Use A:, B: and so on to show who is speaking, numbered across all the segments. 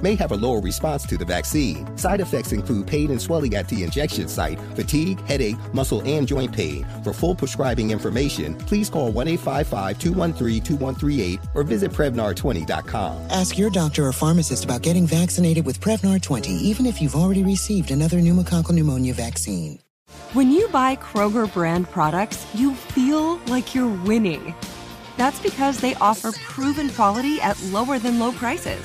A: may have a lower response to the vaccine. Side effects include pain and swelling at the injection site, fatigue, headache, muscle, and joint pain. For full prescribing information, please call 1 855 213 2138 or visit Prevnar20.com.
B: Ask your doctor or pharmacist about getting vaccinated with Prevnar 20, even if you've already received another pneumococcal pneumonia vaccine.
C: When you buy Kroger brand products, you feel like you're winning. That's because they offer proven quality at lower than low prices.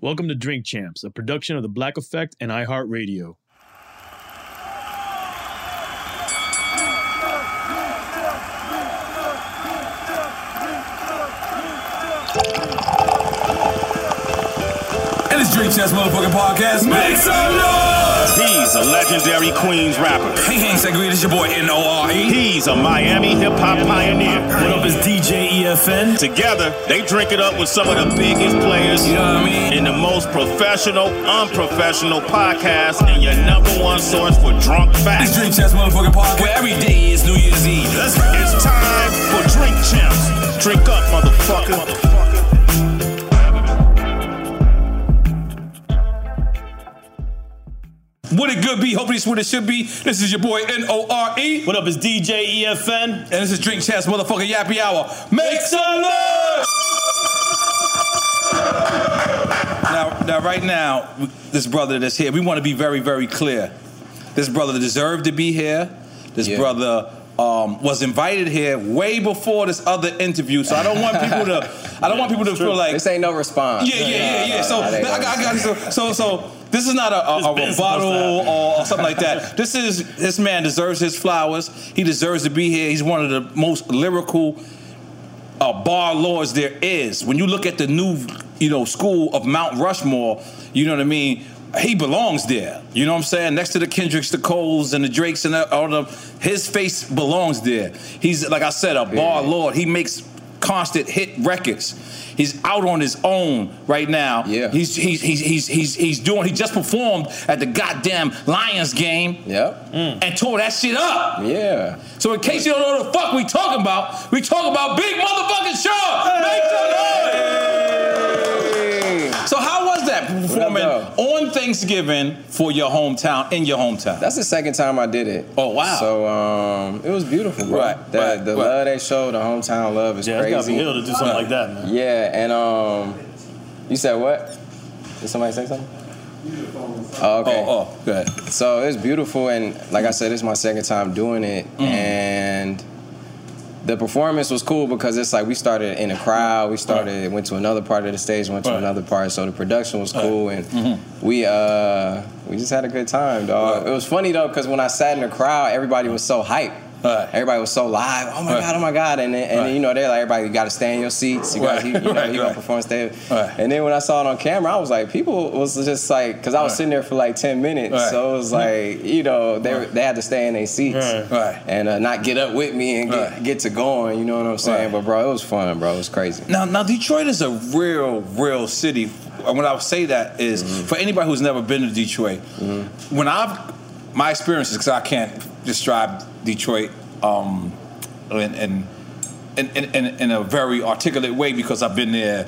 D: Welcome to Drink Champs, a production of The Black Effect and iHeartRadio.
E: And it's Drink Chess Motherfucking Podcast. Make some noise!
F: He's a legendary Queens rapper.
E: Hey, hey, Segreed, it's your boy N-O-R-E.
F: He's a Miami hip hop pioneer.
E: What up, is DJ EFN?
F: Together, they drink it up with some of the biggest players
E: You know what I mean?
F: in the most professional, unprofessional podcast, and your number one source for drunk
E: It's
F: facts.
E: Drink Chess Motherfucking Podcast, where every day is New Year's Eve. Let's go!
F: It's time for Drink Champs. Drink up, motherfucker.
E: What it good be? Hopefully it's what it should be. This is your boy N-O-R-E.
D: What up, is DJ EFN?
E: E. And this is Drink Chess Motherfucking Yappy Hour. Make some noise! Now, now, right now, this brother that's here, we want to be very, very clear. This brother deserved to be here. This brother um, was invited here way before this other interview. So I don't want people to, I don't want people to feel like
G: This ain't no response.
E: yeah, yeah, yeah, yeah. So I,
G: That ain't no
E: I, I got so, so so this is not a, a, a
D: This been supposed to
E: rebuttal
D: happen.
E: or, or something like that. This is this man deserves his flowers. He deserves to be here. He's one of the most lyrical uh, bar lords there is. When you look at the new you know school of Mount Rushmore, you know what I mean. He belongs there. You know what I'm saying? Next to the Kendricks, the Coles, and the Drakes, and the, all the his face belongs there. He's like I said, a bar lord. He makes constant hit records. He's out on his own right now.
G: Yeah.
E: He's he's he's he's he's, he's doing. He just performed at the goddamn Lions game Mm.
G: Yep.
E: and tore that shit up.
G: Yeah.
E: So in case you don't know the fuck we talking about, we talking about big motherfucking Sean. Make some noise. So how was that performing
G: up,
E: on Thanksgiving for your hometown in your hometown?
G: That's the second time I did it.
E: Oh, wow.
G: So um, it was beautiful, bro.
E: Right,
G: The,
E: right,
G: the
E: right.
G: love they show, the hometown love is
D: Yeah, it's
G: crazy.
D: gotta be ill to do something like that, man.
G: Yeah, and um, you said what? Did somebody say something? Oh, okay.
E: Oh, oh, good.
G: So it's beautiful, and like I said, it's my second time doing it,
E: Mm-hmm.
G: and the performance was cool because it's like we started in a crowd, we started went to another part of the stage, went to
E: Right. Mm-hmm.
G: another part, so the production was cool, and we uh we just had a good time, dog. It was funny though because when I sat in the crowd, everybody was so hyped. Everybody was so live. Oh my
E: Right.
G: god! Oh my god! And then, and then,
E: Right.
G: you know they're like everybody. You got to stay in your seats. You got
E: Right,
G: to you know
E: right,
G: you gonna
E: right.
G: perform stage.
E: Right.
G: And then when I saw it on camera, I was like, people was just like, because I was
E: Right.
G: sitting there for like ten minutes,
E: Right.
G: so it was like you know they
E: Right.
G: they had to stay in their seats
E: Right. Right.
G: and uh, not get up with me and get,
E: Right.
G: get to going. You know what I'm saying? But bro, it was fun, bro. It was crazy.
E: Now, now Detroit is a real, real city. And when I say that is,
G: Mm-hmm.
E: for anybody who's never been to Detroit, when I've my experiences, because I can't describe Detroit um, in, in, in, in, in a very articulate way because I've been there.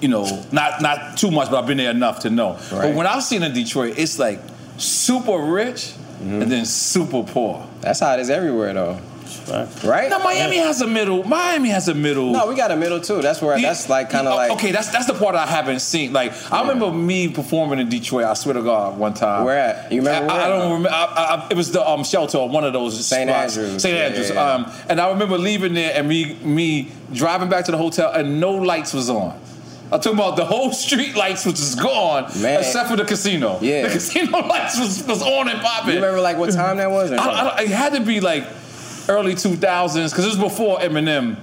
E: You know, not not too much, but I've been there enough to know. But
G: Right.
E: when I've seen in Detroit, it's like super rich and then super poor.
G: Mm-hmm. That's how it is everywhere, though. Right?
E: Now Miami has a middle. Miami has a middle.
G: No, we got a middle too. That's where.
E: Yeah.
G: That's like kind of
E: Oh,
G: like.
E: okay. That's that's the part I haven't seen. Like I remember me performing in Detroit. I swear to God, one time.
G: Where at? You remember
E: I,
G: where
E: I
G: at?
E: don't remember. I, I, I- it was the um, shelter, or one of those
G: St.
E: spots.
G: Andrews.
E: St.
G: Yeah,
E: Andrews.
G: yeah, yeah.
E: Um, and I remember leaving there and me me driving back to the hotel and no lights was on. I'm talking about the whole street lights was just gone,
G: Man.
E: except for the casino.
G: Yeah.
E: the casino lights was, was on and popping.
G: You remember like what time that was? Or
E: I, don't- I, don't- it had to be like early 2000s because it was before Eminem.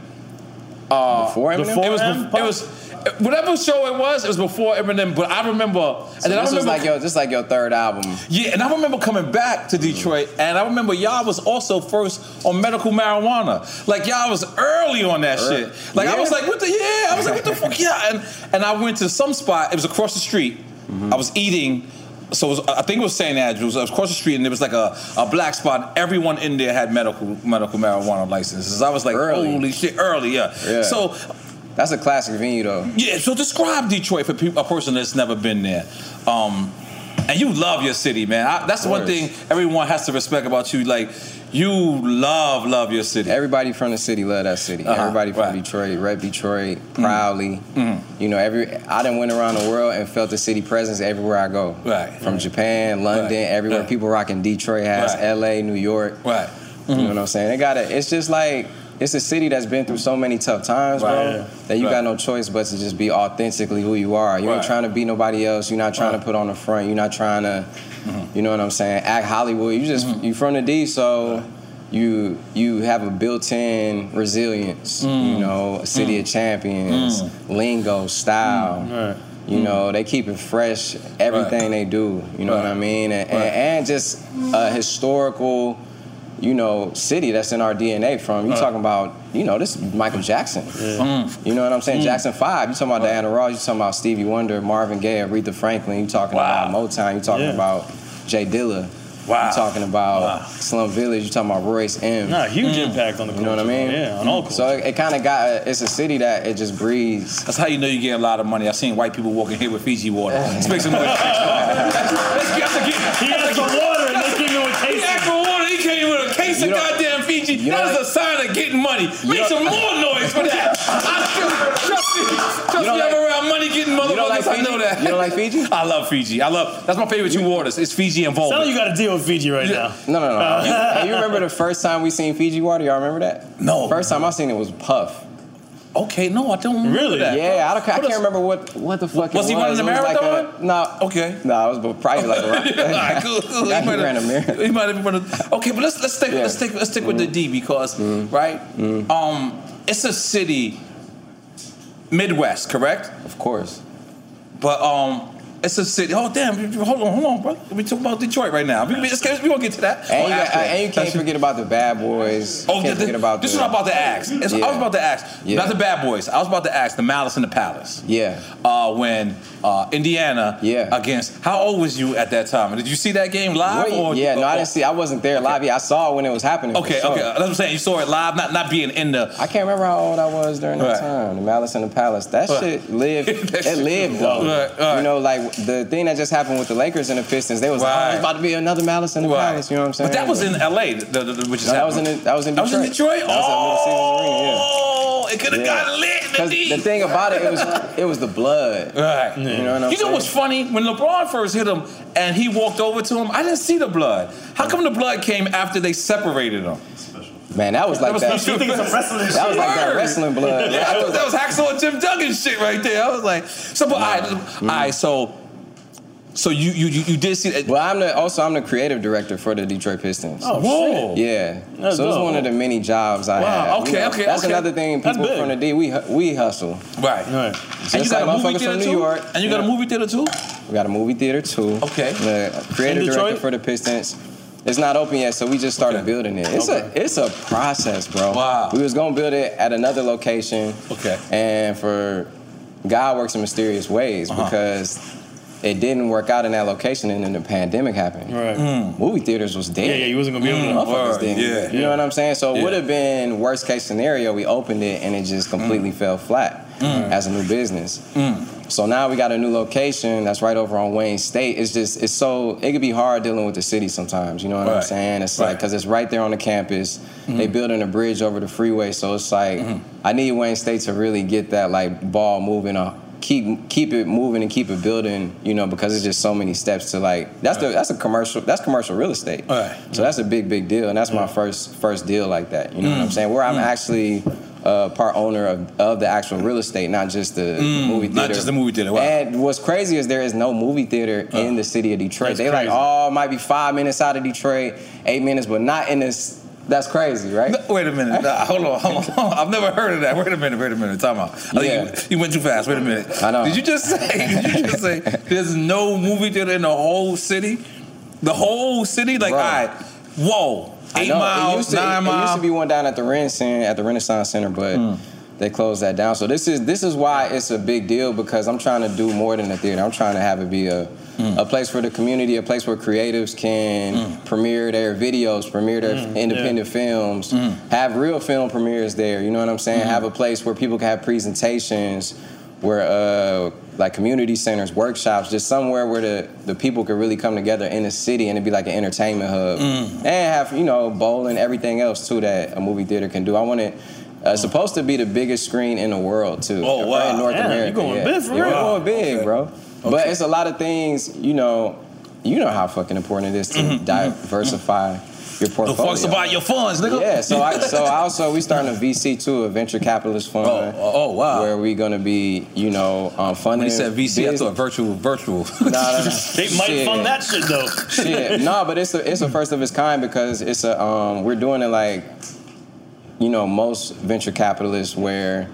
E: Uh,
G: Before Eminem?
E: it was.
G: Before
E: bef- it was whatever show it was. It was before Eminem. But I remember.
G: So
E: and then I
G: this was
E: remember.
G: like your, this like your third album.
E: yeah, and I remember coming back to Detroit, and I remember y'all was also first on medical marijuana. Like y'all was early on that
G: Early.
E: shit. Like I was
G: Yeah.
E: like, what the? Yeah, I was like, what the fuck? Yeah, and and I went to some spot. It was across the street.
G: Mm-hmm.
E: I was eating. So it was, I think it was St. Andrews. It was across the street, and there was like a, a black spot. Everyone in there had medical medical marijuana licenses. I was like,
G: Early.
E: holy shit, early, yeah.
G: Yeah.
E: So
G: That's a classic venue though.
E: yeah, so describe Detroit for peop a person that's never been there. Um, and you love your city, man. I, that's one
G: course.
E: thing everyone has to respect about you. Like, you love, love your city.
G: Everybody from the city love that city.
E: Uh-huh,
G: Everybody from
E: right. Mm.
G: Detroit, rep Detroit proudly.
E: Mm-hmm.
G: You know, every I done went around the world and felt the city presence everywhere I go.
E: Right.
G: From Japan, London,
E: Right.
G: everywhere.
E: Right.
G: People rocking Detroit hats,
E: Right.
G: LA, New York.
E: Right. Mm-hmm.
G: You know what I'm saying? They got to It's just like it's a city that's been through so many tough times,
E: Right.
G: bro.
E: Yeah.
G: That you
E: Right.
G: got no choice but to just be authentically who you are. You
E: Right.
G: ain't trying to be nobody else. You're not trying
E: Right. Mm-hmm.
G: to put on the front. You're not trying to, you know what I'm saying? Act Hollywood. You just you from the D, so. You you have a built-in resilience,
E: Mm.
G: you know, a city of champions, lingo, style.
E: Mm,
G: You know, they keep it fresh, everything they do. You know what I
E: Right.
G: mean? And,
E: Right.
G: and, and just a historical, you know, city that's in our DNA from. You talking about, you know, this is Michael Jackson.
E: Mm.
G: You know what I'm saying? Jackson 5. You talking about Diana Ross, you talking about Stevie Wonder, Marvin Gaye, Aretha Franklin, you talking
E: Wow.
G: about Motown, you talking
H: Yeah.
G: about Jay Dilla.
E: Wow.
G: You talking about
E: Wow.
G: Slum Village, you talking about Royce M. Mm.
H: Nah, huge impact on the
G: You
H: culture.
G: know what I mean?
H: Yeah, on all culture.
G: So it, it kind of got, a, it's a city that it just breathes
E: That's how you know you get a lot of money. I've seen white people walking here with Fiji water. Let's make some noise. Let's get the
H: he asked for water and they came in with
E: He
H: taste.
E: asked for water. He came with a case of
G: You know-
E: goddamn Fiji.
G: you know
E: That is
G: what?
E: a sign of getting money. Make
G: know-
E: some more noise for that. I still, trust me, trust
G: You don't
E: me. I'm
G: like-
E: around money getting
G: don't
E: motherfuckers.
G: like
E: I know
G: Fiji?
E: that.
G: You don't like Fiji?
E: I love Fiji. I love. That's my favorite two waters. It's Fiji and
H: Sound like
E: Volga.
H: you got a deal with Fiji right
E: Yeah.
H: now.
G: No, no, no. and you remember the first time we seen Fiji water? Y'all remember that?
E: No.
G: First time I seen it was Puff.
E: Okay, no, I don't remember
H: Really?
E: that.
G: Yeah, I, don't, I
E: What
G: can't
E: else?
G: remember what what the fuck.
E: Was
G: it
E: he
G: was.
E: running the
G: It was like a-
E: marathon?
G: no.
E: Okay.
G: No, it was probably like a rock.
E: All right, cool, cool.
G: Yeah, he
E: might
G: ran a
E: have-
G: marathon.
E: He might have run a- Okay, but let's let's stick
G: Yeah. Mm-hmm.
E: let's stick let's stick with the D because right, um, it's a city, Midwest, correct?
G: Of course.
E: But um, it's a city. Oh damn! Hold on, hold on, bro. We talk about Detroit right now. We we, it's- we won't get to that.
G: And,
E: Oh,
G: you, got-
E: after.
G: and you can't
E: That's-
G: forget about the Bad Boys.
E: Oh,
G: can't
E: th-
G: forget about
E: this
G: the,
E: is what I'm about to ask. It's- I
G: Yeah.
E: was about to ask,
G: Yeah.
E: not the Bad Boys. I was about to ask the Malice in the Palace.
G: Yeah.
E: Uh, when uh, Indiana
G: Yeah.
E: against how old was you at that time? Did you see that game live?
G: Wait,
E: or,
G: yeah, no, I
E: or-
G: didn't see. I wasn't there live. Yeah, I saw it when it was happening. for
E: Okay,
G: sure.
E: okay. That's what I'm saying. You saw it live, not not being in the.
G: I can't remember how old I was during that
E: Right.
G: time. The Malice in the Palace. That
E: Right.
G: shit lived.
E: That
G: it
E: shit-
G: lived though.
E: Right, right.
G: You know, like the thing that just happened with the Lakers and the Pistons. They was like,
E: Right.
G: oh, it's about to be another Malice in the
E: Right.
G: Palace. You know what I'm saying?
E: But that was in L.A., the, the, the, which is
G: No, that was
E: happening.
G: in that was in
E: That
G: Detroit.
E: was in Detroit.
G: That was at Little Caesars Arena, yeah.
E: oh, on. It could have got lit in the
G: 'Cause
E: D.
G: The thing about it, it was it was the blood.
E: Right.
G: You know what I'm
E: you know
G: saying?
E: what's funny? When LeBron first hit him and he walked over to him, I didn't see the blood. How come the blood came after they separated him?
G: Man, that was like that. that was like that wrestling blood.
E: Yeah, I thought that was Hacksaw and Jim Duggan shit right there. I was like, so, but I,
G: Mm-hmm.
E: I, so, so you, you, you, you did see that.
G: Well, I'm the also I'm the creative director for the Detroit Pistons.
E: Oh, Whoa. shit.
G: Yeah.
E: That's
G: so it's
E: dope.
G: one of the many jobs I
E: Wow,
G: have.
E: okay, okay,
G: That's
E: okay.
G: another thing
E: That's
G: people
E: big.
G: from the D we hu- we hustle. Right.
E: Right. and you
G: Just like
E: got a
G: motherfuckers
E: movie
G: from
E: theater
G: New
E: too.
G: York.
E: And you got a movie theater too.
G: We got a movie theater too. Okay. The creative director
E: In Detroit?
G: for the Pistons. It's not open yet, so we just started building it. It's a it's a process, bro. Wow. We was gonna build it at another location. Okay. And for God works in mysterious ways because it didn't work out in that location, and then the pandemic happened. Right. Movie theaters was dead.
F: Mm. Yeah, yeah, you wasn't gonna be able to-
G: Mm, motherfuckers
F: Word,
G: didn't.
F: yeah.
G: You know what I'm saying? So it
F: Yeah.
G: would have been worst case scenario. We opened it and it just completely fell flat
F: Mm.
G: as a new business.
E: Mm.
G: So now we got a new location that's right over on Wayne State. It's just it's so it could be hard dealing with the city sometimes. You know what I'm
E: Right.
G: saying? It's like because it's right there on the campus. They
E: Mhm.
G: building a bridge over the freeway, so it's like
E: Mm-hmm.
G: I need Wayne State to really get that like ball moving. Uh, keep keep it moving and keep it building. You know because it's just so many steps to like that's the that's a commercial that's commercial real estate. So that's a big big deal, and that's my first first deal like that. You know what I'm
E: Mm.
G: saying? Where I'm
E: Mm.
G: actually. Uh, part owner of, of the actual real estate, not just the
E: Mm,
G: movie
E: not
G: theater.
E: just the movie theater, wow.
G: And what's crazy is there is no movie theater in the city of Detroit. They like oh, it might be five minutes out of Detroit, eight minutes, but not in this. That's crazy, right?
E: Wait a minute. Nah, hold on. Hold on. I've never heard of that. Wait a minute. Wait a minute. Time out. I think you, you went too fast. Wait a minute. I know. Did you just
G: Uh.
E: say? Did you just say? There's no movie theater in the whole city. The whole city. Like, all right. Whoa.
G: I
E: Eight
G: know. it
E: miles.
G: used to,
E: nine
G: it, it used
E: miles.
G: to be one down at the Renaissance at the Renaissance Center, but they closed that down. So this is this is why it's a big deal because I'm trying to do more than a theater. I'm trying to have it be a a place for the community, a place where creatives can premiere their videos, premiere their
E: Mm,
G: independent films, have real film premieres there. You know what I'm saying? Have a place where people can have presentations, where uh, like community centers, workshops, just somewhere where the, the people could really come together in the city and it'd be like an entertainment hub.
E: Mm.
G: And have, you know, bowling, everything else too that a movie theater can do. I want it. Uh, it's supposed to be the biggest screen in the world too.
E: Oh,
G: Or
E: wow.
G: In North
E: Damn, you
G: America,
E: going
G: yeah.
E: big for
G: Yeah, we're
E: real.
G: going big, bro. But it's a lot of things. You know, you know how fucking important it is to diversify your
E: Mm-hmm, The
G: portfolio.
E: fuck's about your funds, nigga?
G: Yeah, so I, so I also we starting a VC too, a venture capitalist fund. Oh, wow! Where we gonna be, you know, um, funding.
E: When he said VC, I
G: business-
E: thought virtual, virtual.
G: Nah, nah, nah.
F: They might
G: Shit.
F: fund that shit though.
G: Shit, no, but it's a it's a first of its kind because it's a um, we're doing it like, you know, most venture capitalists where.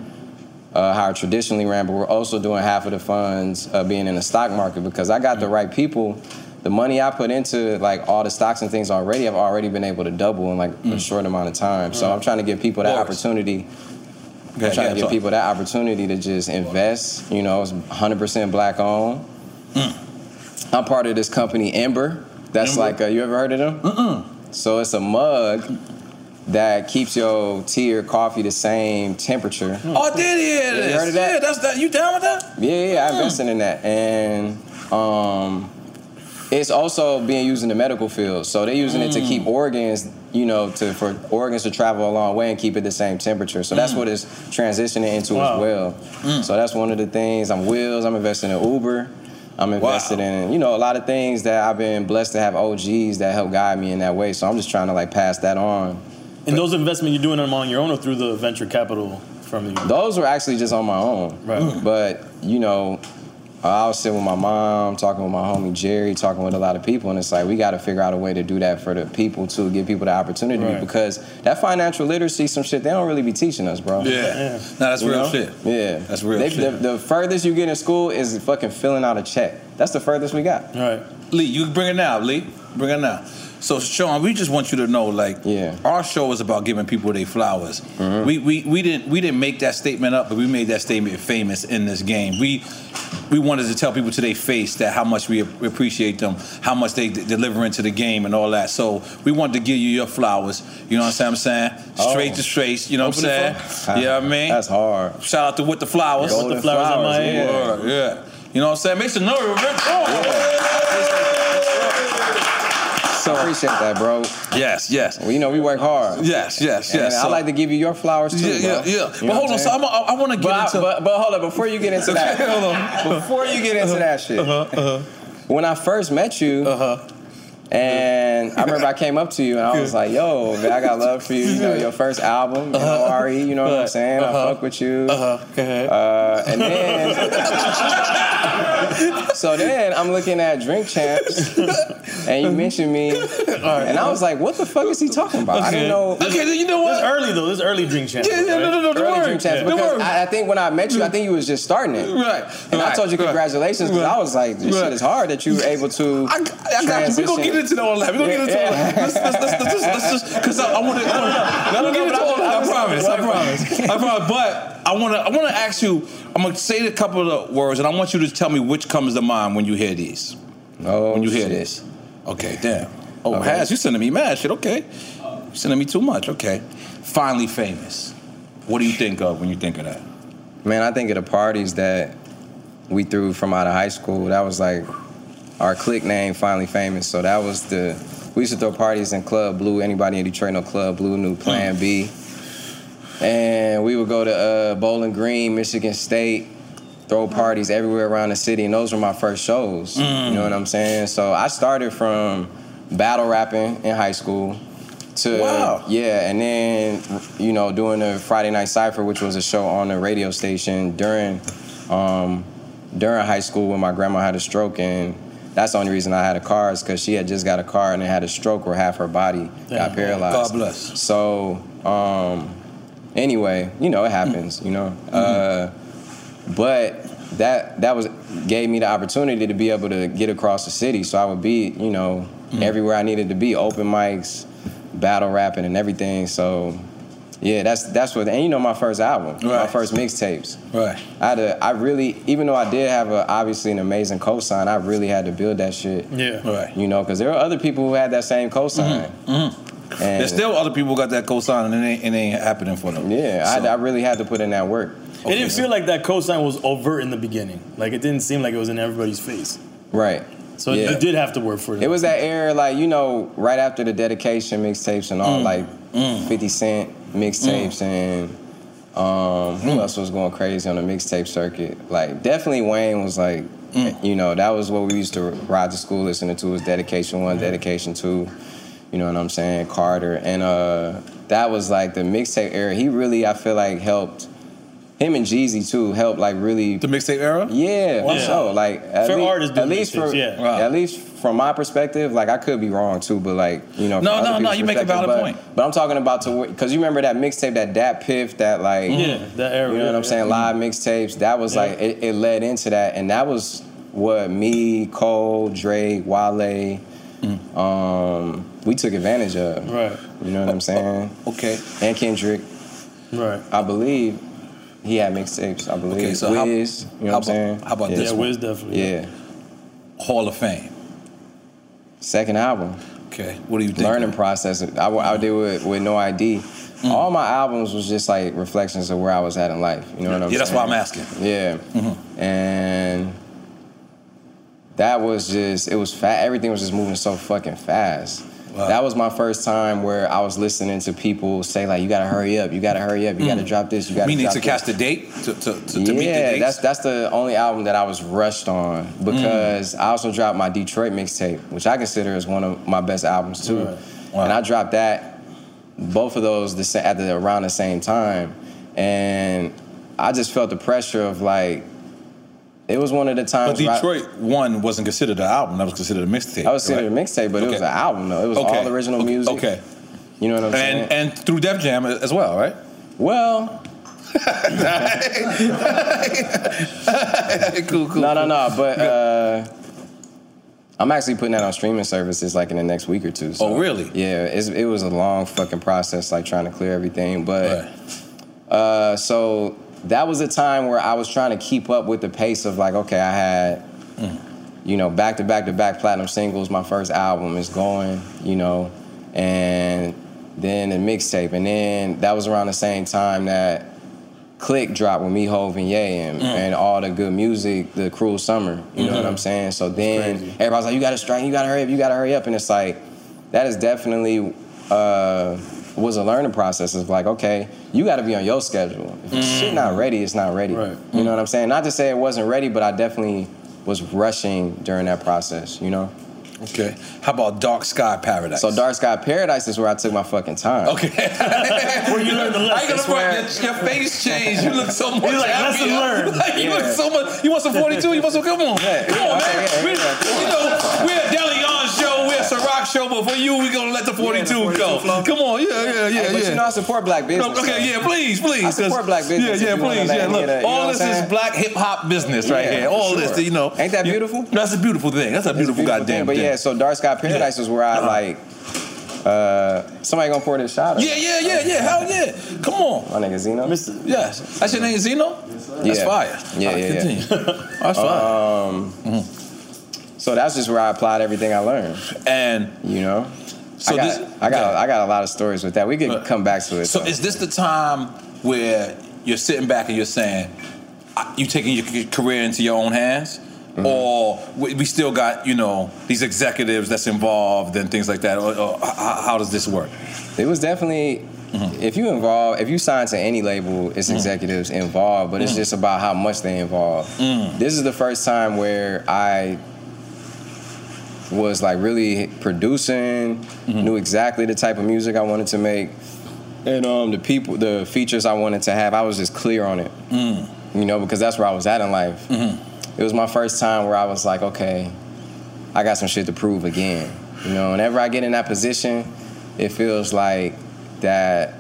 G: Uh, how it traditionally ran, but we're also doing half of the funds uh, being in the stock market because I got the right people. The money I put into like all the stocks and things already, I've already been able to double in like a short amount of time. So I'm trying to give people that opportunity
E: Yeah,
G: I'm trying
E: yeah,
G: to give
E: talk.
G: people that opportunity to just invest. You know, it's 100% black owned. I'm part of this company, Ember. That's like, uh, you ever heard of them? Mm-mm. So it's a mug that keeps your tea or coffee the same temperature.
E: Oh, did he?
G: Yeah, you heard of that?
E: Yeah, that's that. You down with that?
G: Yeah, yeah, I invested in that, and um, it's also being used in the medical field. So they're using it to keep organs, you know, to for organs to travel a long way and keep it the same temperature. So that's what it's transitioning into
E: Wow.
G: as well. So that's one of the things. I'm wheels. I'm investing in Uber. I'm invested in, you know, a lot of things that I've been blessed to have OGs that help guide me in that way. So I'm just trying to like pass that on.
F: And those investments you're doing them on your own or through the venture capital from the
G: Those were actually just on my own.
E: Mm.
F: Right.
G: But, you know, I was sitting with my mom, talking with my homie Jerry, talking with a lot of people, and it's like we got to figure out a way to do that for the people to give people the opportunity
E: Right.
G: because that financial literacy, some shit they don't really be teaching us, bro.
E: Yeah. Yeah. Nah, that's real shit.
G: Yeah,
E: That's real
G: They-
E: shit.
G: The, the furthest you get in school is fucking filling out a check. That's the furthest we got.
F: All right.
E: Lee, you bring it now, Lee. Bring it now. So, Sean, we just want you to know, like, our show is about giving people their flowers. We, we we didn't we didn't make that statement up, but we made that statement famous in this game. We we wanted to tell people to their face that how much we ap- appreciate them, how much they d- deliver into the game, and all that. So we wanted to give you your flowers. You know what I'm saying? Straight
G: Oh.
E: to straight. You know what I'm
G: Open the
E: saying?
G: phone?
E: You know what I mean? That's
G: hard.
E: Shout out to with the flowers.
G: Golden With the flowers in my flowers, hand. yeah.
E: Word, yeah. You know what I'm saying? Make some noise. Rick Ross.
G: So appreciate that, bro.
I: Yes, yes.
G: Well, you know we work hard.
I: Yes, yes,
G: And
I: yes.
G: I
I: So-
G: like to give you your flowers too.
I: Yeah, yeah,
G: bro.
I: yeah.
G: You know
I: But
G: what
I: hold on, so
G: saying?
I: I'm- I- I wanna get
G: But
I: into-
G: But, but hold on, before you get into that,
I: Okay, hold on.
G: Before you get into that shit,
F: Uh-huh,
G: when I first met you. And I remember I came up to you and I was like, "Yo, man, I got love for you. You know, your first album,
F: Uh-huh.
G: N.O.R.E. You know what I'm saying? I fuck with you." Uh-huh. Uh, and then, so then I'm looking at Drink Champs, and you mentioned me, and I was like, "What the fuck is he talking about?" I didn't know.
I: Okay, then you know what?
F: This early though. This early drink champs.
G: Yeah, no, no, no, no, don't worry. Yeah. Don't worry. I think when I met you, I think you was just starting it.
I: Right.
G: And I
I: right,
G: told you
I: right.
G: congratulations because I was like, this
I: Right.
G: shit is hard that you were able to. I,
I: I got you. We're gonna get into all that. We're gonna get into all that. Let's, let's, let's, let's, just- let's just because I, I want to. No, no, no, get into all that. I promise. I promise. I promise. But I want to. I want to ask you. I'm gonna say a couple of words, and I want you to tell me which comes to mind when you hear these.
G: Oh,
I: when you hear
G: shit.
I: this. Okay, damn. Oh, has you sending me mad shit? Okay, you sending me too much. Okay, finally famous. What do you think of when you think of that?
G: Man, I think of the parties that we threw from out of high school. That was like our clique name, finally famous. So that was the. We used to throw parties in Club Blue. Anybody in Detroit know Club Blue? New
I: Mm.
G: Plan B. And we would go to uh, Bowling Green, Michigan State, throw parties everywhere around the city. And those were my first shows. You know what I'm saying? So I started from battle rapping in high school to yeah, and then you know doing the Friday Night Cipher, which was a show on the radio station during um, during high school when my grandma had a stroke and. That's the only reason I had a car is because she had just got a car and then had a stroke where half her body got
I: Damn.
G: paralyzed.
I: God bless.
G: So, um, anyway, you know it happens. You know,
I: Mm-hmm.
G: uh, but that that was gave me the opportunity to be able to get across the city. So I would be, you know,
I: Mm-hmm.
G: everywhere I needed to be, open mics, battle rapping, and everything. So, yeah, that's that's what. And you know, my first album, my first mixtapes.
I: Right.
G: I had to, I really, even though I did have a, obviously an amazing cosign, I really had to build that shit.
F: Yeah.
I: Right. Mm-hmm.
G: You know, because there were other people who had that same cosign. Mm-hmm. And-
I: There's still other people got that cosign, and it ain't, it ain't happening for them.
G: Yeah, I,
I: So-
G: I really had to put in that work.
F: It didn't feel like that cosign was overt in the beginning. Like it didn't seem like it was in everybody's face.
G: Right.
F: So
G: Yeah.
F: you did have to work for it.
G: It was that era, like you know, right after the dedication mixtapes and all,
F: Mm.
G: like Fifty Cent
I: Mm.
G: mixtapes and um, who else was going crazy on the mixtape circuit? Like definitely Wayne was like,
I: Mm.
G: you know, that was what we used to ride to school listening to was Dedication One, Dedication Two, you know what I'm saying? Carter and uh, that was like the mixtape era. He really, I feel like, helped. Him and Jeezy too helped like really the
I: mixtape era.
G: Yeah,
I: Wow.
G: for sure. Like at
I: For
G: lea-
I: artists doing
G: at least
I: mixtapes,
G: for
I: yeah. Wow.
G: at least from my perspective, like I could be wrong too, but like you know,
I: No,
G: from other
I: no, no,
G: people's
I: you make a valid
G: perspective, but,
I: point.
G: But I'm talking about to because you remember that mixtape, that Dat Piff, that like
F: Yeah, that era,
G: You know what
F: yeah,
G: I'm saying?
F: yeah.
G: Live mixtapes. That was like it, it led into that, and that was what me, Cole, Drake, Wale,
I: Mm.
G: um, we took advantage of.
F: Right.
G: You know what I'm saying?
I: Okay.
G: And Kendrick,
F: Right.
G: I believe he had mixtapes. I believe.
I: Okay, so how-
G: Wiz, you know
I: how
G: what I'm saying?
I: about- how about this Yeah, one? Wiz definitely, yeah.
G: Yeah.
I: Hall of Fame.
G: Second album.
I: Okay. What do you think?
G: Learning process. I, wa- I did with, with No ID.
I: Mm.
G: All my albums was just like reflections of where I was at in life. You know what I'm saying?
I: Yeah, that's why I'm asking. Mm-hmm.
G: Yeah. And that was just, it was fat. Everything was just moving so fucking fast. That was my first time where I was listening to people say like, "You gotta hurry up! You gotta hurry up! You gotta
I: Mm.
G: drop this! You gotta."
I: Meaning
G: drop
I: to
G: this."
I: catch the date to, to, to, to meet the
G: yeah,
I: dates. Mm.
G: that's that's the only album that I was rushed on because I also dropped my Detroit mixtape, which I consider is one of my best albums too. And I dropped that, both of those the, sa- at the around the same time, and I just felt the pressure of like, it was one of the
I: but
G: times. where I-
I: Detroit One wasn't considered an album. That was considered a mixtape.
G: I was considered a mixtape, but it was an album though. It was all original music.
I: Okay.
G: You know what I'm
I: and,
G: saying?
I: And through Def Jam as well, right?
G: Well.
I: cool, cool.
G: No, no, no. But uh, I'm actually putting that on streaming services like in the next week or two. So.
I: Oh, really?
G: Yeah, it's, it was a long fucking process, like trying to clear everything. But uh, so that was a time where I was trying to keep up with the pace of like, okay, I had.
I: Mm.
G: You know, back to back to back platinum singles. My first album is going. You know, and then the mixtape, and then that was around the same time that Click dropped with me, Hov, and Ye, and,
I: Mm.
G: and all the good music, the Cruel Summer. You know what
E: Mm-hmm.
I: Mhm.
G: I'm saying? So then everybody's like, you gotta strike, you gotta hurry up, you gotta hurry up. And it's like, that is definitely uh, was a learning process of like, okay, you got to be on your schedule. If
H: Mm.
G: shit not ready, it's not ready. You know
E: Mm.
G: what I'm saying? Not to say it wasn't ready, but I definitely was rushing during that process. You know.
E: Okay. How about Dark Sky Paradise?
G: So Dark Sky Paradise is where I took my fucking time. Okay.
E: Where you learned the lesson. I ain't gonna
G: That's where-
E: front. Your, your face changed. You look so much.
G: He's like,
E: happier.
G: lesson learned.
E: Like, you look
G: Yeah.
E: so much. You want some 42? You want some? Come on. Come on, man. We- You know, we're a Deleon show. We're a Ciroc show. But for you, we're gonna let the 42, go. Come on. Yeah, yeah, yeah,
G: Hey, but
E: yeah.
G: you know I support black business.
E: No, okay,
G: so-
E: yeah, please, please.
G: I support
E: 'cause-
G: black business.
E: Yeah, yeah,
G: if you wanna
E: please.
G: let
E: Yeah,
G: me
E: look.
G: get a- you know
E: all
G: what
E: this
G: I'm
E: is
G: saying?
E: black hip hop business right
G: Yeah,
E: here. All
G: for
E: this,
G: sure.
E: you know. Ain't that beautiful? That's a beautiful thing. That's a beautiful, goddamn
G: But
E: thing. Uh-huh.
G: yeah, so Dark Sky Paradise is where I like. Uh, somebody gonna pour this shot.
E: Yeah, yeah, yeah, yeah. Hell yeah. Come on.
G: My nigga Zeno.
E: Yes. That's your name, Zeno? That's
G: Yeah.
E: fire.
G: Yeah,
E: All right,
G: yeah, yeah.
E: continue. That's fire. Mm-hmm.
G: Um, So that's just where I applied everything I learned.
E: And
G: you know,
E: so
G: I got,
E: this- Uh,
G: I got, I got a lot of stories with that. We could come back to it.
E: So is this the time where you're sitting back and you're saying I- you taking your c- career into your own hands,
G: Mm-hmm.
E: or we we still got you know these executives that's involved and things like that? Or, or h- how does this work?
G: It was definitely. Mm-hmm. If you involve, if you sign to any label, it's executives involved, but it's
E: Mhm.
G: just about how much they involve.
J: Mm-hmm. Mm.
G: This is the first time where I was like really producing, knew exactly the type of music I wanted to make, and um, the people, the features I wanted to have. I was just clear on it, you know, because that's where I was at in life. It was my first time where I was like, okay, I got some shit to prove again. You know, whenever I get in that position, it feels like that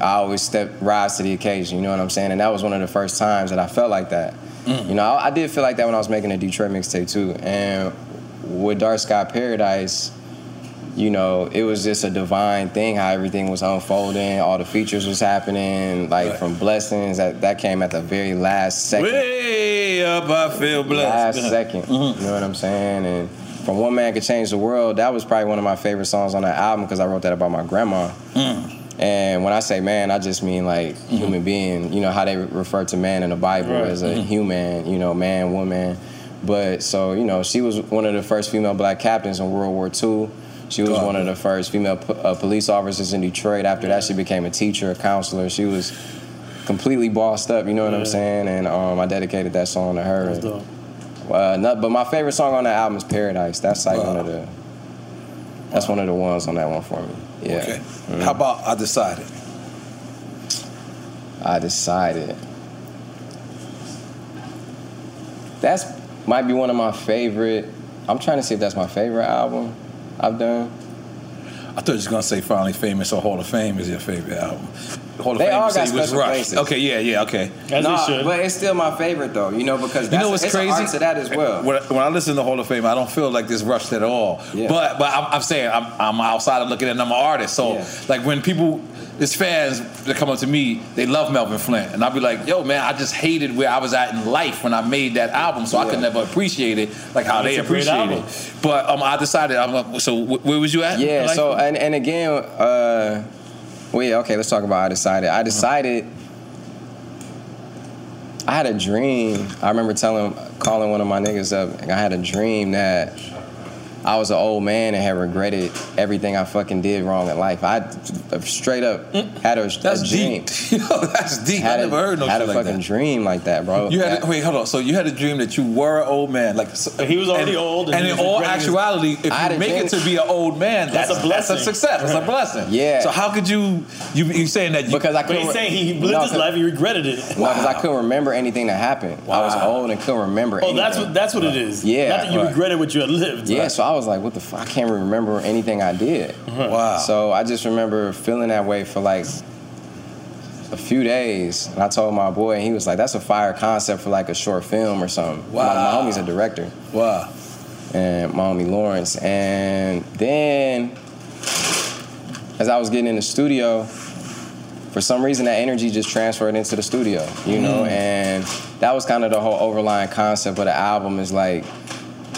G: I always step rise to the occasion. You know what I'm saying? And that was one of the first times that I felt like that. You know, I, I did feel like that when I was making a Detroit mixtape too. And with Dark Sky Paradise, you know, it was just a divine thing how everything was unfolding, all the features was happening, like from blessings that that came at the very last second.
E: Way up, I feel blessed. Mm-hmm.
G: Last second, you know what I'm saying? And from One Man Could Change the World, that was probably one of my favorite songs on that album because I wrote that about my grandma.
K: Hmm.
G: And when I say man, I just mean like human being. You know how they re- refer to man in the Bible
H: Right.
G: as a
H: Mhm.
G: human. You know, man, woman. But so you know, she was one of the first female black captains in World War II. She was one of the first female po- uh, police officers in Detroit. After that, she became a teacher, a counselor. She was completely bossed up. You know what I'm
H: Yeah.
G: saying? And um, I dedicated that song to her. And, uh, no- but my favorite song on that album is Paradise. That's like one of the. That's one of the ones on that one for me. Yeah. Mm-hmm.
E: Okay. How about I decided?
G: I decided. That's might be one of my favorite. I'm trying to see if that's my favorite album I've done.
E: I thought you was gonna say finally famous or Hall of Fame is your favorite album. Hall of
G: They
E: Fame
G: all
E: you say
G: got
E: you was
G: special
E: rushed.
G: places.
E: Okay, yeah, yeah, okay.
G: Nah, but it's still my favorite though. You know because that's,
E: you know what's
G: it's an
E: crazy?
G: art to that as well.
E: When, when I listen to Hall of Fame, I don't feel like this rushed at all. But but I'm, I'm saying I'm, I'm outside of looking at it, I'm an artist. So like when people, it's fans that come up to me, they love Melvin Flint, and I'll be like, yo man, I just hated where I was at in life when I made that album, so I could never appreciate it like how
G: It's
E: they
G: a great
E: appreciate
G: album.
E: it. But um, I decided I'm like, so wh- where was you at?
G: Yeah.
E: Like-
G: so and and again, uh, well, yeah. Okay, let's talk about I decided. I decided. I had a dream. I remember telling, calling one of my niggas up. and I had a dream that I was an old man and had regretted everything I fucking did wrong in life. I straight up had a, a dream.
E: that's Mm. deep. I never heard no
G: Had
E: shit
G: a
E: like
G: fucking
E: that.
G: dream like that, bro.
E: You had wait, hold on. So you had a dream that you were an old man, like so-
G: He was already
E: and-
G: old and
E: And,
G: he
E: in
G: was
E: all
G: regretting his-
E: actuality, if
G: I had
E: you
G: a
E: make it
G: dream.
E: to be an old man, that's,
G: That's a
E: That's a
G: blessing.
E: success. That's a blessing.
G: Yeah.
E: So how could you? You you saying that? You,
G: Because I couldn't. No, 'cause-
E: regretted it.
G: No, because I couldn't remember anyththing that happened. I was old and couldn't remember.
F: Oh, that's
G: anything.
F: what that's what it is.
G: Yeah,
F: Not that you
G: right.
F: regretted what you had lived.
G: Yeah,
F: right?
G: so I was like, what the fuck? I can't remember anything I did.
E: Wow.
G: So I just remember feeling that way for like a few days. And I told my boy, and he was like, that's a fire concept for like a short film or something. My-
E: Wow.
G: My, homie's a director.
E: Wow.
G: And my homie Lawrence. And then as I was getting in the studio, for some reason that energy just transferred into the studio, you know?
H: Mm.
G: And that was kind of the whole overlying concept of the album is like,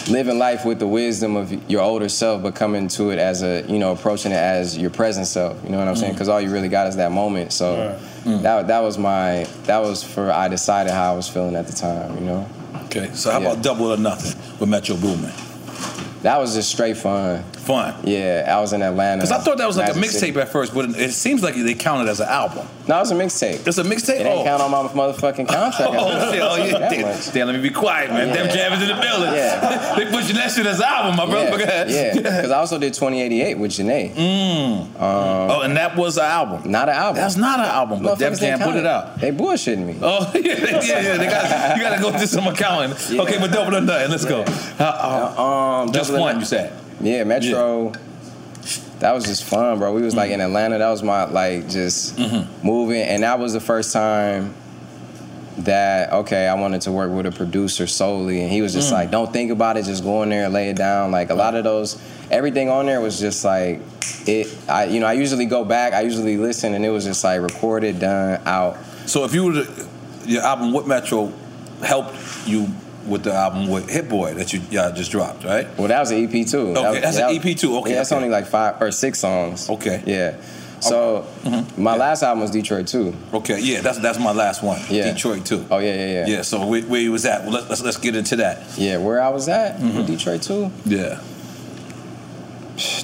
G: living life with the wisdom of your older self, but coming to it as a, you know, approaching it as your present self. You know what I'm saying?
H: Mm.
G: Because all you really got is that moment. So
I: Mm.
G: that that was my that was for I decided how I was feeling at the time. You know.
E: Okay. So how about Double or Nothing with Metro Boomin?
G: That was just straight fun.
I: fun.
G: Yeah, I was in Atlanta.
I: Because I thought that was like a
G: Magic City.
I: mixtape at first, but it seems like they count it as an album.
G: No, it's a mixtape.
I: It's a mixtape.
G: It ain't
I: Oh.
G: count on my motherfucking contract.
I: Oh, shit. Oh, yeah.
G: That
I: Damn,
G: much.
I: damn, let me be quiet, man. Them
G: Yeah.
I: jammers in the building.
G: Yeah.
I: they pushing that shit as an album, my brother. Oh, Go
G: Yeah,
I: ahead.
G: yeah. Because I also did 2088 with Janae.
I: Mm.
G: Um,
I: oh, and that was an album.
G: Not an album.
I: That's not an album, but Def
G: Motherfuckers
I: Jam
G: didn't
I: put
G: count
I: it out.
G: They bullshitting me.
I: Oh, yeah, yeah, yeah. They got, you got to go do some accounting.
G: Yeah.
I: Okay, but double or nothing. Let's go. Uh, uh,
G: Um,
I: just
G: Double or
I: one,
G: Nothing.
I: you said.
G: Yeah, Metro. That was just fun, bro. We was
I: Mm.
G: like in Atlanta. That was my like just moving, and that was the first time that okay, I wanted to work with a producer solely, and he was just
F: Mm.
G: like, "Don't think about it. Just go in there and lay it down." Like a lot of those, everything on there was just like it. I you know I usually go back. I usually listen, and it was just like recorded, done, out.
I: So if you were to, your album with Metro helped you with the album with Hit Boy that you y'all just dropped, right?
G: Well, that was an EP too.
I: Okay, that's an E EP too. Okay,
G: yeah, that's
I: okay.
G: only like five or six songs. Okay. Yeah. So my last album was Detroit too.
I: Mm-hmm. Okay, yeah, that's that's my last one.
G: Yeah.
I: Detroit too.
G: Oh yeah, yeah, yeah.
I: Yeah. So where, where you was at? Well, let, let's let's get into that.
G: Yeah, where I was at
I: Mm-hmm.
G: with Detroit too.
I: Yeah.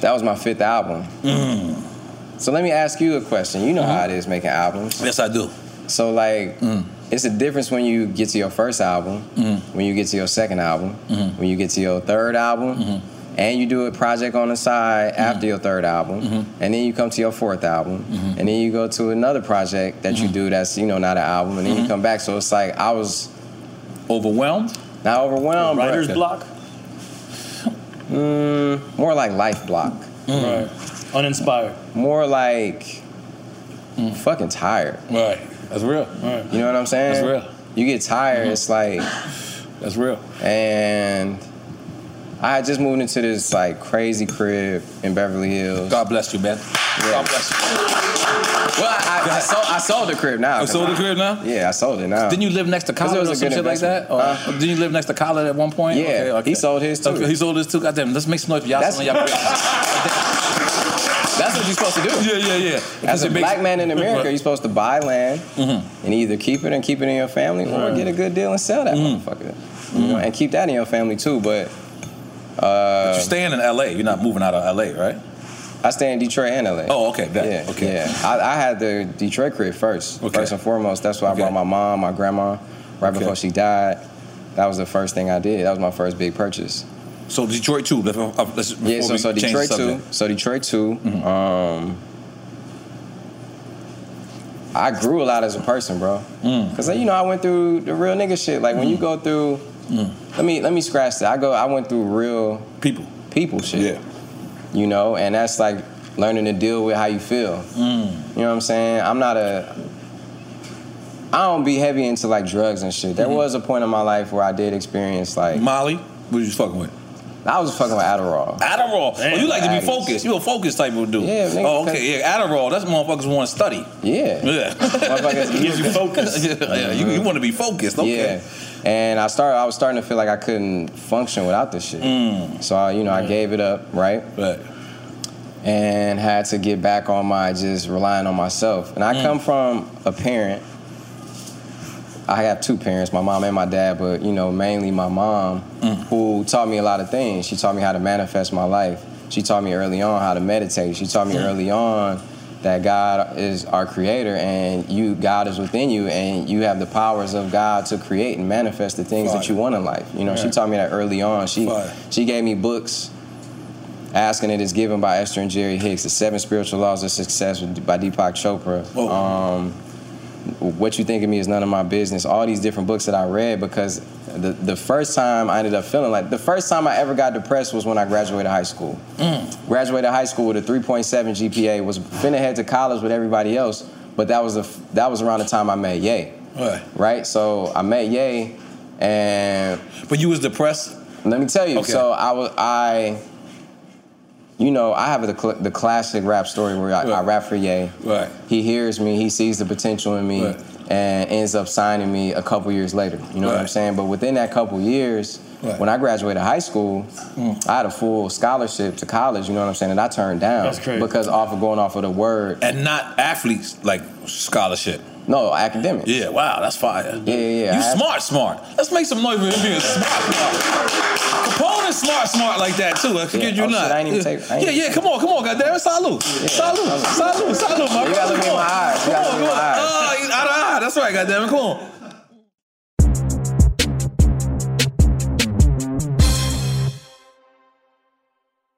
G: That was my fifth album.
I: Mm.
G: So let me ask you a question. You know how it is making albums.
I: Uh-huh. Yes, I do.
G: So like,
I: mm,
G: it's a difference when you get to your first album, when you get to your second album,
I: Mm-hmm.
G: when you get to your third album, and you do a project on the side
I: Mm-hmm.
G: after your third album, and then you come to your fourth album,
I: Mm-hmm.
G: and then you go to another project that you do that's you know not an album, and then you come back. So it's like I was
I: Mm-hmm. overwhelmed,
G: not overwhelmed. bruh.
F: Writer's block.
G: Mm, more like life block.
F: Mm-hmm. Right. Uninspired.
G: More like fucking tired.
I: Right. That's real.
G: You know what I'm saying?
I: That's real. Mm-hmm.
G: You get tired, it's like
I: That's real.
G: And I had just moved into this like crazy crib in Beverly Hills.
I: God bless you, man. God bless you.
G: Well, I, I, sold, I sold the crib now.
I: You sold the crib now?
G: Yeah, I sold it now.
I: Didn't you live next to
G: 'Cause Uh, it
I: Khaled
G: was
I: or
G: a
I: some
G: good
I: shit like that?
G: investment.
I: Or
G: Huh?
I: didn't you live next to Khaled at one point?
G: Yeah,
I: Okay, okay.
G: he sold his too.
I: Okay, he sold his too. Goddamn, let's make some noise for y'all.
G: That's-
I: selling y'all
G: That's what you're supposed to
I: Yeah,
G: do.
I: yeah, yeah.
G: As
I: Because
G: a
I: it makes- Mm-hmm.
G: black man in America, you're supposed to buy land and either keep it and keep it in your family or
I: Right. Mm-hmm.
G: get a good deal and sell that motherfucker. You know, and keep that in your family too. But, uh,
I: But you're staying in LA. You're not moving out of LA, right?
G: I stay in Detroit and LA.
I: Oh, okay. bet.
G: Yeah,
I: okay.
G: yeah. I, I had the Detroit crib first. First and foremost, that's why I brought my mom, my grandma, right before she died. That was the first thing I did. That was my first big purchase.
I: So Detroit too. Let's, uh, let's,
G: Yeah, so,
I: before
G: so
I: we change the
G: Detroit too.
I: subject. Mm-hmm.
G: So Detroit too. Um, I grew a lot as a person, bro.
I: Mm.
G: Cause like, you know I went through the real nigga shit. Like when you go through, let me let me scratch that. I go. I went through real
I: Mm. people,
G: people shit. Yeah. You know, and that's like learning to deal with how you feel. You know what I'm saying? I'm not a. I don't be heavy into like drugs and shit. There was a point in my life where I did experience like
I: Mm-hmm. Molly. What you fucking with?
G: I was fucking with Adderall.
I: Adderall.
G: Damn.
I: oh, you like to be
G: Addies.
I: focused. You a focused type of dude.
G: Yeah, nigga,
I: oh, okay. Yeah, Adderall. That's motherfuckers who want to study.
G: Yeah.
I: Yeah.
G: Motherfuckers-
I: Gives you focus. yeah, yeah. You, want to be focused. Okay.
G: Yeah. And I started. I was starting to feel like I couldn't function without this shit. So I, you know, I gave it up. Right.
I: Mm. Right.
G: And had to get back on my just relying on myself. And I
I: Mm.
G: come from a parent. I have two parents, my mom and my dad, but you know, mainly my mom, who taught me a lot of things. She taught me how to manifest my life. She taught me early on how to meditate. She taught me
I: Mm.
G: early on that God is our creator and you God is within you and you have the powers of God to create and manifest the things that
I: Fire.
G: you want in life. You know, she
I: Yeah.
G: taught me that early on. She
I: Fire.
G: she gave me books Asking It is given by Esther and Jerry Hicks. The Seven Spiritual Laws of Success by Deepak Chopra. Um, what you think of me is none of my business. All these different books that I read because the, the first time I ended up feeling like the first time I ever got depressed was when I graduated high school. Mm. Graduated high school with a 3.7 GPA. Was finna head to college with everybody else, but that was the f that was around the time I met Ye.
I: Right.
G: Right. So I met Ye, and
I: but you was depressed.
G: Let me tell you.
I: Okay.
G: So I was I. You know, I have the, cl- the classic rap story where I, I rap for Ye.
I: Right.
G: He hears me. He sees the potential in me. and ends up signing me a couple years later. You know what I'm
I: Right.
G: saying? But within that couple years,
I: Right. Hmm.
G: when I graduated high school, I had a full scholarship to college. You know what I'm saying? And I turned down
I: That's crazy.
G: because off of going off of the word
I: and not athletes like scholarship.
G: No, academic.
I: Yeah, wow, that's fire.
G: Yeah, yeah, yeah.
I: You
G: I had-
I: smart, smart. Let's make some noise for him being smart, smart. Capone is smart, smart like that too. I forget
G: Yeah,
I: you
G: oh,
I: not.
G: shit, I ain't even
I: yeah.
G: take- I ain't
I: yeah,
G: even-
I: yeah, come on, come on, goddamn. Salute. salute. Salute, salute, my
G: You gotta look me in my eyes.
I: Come
G: You
I: on,
G: gotta look me in
I: come on.
G: my eyes.
I: Oh, he's out of eye. That's right, goddamn it. Come on.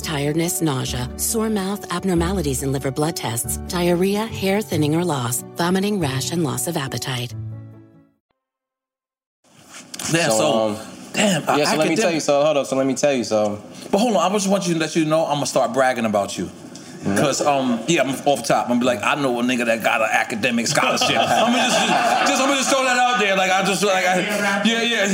L: tiredness, nausea, sore mouth, abnormalities in liver blood tests, diarrhea, hair thinning or loss, vomiting, rash, and loss of appetite.
I: Damn, so, damn.
G: um, Yeah, so let me tell you. So hold up. So let me tell you. So
I: But hold on, I just want you to let you know I'm gonna start bragging about you.
G: Mm-hmm.
I: Cause um yeah I'm off top I'm gonna be like I know a nigga that got an academic scholarship I'm gonna
E: Mm.
I: just, just I'm gonna just throw that out there like I just like I, yeah yeah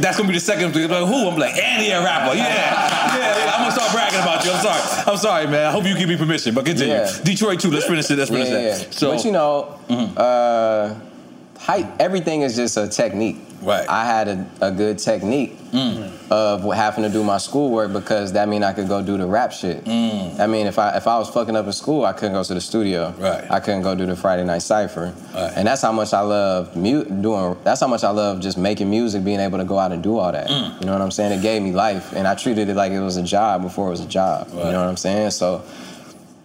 I: that's gonna be the second thing like, who I'm like Andy a rapper yeah yeah yeah, I'm gonna start bragging about you I'm sorry I'm sorry man I hope you give me permission but continue
G: Yeah.
I: Detroit too let's finish it let's finish
G: Yeah,
I: it
G: yeah.
I: so
G: but you know, uh, height, everything is just a technique. Right. I had a, a good technique
I: mm,
G: of what having to do my schoolwork because that mean I could go do the rap shit.
I: mm.
G: I mean, if I if I was fucking up in school, I couldn't go to the studio. Right. I couldn't go do the Friday night cipher. Right. And that's how much I love mu- doing. That's how much I love just making music, being able to go out and do all that.
E: Mm.
G: You know what I'm saying? It gave me life, and I treated it like it was a job before it was a job. You know what I'm saying? So,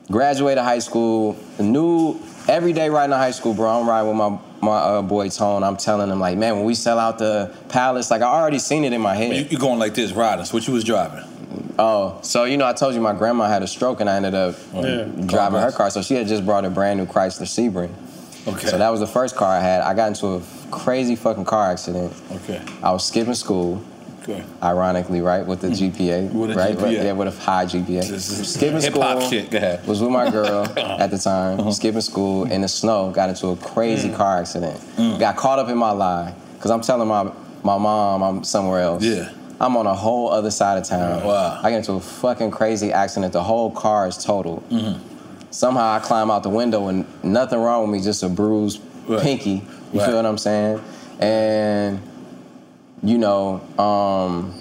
G: graduated high school, knew every day riding to high school, bro. I'm riding with my my uh, boy Tone. I'm telling him like, man, when we sell out the palace, like I already seen it in my head.
I: You, you going like this, riding? So what you was driving?
G: Oh, so you know, I told you my grandma had a stroke, and I ended up
I: Oh, Yeah.
G: driving her car. So she had just brought a brand new Chrysler Sebring. Okay. So that was the first car I had. I got into a crazy fucking car accident.
I: Okay.
G: I was skipping school.
I: Okay.
G: Ironically, right with the GPA,
I: Mm-hmm. With a
G: right?
I: GPA.
G: Yeah, with a high GPA.
I: is
G: Skipping
I: hip-hop
G: school
I: shit. Go ahead.
G: was with my girl at the time. Skipping school in the snow, got into a crazy car accident. Got caught up in my lie because I'm telling my my mom I'm somewhere else. Yeah. I'm on a whole other side of town. Wow. I get into a fucking crazy accident. The whole car is totaled.
I: Mm-hmm.
G: Somehow I climb out the window and nothing wrong with me, just a bruised
I: Right.
G: pinky. You
I: Right.
G: feel what I'm saying? And you know, um,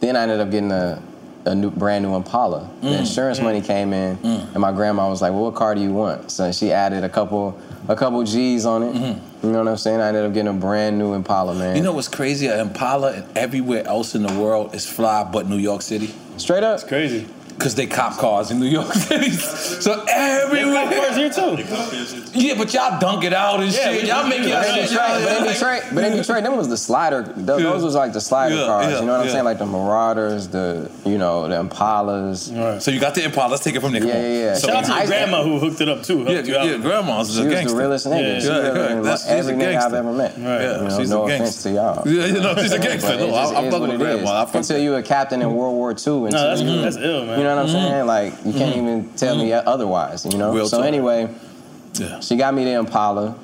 G: then I ended up getting a, a new, brand new Impala. The
E: Mm.
G: insurance money came in,
I: Mm.
G: and my grandma was like, "Well, what car do you want?" So she added a couple a couple G's on it. You know what I'm saying? I ended up getting a brand new Impala, man.
I: Mm-hmm. You know what's crazy? An Impala and everywhere else in the world is fly, but New York City.
G: Straight up,
I: it's crazy. Cause they cop cars in New York City, so everywhere. Cop cars here too. Yeah, but y'all dunk it out and
G: Yeah,
I: shit.
G: we-
I: Y'all make
G: but
I: y'all
G: in
I: shit.
G: Detroit- But in Detroit, but in Detroit, them was the slider. th- Those
I: Yeah.
G: was like the slider
I: Yeah,
G: cars.
I: yeah,
G: you know what I'm
I: yeah.
G: saying? Like the Marauders, the you know the Impalas.
I: So you got the Impala. Let's take it from there. Come
G: Yeah,
I: on.
G: yeah, yeah.
I: So
G: Shout out to your
I: I-
G: grandma
F: who hooked it up too.
I: Yeah,
F: helped you out.
I: yeah. Grandma's
G: She
I: a
G: was
I: gangster.
G: the realest nigga.
I: Yeah,
G: She
I: yeah,
G: really
I: yeah.
G: lo-
I: That's- she's a
G: every nigga I've
I: gangster.
G: ever met.
I: Right.
G: You know,
I: Yeah, she's a
G: no
I: gangster.
G: offense to y'all.
I: Yeah, you know, she's a
G: But
I: gangster.
G: it
I: No,
G: just
I: I- I
G: is
I: fuck
G: what
I: with
G: it
I: grandma.
G: is.
I: I fuck
G: Until you a captain in World War II. Until
I: that's-
G: you,
I: that's ill, man.
G: You know what I'm
I: Mhm.
G: saying? Like, you can't even tell me otherwise, you know?
I: Real
G: so
I: talk.
G: anyway, she got me the Impala,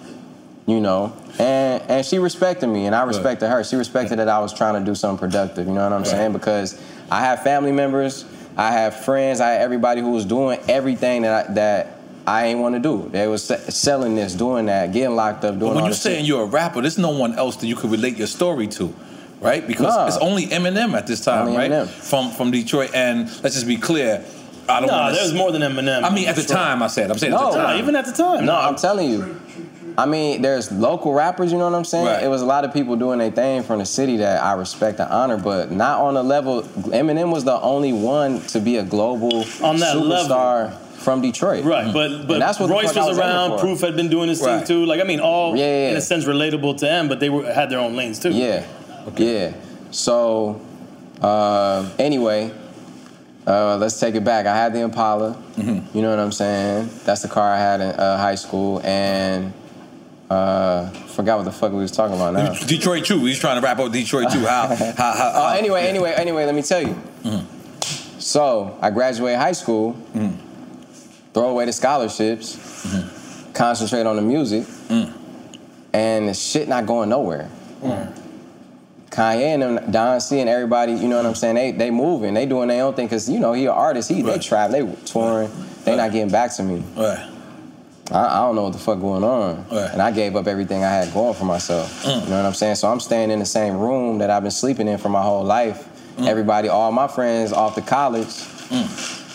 G: you know, and, and she respected me, and I respected her. She respected that I was trying to do something productive, you know what I'm saying? Because I have family members, I have friends, I had everybody who was doing everything that I, that I ain't want to do. They was se- selling this, doing that, getting locked up, doing
I: But when
G: all
I: you're
G: this
I: saying
G: shit.
I: you're a rapper, there's no one else that you could relate your story to, right? Because
G: Nah.
I: it's only Eminem at this time,
G: Only
I: right?
G: Eminem.
I: From from Detroit, and let's just be clear, I don't.
F: Nah,
I: wanna
F: there's
I: s-
F: more than Eminem.
I: I mean, at the
F: Detroit.
I: time, I said. I'm saying at the time.
F: even at the time.
G: No, I'm telling you. I mean, there's local rappers, you know what I'm saying? It was a lot of people doing their thing from the city that I respect and honor, but not on a level. Eminem was the only one to be a global
F: On that
G: superstar from Detroit.
F: Right, but but
G: And that's what the
F: Royce
G: fuck I
F: was
G: was aiming
F: around.
G: for.
F: Proof had been doing his
G: Right.
F: thing too. Like I mean, all
G: Yeah, yeah,
F: in
G: yeah.
F: a sense relatable to them, but they were had their own lanes too.
G: Yeah. Yeah. So, uh, anyway, uh, let's take it back. I had the Impala. You know what I'm saying? That's the car I had in uh, high school, and uh, forgot what the fuck we was talking about now.
I: Uh, Detroit too. He's trying to rap up Detroit too. How? how, how,
G: Oh, anyway, anyway, anyway, let me tell you. So I graduate high school, throw away the scholarships, concentrate on the music, and the shit not going nowhere.
H: Mm,
G: Kanye and them, Don C and everybody, you know what I'm saying? They they moving, they doing their own thing, cause you know he an artist. He they trap, they touring, they not getting back to me.
I: Right.
G: I, I don't know what the fuck going on. And I gave up everything I had going for myself. You know what I'm saying? So I'm staying in the same room that I've been sleeping in for my whole life. Everybody, all my friends off to college,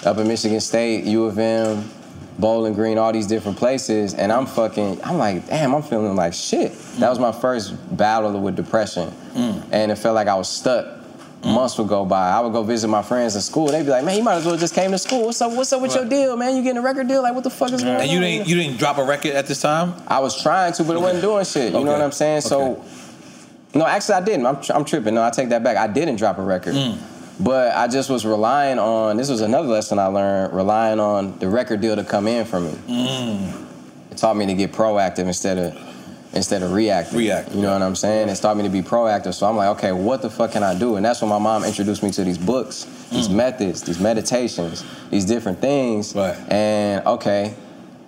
G: up in Michigan State, U of M, Bowling Green, all these different places. And I'm fucking, I'm like, damn, I'm feeling like shit. That was my first battle with depression. And it felt like I was stuck. Months would go by. I would go visit my friends in school. They'd be like, "Man, you might as well just came to school. What's up? What's up with your deal, man? You getting a record deal? Like, what the fuck is going on?"
I: And you didn't you didn't drop a record at this time?
G: I was trying to, but it wasn't doing shit. You know what I'm saying? So, no, actually, I didn't. I'm, tr- I'm tripping. No, I take that back. I didn't drop a record. But I just was relying on, this was another lesson I learned, relying on the record deal to come in for me.
E: Mm,
G: It taught me to get proactive instead of instead of reactive. React. You know what I'm saying? It taught me to be proactive. So I'm like, okay, what the fuck can I do? And that's when my mom introduced me to these books, these methods, these meditations, these different things. Right. And okay,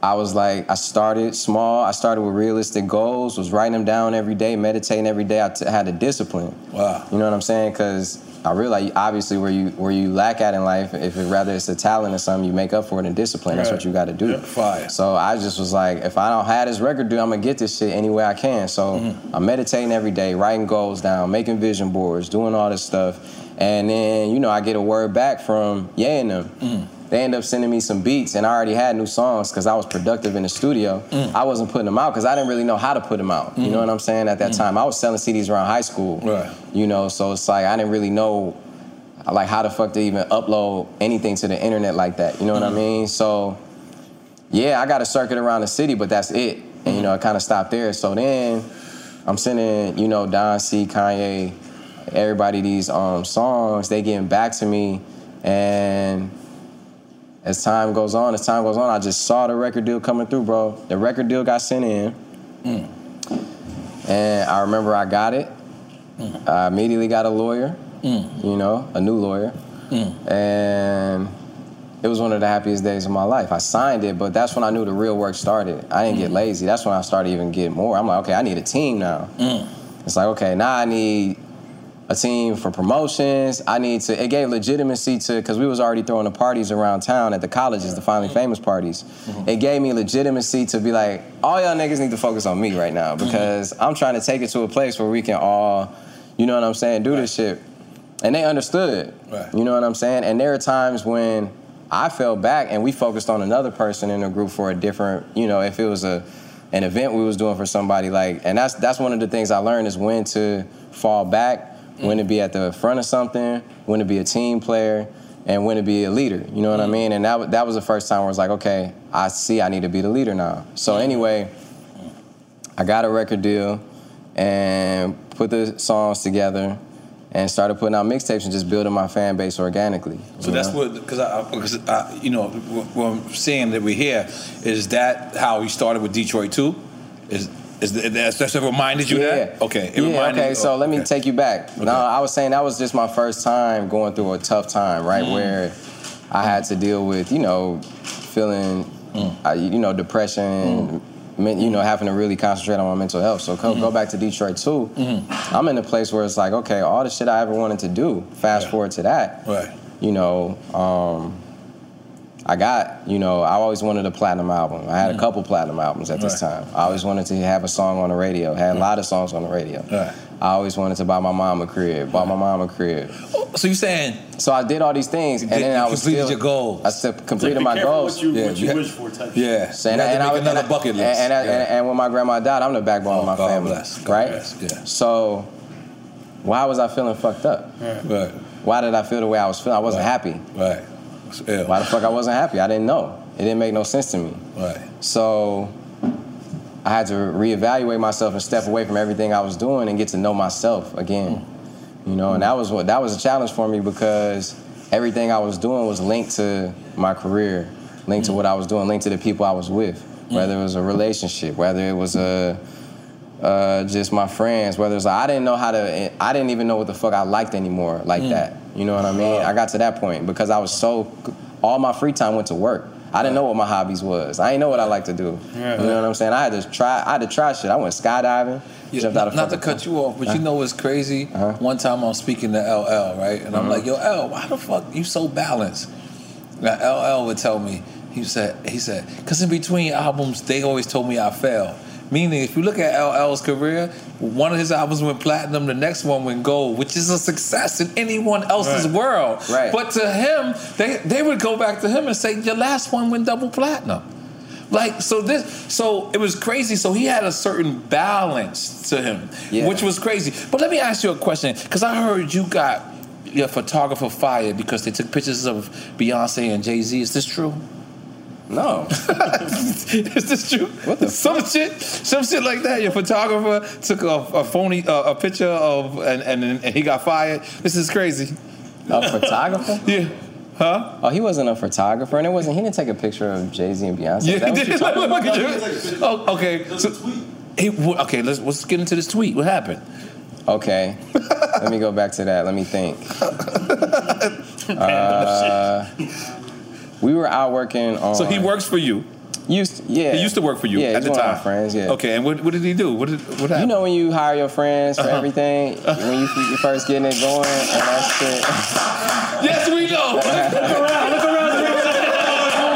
G: I was like, I started small. I started with realistic goals, was writing them down every day, meditating every day. I t- had a discipline. Wow. You know what I'm saying? Because I realize obviously where you where you lack at in life, if it, rather it's a talent or something, you make up for it in discipline. That's what
I: Right.
G: you got to do. So I just was like, if I don't have this record, dude, I'm gonna get this shit any way I can. So
I: Mm-hmm.
G: I'm meditating every day, writing goals down, making vision boards, doing all this stuff, and then you know I get a word back from Ye and them.
I: Mm-hmm.
G: They end up sending me some beats, and I already had new songs because I was productive in the studio.
I: Mm.
G: I wasn't putting them out because I didn't really know how to put them out. You
I: Mhm.
G: know what I'm saying? At that
I: Mhm.
G: time, I was selling CDs around high school.
I: Right.
G: You know, so it's like I didn't really know like how the fuck to even upload anything to the internet like that. You know what I mean? So yeah, I got a circuit around the city, but that's it. And you know, it kind of stopped there. So then I'm sending, you know, Don C, Kanye, everybody these um, songs. They getting back to me, and as time goes on, as time goes on, I just saw the record deal coming through, bro. The record deal got sent in, and I remember I got it. I immediately got a lawyer, you know, a new lawyer, and it was one of the happiest days of my life. I signed it, but that's when I knew the real work started. I didn't get lazy. That's when I started even getting more. I'm like, okay, I need a team now. It's like, okay, now I need a team for promotions. I need to. It gave legitimacy to because we was already throwing the parties around town at the colleges, the finally famous parties. It gave me legitimacy to be like, all y'all niggas need to focus on me right now because I'm trying to take it to a place where we can all, you know what I'm saying, do this shit. And they understood.
I: Right.
G: You know what I'm saying? And there are times when I fell back and we focused on another person in the group for a different, you know, if it was a an event we was doing for somebody like and that's that's one of the things I learned is when to fall back, when to be at the front of something, when to be a team player, and when to be a leader. You know what I mean? And that wa- that was the first time where I was like, okay, I see I need to be the leader now. So anyway, I got a record deal and put the songs together and started putting out mixtapes and just building my fan base organically.
I: So that's what, because I, because I, you know, what what I'm saying that we're here is that how you started with Detroit too? Is is that, that's, that's what reminded you that? Okay, it
G: yeah,
I: reminded
G: okay,
I: you.
G: so let me take you back. No, I was saying that was just my first time going through a tough time, right?
I: Mm.
G: Where I had to deal with, you know, feeling,
I: Mm.
G: uh, you know, depression, men- you know, having to really concentrate on my mental health. So co-
I: Mm-hmm.
G: go back to Detroit too. I'm in a place where it's like, okay, all the shit I ever wanted to do, fast forward to that.
I: Right.
G: You know, um, I got, you know, I always wanted a platinum album. I had a couple platinum albums at this
I: Mm. Right. Mm.
G: time. I always wanted to have a song on the radio. Had a lot of songs on the radio.
I: Right.
G: I always wanted to buy my mom a crib. Bought my mom a crib.
I: So you saying?
G: So I did all these things, and
I: did-
G: then
I: you
G: I was
I: completed
G: still
I: your goals.
G: I still completed
I: be
G: my
I: careful
G: goals.
I: what you- what you wish
G: for. Type
I: Yeah.
G: So,
I: you
G: and,
I: had
G: and
I: to
G: I
I: make
G: was
I: another
G: and I-
I: bucket list.
G: And, and,
I: Yeah. Oh,
G: and when my grandma died, I'm the backbone of my
I: God
G: family.
I: bless, God
G: right?
I: bless, yeah.
G: So why was I feeling fucked up?
I: Right.
G: Why did I feel the way I was feeling? I wasn't happy.
I: Right.
G: Why the fuck I wasn't happy? I didn't know. It didn't make no sense to me.
I: Right.
G: So I had to reevaluate myself and step away from everything I was doing and get to know myself again. You know, and that was what that was a challenge for me because everything I was doing was linked to my career, linked to what I was doing, linked to the people I was with. Whether it was a relationship, whether it was a uh, just my friends, whether it's like, I didn't know how to, I didn't even know what the fuck I liked anymore like
I: Mm.
G: that. You know what I mean? I got to that point because I was so, all my free time went to work. I didn't know what my hobbies was. I didn't know what I like to do.
I: Yeah.
G: You know what I'm saying? I had to try. I had to try shit. I went skydiving. jumped out
E: Not,
G: of
E: not to
G: fucking-
E: cut you off, but
G: Huh?
E: you know what's crazy?
I: Uh-huh.
E: One time I'm speaking to LL, right? And I'm
G: Mhm.
E: like, yo, L, why the fuck you so balanced? Now LL would tell me, he said, he said, because in between albums, they always told me I failed. Meaning, if you look at LL's career, one of his albums went platinum, the next one went gold, which is a success in anyone else's
I: Right.
E: world.
I: Right.
E: But to him, they, they would go back to him and say, your last one went double platinum. Like so this so it was crazy. So he had a certain balance to him, which was crazy. But let me ask you a question, because I heard you got your photographer fired because they took pictures of Beyonce and Jay Z. Is this true?
G: No.
E: Is this true? What the some shit, some shit like that. Your photographer took a, a phony uh, a picture of and, and and he got fired. This is crazy.
G: A photographer?
E: yeah. Huh?
G: Oh, he wasn't a photographer, and it wasn't. He didn't take a picture of Jay Z and Beyonce.
E: Yeah,
G: Is that what you're talking
E: look
G: about?
E: at you. Oh, okay. So, he, wh- okay, let's let's get into this tweet. What happened?
G: Okay. Let me go back to that. Let me think. Uh, we were out working on.
E: So he works for you.
G: Used to, yeah.
E: He used to work for you
G: Yeah,
E: at
G: he's
E: the
G: one of
E: time.
G: my friends, yeah.
E: Okay, and what, what did he do? What did what
G: You
E: happened?
G: know when you hire your friends for
E: Uh-huh.
G: everything, when you you first getting it going, and that's shit.
E: yes, we know. look around, look around.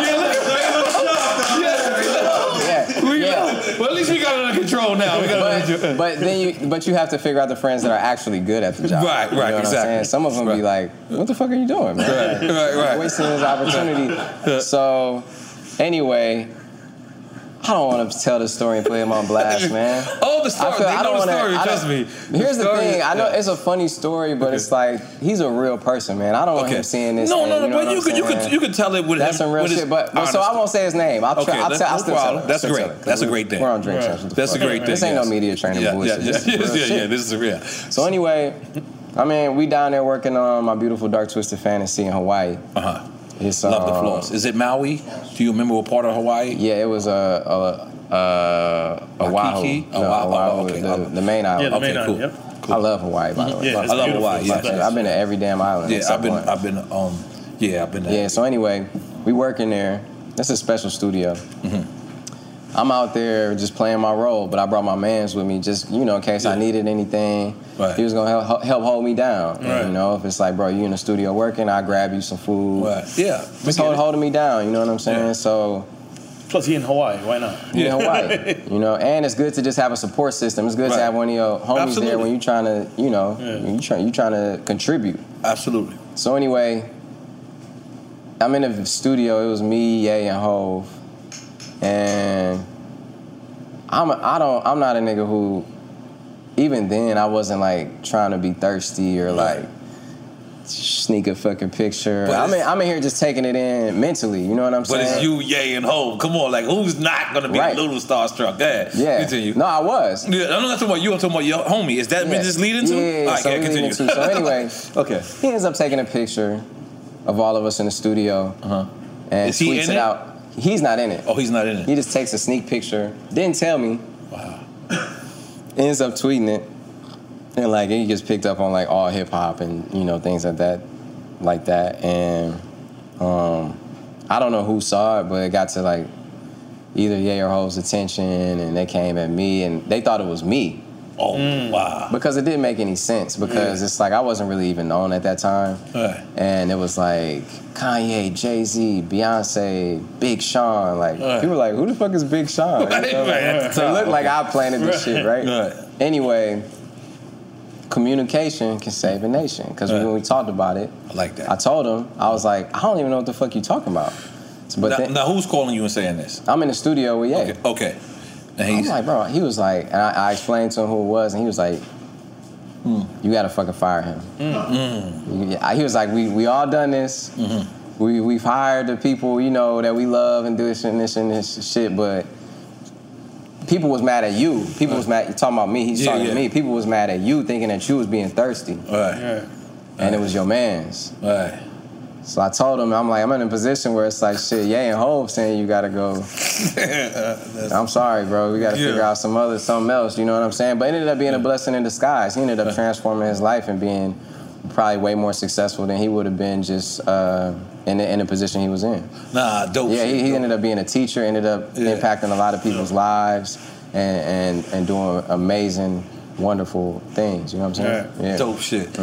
G: Yeah,
E: we know. Well, at least we got it under control now. We got it under control.
G: but, but then you but you have to figure out the friends that are actually good at the job.
E: Right,
G: You know
E: right,
G: what I'm
E: exactly.
G: saying? Some of them be like, "What the fuck are you doing, man?
E: Right, right, right.
G: Wasting this opportunity." so, anyway, I don't want to tell the story and put him on blast, man.
E: Oh, the story.
G: I
E: They
G: I don't
E: know the
G: wanna-
E: story,
G: I don't-
E: trust me. The
G: Here's the,
E: story-
G: thing. I know
E: yeah.
G: it's a funny story, but it's like he's a real person, man. I don't want him seeing this.
E: No,
G: and
E: no, no.
G: you know
E: but
G: what
E: you
G: I'm
E: could, you
G: saying?
E: could, you could tell it with
G: That's
E: his-
G: some real
E: with his
G: shit. But, but so
E: honesty.
G: I won't say his name. I'll try.
E: Okay,
G: I'll,
E: that's
G: tell, I'll
E: no
G: still tell
E: problem.
G: him.
E: That's
G: I'll still
E: great.
G: tell him.
E: That's a great thing.
G: We're on drink
E: Right.
G: sessions.
E: That's a
G: Fuck.
E: great thing,
G: This ain't
E: yes.
G: no media training
E: Yeah,
G: bullshit.
E: yeah,
G: This
E: yeah,
G: is real
E: yeah, yeah,
G: shit.
E: this is real.
G: So anyway, I mean, we down there working on my beautiful dark twisted fantasy in Hawaii. Uh huh. It's,
E: Uh-huh. Love the
G: um,
E: floors. Is it Maui? Do you remember what part of Hawaii?
G: Yeah, it was a a, uh Oahu.
E: Waikiki? Oh,
G: No,
E: Oahu,
G: Oahu,
E: okay.
G: the, the main island.
E: Yeah, the main
G: okay,
E: island,
G: cool. I love Hawaii, by the way.
E: Mhm. Yeah, it's
G: I love
E: beautiful.
G: Hawaii.
E: It's nice.
G: I've been to every damn island.
E: Yeah,
G: except
E: I've been,
G: one.
E: I've been, um, yeah, I've been.
G: Yeah, so anyway, we work in there. That's a special studio.
E: Mm-hmm.
G: I'm out there just playing my role, but I brought my mans with me just, you know, in case I needed anything.
E: Right.
G: He was going to help, help hold me down.
E: Right.
G: You know, if it's like, bro, you in the studio working, I grab you some food.
E: Right. Yeah.
G: Just hold, holding me down, you know what I'm saying? So.
F: Plus, he in Hawaii. Why not?
G: You know why? you know, and it's good to just have a support system. It's good
F: Right.
G: to have one of your homies there
F: Absolutely.
G: when you're trying to, you know, when you try, you trying to contribute.
E: Absolutely.
G: So anyway, I'm in the studio. It was me, Ye, and Hove, and I'm a, I don't I'm not a nigga who even then I wasn't like trying to be thirsty or like sneak a fucking picture.
E: But
G: I'm in, I'm in here just taking it in mentally. You know what I'm
E: But
G: saying?
E: it's you, yay, and ho. Come on, like who's not gonna be
G: Right.
E: a little starstruck? Go
G: Yeah.
E: Continue.
G: No, I was.
E: Yeah, I'm not talking about you. I'm talking about your homie. Is that
G: Yeah.
E: been just leading to?
G: Yeah, yeah, yeah.
E: All right,
G: so
E: yeah,
G: we leading
E: continue.
G: to- so anyway,
E: okay.
G: He ends up taking a picture of all of us in the studio and
E: Uh-huh. Is
G: tweets
E: he in
G: it,
E: it?
G: out. He's not in it.
E: Oh, he's not in it.
G: He just takes a sneak picture. Didn't tell me. ends up tweeting it, and like it gets picked up on like all hip hop and you know things like that, like that. And um, I don't know who saw it, but it got to like either Ye or Ho's attention, and they came at me, and they thought it was me.
E: Oh wow!
G: Because it didn't make any sense. Because it's like I wasn't really even known at that time,
E: Right.
G: and it was like Kanye, Jay Z, Beyonce, Big Sean. Like
E: Right.
G: people were like, who the fuck is Big Sean?
E: Right,
G: You know?
E: right, at the
G: It
E: time.
G: looked like I planted this
E: Right.
G: shit, right? Anyway, communication can save a nation. Because
E: Right.
G: when we talked about it,
E: I like that.
G: I told him I was like, I don't even know what the fuck you talking about. But
E: now,
G: then-
E: now who's calling you and saying this?
G: I'm in the studio with Ye.
E: Okay. okay. And
G: I'm
E: he's,
G: like, bro, he was like, and I, I explained to him who it was, and he was like,
E: Hmm,
G: you gotta fucking fire him. You- I- He was like, we, we all done this.
E: hmm.
G: We, we've hired the people, you know, that we love and do this and this and this shit, but people was mad at you. People was mad, you talking about me, he's
E: Yeah,
G: talking
E: yeah.
G: to me. People was mad at you thinking that you was being thirsty.
E: Right.
G: And it was your man's.
E: Right.
G: So I told him, I'm like, I'm in a position where it's like, shit, yeah, and Hope saying you gotta go. I'm sorry, bro. We got to
E: Yeah.
G: figure out some other, something else. You know what I'm saying? But it ended up being a blessing in disguise. He ended up transforming his life and being probably way more successful than he would have been just uh, in the, in the position he was in.
E: nah, Ah, dope.
G: yeah,
E: shit,
G: he, he
E: dope.
G: ended up being a teacher. Ended up impacting a lot of people's lives and, and and doing amazing, wonderful things. You know what I'm saying? Yeah. Uh-huh.
E: Dope shit.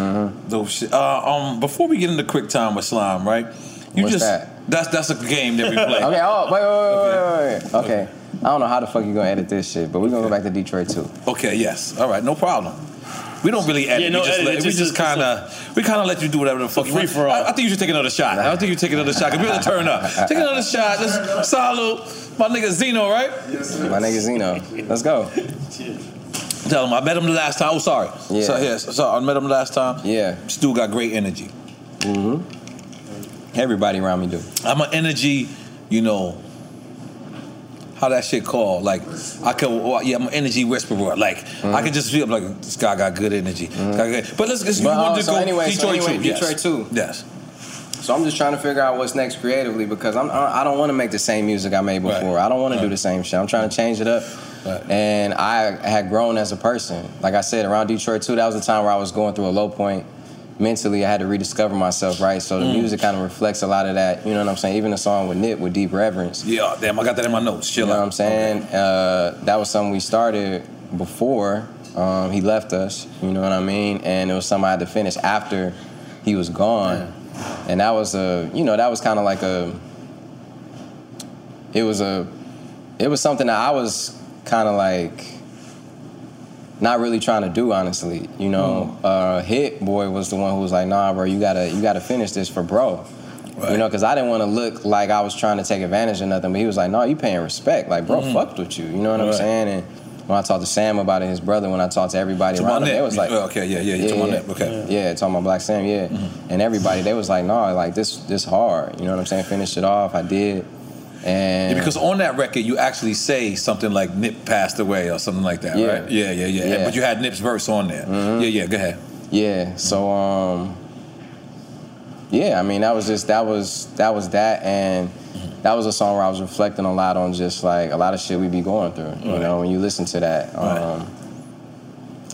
E: Dope shit. Uh, um, before we get into quick time with slime, right? You
G: What's
E: just
G: that?
E: that's that's a game that we play.
G: okay. Oh, wait, wait, wait, wait, wait, wait. Okay. I don't know how the fuck you gonna edit this shit, but we're gonna go back to Detroit too.
E: Okay, yes. All right, no problem. We don't really edit.
G: Yeah, no
E: we just,
G: edit.
E: let-
G: It's
E: we
G: just
E: just
G: a-
E: kind of we kind of let you do whatever the fuck you want. I, I think you should take another shot. I think you take another shot. 'cause we gonna turn up. Take another shot. Let's salute my nigga Zeno, right? Yes,
G: My nigga Zeno. Let's go.
E: Tell him I met him the last time. Oh, sorry.
G: Yeah.
E: So, yes, so I met him last time.
G: Yeah.
E: Stu got great energy.
G: Mm-hmm. Everybody around me do.
E: I'm an energy, you know. How that shit called? Like I could, well, yeah, I'm an energy whisperer. Like I
G: Mm-hmm.
E: could just feel like this guy got good energy. Got good- But let's, let's
G: But,
E: we
G: uh,
E: wanted to
G: so
E: go
G: anyway, so
E: Detroit
G: anyway,
E: too.
G: Detroit
E: yes.
G: too.
E: Yes.
G: So I'm just trying to figure out what's next creatively because I'm I I don't want to make the same music I made before. I don't want to do the same shit. I'm trying to change it up. And I had grown as a person. Like I said, around Detroit too, that was the time where I was going through a low point mentally I had to rediscover myself, right? So the
E: Mm.
G: music kind of reflects a lot of that. You know what I'm saying? Even the song with Nip with Deep Reverence.
E: Yeah, damn, I got that in my notes.
G: you
E: Chill
G: know
E: out.
G: what I'm saying? Uh, that was something we started before um, he left us. You know what I mean? And it was something I had to finish after he was gone. And that was a, you know, that was kind of like a. It was a, it was something that I was kind of like. Not really trying to do, honestly. You know,
E: Mm.
G: uh, Hit Boy was the one who was like, "Nah, bro, you gotta, you gotta finish this for bro." You know, because I didn't want to look like I was trying to take advantage of nothing. But he was like, no, you paying respect. Like, bro,
E: Mhm.
G: fucked with you. You know what I'm
E: Right.
G: saying? And when I talked to Sam about it, his brother, when I talked to everybody
E: To my
G: around him, they
E: neck. Oh,
G: was like,
E: okay, yeah, yeah, yeah, to my neck, okay. Mm-hmm.
G: Yeah, yeah, talking about Black Sam, yeah. And everybody, they was like, no, like, this this hard. You know what I'm saying? Finished it off. I did. And
E: Yeah, because on that record, you actually say something like Nip passed away or something like that,
G: Yeah.
E: right? Yeah, yeah, yeah,
G: Yeah. Mm-hmm.
E: But you had Nip's verse on there. Yeah, yeah, go ahead.
G: Yeah. So um yeah, I mean that was just that was that was that and that was a song where I was reflecting a lot on just like a lot of shit we be going through. You
E: Right.
G: know, when you listen to that. Um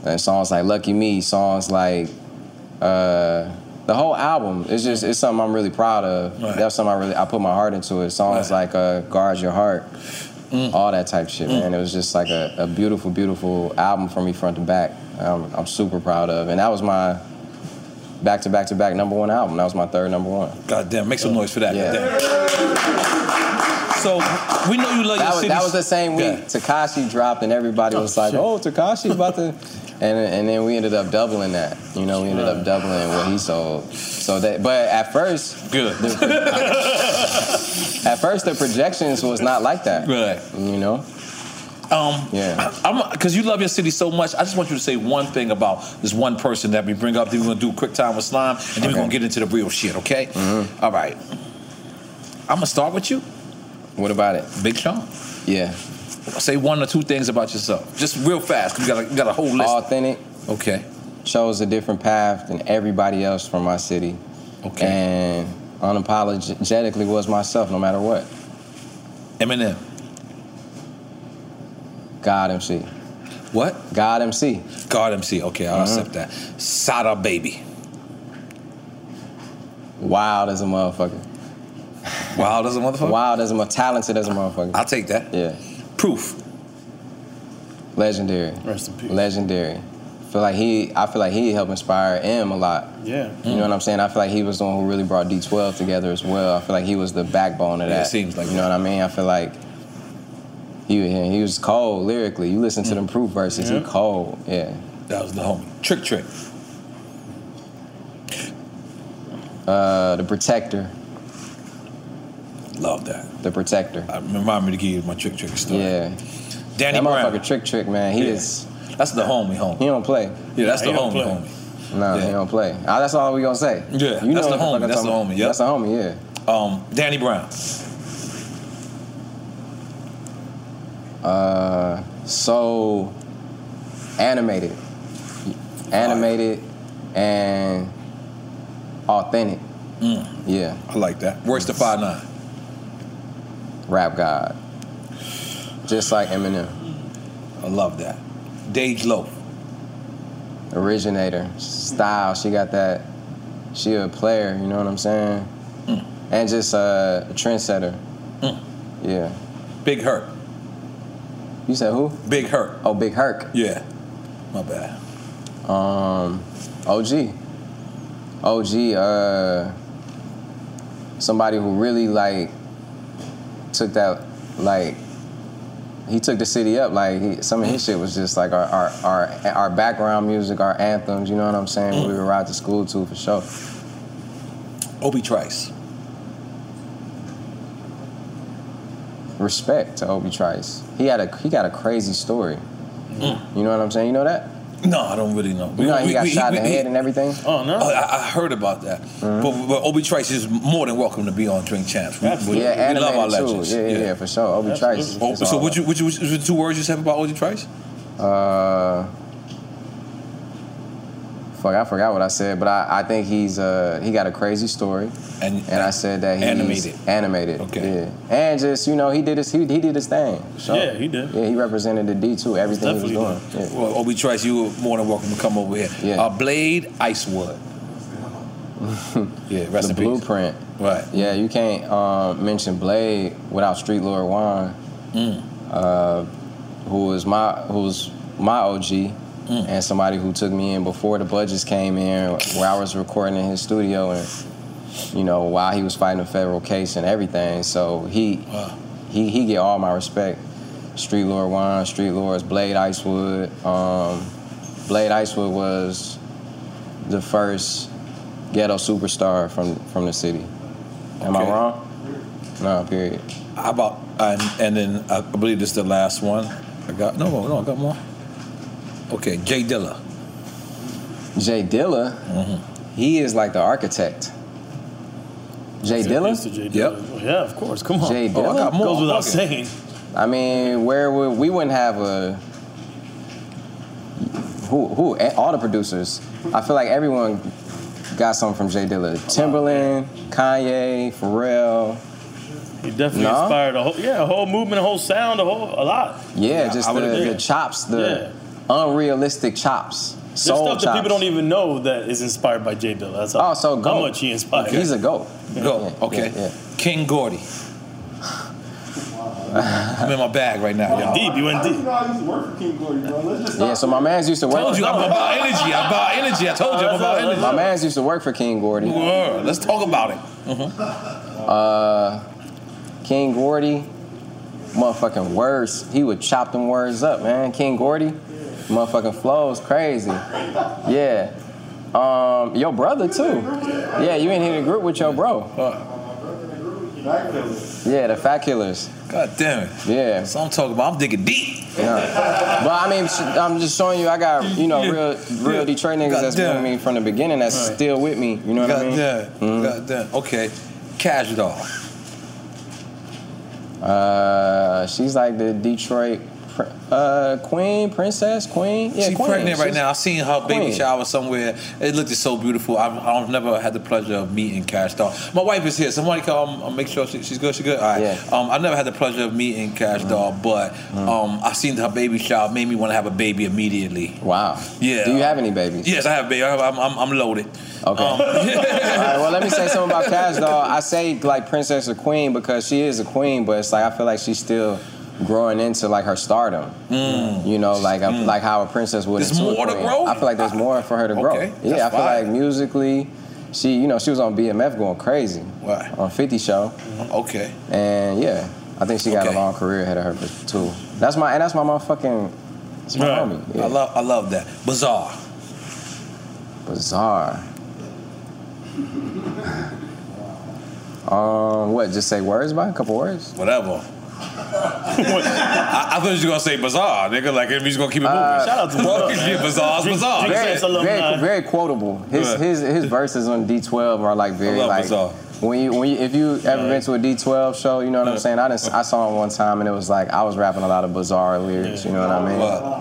G: and songs like Lucky Me, songs like uh the whole album is just it's something I'm really proud of. That's something I really I put my heart into it. Songs like uh Guard Your Heart. All that type shit, man. It was just like a, a beautiful, beautiful album for me front to back. I'm, I'm super proud of. And that was my back to back to back number one album. That was my third number one.
E: God damn, make some noise for that. goddamn. So we know you love
G: that
E: your
G: was,
E: city.
G: That was the same week Takashi dropped, and everybody was like, "Oh, Takashi about to," and and then we ended up doubling that. You know, we ended up doubling what he sold. So that, but at first,
E: good.
G: at first, the projections was not like that.
E: Right.
G: You know.
E: Um,
G: yeah.
E: I'm because you love your city so much. I just want you to say one thing about this one person that we bring up. Then we're gonna do quick time with slime, and then we're gonna get into the real shit. Okay.
G: Mm-hmm.
E: All right. I'm gonna start with you.
G: What about it,
E: Big Sean?
G: Yeah.
E: Say one or two things about yourself, just real fast. 'cause we got a, we got a whole list.
G: Authentic.
E: Okay.
G: Chose a different path than everybody else from my city. Okay. And unapologetically was myself, no matter what.
E: Eminem.
G: God MC.
E: What?
G: God MC.
E: God MC. Okay, I'll
G: Mhm.
E: accept that. Sada baby.
G: Wild as a motherfucker.
E: Wild as a motherfucker.
G: Wild as a motherfucker. Talented as a motherfucker.
E: I'll take that.
G: Yeah.
E: Proof.
G: Legendary.
F: Rest in peace.
G: Legendary. Feel like he. I feel like he helped inspire M a lot.
F: Yeah.
G: You know what I'm saying? I feel like he was the one who really brought D12 together as well. I feel like he was the backbone of that.
E: Yeah, it seems like
G: You know what I mean? I feel like he he was cold lyrically. You listen to them proof verses,
E: Mm. Yeah.
G: he cold. Yeah.
E: That was the homie. Trick Trick.
G: Uh, the Protector.
E: Love that.
G: The Protector.
E: I Uh, remind me to give you my Trick Trick story.
G: Yeah.
E: Danny
G: that
E: Brown.
G: motherfucker Trick Trick man. He
E: Yeah.
G: is.
E: That's the homie homie.
G: He don't play.
E: Yeah, that's Nah, the he don't homie, play.
G: No, nah, he don't play. Ah, that's all we gonna say.
E: Yeah,
G: You
E: that's
G: know
E: the
G: what
E: homie.
G: fuck I'm
E: That's
G: talking
E: the
G: about.
E: homie. Yeah.
G: That's the homie. Yeah.
E: Um, Danny Brown.
G: Uh, so animated, animated, and authentic.
E: Mm.
G: Yeah,
E: I like that. Worst of five nine.
G: Rap God, just like Eminem.
E: I love that. Dage Loaf.
G: Originator, style. She got that. She a player. You know what I'm saying? And just uh, a trendsetter.
E: Mm.
G: Yeah.
E: Big Hurt.
G: You said who?
E: Big Hurt.
G: Oh, Big Herc.
E: Yeah. My bad.
G: Um, OG. OG, uh, somebody who really like took that, like, he took the city up. Like, he, some of his shit was just like our, our, our, our background music, our anthems, you know what I'm saying? We would ride to school too, for sure.
E: Obi Trice.
G: Respect to Obi Trice. He had a he got a crazy story. You know what I'm saying? You know that?
E: Mm. No, I don't really know.
G: You know how he
E: We-
G: got
E: we-
G: shot in
E: we-
G: the head and Mm-hmm. everything?
F: Oh no!
E: I, I heard about that. But, but Obi Trice is more than welcome to be on Drink Champs. We, we-
G: yeah,
E: we
G: animated
E: love our
G: too.
E: legends.
G: Yeah, yeah, yeah, for sure. Obi Trice. is-
E: Oh,
G: is
E: so
G: all
E: would you, would you, would you, two words you have about Obi Trice?
G: Uh, fuck, I forgot what I said, but I, I think he's uh he got a crazy story,
E: and
G: and I said that he's
E: Animated.
G: animated, okay, yeah, and just you know he did his he, he did his thing, so,
E: Yeah,
G: he did, yeah, he represented the D too, everything he was doing, yeah.
E: Well, Obi Trice, you are more than welcome to come over here.
G: Yeah.
E: Uh, Blade Icewood. yeah,
G: the blueprint.
E: Right.
G: Yeah, you can't uh, mention Blade without Street Lord Juan,
E: Mm.
G: uh, who was my who was my OG and somebody who took me in before the budgets came in, where I was recording in his studio and you know while he was fighting a federal case and everything. So he he he get all my respect. Street Lord Juan, Street Lords, Blade Icewood. Um, Blade Icewood was the first ghetto superstar from from the city. Am I
E: Okay.
G: wrong? No, period.
E: How about and, and then I believe this is the last one. I got no, no, I got more. Okay, Jay Dilla.
G: Jay Dilla, he is like the architect. Jay Dilla? Yep.
F: Oh, Yeah, of course. Come on.
G: Jay Dilla
F: Oh, I got more. Goes without saying.
G: I mean, where would we wouldn't have a who who eh, all the producers. I feel like everyone got something from Jay Dilla.
F: Oh,
G: Timberland, Kanye, Pharrell.
F: He definitely inspired a whole yeah, a whole movement, a whole sound, a whole a lot.
G: Yeah, just the,
F: Yeah.
G: the chops, the unrealistic chops,
F: There's
G: soul
F: stuff that
G: chops.
F: people don't even know that is inspired by Jay Dilla. That's how,
G: Oh, so
F: how
G: GOAT.
F: much he inspired.
G: He's a goat.
E: Go. Okay. King Gordy. I'm in my bag right now. y'all.
M: I used to work for King Glory, bro. Let's just
G: Yeah, so my man's used to work.
E: Told you, I'm about energy. I'm about energy. I told you, I'm about energy.
G: My man's used to work for King Gordy.
E: Word. Let's talk about it.
G: Uh, King Gordy, motherfucking words. He would chop them words up, man. King Gordy, motherfucking flows crazy. Yeah. Um, your brother too. Yeah, you in here in the group with your bro. Yeah, the Fat Killers.
E: God damn it.
G: Yeah.
E: So I'm talking about. I'm digging deep.
G: Yeah. But I mean, I'm just showing you. I got you know real, real Detroit niggas that's been
E: Goddamn.
G: with me from the beginning. That's
E: Right.
G: still with me. You know what I mean?
E: Goddamn.
G: Mhm.
E: Goddamn. Okay. Cash doll.
G: Uh, she's like the Detroit pr- uh, queen, princess, queen. Yeah,
E: She's
G: queen.
E: pregnant right
G: She's-
E: now. I seen her baby
G: queen.
E: shower somewhere. It looked so beautiful. I've, I've never had the pleasure of meeting Cash Doll. My wife is here. Somebody call um, make sure she, she's good. She's good. All right. Um, I've never had the pleasure of meeting Cash
G: Mm.
E: Doll, but um, I seen her baby shower. Made me want to have a baby immediately.
G: Wow.
E: Yeah.
G: Do you have any babies?
E: Yes, I have a baby. I have- I'm, I'm, I'm loaded. Um,
G: Okay. All right, well, let me say something about Cash Doll. I say like princess or queen because she is a queen, but it's like I feel like she's still growing into like her stardom.
E: Mm.
G: You know, like a, like how a princess would.
E: There's
G: into a
E: more to
G: queen.
E: grow?
G: I feel like there's more for her to grow.
E: Okay, that's
G: yeah, I feel
E: fine.
G: like musically, she you know she was on BMF going crazy on 50 show,
E: Mm-hmm. Okay.
G: and yeah, I think she got a long career ahead of her too. That's my and that's my motherfucking. It's my homie.
E: I love I love that. Bizarre.
G: Bizarre. um, what? Just say words, by a couple words.
E: Whatever. I, I thought you were gonna say bizarre, nigga. Like if you just gonna keep it moving.
G: Uh, Shout out to Bizarre,
E: yeah, bizarre, it's bizarre.
G: Very, very, very quotable. His
E: Right.
G: his his verses on D twelve are like very
E: I love
G: like
E: Bizarre.
G: when you when you, if you ever been to a D twelve show, you know what I'm saying. I did I saw him one time and it was like I was rapping a lot of bizarre lyrics. You know what I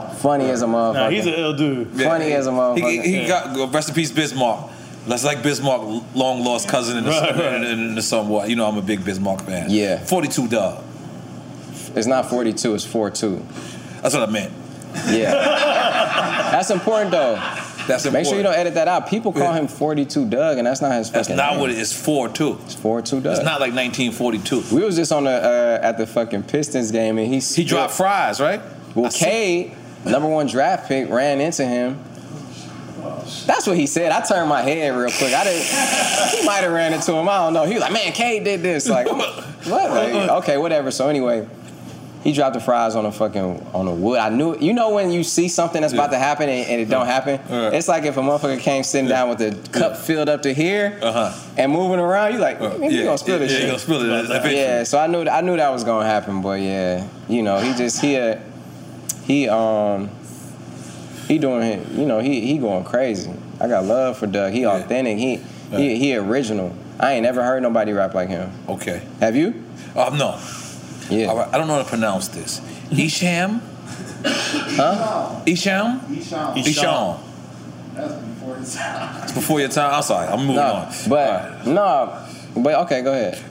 G: mean? Funny as a motherfucker.
F: Nah, he's an ill dude.
E: Yeah.
G: Funny as a motherfucker.
E: He, he got rest in peace Bismarck. That's like Bismarck, long lost cousin in the,
G: Right, right.
E: in the- in the somewhat. You know, I'm a big Bismarck fan.
G: Yeah.
E: 42 dub.
G: It's not 42, it's 42.
E: That's what I meant.
G: Yeah. that's important though.
E: That's
G: Make sure you
E: important.
G: don't edit that out. People call him 42 Doug, and that's not his
E: That's
G: fucking
E: not
G: name.
E: what it is. 42. It's
G: 42 Doug.
E: It's not like 1942.
G: We was just on the uh, at the fucking Pistons game, and he he
E: dropped fries, right?
G: Well, Cade, number one draft pick, ran into him. That's what he said. I turned my head real quick. I didn't. he might have ran into him. I don't know. He was like, "Man, Cade did this." Like, what? Like, okay, whatever. So anyway, he dropped the fries on a fucking on a wood. I knew. You know when you see something that's about to happen and, and it don't happen. It's like if a motherfucker came sitting down with a cup filled up to here and moving around. You like, man, you
E: Uh-huh. Uh, yeah,
G: gonna spill
E: yeah,
G: this
E: yeah,
G: shit?
E: you gonna spill it eventually.
G: Yeah. So I knew I knew that was gonna happen, but yeah, you know, he just he a, he um he doing it. You know, he he going crazy. I got love for Doug. He authentic. He he he original. I ain't never heard nobody rap like him.
E: Okay.
G: Have you?
E: Um, no.
G: Yeah.
E: All right, I don't know how to pronounce this. Isham? huh? Isham? Isham. Isham. It's before your time. I'm sorry. I'm moving
G: no,
E: on.
G: But no, but okay, go ahead.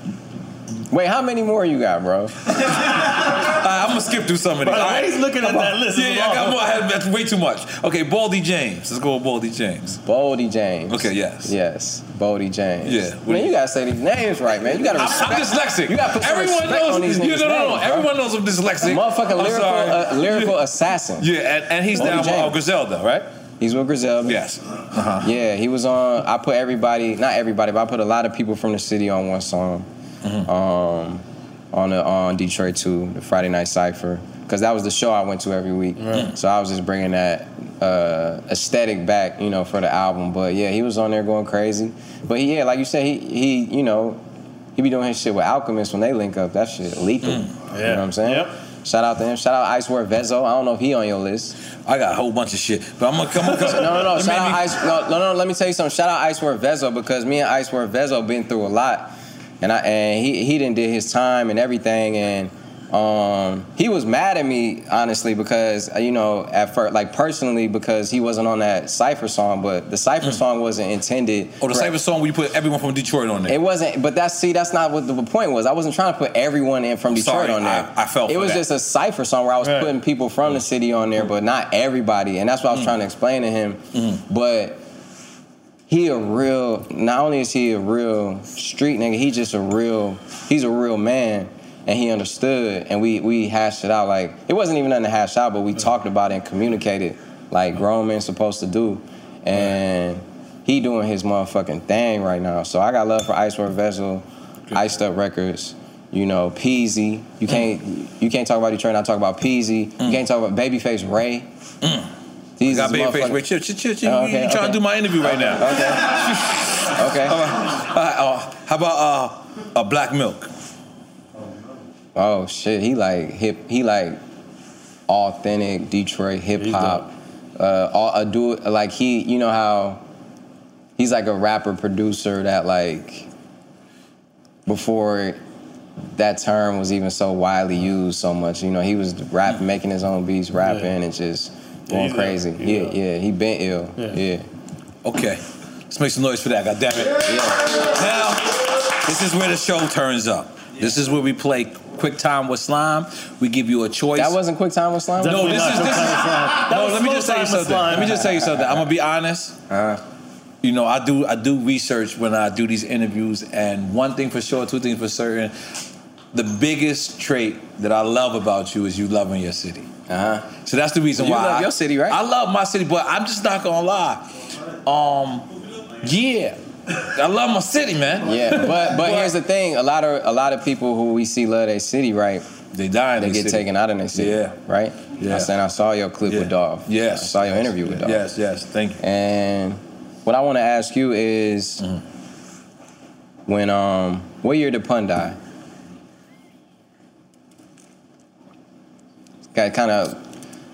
G: Wait, how many more you got, bro?
E: I'm gonna skip through some of these.
G: Bro,
E: All right.
G: he's looking at
E: Come
G: that
E: on.
G: list.
E: Yeah,
G: It's
E: yeah, I
G: long.
E: got more. I had that's way too much. Okay, Baldy James. Let's go with Baldy James.
G: Boldy James.
E: Okay, yes.
G: Yes, Boldy James.
E: Yeah.
G: Man, you gotta say these names right, man. You gotta
E: I'm-
G: respect.
E: I'm dyslexic.
G: You gotta put some
E: Everyone
G: respect
E: knows-
G: on these
E: you-
G: niggas'
E: no, no, no.
G: names, bro.
E: Everyone knows I'm dyslexic.
G: Motherfucking
E: I'm
G: lyrical,
E: sorry.
G: uh, lyrical assassin.
E: Yeah, and, and he's
G: Boldy
E: down with
G: James.
E: uh, Griselda, right?
G: He's with Griselda.
E: Yes. Uh-huh.
G: Yeah, he was on. I put everybody, not everybody, but I put a lot of people from the city on one song,
E: Mm-hmm.
G: um, on the, on Detroit Two, the Friday Night Cipher, because that was the show I went to every week. Mm.
E: Right.
G: So I was just bringing that uh, aesthetic back, you know, for the album. But yeah, he was on there going crazy. But yeah, like you said, he he, you know, he be doing his shit with Alchemist when they link up. That shit lethal.
E: Mm.
G: You know what I'm saying? Shout out to him. Shout out Icewear Vezo. I don't know if he on your list.
E: I got a whole bunch of shit, but I'm gonna come. I'm
G: no,
E: gonna-
G: no, no.
E: It
G: Shout
E: made
G: out
E: me-
G: Ice. No, no, no. Let me tell you something. Shout out Icewear Vezo because me and Icewear Vezo been through a lot, and I and he he didn't did his time and everything, and um he was mad at me honestly because uh, you know at first like personally because he wasn't on that cipher song, but the cipher song wasn't intended.
E: Mm. Oh, the
G: for-
E: Cypher song where you put everyone from Detroit on there.
G: it wasn't, but that's see, that's not what the point was. I wasn't trying to put everyone in from
E: I'm
G: Detroit
E: sorry,
G: on there.
E: I- I felt
G: it
E: for
G: was
E: that.
G: just a cipher song where I was
E: Right. Mm.
G: putting people from the city on there, but not everybody. And that's what I was trying to explain to him.
E: Mm.
G: But he a real. Not only is he a real street nigga, he just a real. He's a real man. And he understood, and we we hashed it out. Like it wasn't even nothing to hash out, but
E: Mm.
G: we talked about it and communicated, like grown men supposed to do. And he doing his motherfucking thing right now. So I got love for Icewear Vessel, Iced Up Records, you know, Peasy. You can't you can't talk about Detroit and not talk about Peasy. You can't talk about Babyface Ray. These
E: Mm. I
G: is
E: got baby face.
G: motherfucking-
E: Wait, chill, chill, chill, chill.
G: Oh,
E: you
G: okay,
E: you trying
G: okay.
E: to do my interview right now?
G: Okay. okay.
E: All right. All right, uh, how about uh, a black milk?
G: Oh shit, he like hip. He like authentic Detroit hip hop. Uh, all- a do like he. You know how he's like a rapper producer that like before that term was even so widely used so much. You know, he was rap making his own beats, rapping, and just going
E: Mm. he's ill.
G: crazy.
E: He's
G: Yeah, yeah, he been ill. Yeah.
E: Okay. Let's make some noise for that. God damn it. Now, this is where the show turns up. This is where we play Quick Time with Slime. We give you a choice.
G: That wasn't quick time with slime.
E: no, this is this is no. Let me just tell you something. Let me just tell you something. I'm gonna be honest.
G: Uh-huh.
E: You know, I do I do research when I do these interviews, and one thing for sure, two things for certain. The biggest trait that I love about you is you loving your city. Uh-huh. So that's the reason
G: You
E: why
G: love
E: I-
G: your city, right?
E: I love my city, but I'm just not gonna lie. Um, yeah, I love my city, man.
G: Yeah, but, but here's the thing: a lot of a lot of people who we see love their city, right?
E: They die. In
G: they
E: their
G: get
E: city.
G: taken out in their city.
E: Yeah.
G: Right.
E: Yeah.
G: I'm saying I saw your clip with Dolph.
E: Yes.
G: I saw your interview with Dolph.
E: Yes, yes. Thank you.
G: And what I want to ask you is,
E: Mm-hmm.
G: when um, what year did Pun die? Got kind of.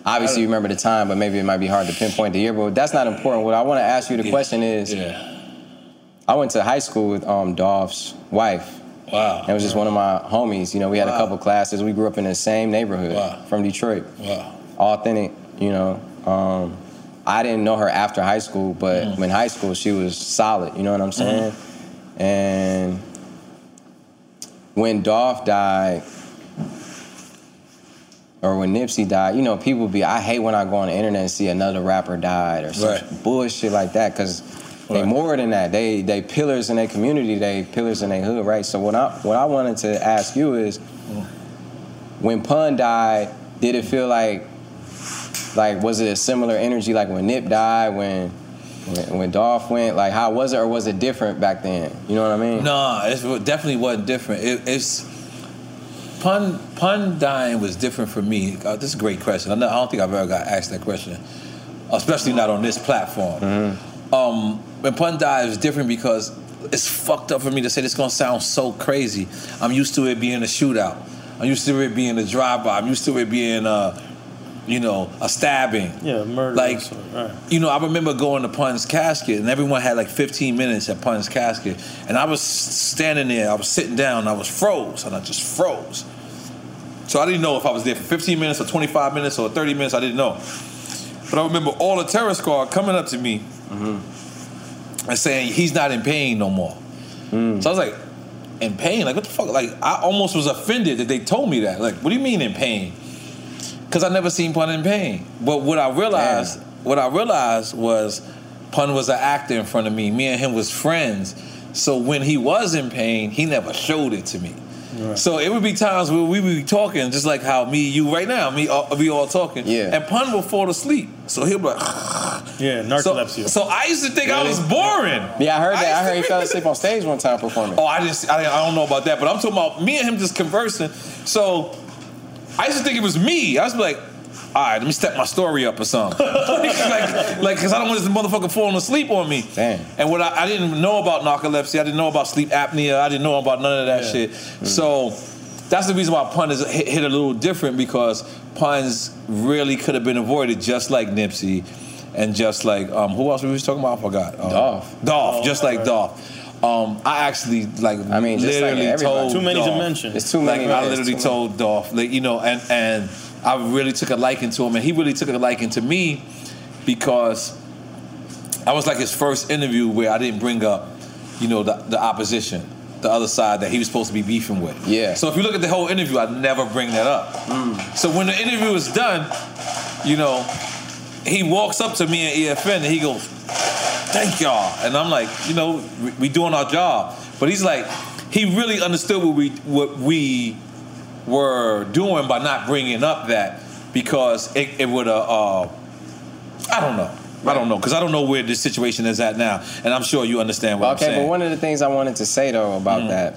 G: Obviously, you remember the time, but maybe it might be hard to pinpoint the year. But that's not important. What I want to ask you the question is, I went to high school with um, Dolph's wife.
E: Wow.
G: It was just one of my homies. You know, we had a
E: Wow.
G: couple classes. We grew up in the same neighborhood
E: Wow.
G: from Detroit.
E: Wow.
G: Authentic, you know. Um, I didn't know her after high school, but in high school she was solid. You know what I'm saying? And when Dolph died, or when Nipsey died, you know, people be, I hate when I go on the internet and see another rapper died or some bullshit like that, because they more than that. They they pillars in their community, they pillars in their hood, right? So what I what I wanted to ask you is when Pun died, did it feel like like was it a similar energy like when Nip died, when when, when Dolph went, like how was it or was it different back then? You know what I mean?
E: No, it definitely wasn't different. It, it's pun pun dying was different for me. Uh, this is a great question. I, know, I don't think I've ever got asked that question, especially not on this platform.
F: Mm-hmm.
E: Um, when pun died, it was different because it's fucked up for me to say this. Gonna sound so crazy. I'm used to it being a shootout. I'm used to it being a drive-by. I'm used to it being a, you know, a stabbing.
F: Yeah, murder.
E: Like,
F: so, right.
E: you know, I remember going to Pun's casket, and everyone had like 15 minutes at Pun's casket, and I was standing there, I was sitting down, I was froze, and I just froze. So I didn't know if I was there for 15 minutes or 25 minutes or 30 minutes. I didn't know. But I remember all the terror squad coming up to me and saying he's not in pain no more. So I was like, in pain. Like, what the fuck? Like, I almost was offended that they told me that. Like, what do you mean in pain? Because I never seen Pun in pain. But what I realized, what I realized was, Pun was an actor in front of me. Me and him was friends. So when he was in pain, he never showed it to me. So it would be times where we would be talking, just like how me, you, right now, me, all, we all talking. Yeah. And Pun will fall asleep. So he'll be like,
F: Yeah, narcolepsy.
E: so I used to think I was boring.
G: Yeah, I heard
E: I
G: that. I,
E: used
G: heard he fell asleep on stage one time performing.
E: Oh, I just I, I don't know about that, but I'm talking about me and him just conversing. So I used to think it was me. I was like, all right, let me step my story up or something, like, like, cause I don't want this motherfucker falling asleep on me. Damn. And what I, I didn't know about narcolepsy, I didn't know about sleep apnea, I didn't know about none of that
F: Yeah.
E: shit. So that's the reason why pun is hit, hit a little different because puns really could have been avoided, just like Nipsey, and just like um, who else we was talking about? I forgot. Um, Dolph. Dolph, just like Dolph. Um, I actually like. I mean,
G: just like
E: literally
G: everybody.
E: told
G: Too many
E: Dolph.
G: dimensions. It's too many,
E: Like, I
G: yeah, it's
E: literally
G: too
E: told Dolph, like, you know, and and I really took a liking to him, and he really took a liking to me because I was like his first interview where I didn't bring up, you know, the, the opposition, the other side that he was supposed to be beefing with. Yeah. So if you look at the whole interview, I never bring that up. So when the interview is done, you know, he walks up to me at EFN and he goes, "Thank y'all," and I'm like, you know, we, we doing our job. But he's like, he really understood what we what we were doing by not bringing up that because it, it would have. Uh, I don't know. I don't know because I don't know where this situation is at now, and I'm sure you understand what I'm
G: okay,
E: saying. Mm. Uh-huh.
G: but one of the things I wanted to say though about that,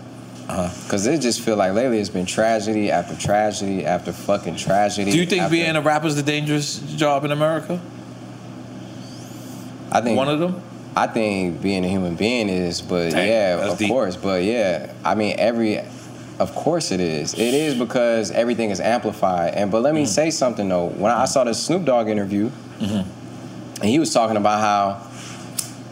G: because it just feel like lately it's been tragedy after tragedy after fucking tragedy.
E: Do you think
G: after-
E: being a rapper is the dangerous job in America?
G: I think
E: one of them.
G: I think being a human being is, but
E: Dang,
G: yeah, of course, but yeah, I mean every, of course it is. It is because everything is amplified. And but let
E: Mm.
G: me say something though. When I saw the Snoop Dogg interview,
E: Mm-hmm.
G: and he was talking about how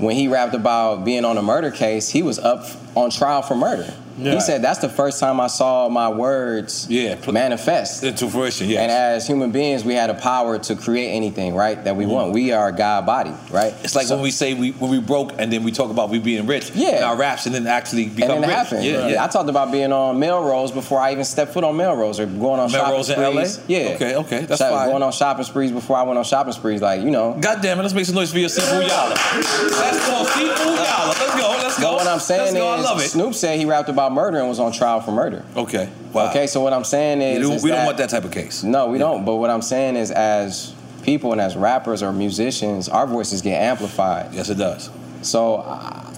G: when he rapped about being on a murder case, he was up on trial for murder.
E: Yeah.
G: He said that's the first time I saw my words manifest
E: into fruition. Yes.
G: And as human beings, we had a power to create anything, right? That we want. We are God body, right?
E: Mm. It's like when we say we when we broke and then we talk about we being rich.
G: Yeah.
E: in our raps and then actually become
G: and then
E: rich.
G: it happened.
E: Yeah, yeah.
G: I talked about being on Melrose before I even stepped foot on Melrose or going on
E: Melrose in
G: shopping
E: LA?
G: sprees. Yeah.
E: Okay, okay, that's
G: so
E: fine.
G: Going on shopping sprees before I went on shopping sprees, like you know.
E: God damn it! Let's make some noise for your seafood yalla. That's called seafood yalla. Let's go. Let's go.
G: But what I'm saying
E: Let's go. I
G: is,
E: love it.
G: Snoop said he rapped about murder and was on trial for murder.
E: Okay. Wow.
G: Okay, so what I'm saying is,
E: We don't-
G: is
E: we don't want that type of case.
G: No, we don't. But what I'm saying is, as people and as rappers or musicians, our voices get amplified.
E: Yes, it does.
G: So, uh,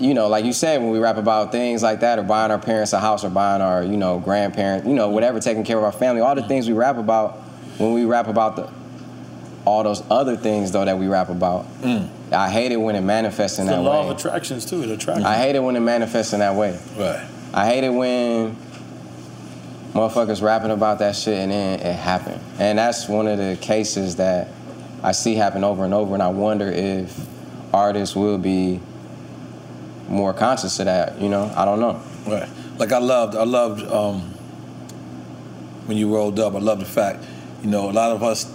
G: you know, like you said, when we rap about things like that, or buying our parents a house, or buying our, you know, grandparents, you know, whatever, taking care of our family, all the things we rap about, when we rap about the all those other things though that we rap about, I hate it when it manifests in
F: the
G: that
F: law
G: way.
F: of attractions too. It attracts.
G: I hate it when it manifests in that way.
E: Right.
G: I hate it when motherfuckers rapping about that shit and then it happened. And that's one of the cases that I see happen over and over. And I wonder if artists will be more conscious of that. You know, I don't know.
E: Right. Like I loved, I loved um, when you rolled up. I loved the fact, you know, a lot of us,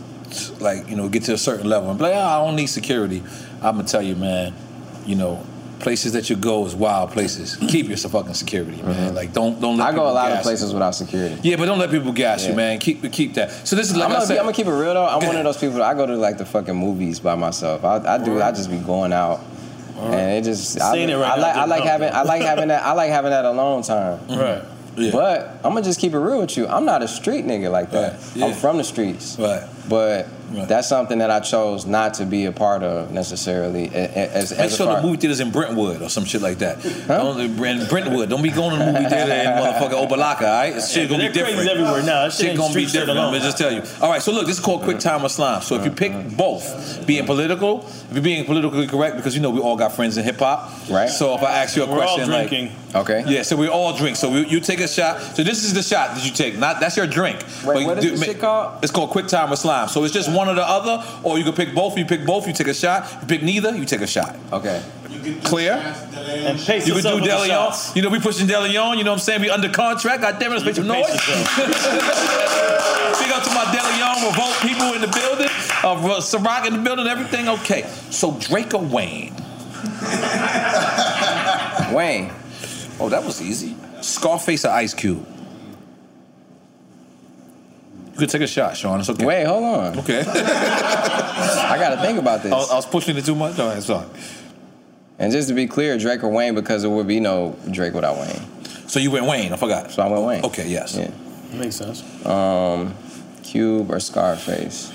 E: like you know, get to a certain level and be like, oh, I don't need security. I'm gonna tell you, man, you know, places that you go is wild places. Keep your fucking security, man. Like don't don't. Let I go
G: Mm-hmm. A lot of places without security.
E: Yeah, but don't let people gas you,
G: Yeah.
E: man. Keep keep that. So this is like
G: I'm
E: I
G: gonna,
E: said.
G: be, I'm gonna keep it real though. I'm one of those people. I go to like the fucking movies by myself. I, I do. I just be going out, and it just. I,
F: Saying it right
G: I
F: now
G: like. I
F: didn't
G: like
F: help,
G: having.
F: though.
G: I like having that. I like having that alone time.
F: Right.
G: But I'm gonna just keep it real with you. I'm not a street nigga like that. I'm from the streets.
E: Right.
G: But that's something that I chose not to be a part of necessarily. a- a- As,
E: Make
G: as a
E: sure the
G: part-
E: movie theater's in Brentwood or some shit like that. Don't, in Brentwood. Don't be going to the movie theater in motherfucking Obalaka, all right? It's shit
F: Yeah, but
E: gonna be
F: they're crazy
E: different.
F: everywhere now. That shit
E: Shit
F: ain't
E: gonna be
F: street shit
E: different. Let
F: alone.
E: me just tell you. All right, so look, this is called quick time or slime. So if you pick both, being political, if you're being politically correct, because you know we all got friends in hip hop. Right. So if I ask you a
F: We're all
E: question like
F: drinking.
G: Okay.
E: Yeah, so we all drink. So we, you take a shot. So this is the shot that you take. Not that's your drink. Wait,
G: what is this shit called?
E: It's called quick time or slime. So it's just one or the other, or you can pick both. You pick both. You take a shot. You pick neither. You take a shot.
G: Okay.
E: Clear.
F: And pace
E: you can
F: yourself
E: do
F: with the
E: Deleon. You know we pushing Deleon. You know what I'm saying? We under contract. God damn it, let's make some noise. Big up to my Deleon revolt people in the building. Uh, Ciroc in the building. Everything okay? So Drake or Wayne?
G: Wayne.
E: Oh, that was easy. Scarface or Ice Cube? You could take a shot, Sean. It's okay.
G: Wait, hold on.
E: Okay.
G: I gotta think about this.
E: I was, I was pushing it too much. All right, sorry.
G: And just to be clear, Drake or Wayne, because there would be no Drake without Wayne.
E: So you went Wayne, I forgot.
G: So I went Wayne.
E: Okay, yes.
G: Yeah.
F: Makes sense.
G: Um, Cube or Scarface?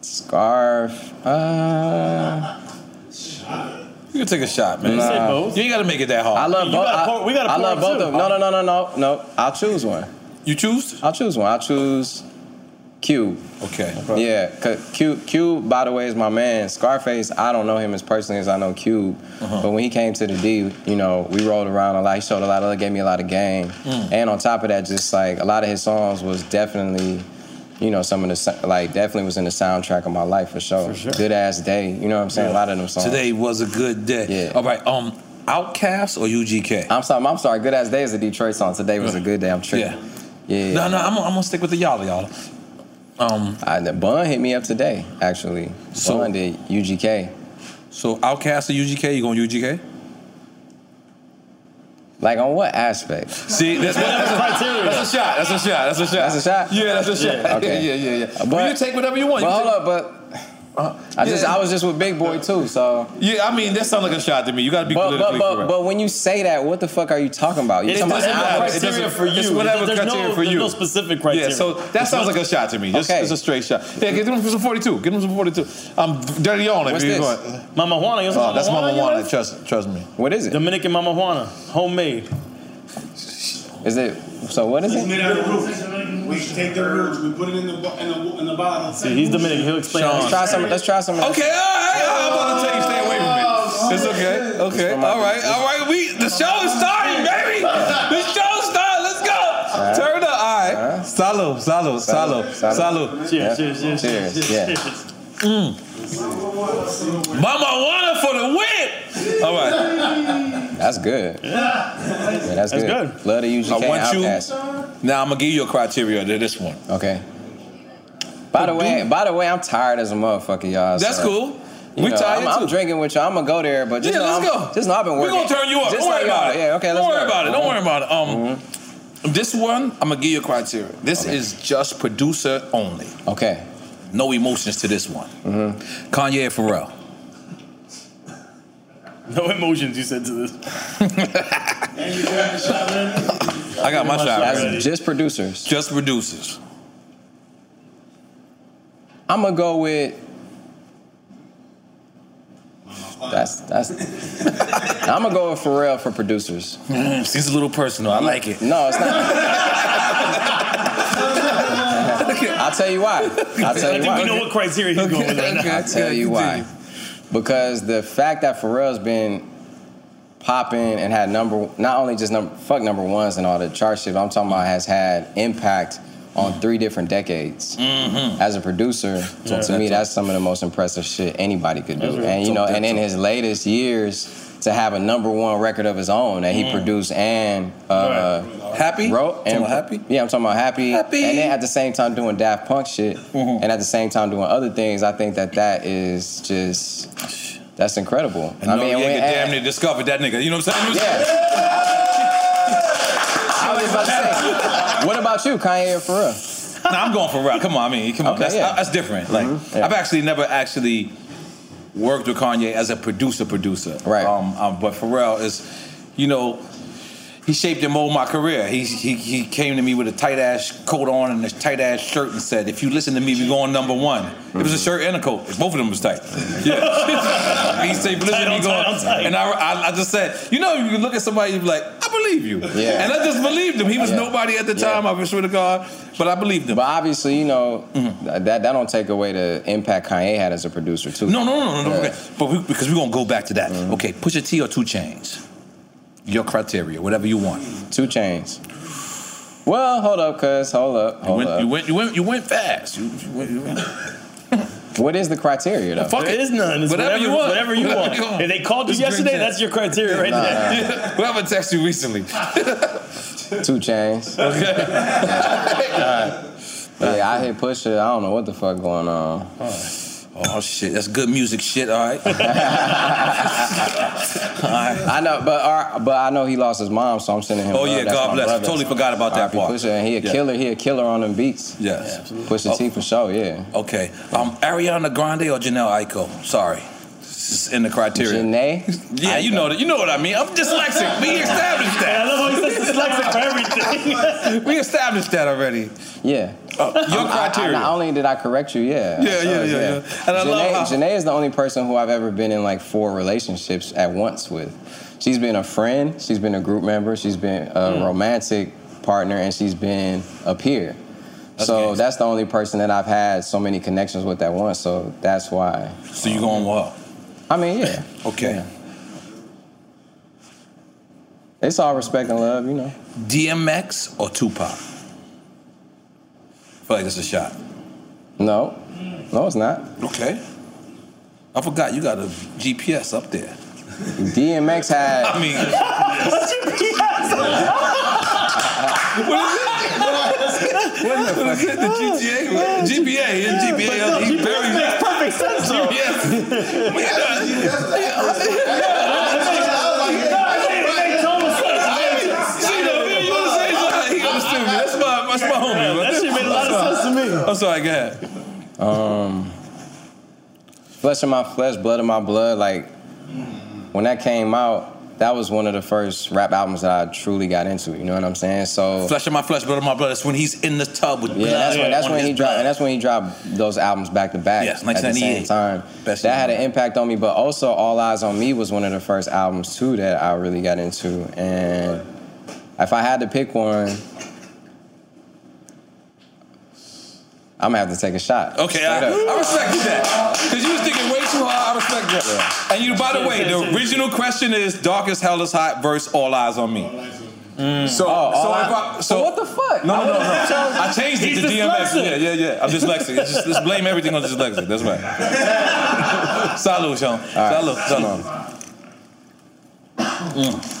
G: Scarf. Uh,
E: You can take a shot, man.
G: Nah. You said both?
E: You ain't got to make it that hard.
G: I love both. I, I love both of them. No, no, no, no, no, no. I'll choose one.
E: You choose?
G: I'll choose one. I'll choose Cube.
E: Okay.
G: Yeah, 'cause Cube, Cube, by the way, is my man. Scarface, I don't know him as personally as I know Cube.
E: Uh-huh.
G: But when he came to the D, you know, we rolled around a lot. He showed a lot of love, gave me a lot of game.
N: Mm.
E: Hmm.
G: And on top of that, just like a lot of his songs was definitely, you know, some of the, sou- like, definitely was in the soundtrack of my life for sure.
E: For sure.
G: Good Ass Day, you know what I'm saying? A lot of them songs.
E: Today was a good day. All right, um, Outcast or UGK?
G: I'm sorry, I'm sorry. Good Ass Day is a Detroit song. Today was a good day. I'm tripping.
E: Yeah.
G: Yeah.
E: No, no, I'm, I'm gonna stick with the y'all, y'all. Um,
G: I, Bun hit me up today, actually.
E: So-
G: Bun did UGK.
E: So Outcast or UGK? You going UGK?
G: Like on what aspect?
E: See, that's whatever the criteria. That's a shot. That's a shot. That's a shot.
G: That's a shot.
E: Yeah, that's a shot. Yeah,
G: Okay.
E: yeah, yeah, yeah.
G: But,
E: Well, you take whatever you want.
G: But
E: You
G: hold
E: take- Uh,
G: up, but I just
E: Yeah.
G: I was just with Big Boy too, so.
E: Yeah, I mean that sounds like a shot to me. You got to be
G: But, but,
E: politically
G: but,
E: correct.
G: but when you say that, what the fuck are you talking about? You
E: It
G: talking
E: doesn't
G: about
E: matter. It doesn't- It's whatever criteria for you. Yeah, so that sounds like a shot to me. Just,
G: Okay.
E: It's a straight shot. Yeah, give him some 42. Give him some 42. I'm dirty on it.
F: What's
E: if
F: this?
E: you want.
F: Mama Juana. You want some
E: Oh, that's
F: Mama
E: Mama
F: Juana in your
E: Juana.
F: life?
E: Trust, trust me.
G: What is it?
F: Dominican Mama Juana, homemade.
G: Is it? So what is
M: Made out of roots. We take the roots, we put it in the bo- in the, in the bottle.
F: See, he's Dominican. He'll explain.
G: Let's try some. Let's try some. Okay,
E: I'm about to tell you, stay away from me. It's okay. Okay. All right. All right. We the show is starting, baby. The show starting. Let's go. Turn up. All right. Salud. Salud. Salud. Salud.
F: Cheers, cheers, cheers, Cheers, cheers, yeah. cheers.
E: Mm. Mama wanna for the win. All right.
G: That's good. Yeah, that's, good. Love the UGK
E: I want you.
G: Outcast.
E: Now I'm gonna give you a criteria to this one.
G: Okay. By the way, by the way, I'm tired as a motherfucker, y'all.
E: That's
G: so,
E: cool.
G: you
E: We
G: know,
E: tired
G: I'm, I'm
E: too.
G: drinking with y'all. I'm gonna go there, but just
E: yeah,
G: know
E: let's
G: I'm-
E: go.
G: Just know I've been working.
E: We're gonna turn you up.
G: Just
E: Don't worry
G: like y'all.
E: about it.
G: Yeah, okay.
E: Don't
G: let's
E: worry
G: go. Uh-huh.
E: about it. Don't worry about it. Um, this one I'm gonna give you a criteria. This is just producer only.
G: Okay.
E: No emotions to this one. Kanye and Pharrell.
F: No emotions, you said to this.
E: I got my shot.
G: That's
E: ready.
G: just producers.
E: Just producers.
G: I'm gonna go with. That's that's. I'm gonna go with Pharrell for producers.
E: Mm, she's a little personal. I like it.
G: No, it's not. I'll tell you why. I'll tell
F: I
G: you
F: think
G: why.
F: we know what criteria he's going with right now.
G: I'll tell you why. Because the fact that Pharrell's been popping and had number not only just number fuck number ones and all the chart shit, but I'm talking about has had impact on three different decades as a producer. So
N: Yeah.
G: to me, that's some of the most impressive shit anybody could do.
N: That's real.
G: And you know,
N: That's
G: and in
N: real.
G: his latest years. To have a number one record of his own that he
N: Mm.
G: produced and uh,
E: happy
G: wrote and happy yeah I'm talking about happy
N: Happy.
G: and then at the same time doing Daft Punk shit and at the same time doing other things, I think that that is just that's incredible.
E: I, mean,
G: when-
E: damn near discovered that nigga. You know what I'm saying?
G: I was about to say, what about you, Kanye or Pharrell?
E: nah, I'm going for rap. Come on, I mean, come on.
G: Okay,
E: that's, uh,
G: yeah. Mm-hmm.
E: that's different. Like, I've actually never actually worked with Kanye as a producer, producer. Right. Um, um, but Pharrell is, you know, he shaped and molded my career. He, he he came to me with a tight ass coat on and a tight ass shirt and said, "If you listen to me, we're going number one." It was a
G: Mm-hmm.
E: shirt and a coat. Both of them was tight. Yeah. he said, "If you "Listen to me, going." And I, I I just said, you know, you look at somebody, you be like, "I believe you,"
G: Yeah.
E: and I just believed him. He was
G: Yeah.
E: nobody at the time. I swear to God, but I believed him. Mm-hmm.
G: But obviously, you know, that that don't take away the impact Kanye had as a producer too.
E: No, no, no, no, no. Okay.
G: Uh,
E: But we, because we're gonna go back to that.
G: Mm-hmm.
E: Okay, push a T or two chains. Your criteria, whatever you want.
G: Two chains. Well, hold up, cuz hold up,
E: You
G: hold
E: went,
G: up.
E: you went, you went, you went fast. You, you went, you went.
G: what is the criteria though?
E: Fuck
F: There is none. It's whatever, you want. Whatever you want. If they called you
E: Just drink
F: yesterday,
E: that.
F: that's your criteria right
G: Nah.
F: there.
E: Whoever texted you recently.
G: Two chains.
E: Okay.
G: Yeah, I hit Pusha. I don't know what the fuck going on.
E: Oh shit, that's good music shit. All right.
G: I know, but our, but I know he lost his mom, so I'm sending him.
E: Oh,
G: love.
E: yeah,
G: That's
E: God
G: my
E: bless.
G: brother.
E: Totally forgot about that
G: R.I.P.
E: part.
G: Pusha, and he a
E: Yeah. Oh.
G: killer. He a killer on them beats.
E: Yes.
G: Pusha T for sure. Yeah.
E: Okay. Um, Ariana Grande or Janelle Aiko? Sorry. It's in the criteria.
G: Janae?
E: Yeah, you know that. You know what I mean. I'm dyslexic. We established that.
F: I love how he says dyslexic for
E: everything. we established that already.
G: Yeah.
E: Oh, your
G: I- I-
E: criteria.
G: not only did I correct you, yeah.
E: Yeah, yeah, yeah, yeah. And I
G: Janae,
E: love how-
G: Janae is the only person who I've ever been in like four relationships at once with. She's been a friend, she's been a group member, she's been a
E: Mm.
G: romantic partner, and she's been a peer. so that's the only person that I've had so many connections with at once. So that's why.
E: So you going well?
G: I mean, yeah.
E: Okay.
G: It's all respect and love, you know.
E: DMX or Tupac? I feel like it's a shot.
G: No, no, it's not.
E: Okay. I forgot you got a GPS up there.
G: DMX had.
E: I mean, what is it? The GTA? man. GPA. His GPA.
F: But no,
E: he
F: GPS
E: very
F: makes perfect sense, though.
E: That's my, that's my homie.
F: That shit made a lot of sense to me.
E: I'm sorry, go ahead.
G: Um, flesh of my flesh, blood of my blood. Like when that came out, that was one of the first rap albums that I truly got into. You know what I'm saying? So
E: Flesh of my flesh, blood of my blood. That's when he's in the tub with
G: yeah,
E: blood.
G: that's when, that's
E: on
G: when
E: his
G: he dropped. And that's when he dropped those albums back to back
E: Yes,
G: at the same
E: 1998.
G: time. that had an impact on me. But also, All Eyes on Me was one of the first albums too that I really got into. And if I had to pick one, I'm gonna have to take a shot.
E: Okay, I,
G: Straight up.
E: I respect that. Because you was thinking way too hard. I respect that. And you, by the way, the original question is Dark as Hell is Hot verse All Eyes on Me.
G: Oh,
E: So, so, if I, so, what the fuck? No, no, no, no. I changed it to DMX. Yeah, yeah, yeah. I'm dyslexic. It's Just, just blame everything on dyslexic. That's right. Salud, Sean. Salud, salud. Mm.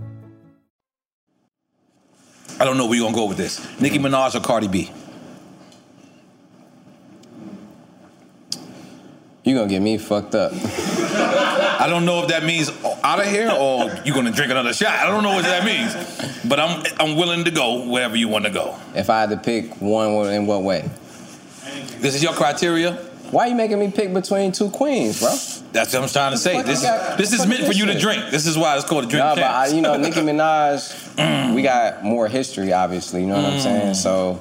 E: I don't know where you're gonna go with this. Nicki Minaj or Cardi B?
G: You gonna get me fucked up.
E: I don't know if that means out of here or you're gonna drink another shot. I don't know what that means, but I'm I'm willing to go wherever you want to go.
G: If I had to pick one, what- in what way?
E: This is your criteria.
G: Why are you making me pick between two queens, bro?
E: That's what I'm trying to say.
G: Fuck
E: This
G: you
E: is
G: got-
E: this is
G: fuck
E: meant for
G: this
E: you to
G: shit.
E: drink. This is why it's called a drink.
G: Nah, but I,
E: champs.
G: you know, Nicki Minaj, we got more history, obviously. You know what I'm
E: Mm.
G: saying? So,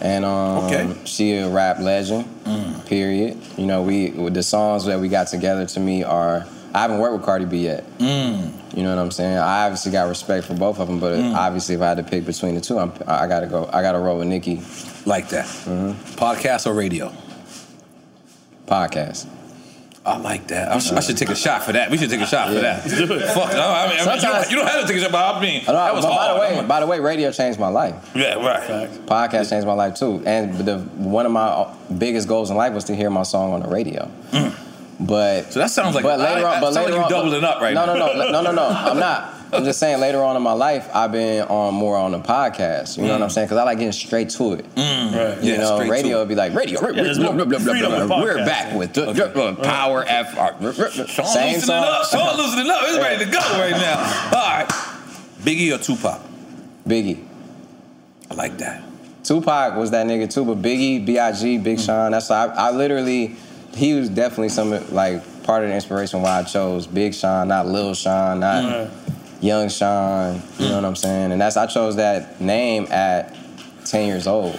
G: and um, she a rap legend.
E: Mm.
G: Period. You know, we the songs that we got together to me are. I haven't worked with Cardi B yet.
E: Mm.
G: You know what I'm saying? I obviously got respect for both of them, but obviously, if I had to pick between the two, I'm, I gotta go. I gotta roll with Nicki. Mm-hmm.
E: Like that. Podcast or radio?
G: Podcast.
E: I like that. I, sh- I should take a shot for that. We should take a shot for that.
G: Do it.
E: Fuck. No, I mean, I mean, you,
G: Sometimes-
E: don't, you don't have to take a shot, but I mean,
G: I know,
E: that was
G: Oh, but by
E: hard.
G: the way, by the way, radio changed my life.
E: yeah, right.
G: Podcast changed my life too, and the one of my uh, biggest goals in life was to hear my song on the radio. But
E: Mm. so that sounds like- I- that sounds like you doubling up right
G: no,
E: now.
G: No, no, no, no, no, I'm not. I'm just saying later on in my life, I've been on more on the podcast. You know what I'm saying? Because I like getting straight to it.
E: Mm.
G: You
E: Yeah,
G: know,
E: straight
G: radio
E: to
G: would be like radio.
E: Yeah, there's no
G: blah, blah, blah,
E: freedom
G: blah,
E: of
G: blah. We're
E: podcast.
G: back with the, the power FR.
E: Sean loosening up. Sean loosening up. He's ready to go right now. All right. Biggie or Tupac?
G: Biggie.
E: I like that.
G: Tupac was that nigga too, but Biggie, B.I.G.,
E: Mm-hmm.
G: Big Sean. That's I, I literally, he was definitely some like part of the inspiration why I chose Big Sean, not Lil Sean, not Young Sean.
E: Mm.
G: You know what I'm saying? And that's I chose that name at 10 years old.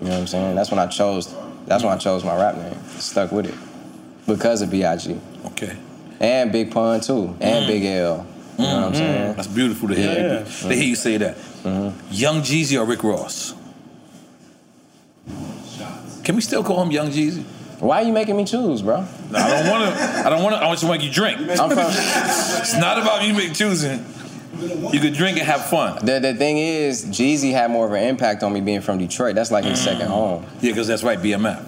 G: You know what I'm saying? That's when I chose. That's when I chose my rap name. Stuck with it because of B.I.G.
E: Okay.
G: And Big Pun too, and
E: Mm.
G: Big L. You know what I'm
E: Mm.
G: saying?
E: That's beautiful to hear.
G: Yeah. Uh-huh.
E: To hear you say that. Young Jeezy or Rick Ross? Can we still call him Young Jeezy?
G: Why are you making me choose, bro?
E: No, I don't want to. I don't want to. I want to make you drink.
G: I'm from-
E: it's not about you make choosing. You could drink and have fun.
G: The, the thing is, Jeezy had more of an impact on me being from Detroit. That's like his second
E: Mm.
G: home.
E: Yeah, because that's right, BMF.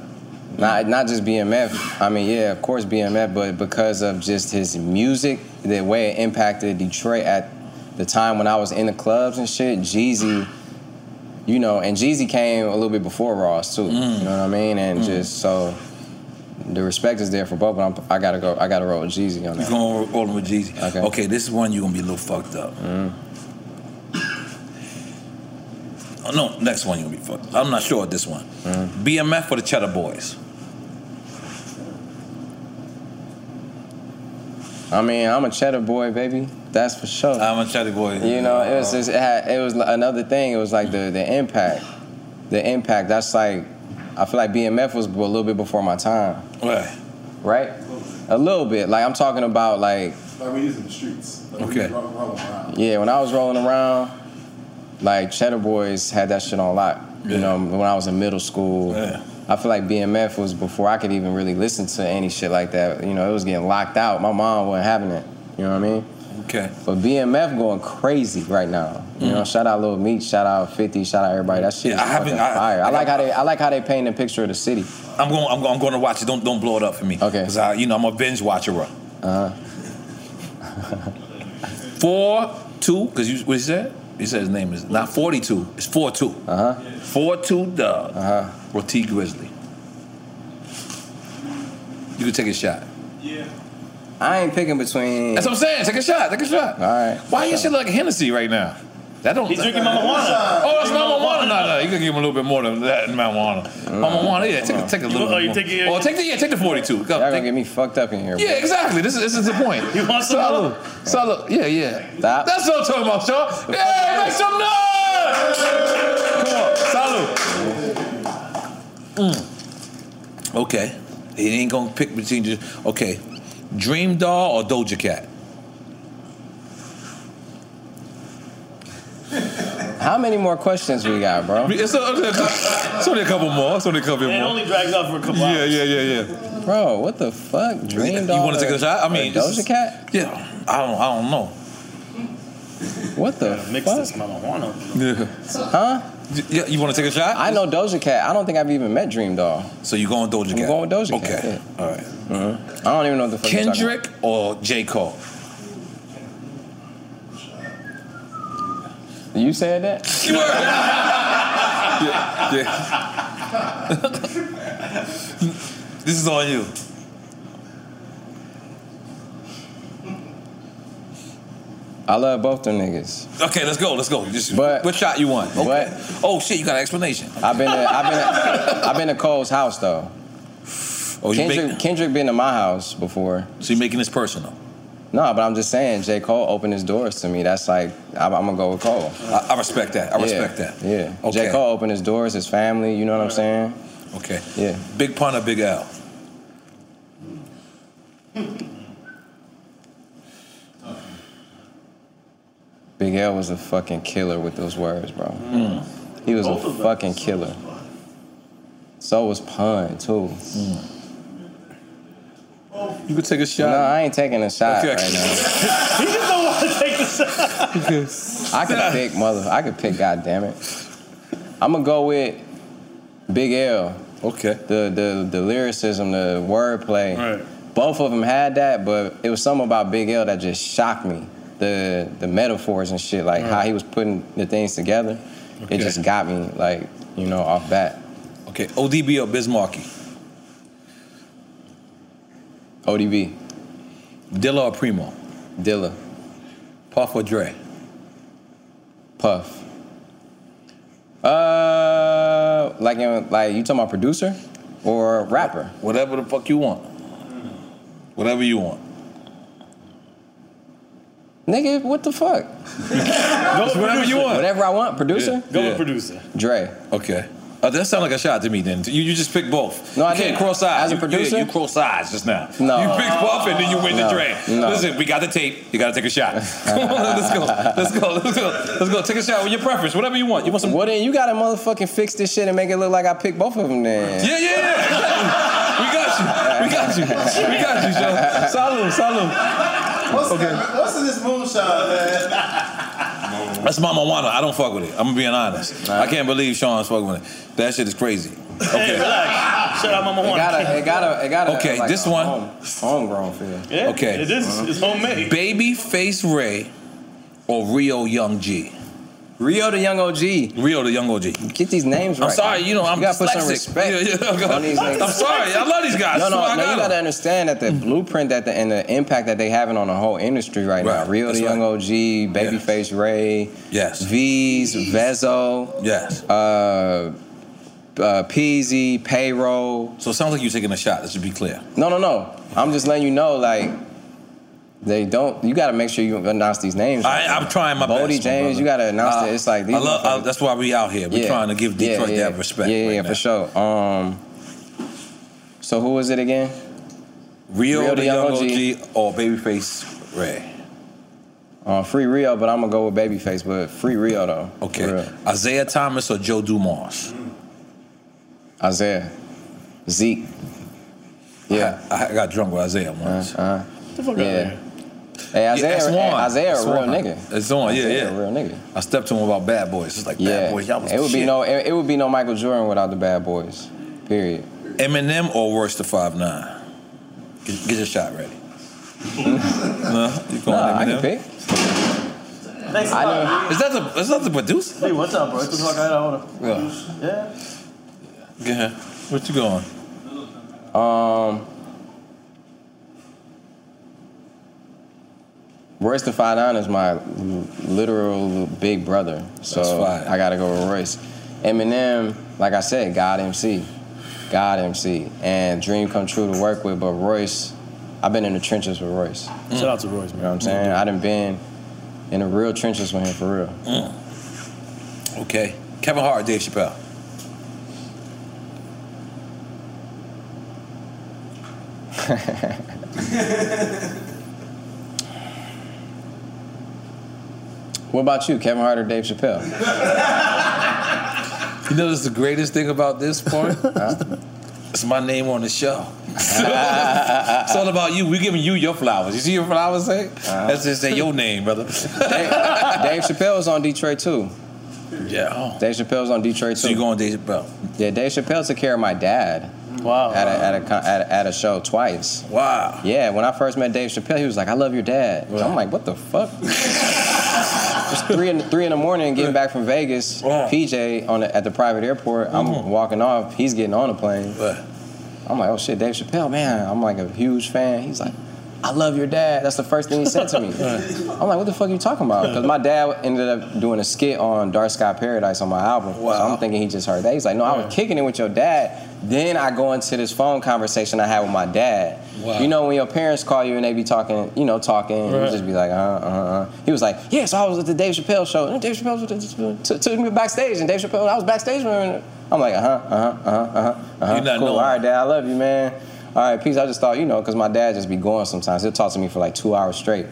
G: Not not just BMF. I mean, yeah, of course BMF, but because of just his music, the way it impacted Detroit at the time when I was in the clubs and shit, Jeezy, you know, and Jeezy came a little bit before Ross too.
E: Mm.
G: You know what I mean? And just so the respect is there for both, but I'm, I gotta go. I gotta roll with Jeezy on
E: You're
G: that.
E: going to roll with Jeezy. Okay. Okay, this is one you're going to be a little fucked up.
G: Mm.
E: Oh, no, next one you're going to be fucked I'm not sure of this one.
G: Mm-hmm.
E: BMF or the Cheddar Boys?
G: I mean, I'm a cheddar boy, baby. That's for sure.
E: I'm a cheddar boy.
G: You know, it was just, it, had, it was another thing. It was like the the impact, the impact. That's like, I feel like BMF was a little bit before my time,
E: Right.
G: right? A little bit. Like I'm talking about like
M: Like we using the streets. Like
G: Okay.
M: We roll, roll around.
G: yeah, when I was rolling around, like Cheddar Boys had that shit on lock. You know, when I was in middle school. I feel like BMF was before I could even really listen to any shit like that. You know, it was getting locked out. My mom wasn't having it. You know what I mean?
E: Okay. Mm.
G: But BMF going crazy right now. You know, shout out Lil Meat, shout out 50, shout out everybody. That shit
E: Yeah, I
G: is
E: haven't-
G: fucking
E: I-
G: fire. I,
E: I
G: like
E: got-
G: how they I like how they paint the picture of the city.
E: I'm going, I'm going, I'm going to watch it. Don't, don't blow it up for me. Okay. Because, I, you know, I'm a binge watcher. bro.
G: Uh-huh.
E: Four, two, because you, what he said? He said his name is not 42, it's 4 2. Uh
G: Uh-huh.
E: huh. 4 2 Doug. Uh huh. Roti Grizzly. You can take a shot.
M: Yeah.
G: I ain't picking between.
E: That's what I'm saying. Take a shot. Take a shot. All
G: right.
E: Why you shit like Hennessy right now? That don't.
F: He's drinking Mama Juana.
E: Oh, that's
F: Drinking
E: Mama
F: Mama
E: Juana.
F: Juana.
E: No, no, you can give him a little bit more than that. Mama Juana. Mama Juana. Yeah, take, take a little.
F: Oh,
E: bit
F: you
E: more.
F: take it-
E: Oh, take the yeah, take the 42. Go.
G: Y'all gonna get me fucked up in here.
E: Yeah,
G: bro.
E: exactly. This is this is the point. You want some? Salud. Salud. Yeah, yeah.
G: Stop.
E: That's what I'm talking about, y'all. Yeah, make some noise. Come on, salud. Okay, he ain't gonna pick between. the- Okay, Dream Doll or Doja Cat.
G: How many more questions we got, bro?
E: It's, only a couple, it's only a couple more. It's only a couple
F: It
E: more.
F: only drags out for a couple
E: yeah,
F: hours.
E: yeah, yeah, yeah.
G: Bro, what the fuck? Dream
E: You want to take a shot? I mean, this is-
G: Doja Cat?
E: Yeah, I don't, I don't know.
G: What the
F: Mix
G: fuck?
F: this Mama Juana.
G: Huh?
E: Yeah, you want to take a shot?
G: I know Doja Cat. I don't think I've even met Dream Doll.
E: So you going Doja Cat?
G: I'm going with Doja
E: okay.
G: Cat. yeah. Uh-huh.
E: all right.
G: I don't even know what the fuck you're talking
E: Kendrick or J Cole?
G: about. You said that?
E: yeah, yeah. this is on you.
G: I love both them niggas.
E: Okay, let's go. Let's go. Just,
G: But-
E: what shot you want? Okay.
G: But
E: Oh shit, you got an explanation.
G: I've been to, I've been to, I've been to Cole's house though.
E: Oh, you
G: Kendrick,
E: make-
G: Kendrick been to my house before.
E: So you're making this personal.
G: No, but I'm just saying, J. Cole opened his doors to me. That's like, I'm, I'm gonna go with Cole.
E: I, I respect that. I respect
G: yeah.
E: that.
G: Yeah.
E: Okay.
G: J. Cole opened his doors, his family, you know what I'm saying?
E: Okay.
G: Yeah.
E: Big pun or Big L?
G: Big L was a fucking killer with those words, bro. He was
F: Both of
G: a
F: them.
G: fucking killer. So was Pun, too.
E: You could take a
G: No,
E: shot.
G: I ain't taking a shot
E: Okay.
G: right now.
F: He just don't want to take this.
G: I could pick mother. I could pick. God damn it. I'm gonna go with Big L.
E: Okay.
G: The the the lyricism, the wordplay.
F: Right.
G: Both of them had that, but it was something about Big L that just shocked me. The the metaphors and shit, like how he was putting the things together. It
E: Okay.
G: just got me, like you know, off bat.
E: Okay. ODB or Bismarcky?
G: ODB,
E: Dilla or Primo?
G: Dilla,
E: Puff or Dre?
G: Puff. Uh, like in, like you talking about producer or rapper?
E: Whatever the fuck you want. Whatever you want.
G: Nigga, what the fuck?
F: Go with
E: It's whatever you
F: producer.
E: want.
G: Whatever I want, producer?
F: Go
E: Yeah.
F: with producer.
G: Dre.
E: Okay. Uh, that sound like a shot to me. Then you, you just pick both.
G: No,
E: you
G: I
E: can't
G: didn't.
E: cross sides.
G: As a
E: You-
G: producer?
E: you, you cross sides just now.
G: No.
E: you pick both and then you win the
G: No.
E: Dre.
G: No.
E: Listen, we got the tape. You got to take a shot. Come on, let's go. Let's go. Let's go. Let's go. Take a shot with your preference. Whatever you want. You want some?
G: Well then you gotta motherfucking fix this shit and make it look like I picked both of them then.
E: Yeah, yeah, yeah. Exactly. We got you. We got you. We got you, Joe. Salud, salud.
M: What's, what's in this moonshine, man?
E: That's Mama Juana. I don't fuck with it. I'm being honest. I can't believe Sean's fucking with it. That shit is crazy.
F: Hey, relax. Shut up, Mama
G: It
F: Juana.
G: gotta it gotta it gotta
E: Okay,
G: like
E: this
G: a
E: one.
G: home, homegrown feel.
F: yeah,
E: okay. Uh-huh.
F: It is. It's homemade.
E: Babyface Ray or Rio Young G?
G: Rio the young OG.
E: Rio the Young OG.
G: Get these names right.
E: I'm sorry, you know, I'm
G: you gotta put
E: dyslexic.
G: some respect
E: Yeah, yeah, I got-
G: on these niggas.
E: I'm sorry, I love these guys.
G: No,
E: so
G: no,
E: I
G: no. You
E: got
G: gotta
E: them.
G: understand that the blueprint that the, and the impact that they having on the whole industry right,
E: Right,
G: now. Real
E: that's
G: the Young
E: right.
G: OG, Babyface Ray,
E: Yes.
G: V's, Vezo,
E: Yes.
G: uh, uh, Peasy, Payroll.
E: So it sounds like you're taking a shot. Let's just be clear.
G: No, no, no. I'm just letting you know, like, they don't. You got to make sure you announce these names.
E: I, I'm trying my
G: Bodie
E: best. my
G: James,
E: brother. Uh,
G: you gotta announce that. It's like these
E: I love, I,
G: motherfuckers-
E: that's why we out here. We're
G: Yeah.
E: trying to give
G: Yeah,
E: Detroit
G: yeah.
E: that respect.
G: Yeah,
E: right
G: yeah,
E: now.
G: for sure. Um, so who was it again?
E: Rio,
G: Rio
E: the
G: the Young
E: Young OG or Babyface Ray.
G: Uh, free Rio, but I'm gonna go with Babyface. But free Rio though.
E: Okay.
G: For real.
E: Isaiah Thomas or Joe Dumas?
G: Isaiah, Zeke. Yeah.
E: I, I got drunk with Isaiah once.
G: Uh,
F: the fuck out
G: yeah.
F: here.
G: Hey, Isaiah, eh,
E: it's on.
G: Isaiah,
E: It's
G: a real
E: on.
G: nigga.
E: It's on, yeah,
G: Isaiah
E: yeah.
G: a real nigga.
E: I stepped to him about Bad Boys. It's like
G: Yeah.
E: Bad Boys. Y'all was
G: it would be
E: shit.
G: no, it, it would be no Michael Jordan without the Bad Boys. Period.
E: Eminem or worse to five nine. Get, get your shot ready. no, you going
G: Nah, I
E: Eminem?
G: can pick.
F: Thanks a
G: I
F: lot.
G: know.
E: Is that the is that the producer?
F: Hey, what's up, bro? It's all right. I wanna-
E: Yeah.
F: Yeah.
E: Yeah. What you going?
G: Um, Royce the Five Nine is my l- literal big brother. So
I: That's fire.
G: I gotta go with Royce. Eminem, like I said, God MC. God MC. And Dream Come True to work with, but Royce, I've been in the trenches with Royce.
F: Shout out to Royce, man.
G: You know what I'm saying?
E: Mm-hmm.
G: I done been in the real trenches with him for real.
F: Mm.
E: Okay. Kevin Hart, Dave Chappelle.
G: What about you, Kevin Hart or Dave Chappelle?
E: You know, that's the greatest thing about this part. it's my name on the show. it's all about you. We're giving you your flowers. You see your flowers, say?
G: Uh-huh.
E: That's just say your name, brother.
G: Dave Chappelle was on Detroit too.
E: Yeah.
G: Dave Chappelle's on Detroit too. So you
E: going Dave Chappelle?
G: Yeah, Dave Chappelle took care of my dad.
F: Wow.
G: At a, at a, con- at a, at a show twice.
E: oh, Wow.
G: Yeah, when I first met Dave Chappelle, he was like, I love your dad. I'm like, what the fuck? It's three in, three in the morning, getting back from Vegas. PJ on the, at the private airport. I'm walking off. He's getting on the plane. I'm like, oh shit, Dave Chappelle, man. I'm like a huge fan. He's like, I love your dad. That's the first thing he said to me. I'm like, what the fuck are you talking about? Because my dad ended up doing a skit on Dark Sky Paradise on my album. So I'm thinking he just heard that. He's like, no, I was kicking it with your dad. Then I go into this phone conversation I had with my dad.
E: Wow.
G: You know, when your parents call you and they be talking, you know, talking,
E: Right.
G: you just be like, uh, uh, uh. He was like, yeah, so I was at the Dave Chappelle show. And Dave Chappelle took- took me backstage, and Dave Chappelle, I was backstage with him. I'm like, uh huh, uh huh, uh huh, uh huh.
E: You not
G: cool.
E: knowing.
G: All right, Dad, I love you, man. All right, peace. I just thought, you know, because my dad just be going sometimes. He'll talk to me for like two hours straight.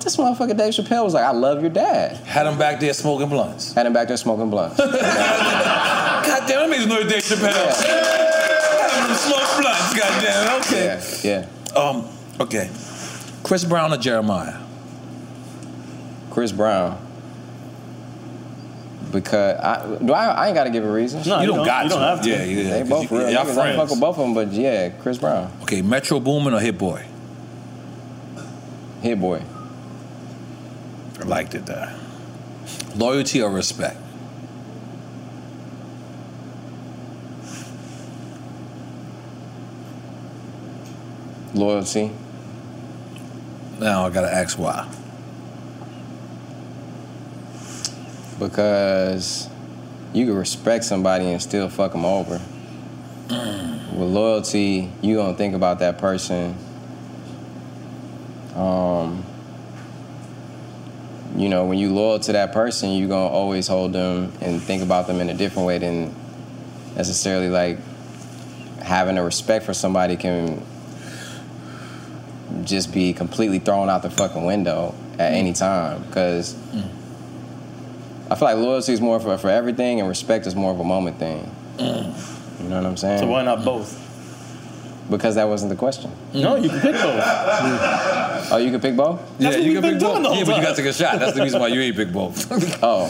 G: This motherfucker Dave Chappelle was like, I love your dad.
E: Had him back there smoking blunts.
G: Had him back there smoking blunts.
E: God damn, that makes no Dave Chappelle. Having them smoke blunts, God damn. Okay.
G: yeah.
E: Um, okay. Chris Brown or Jeremiah?
G: Chris Brown. Because I do I, I ain't gotta give a reason.
E: No, You you don't don't- got you don't to. have to. Yeah, yeah,
G: They
E: 'cause
G: both
E: you-
G: real.
E: y'all
G: niggas. I fuck
E: friends.
G: with both of them, but yeah, Chris Brown,
E: Okay, Metro Boomin or Hit Boy?
G: Hit Boy.
E: I liked it there. Loyalty or respect?
G: loyalty.
E: Now I gotta ask why.
G: Because you can respect somebody and still fuck them over.
E: Mm.
G: With loyalty, you gonna think about that person. Um, you know, when you loyal to that person, you gonna always hold them and think about them in a different way than necessarily like having a respect for somebody can just be completely thrown out the fucking window at any time. Because I feel like loyalty is more for, for everything, and respect is more of a moment thing. You know what I'm saying?
F: Mm. So why not both?
G: Because that wasn't the question.
F: No, you can pick both.
G: Oh, you can pick both.
E: Yeah, you
F: we've
E: can pick
F: been doing
E: both.
F: the whole
E: Yeah, but you
F: time.
E: got to take a shot. That's the reason why you ain't pick both.
G: Oh.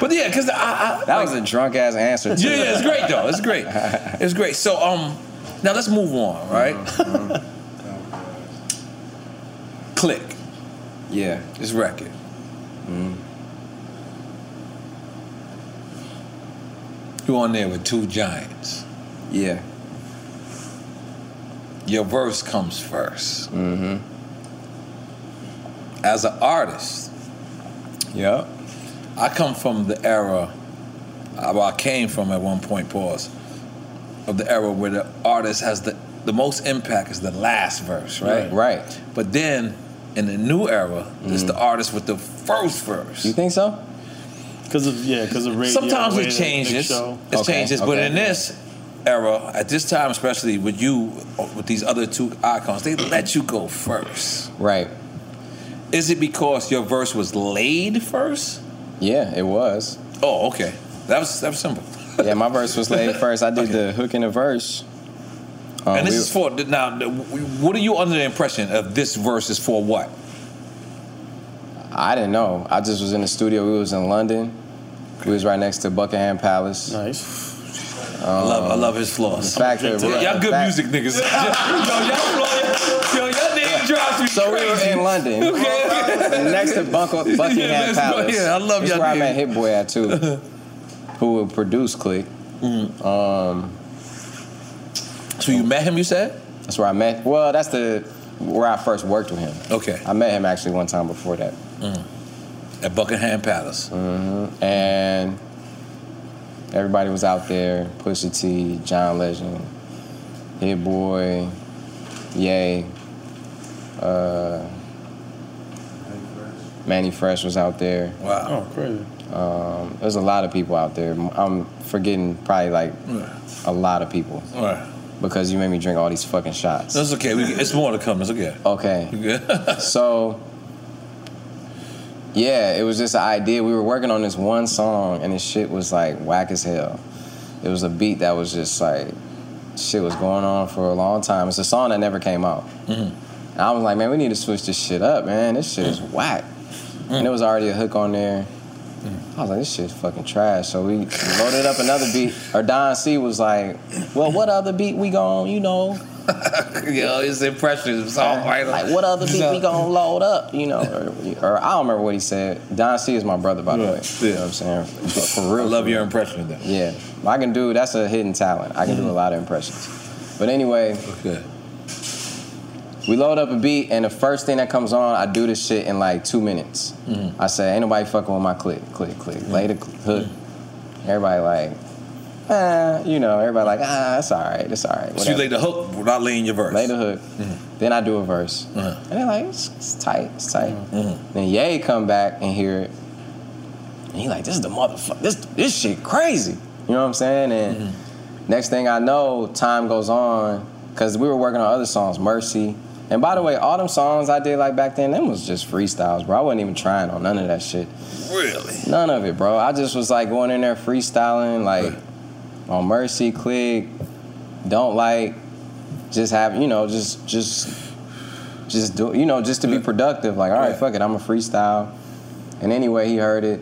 E: but yeah, because I, I
G: that was a drunk ass answer. Too.
E: Yeah, yeah, it's great though. It's great. It's great. So um, now let's move on, right? Click.
G: Yeah. Mm-hmm.
E: This record. You on there with two giants.
G: Yeah.
E: Your verse comes 1st Mm-hmm. As an artist, yeah, I come from the era. Well, I came from at one point. Pause. Of the era where the artist has the the most impact is the last verse, right?
G: Right. Mm-hmm.
E: But then in the new era, it's the artist with the first verse. You
G: think so?
F: Because of yeah, because of radio.
E: Sometimes
F: way
E: it
F: the big
E: changes.
F: show.
E: It changes, but in this era, at this time especially, with you, uh, with these other two icons, they let you go first.
G: Right.
E: Is it because your verse was laid first?
G: Yeah, it was.
E: Oh, okay. That was that was simple.
G: yeah, my verse was laid first. I did the hook and the verse. Um,
E: and this
G: we-
E: is for now. What are you under the impression of? This verse is for what?
G: I didn't know. I just was in the studio. We was in London. We was right next to Buckingham Palace. Um,
F: Nice.
E: I love I love his flaws.
G: Uh, The fact that we're-
E: y'all
G: the
E: good
G: fact-
E: music niggas. yo, y'all, yo, y'all name drops me
G: So we
E: crazy.
G: were in London.
E: Okay.
G: Next to Bunk- Buckingham
E: Yeah, that's-
G: Palace.
E: yeah, I love
G: That's
E: y'all
G: where I met
E: niggas.
G: Hit Boy at too, who would produce Click. Um,
E: Mm. so you met him, you said?
G: That's where I met. Well, that's the where I first worked with him.
E: Okay.
G: I met him actually one time before that.
E: At Buckingham Mm. Palace.
G: hmm And everybody was out there. Pusha T, John Legend, Hit Boy, Yay. Uh, Manny Fresh was out there.
E: Wow. Oh, crazy.
G: Um, there's a lot of people out there. I'm forgetting probably like a lot of people.
E: All right.
G: Because you made me drink all these fucking shots.
E: That's okay. We, it's more to come. It's okay.
G: Okay. so, yeah, it was just an idea. We were working on this one song, and this shit was like whack as hell. It was a beat that was just like shit was going on for a long time. It's a song that never came out.
E: Mm-hmm.
G: And I was like, man, we need to switch this shit up, man. This shit is whack. And there was already a hook on there. I was like, this shit's fucking trash. So we loaded up another beat. Or Don C was like, well, what other beat we gon', you know,
E: Yo, it's impressions. It's all right.
G: like what other beat we gonna load up, you know? Or, or I don't remember what he said. Don C is my brother, by the way. You know what I'm saying? For, for real. I
E: love your impression of that.
G: Yeah. I can do that's a hidden talent. I can do a lot of impressions. But anyway.
E: Okay.
G: We load up a beat and the first thing that comes on, I do this shit in like two minutes.
E: Mhm.
G: I say, ain't nobody fucking with my click, click, click. Lay the cl- hook. Everybody like, ah, you know, everybody like, ah, it's all right, it's all right.
E: So you
G: whatever."
E: lay the hook without laying your verse. Mm-hmm.
G: Lay the hook. Then I do a verse. And they're like, it's, it's tight, it's tight. Then Ye come back and hear it. And he like, this is the motherfucker, this, this shit crazy. You know what I'm saying? And next thing I know, time goes on, because we were working on other songs, Mercy. And by the way, all them songs I did like back then, them was just freestyles, bro. I wasn't even trying on none of that shit.
E: Really?
G: None of it, bro. I just was like going in there freestyling, like on Mercy, Click, Don't Like, just have you know, just just just do you know, just to be productive. Like, all right, fuck it, I'm a freestyle. And anyway, he heard it,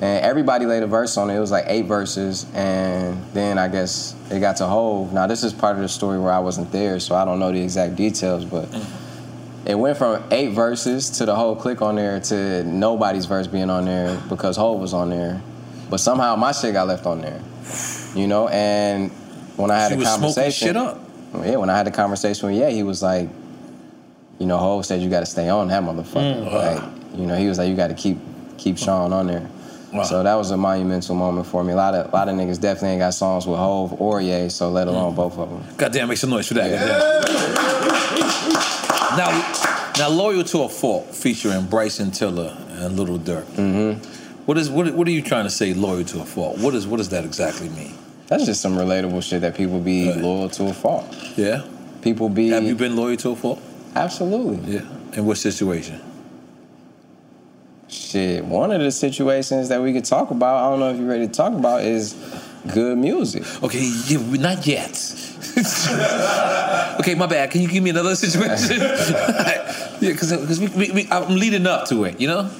G: and everybody laid a verse on it. It was like eight verses, and then I guess it got to Hove. Now this is part of the story where I wasn't there, so I don't know the exact details, but
E: Mm-hmm.
G: it went from eight verses to the whole click on there to nobody's verse being on there because Hove was on there, but somehow my shit got left on there, you know. And when I had
E: She
G: a
E: was smoking
G: conversation,
E: shit up.
G: yeah, when I had the conversation with yeah, he was like, you know, Hov said you got to stay on that motherfucker.
E: Mm.
G: Like, you know, he was like, you got to keep keep Sean on there.
E: Wow.
G: So that was a monumental moment for me. A lot of a lot of niggas definitely ain't got songs with Hove or Ye, so
E: Mm.
G: let alone both of them.
E: Goddamn, make some noise for that. goddamn. Now, now, loyal to a fault, featuring Bryson Tiller and Little Dirk.
G: Mm-hmm.
E: What is what? What are you trying to say? Loyal to a fault. What is what does that exactly mean?
G: That's just some relatable shit that people be loyal to a fault.
E: Yeah.
G: People be.
E: Have you been loyal to a fault?
G: Absolutely.
E: Yeah. In what situation?
G: Shit, one of the situations that we could talk about, I don't know if you're ready to talk about, is good music.
E: Okay, yeah, but not yet. okay, my bad. Can you give me another situation? yeah, because we, we, we, I'm leading up to it, you know?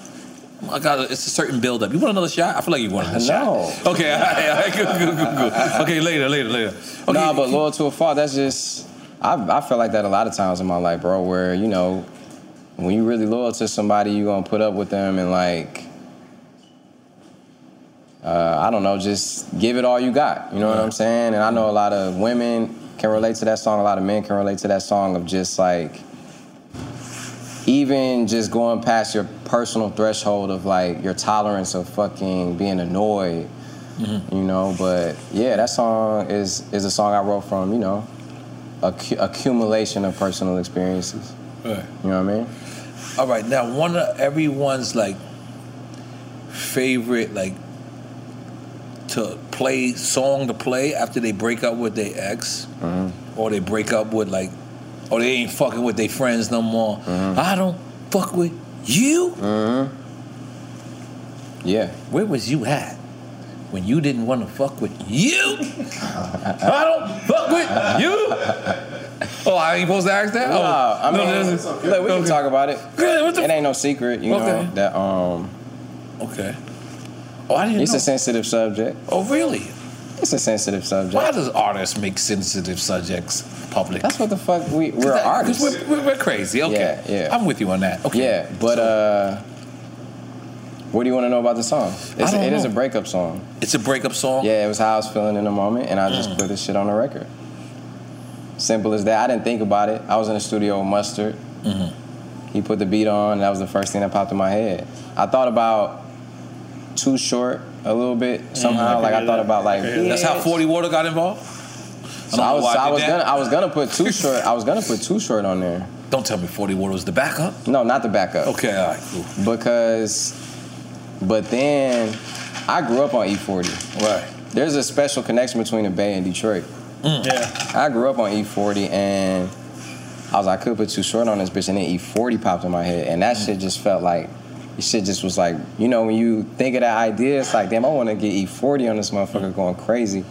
E: I got it's a certain build up. You want another shot? I feel like you want another
G: No.
E: shot. Okay, all right, all right, good, good, good, good. Okay, later, later, later. Okay,
G: nah, but loyal to a fault, that's just, I, I feel like that a lot of times in my life, bro, where, you know, when you really loyal to somebody, you gonna put up with them and like, uh, I don't know, just give it all you got. You know what I'm saying? And I know a lot of women can relate to that song, a lot of men can relate to that song of just like, even just going past your personal threshold of like your tolerance of fucking being annoyed Mm-hmm. you know. But yeah, that song is is a song I wrote from you know, accu- accumulation of personal experiences.
E: All right.
G: You know what I mean?
E: All right, now one of everyone's like favorite like to play song to play after they break up with their ex, or they break up with like, or they ain't fucking with their friends no more. I don't fuck with you.
G: Yeah.
E: Where was you at when you didn't want to fuck with you? I don't fuck with you. Oh, I ain't supposed to ask that.
G: No,
E: oh,
G: I mean,
E: no,
G: look, we can talk about it. it ain't no secret, you
E: Okay.
G: know that. Um,
E: okay. Oh, I didn't
G: It's
E: know.
G: a sensitive subject.
E: Oh, really?
G: It's a sensitive subject.
E: Why does artists make sensitive subjects public?
G: That's what the fuck we we're
E: that- 'cause
G: artists.
E: we're- we're, we're crazy. Okay,
G: Yeah, yeah.
E: I'm with you on that. Okay.
G: Yeah, but uh, what do you want to know about the song? It's,
E: don't
G: it is
E: know.
G: a breakup song.
E: It's a breakup song. Mm.
G: Yeah, it was how I was feeling in the moment, and I just put this shit on the record. Simple as that. I didn't think about it. I was in the studio with Mustard.
E: Mm-hmm.
G: He put the beat on, and that was the first thing that popped in my head. I thought about Too Short a little
E: Mm,
G: bit somehow. Uh-huh, like, I thought about, like,
E: That's how Forty Water got involved.
G: So I,
E: know
G: was,
E: why I
G: so I
E: did
G: was
E: that.
G: gonna, I was gonna put two short. I was gonna put two short on there.
E: Don't tell me Forty Water was the backup.
G: No, not the backup.
E: Okay, all right, cool.
G: Because, but then, I grew up on E40.
E: Right.
G: There's a special connection between the Bay and Detroit.
F: Yeah.
G: I grew up on E40 and I was like, I could put too short on this bitch, and then E40 popped in my head, and that shit just felt like. this Shit just was like, you know, when you think of that idea, it's like, damn, I want to get E40 on this motherfucker going crazy.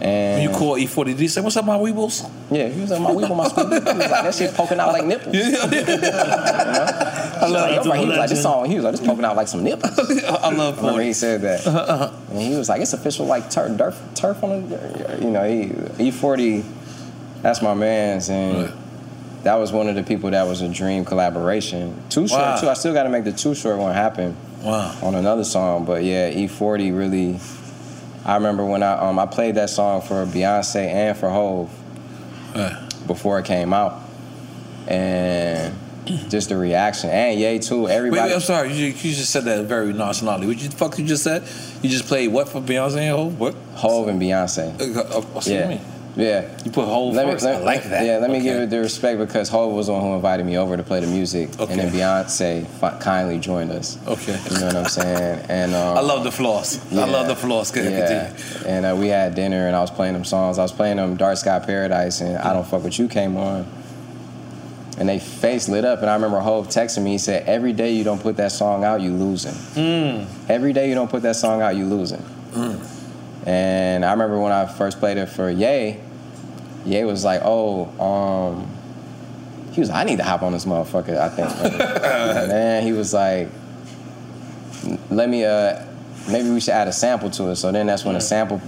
G: And
E: When you call E40, did he say, "What's up, my weebles?"
G: Yeah, he was like, my weeble, my squeeze. He was like, that shit poking out like nipples. you know? I
E: love
G: like, yo, bro, he was like,
E: that.
G: this song, he was like, this poking out like some nipples.
E: I love Uh-huh,
G: Remember he said that. And he was like, it's official, like turf, turf, turf on the, you know, he, E40, that's my man's. And that was one of the people that was a dream collaboration. Too short,
E: Wow.
G: too. I still got to make the too short one happen
E: Wow.
G: on another song. But yeah, E40 really. I remember when I um I played that song for Beyonce and for Hove before it came out, and just the reaction and yay too.
E: Wait,
G: Everybody.
E: wait, I'm sorry. You, you just said that very nonchalantly. What you the fuck you just said? You just played what for Beyonce and Hove? What? Uh,
G: Hove and Beyonce.
E: yeah.
G: Yeah. Yeah.
E: You put Hove
G: Let me-
E: first.
G: let-
E: I like that.
G: Yeah, let me
E: Okay.
G: give it the respect because Hove was the one who invited me over to play the music, and then Beyonce fi- kindly joined us.
E: Okay.
G: You know what I'm saying? And um,
E: I love the flaws. I love the flaws. Good.
G: Yeah. And uh, we had dinner, and I was playing them songs. I was playing them Dark Sky Paradise, and I Don't Fuck With You came on. And they face lit up, and I remember Hove texting me. He said, "Every day you don't put that song out, you losing. Every day you don't put that song out, you losing."
E: Mm.
G: And I remember when I first played it for Ye, Ye was like, "Oh, um," he was. I need to hop on this motherfucker. I think. and then he was like, "Let me uh, maybe we should add a sample to it." So then that's when a sample,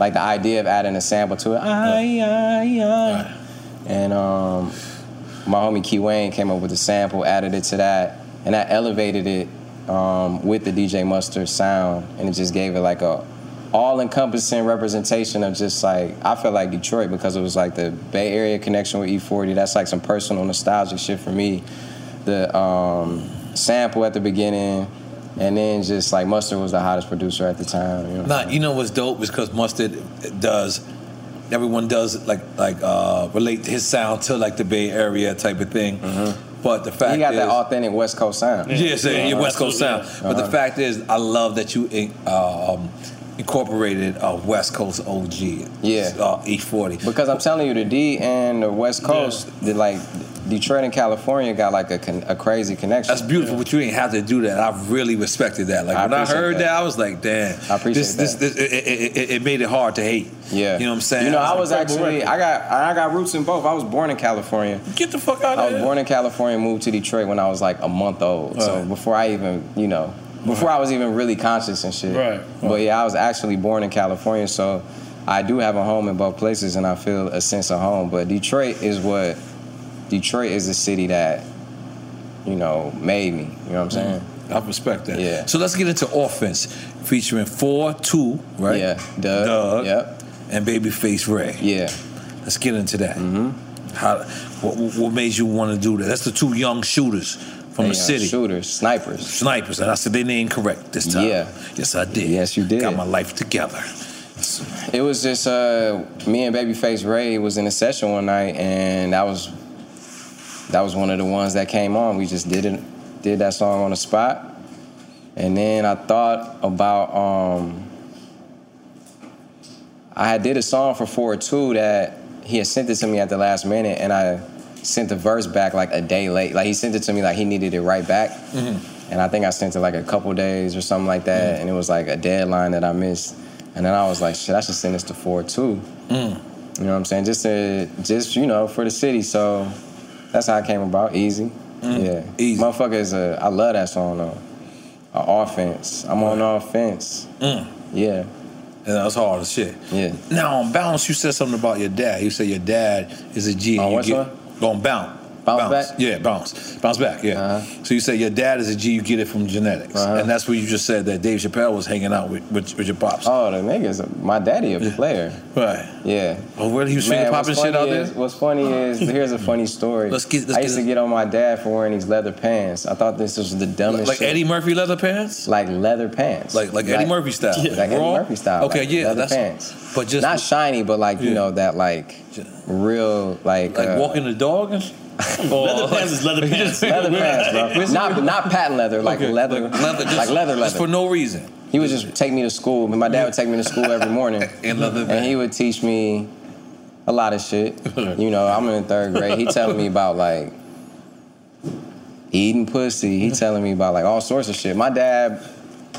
G: like the idea of adding a sample to it. Ay, ay, ay. And um, my homie Key Wayne came up with a sample, added it to that, and I elevated it um, with the DJ Mustard sound, and it just gave it like a all-encompassing representation of just like I felt like Detroit because it was like the Bay Area connection with E40. That's like some personal nostalgic shit for me. The um, sample at the beginning, and then just like Mustard was the hottest producer at the time. You know?
E: Nah, you know what's dope is because Mustard does. Everyone does like like uh, relate his sound to like the Bay Area type of thing. But the fact
G: Mm-hmm. He got
E: is,
G: that authentic West Coast sound.
E: Yes, yeah, your West Coast sound. But the
G: Uh-huh.
E: fact is, I love that you in- um, incorporated uh, West Coast OG.
G: Yeah.
E: Uh, E40.
G: Because I'm telling you, the D and the West Coast, the, like Detroit and California, got like a, con- a crazy connection.
E: That's beautiful, but you ain't have to do that. I really respected that. Like
G: I
E: when I
G: appreciate
E: heard that.
G: that.
E: I was like, damn. I
G: appreciate
E: this, This, this, it, it, it- it made it hard to hate.
G: Yeah,
E: You know what I'm saying?
G: You know, I
E: It's
G: was
E: a incredible
G: actually,
E: record.
G: I got, I got roots in both. I was born in California.
E: Get the fuck out
G: I
E: of
G: was
E: here.
G: born in California, moved to Detroit when I was like a month old. So
E: Right.
G: before I even, you know, before I was even really conscious and shit.
E: Right.
G: But yeah, I was actually born in California, so I do have a home in both places, and I feel a sense of home. But Detroit is what Detroit is the city that, you know, made me. You know what I'm saying?
E: Mm. I respect that.
G: Yeah.
E: So let's get into offense featuring 4 2, right?
G: Yeah. Doug. Yep.
E: And Babyface Ray.
G: Yeah.
E: Let's get into that. Mm-hmm. How, what, what made you want to do that? That's the two young shooters
G: They
E: from the
G: are
E: city.
G: Shooters, snipers.
E: Snipers. And I said their name correct this time.
G: Yeah.
E: Yes, I did.
G: Yes, you did.
E: Got my life together.
G: It was just uh, me and Babyface Ray was in a session one night, and that was that was one of the ones that came on. We just did it, did that song on the spot, and then I thought about um, I had did a song for Four Two that he had sent it to me at the last minute, and I sent the verse back like a day late. Like he sent it to me like he needed it right back, and I think I sent it like a couple days or something like
E: Mm.
G: that, and it was like a deadline that I missed. And then I was like, shit, I should send this to four too.
E: Mm.
G: You know what I'm saying? Just to, just you know, for the city. So that's how it came about. Easy.
E: Mm.
G: Yeah. Easy. Motherfucker is a. I love that song though. A offense. I'm on offense.
E: Mm.
G: Yeah.
E: And that was hard as shit.
G: Yeah.
E: Now, on Bounce, you said something about your dad. You said your dad is a G. On
G: which
E: On Bounce.
G: Bounce Uh-huh.
E: back? Yeah, bounce. Bounce back, yeah. So you say your dad is a G, you get it from genetics. And that's what you just said that Dave Chappelle was hanging out with, with, with your pops.
G: Oh, the niggas. My daddy a player.
E: Right.
G: Yeah.
E: Oh, really? He was finger
G: what's
E: popping shit
G: funny
E: out there?
G: is- What's funny is here's a funny story. Let's get, I used to get on my dad for wearing these leather pants. I thought this was the dumbest.
E: Like
G: shit.
E: Eddie Murphy leather pants?
G: Like leather pants.
E: Like- like Eddie Murphy style.
G: Like Eddie
E: Raw?
G: Murphy style.
E: Okay,
G: like
E: yeah,
G: leather
E: that's-
G: pants.
E: But just
G: not shiny, but like you
E: Yeah.
G: know that like real like
E: Like
G: uh,
E: walking the dog? And shit?
G: Leather pants is leather pants. leather pants, bro. Not not patent leather, like leather, like leather,
E: just-
G: like leather,
E: just for no reason.
G: He would just take me to school, but my dad would take me to school every morning, and, he would teach me a lot of shit. You know, I'm in third grade. He telling me about like eating pussy. He telling me about like all sorts of shit. My dad.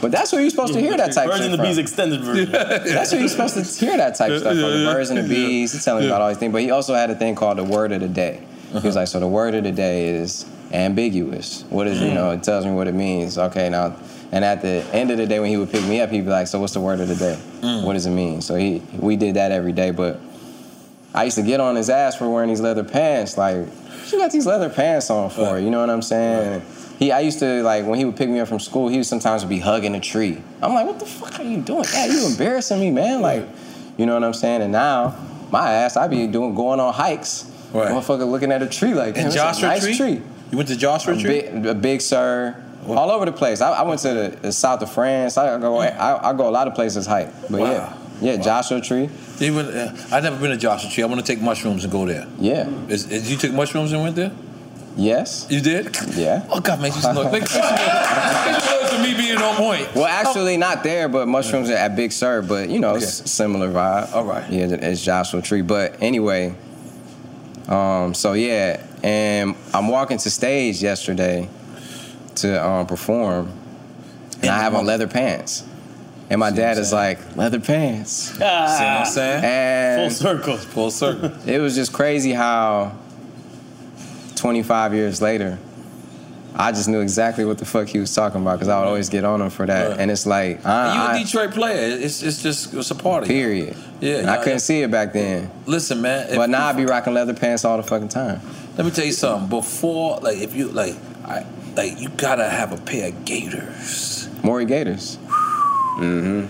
G: But that's where you're supposed to hear that type
F: Birds
G: shit
F: and the
G: from.
F: Bees extended version.
G: That's where you're supposed to hear that type of stuff from. The birds and the bees. He's telling me about all these things. But he also had a thing called the word of the day. He was like, so the word of the day is ambiguous. What is, you know, it tells me what it means. Okay, now, and at the end of the day when he would pick me up, he'd be like, so what's the word of the day? What does it mean? So he, we did that every day. But I used to get on his ass for wearing these leather pants. Like, what you got these leather pants on for? You know what I'm saying? He, I used to like when he would pick me up from school. He would sometimes be hugging a tree. I'm like, what the fuck are you doing? Dad, you embarrassing me, man. Like, you know what I'm saying? And now, my ass, I be doing going on hikes. Right. Motherfucker looking at a tree like,
E: And
G: damn, it's
E: Joshua
G: a nice
E: Tree?
G: tree.
E: You went to Joshua
G: a
E: Tree?
G: Big, a big Sur, all over the place. I, I went to the, the south of France. I go, I, I go a lot of places hike. But
E: Wow.
G: yeah, yeah, Joshua Tree.
E: They went, uh, I've never been to Joshua Tree. I want to take mushrooms and go there.
G: Yeah.
E: Is, is- you took mushrooms and went there?
G: Yes.
E: You did?
G: Yeah.
E: Oh, God, makes you look. Make you look for me being on point.
G: Well, actually, not there, but mushrooms at Big Sur, but you know, s- similar vibe. All right. Yeah, it's Joshua Tree. But anyway, um, so yeah, and I'm walking to stage yesterday to um, perform, and I have on leather pants. And my dad is like, leather pants.
F: Ah.
G: See what I'm saying? And
F: Full circle.
E: Full circle.
G: it was just crazy how 25 years later, I just knew exactly what the fuck he was talking about because I would always get on him for that. And it's like,
E: Oh, you a
G: I,
E: Detroit player. It's, it's just, it's a
G: I,
E: party.
G: period.
E: Yeah,
G: And
E: yeah,
G: I couldn't
E: yeah.
G: see it back then.
E: Listen, man. if-
G: But now I be rocking leather pants all the fucking time.
E: Let me tell you something. Before, like, if you, like, I, like you gotta have a pair of gators.
G: Maury Gators. hmm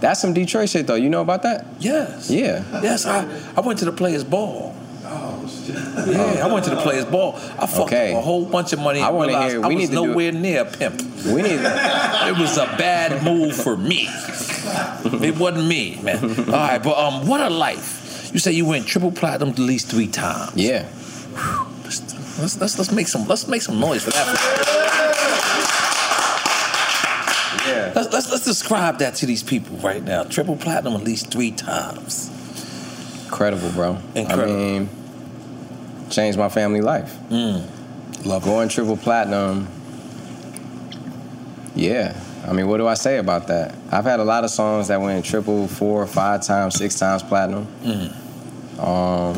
G: That's some Detroit shit, though. You know about that?
E: Yes.
G: Yeah.
E: Yes, I, I went to the players' ball. Oh, shit. Yeah, I went to the players' ball. I fucked
G: Okay.
E: up a whole bunch of money.
G: I
E: and
G: wanna
E: realized
G: hear-
E: I
G: we
E: was
G: need to do-
E: nowhere near a pimp.
G: We need.
E: it was a bad move for me. It wasn't me, man. All right, but um, what a life. You say you went triple platinum at least three times.
G: Yeah.
E: Let's, let's let's make some let's make some noise for that. Yeah. Let's, let's let's describe that to these people right now. Triple platinum at least three times.
G: Incredible, bro.
E: Incredible.
G: I mean, changed my family life.
F: Mm.
G: Love going triple platinum. Yeah. I mean, what do I say about that? I've had a lot of songs that went triple, four, five times, six times platinum. Um,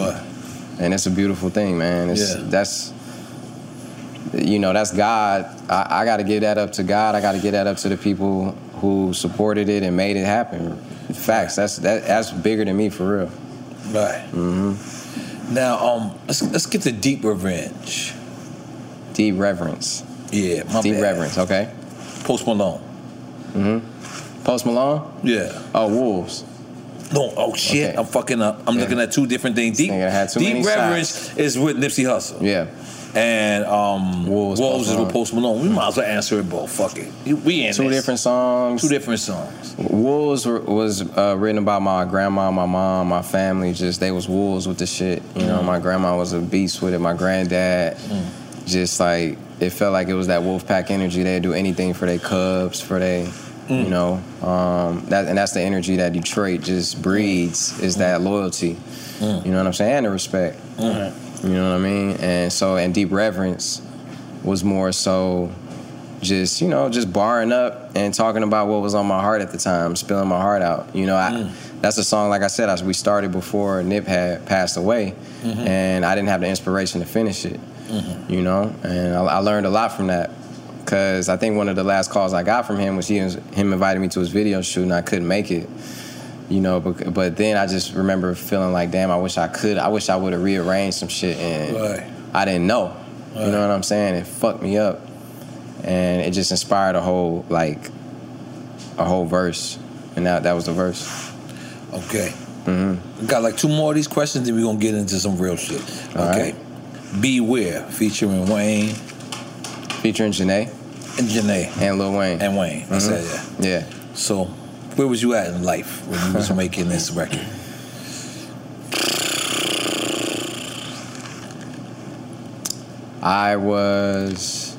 G: and it's a beautiful thing, man. It's,
E: Yeah.
G: That's you know, that's God. I, I got to give that up to God. I got to give that up to the people who supported it and made it happen. Facts. That's that, that's bigger than me for real.
E: Right.
G: hmm
E: Now, um, let's let's get to deep revenge.
G: Deep reverence.
E: Yeah, my
G: Deep
E: bad.
G: reverence. Okay.
E: Post Malone.
G: hmm Post Malone.
E: Yeah.
G: Oh, Wolves.
E: No, oh shit, I'm fucking up. I'm looking at two different things. Deep,
G: too
E: deep
G: many
E: reverence is with Nipsey Hussle.
G: Yeah.
E: And um, Wolves,
G: Post
E: is with
G: Malone.
E: Post Malone. We might as well answer it both. Fuck it. You- We in
G: Two
E: this.
G: different songs.
E: Two different songs.
G: Wolves were, was uh, written about my grandma, my mom, my family. Just they was wolves with the shit. You
E: Mm.
G: know, my grandma was a beast with it. My granddad,
E: Mm.
G: just like it felt like it was that wolf pack energy. They'd do anything for their cubs, for they,
E: Mm.
G: you know, um, that and that's the energy that Detroit just breeds
E: Mm.
G: is that loyalty. You know what I'm saying? And the respect.
E: Mm.
G: You know what I mean? And so, and deep reverence was more so just, you know, just barring up and talking about what was on my heart at the time, spilling my heart out. You know, I, that's a song, like I said, I, we started before Nip had passed away,
E: Mhm.
G: and I didn't have the inspiration to finish it,
E: Mm. Mm-hmm.
G: you know? And I, I learned a lot from that. Cause I think one of the last calls I got from him was he was, him inviting me to his video shoot and I couldn't make it, you know. But, but then I just remember feeling like, damn, I wish I could. I wish I would have rearranged some shit, and
E: Right.
G: I didn't know. You know what I'm saying? It fucked me up, and it just inspired a whole like a whole verse, and that that was the verse. Mm-hmm.
E: Okay. We got like two more of these questions, then we're gonna get into some real shit. okay. Beware, featuring Wayne.
G: Featuring Janae.
E: And Janae.
G: And Lil Wayne.
E: And Wayne. I said
G: Mhm.
E: that.
G: Yeah.
E: So, where was you at in life when you was making this record?
G: I was.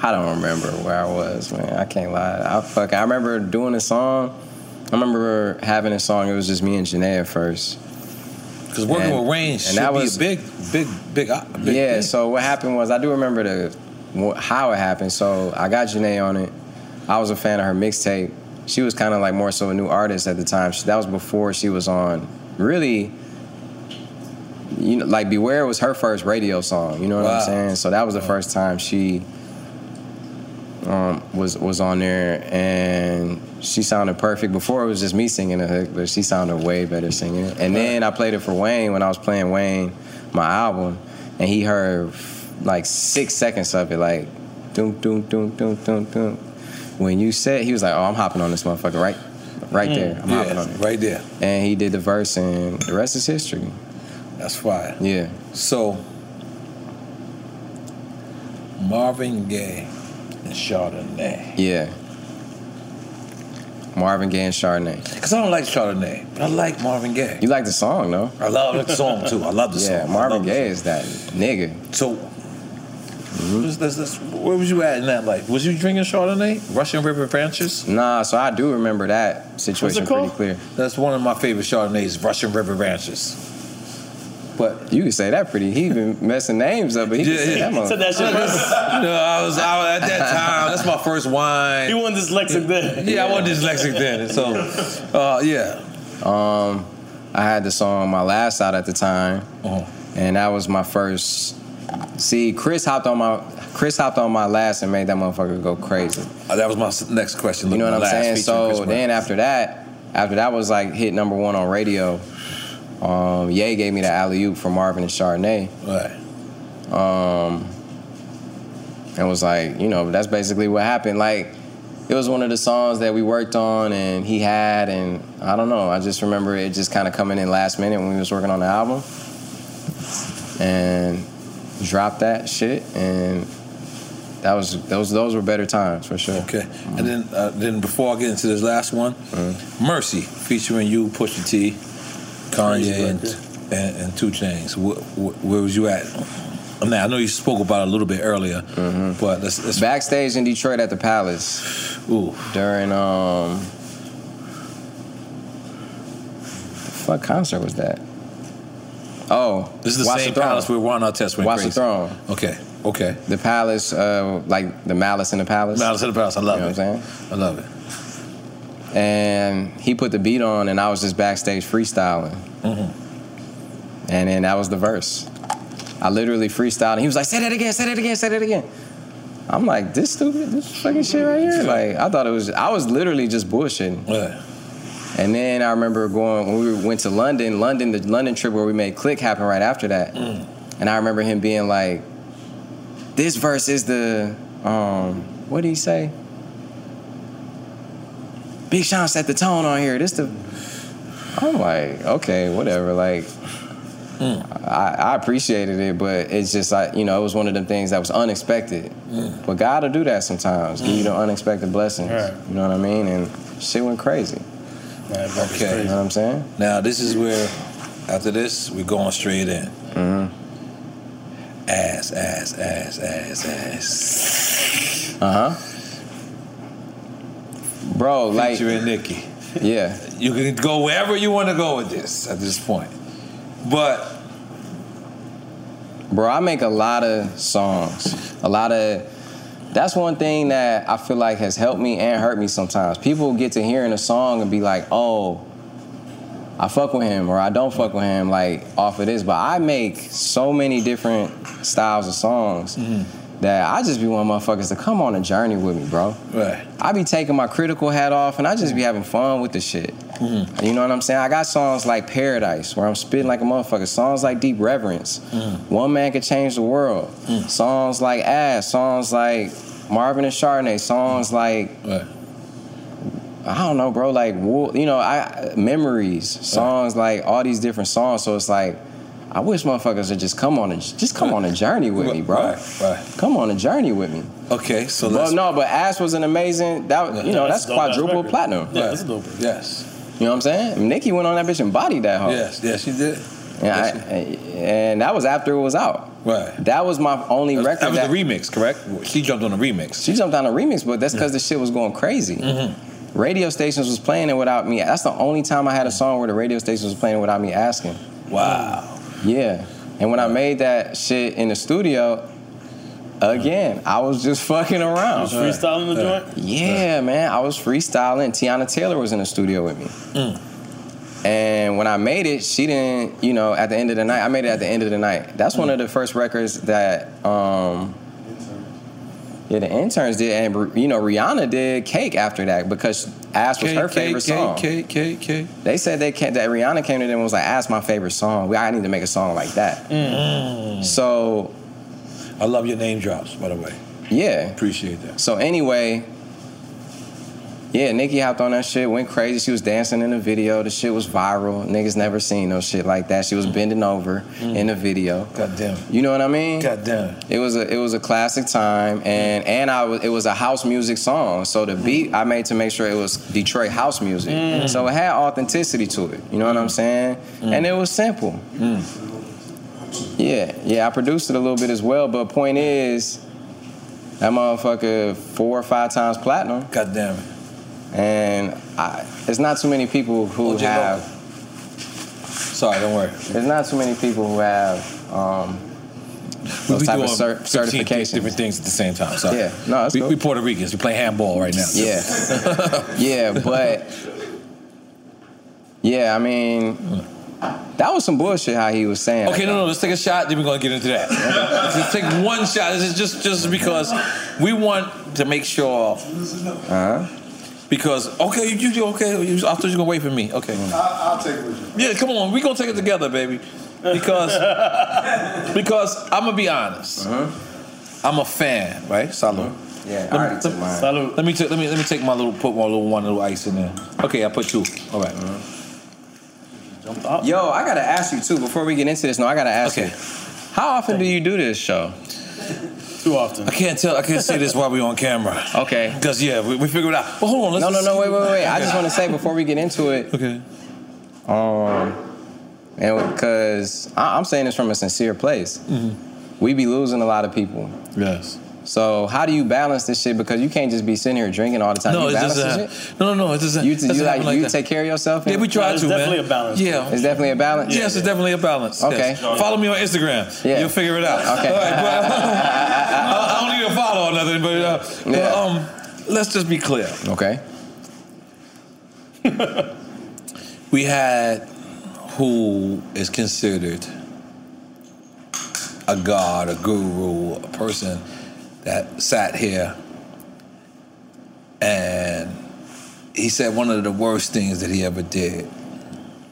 G: I don't remember where I was, man. I can't lie. I fuck. I remember doing a song. I remember having a song. It was just me and Janae at first.
E: Because working with Wayne should be a big, big, big, op- big
G: yeah.
E: thing.
G: So what happened was I do remember the wh- how it happened. So I got Janae on it. I was a fan of her mixtape. She was kind of like more so a new artist at the time. She, that was before she was on really. You know, like Beware was her first radio song. You know what
E: Wow.
G: I'm saying? So that was the first time she um, was was on there, and she sounded perfect. Before it was just me singing the hook, but she sounded way better singing it. And then I played it for Wayne when I was playing Wayne my album, and he heard like six seconds of it, like doom doom doom doom doom doom. When you said he was like, "Oh, I'm hopping on this motherfucker right, right
E: Mm,
G: there. I'm
E: yeah,
G: hopping on it
E: right there."
G: And he did the verse, and the rest is history.
E: That's fire.
G: Yeah.
E: So Marvin Gaye and Chardonnay.
G: Yeah. Marvin Gaye and Chardonnay.
E: Cause I don't like Chardonnay, but I like Marvin Gaye.
G: You like the song, though.
E: I love the song too. I love the
G: yeah,
E: song. I
G: Marvin
E: love the
G: Gaye is that nigga.
E: So, Let's- let's- let's- where was you at in that life? Was you drinking Chardonnay? Russian River Ranchers?
G: Nah, so I do remember that situation pretty
E: called?
G: clear.
E: That's one of my favorite Chardonnays, Russian River Ranchers.
G: But you can say that pretty. He been messing names up, but he can say that mother-
E: no, I was, I was- at that time. That's my first wine. You
F: won dyslexic then.
E: Yeah, I won dyslexic then. So, uh, yeah.
G: Um, I had the song my last out at the time,
E: Uh-huh.
G: and that was my first. See, Chris hopped on my Chris hopped on my last and made that motherfucker go crazy.
E: Uh, that was my s- next question.
G: You know
E: Look,
G: what I'm
E: my last
G: saying?
E: feature,
G: So
E: Chris Brown.
G: then after that, after that was like hit number one on radio. Um, Ye gave me the alley oop for Marvin and Chardonnay. Right. Um, and was like, you know, that's basically what happened. Like, it was one of the songs that we worked on and he had, and I don't know. I just remember it just kind of coming in last minute when we was working on the album, and dropped that shit, and that was those those were better times for sure.
E: Okay. And then, uh, then before I get into this last one,
G: Mm-hmm.
E: Mercy featuring you, Pusha
F: Crazy
E: T, Kanye, and,
F: record.
E: and, and Two Chains. Where, where was you at? Now I know you spoke about it a little bit earlier, but let's, let's
G: Mm-hmm. backstage in Detroit at the Palace.
E: Ooh.
G: During um what concert was that? Oh.
E: This is the
G: Watch
E: same
G: Throne.
E: palace where Ron Artest went
G: Watch
E: crazy.
G: the throne.
E: Okay. Okay.
G: The palace, uh, like the malice in the palace.
E: Malice in the Palace, I love
G: you know
E: it.
G: What I'm saying?
E: I love it.
G: And he put the beat on, and I was just backstage freestyling. And then that was the verse. I literally freestyled, and he was like, "Say that again, say that again, say that again." I'm like, "This stupid, this fucking shit right here." Like, I thought it was. I was literally just bullshitting. And then I remember going when we went to London. London, the London trip where we made Click happen right after that. And I remember him being like, "This verse is the um, what did he say? Big Sean set the tone on here. This the." I'm like, okay, whatever. Like, I, I appreciated it, but it's just like you know, it was one of them things that was unexpected.
E: Mm-hmm.
G: But God will do that sometimes, give you the unexpected blessings.
E: Right.
G: You know what I mean? And shit went crazy.
E: Okay.
G: You know what I'm saying?
E: Now this is where, after this, we're going straight in.
G: Mm-hmm.
E: Ass, ass, ass, ass, ass.
G: Uh huh. Bro, like
E: featuring Nikki.
G: Yeah.
E: You can go wherever you want to go with this at this point. But
G: Bro, I make a lot of songs. A lot of that's one thing that I feel like has helped me and hurt me sometimes. People get to hearing a song and be like, oh, I fuck with him or I don't fuck with him, like off of this. But I make so many different styles of songs. that I just be wanting motherfuckers to come on a journey with me, bro.
E: Right.
G: I be taking my critical hat off and I just be having fun with the shit.
E: Mm-hmm.
G: You know what I'm saying? I got songs like Paradise, where I'm spitting like a motherfucker. Songs like Deep Reverence, One Man Could Change the World. Songs like Ass, songs like Marvin and Chardonnay, songs like I don't know, bro. Like wo- you know, I memories, songs like all these different songs. So it's like. I wish motherfuckers would just come on a just come on a journey with me, bro. Come on a journey with me.
E: Okay, so
G: But
E: let's.
G: no, but Ass was an amazing. That you know, that's, quadruple platinum.
E: Yeah, that's dope. Yes.
G: You know what I'm saying? Nicki went on that bitch and bodied that hoe.
E: Yes, yes, she did.
G: And, I, and that was after it was out.
E: Right.
G: That was my only record.
E: That was the remix, correct? She jumped on a remix. Mm.
G: She jumped on a remix, but that's because the shit was going crazy. Radio stations was playing it without me. That's the only time I had a song where the radio stations was playing it without me asking.
E: Wow.
G: Yeah. And when I made that shit in the studio, again, I was just fucking around.
F: You was freestyling the joint?
G: Yeah, man. I was freestyling. Tiana Taylor was in the studio with me.
E: Mm.
G: And when I made it, she didn't, you know, at the end of the night, I made it at the end of the night. That's one of the first records that, um, yeah, the interns did. And, you know, Rihanna did Cake after that because Ass was
E: Cake,
G: her
E: cake,
G: favorite
E: cake,
G: song.
E: Cake, cake, cake.
G: They said they came, that Rihanna came to them and was like, "Ask my favorite song. We- I need to make a song like that."
E: Mm.
G: Mm. So,
E: I love your name drops, by the way.
G: Yeah,
E: appreciate that.
G: So anyway, yeah, Nicki hopped on that shit, went crazy. She was dancing in the video. The shit was viral. Niggas never seen no shit like that. She was bending over in the video.
E: Mm. Goddamn.
G: You know what I mean?
E: Goddamn. Mm.
G: It was a it was a classic time, and and I was, it was a house music song. So the beat I made to make sure it was Detroit house music.
E: Mm.
G: So it had authenticity to it. You know what I'm saying? And it was simple. Yeah, yeah. I produced it a little bit as well, but point is, that motherfucker four or five times platinum.
E: God damn it.
G: And I, it's not too many people who
E: Hold your
G: have.
E: Sorry, don't worry.
G: There's not too many people who have um, those
E: we
G: type of
E: doing
G: cer-
E: 15
G: certifications.
E: different things at the same time. Sorry.
G: Yeah, no, that's
E: we,
G: cool.
E: we Puerto Ricans. We play handball right now.
G: Yeah. yeah, but yeah, I mean, that was some bullshit how he was saying.
E: Okay, no, no. Let's take a shot. Then we're gonna get into that. Let's take one shot. This is just just because we want to make sure. Uh-huh. Because okay, you, you okay? You, I thought you were gonna wait for me.
G: Mm.
E: Okay.
M: I'll, I'll take it with you.
E: Yeah, come on. We gonna take it together, baby. Because because I'm gonna be honest. I'm a fan, right?
G: Uh-huh.
E: Salud.
G: Yeah,
E: let me, let, Let me take let me let me take my little put my little one little ice in there. Okay, I put two. All right.
G: Uh-huh. Yo, I gotta ask you too before we get into this. No, I gotta ask you. How often do you do this show?
F: Too often.
E: I can't tell. I can't say this while we on camera.
G: Okay.
E: Because yeah, we, we figured it out. Well, hold on. Let's
G: no, no, no. Wait, wait, wait. I
E: Okay.
G: just want to say before we get into it.
E: Okay.
G: Um, and because I'm saying this from a sincere place,
E: Mm.
G: we be losing a lot of people.
E: Yes.
G: So how do you balance this shit? Because you can't just be sitting here drinking all the time.
E: No,
G: you
E: it
G: balance
E: doesn't
G: this
E: happen.
G: shit?
E: No, no, no. It doesn't.
G: You,
E: doesn't
G: you like,
E: happen like
G: you
E: that.
G: take care of yourself.
E: Yeah, we try
G: No, it's
E: to. man.
G: definitely a balance.
E: Yeah,
G: It's definitely a balance?
E: Yes, it's definitely a balance.
G: Okay.
E: yes. Follow me on Instagram.
G: Yeah.
E: You'll figure it out.
G: Okay.
E: All right, bro. I, I don't need to follow or nothing, but, uh, but,
G: Yeah.
E: um, let's just be clear.
G: Okay.
E: we had who is considered a god, a guru, a person that sat here and he said one of the worst things that he ever did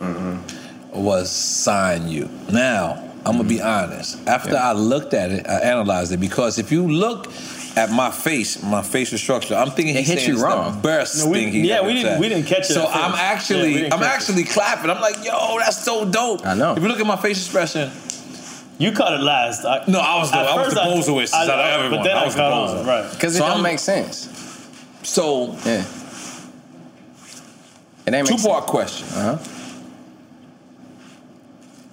F: Mm-hmm.
E: was sign you. Now, I'm gonna be honest. After I looked at it, I analyzed it because if you look at my face, my facial structure, I'm thinking he
F: It hit
E: saying
F: you
E: it's the
F: wrong.
E: best
F: No, we-
E: thing he
F: yeah,
E: ever
F: we didn't-
E: said.
F: we didn't catch it
E: So
F: at first.
E: I'm
F: Yeah, we
E: actually,
F: didn't
E: I'm
F: catch it.
E: actually clapping. I'm like, yo, that's so dope. I know. If you look at my facial expression,
F: You caught it last. I,
E: no, I was the,
F: at
E: I was
F: first
E: the bozoist out of everyone.
F: But then I,
E: I was the
F: caught on,
E: bozo.
F: right?
G: Because it
E: So
G: don't
E: I'm-
G: make sense.
E: So
G: yeah, it ain't
E: two part question.
G: Uh-huh.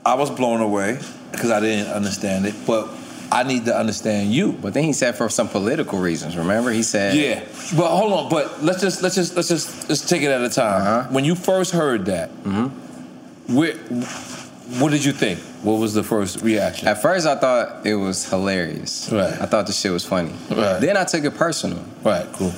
E: I was blown away because I didn't understand it, but I need to understand you.
G: But then he said for some political reasons. Remember, he said
E: Yeah, but hold on. But let's just let's just let's just let's take it at a time. When you first heard that,
G: mm-hmm.
E: where, what did you think? What was the first reaction?
G: At first, I thought it was hilarious. Right. I thought the shit was funny. Right. Then I took it personal.
E: Right. Cool.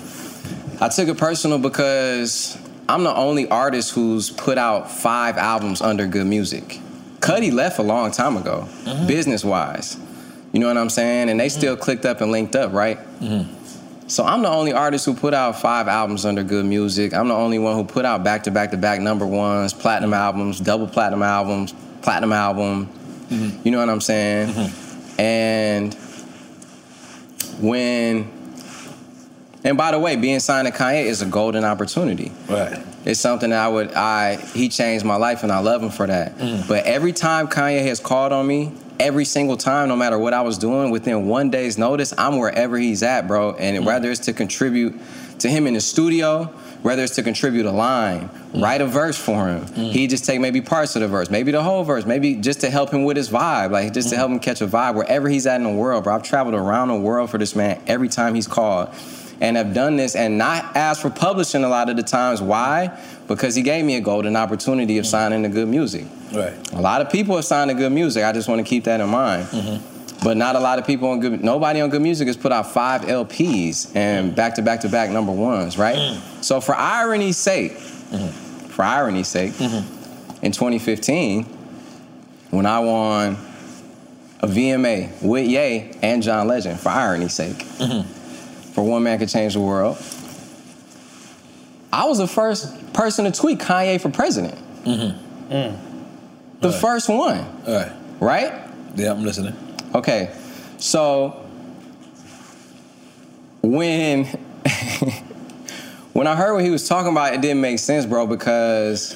G: I took it personal because I'm the only artist who's put out five albums under Good Music. Cuddy left a long time ago, business wise. You know what I'm saying? And they still clicked up and linked up, right? So I'm the only artist who put out five albums under good music. I'm the only one who put out back to back to back number ones, platinum albums, double platinum albums, platinum album. You know what I'm saying? And when and by the way, being signed to Kanye is a golden opportunity.
E: Right.
G: It's something that I would I he changed my life and I love him for that.
E: Mm.
G: But every time Kanye has called on me, every single time, no matter what I was doing, within one day's notice, I'm wherever he's at, bro. And whether it's to contribute to him in the studio, whether it's to contribute a line, write a verse for him. He just take maybe parts of the verse, maybe the whole verse, maybe just to help him with his vibe, like just to help him catch a vibe wherever he's at in the world, bro. I've traveled around the world for this man every time he's called and have done this and not asked for publishing a lot of the times. Why? Because he gave me a golden opportunity of signing to good music.
E: Right.
G: A lot of people have signed to good music. I just want to keep that in mind. But not a lot of people on good. Nobody on good music has put out five LPs and back to back to back number ones, right? So for irony's sake, for irony's sake, in 2015, when I won a VMA with Ye and John Legend, for irony's sake,
E: Mm. Mm-hmm.
G: for One Man Could Change the World, I was the first person to tweet Kanye for president.
E: Mm-hmm.
G: The first one.
E: All right.
G: Right?
E: Yeah, I'm listening.
G: Okay. So when when I heard what he was talking about, it didn't make sense, bro, because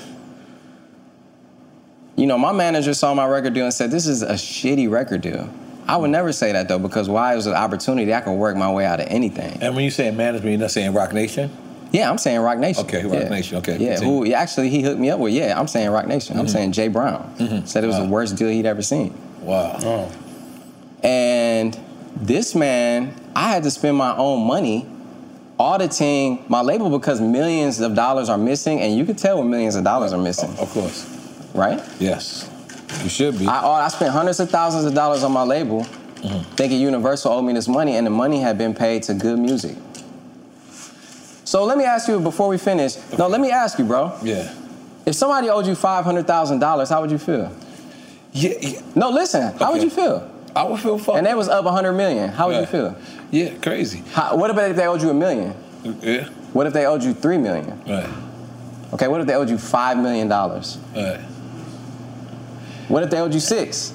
G: you know, my manager saw my record deal and said, This is a shitty record deal. I would never say that though, because why? It was an opportunity. I could work my way out of anything.
E: And when you say management, you're not saying Rock Nation?
G: Yeah, I'm saying Rock Nation.
E: Okay, Rock
G: Yeah.
E: Nation. Okay.
G: Yeah,
E: continue.
G: who yeah, actually he hooked me up with. Yeah, I'm saying Rock Nation. I'm
E: Mhm.
G: saying Jay Brown. Said it was the worst deal he'd ever seen.
E: Mm-hmm.
G: Oh.
E: Wow.
G: And this man, I had to spend my own money auditing my label because millions of dollars are missing, and you can tell when millions of dollars are missing.
E: Of course.
G: Right?
E: Yes. You should be.
G: I, I spent hundreds of thousands of dollars on my label thinking Universal owed me this money, and the money had been paid to good music. So let me ask you before we finish. No, let me ask you, bro.
E: Yeah.
G: If somebody owed you five hundred thousand dollars, how would you feel?
E: Yeah.
G: No, listen. How would you feel?
E: I would feel fucked.
G: And they was up hundred million. How would you feel?
E: Yeah, crazy.
G: How, what about if they owed you a million?
E: Yeah.
G: What if they owed you three million?
E: Right.
G: Okay. What if they owed you five million dollars?
E: Right.
G: What if they owed you six?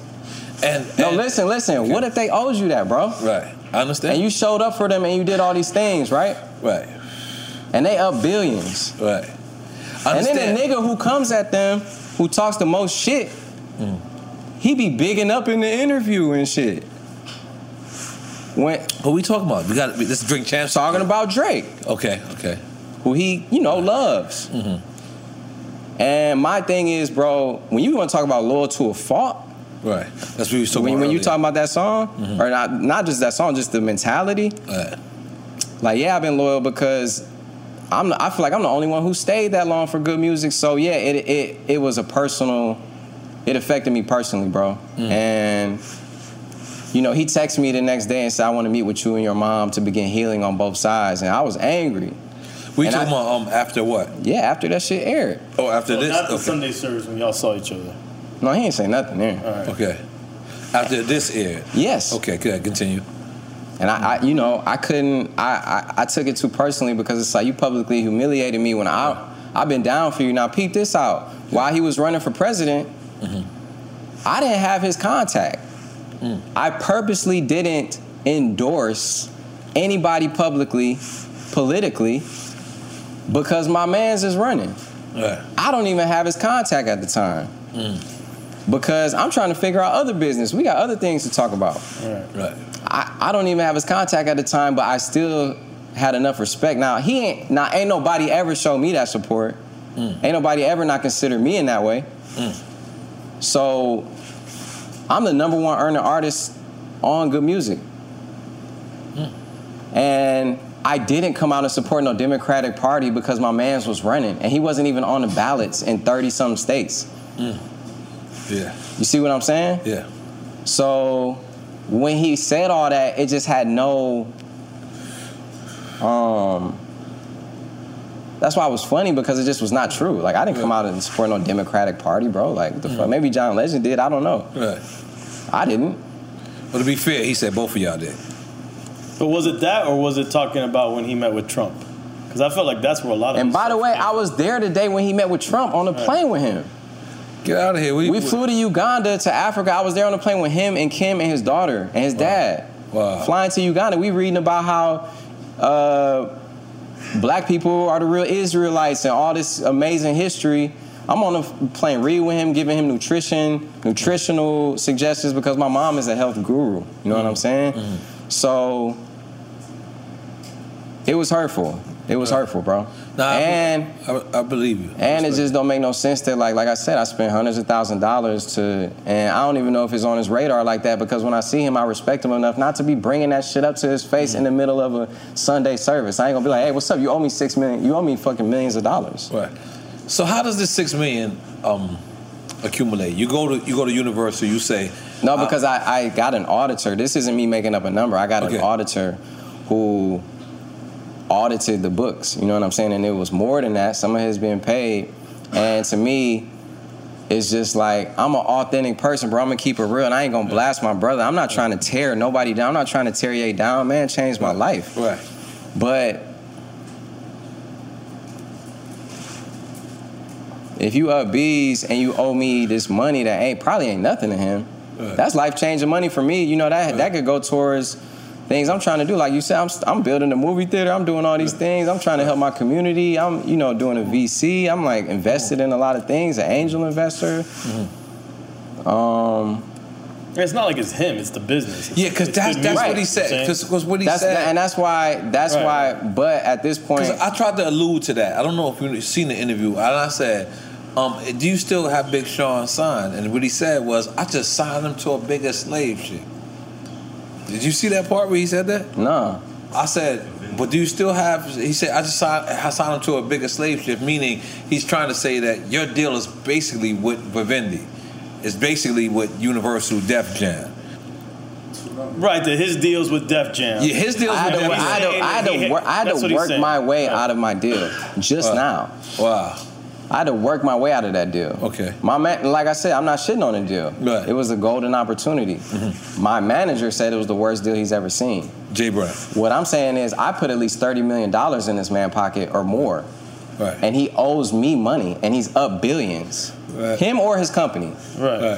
E: And,
G: no, listen, listen. What if they owed you that, bro?
E: Right. I understand.
G: And you showed up for them and you did all these things, right?
E: Right.
G: And they up billions.
E: Right.
G: And then
E: Understand.
G: the nigga who comes at them, who talks the most shit,
E: Mm.
G: he be bigging up in the interview and shit. When
E: What we talking about? We got this drink champs
G: talking about Drake,
E: Okay, okay.
G: who he you know loves.
E: Mm-hmm.
G: And my thing is, bro, when you want to talk about loyal to a fault,
E: Right. That's what we was talking
G: when,
E: about.
G: when you
E: earlier. Mm-hmm.
G: talk about that song, or not not just that song, just the mentality. Like, yeah, I've been loyal because I'm. the- I feel like I'm the only one who stayed that long for good music. So yeah, it it it was a personal. It affected me personally, bro.
E: Mm.
G: And you know, he texted me the next day and said, "I want to meet with you and your mom to begin healing on both sides." And I was angry.
E: We
G: And
E: talking
G: I-
E: about um after what?
G: Yeah, after that shit aired.
E: Oh, after
F: So
E: this.
F: not the
E: okay.
F: Sunday service when y'all saw each other.
G: No, he ain't say nothing there.
E: Okay. After this aired.
G: Yes.
E: Okay, good. Continue.
G: And I, I you know, I couldn't. I, I I took it too personally because it's like you publicly humiliated me when I I've been down for you. Now peep this out. While he was running for president,
E: Mm-hmm.
G: I didn't have his contact.
E: Mm.
G: I purposely didn't endorse anybody publicly, politically, because my man's is running.
E: Right. Mm.
G: I don't even have his contact at the time because I'm trying to figure out other business. We got other things to talk about.
E: Mm-hmm. Right.
G: I, I don't even have his contact at the time, but I still had enough respect. Now he ain't now ain't nobody ever showed me that support. Ain't nobody ever not considered me in that way.
E: Mm.
G: So I'm the number one earning artist on good music. And I didn't come out and support no Democratic Party because my man's was running and he wasn't even on the ballots in 30 some states.
E: Mm. Yeah.
G: You see what I'm saying?
E: Yeah.
G: So when he said all that, it just had no. Um. That's why it was funny because it just was not true. Like I didn't come out and support no Democratic Party, bro. Like what the fuck, maybe John Legend did. I don't know.
E: Right.
G: I didn't.
E: But to be fair, he said both of y'all did.
F: But was it that, or was it talking about when he met with Trump? Because I felt like that's where a lot of.
G: And by the way, I was there today when he met with Trump on the plane with him.
E: Get out of here.
G: We, flew to Uganda to Africa. I was there on the plane with him and Kim and his daughter and his dad.
E: Wow.
G: Flying to Uganda, we reading about how uh, black people are the real Israelites and all this amazing history. I'm on the plane reading with him, giving him nutrition, nutritional suggestions because my mom is a health guru. You know what I'm saying?
F: Mm-hmm.
G: So it was hurtful. It was hurtful, bro. and
E: I, I believe you.
G: And it just don't make no sense that, like, like I said, I spent hundreds of thousand dollars to, and I don't even know if it's on his radar like that because when I see him, I respect him enough not to be bringing that shit up to his face in the middle of a Sunday service. I ain't gonna be like, hey, what's up? You owe me six million. You owe me fucking millions of dollars.
E: Right. So how does this six million um, accumulate? You go to you go to Universal. You say
G: No, because I, I got an auditor. This isn't me making up a number. I got an auditor who audited the books. You know what I'm saying? And it was more than that. Some of it's been paid. And to me, it's just like I'm an authentic person, bro. I'm gonna keep it real, and I ain't gonna blast my brother. I'm not trying to tear nobody down. I'm not trying to tear you down, man. Change my life.
E: Right.
G: But if you up bees and you owe me this money that ain't probably ain't nothing to him, that's life changing money for me. You know that that could go towards things I'm trying to do. Like you said, I'm, I'm building a movie theater. I'm doing all these things. I'm trying to help my community. I'm you know doing a VC. I'm like invested in a lot of things. An angel investor. Um,
F: It's not like it's him; it's the business. It's-
G: Yeah, 'cause
F: it's
G: that's-
F: good
G: that's
F: music,
G: what he
F: you know
G: said,
F: I'm saying?
G: 'cause- 'cause what he That's- said- and that's why- that's why- But at this point,
E: I tried to allude to that. I don't know if you've seen the interview. And I said, um, "Do you still have Big Sean signed?" And what he said was, "I just signed him to a bigger slave ship." Did you see that part where he said that?
G: No.
E: I said, "But do you still have?" He said, "I just signed, I signed him to a bigger slave ship," meaning he's trying to say that your deal is basically with Vivendi. It's basically with Universal Def Jam.
F: Right, that his deals with Def Jam.
E: Yeah, his deals
G: I had
F: with
G: to, I
F: Def
G: had to,
F: Jam.
G: I had to, wor- I had
F: That's what
G: to
F: he's
G: work
F: saying.
G: my way out of my deal just now.
E: Wow.
G: I had to work my way out of that deal.
E: Okay.
G: My man, like I said, I'm not shitting on the deal. It was a golden opportunity. My manager said it was the worst deal he's ever seen.
E: Mm-hmm. Jay Brown.
G: What I'm saying is, I put at least thirty million dollars in this man pocket or more,
E: right.
G: and he owes me money, and he's up billions.
E: Right.
G: Him or his company.
F: Right.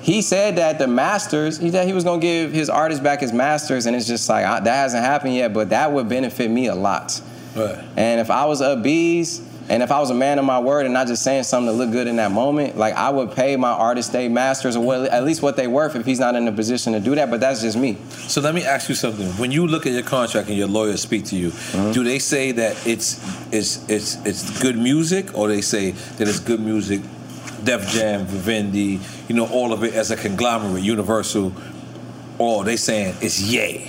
G: He said that the masters, he said he was gonna give his artist back his masters, and it's just like I, that hasn't happened yet, but that would benefit me a lot.
E: Right.
G: And if I was a bees, and if I was a man of my word and not just saying something to look good in that moment, like I would pay my artist day masters or what, at least what they worth if he's not in a position to do that. But that's just me.
E: So let me ask you something. When you look at your contract and your lawyers speak to you,
G: Uh-huh.
E: do they say that it's it's it's it's good music, or they say that it's good music, Def Jam, Vivendi, you know, all of it as a conglomerate, Universal, or they saying it's yay?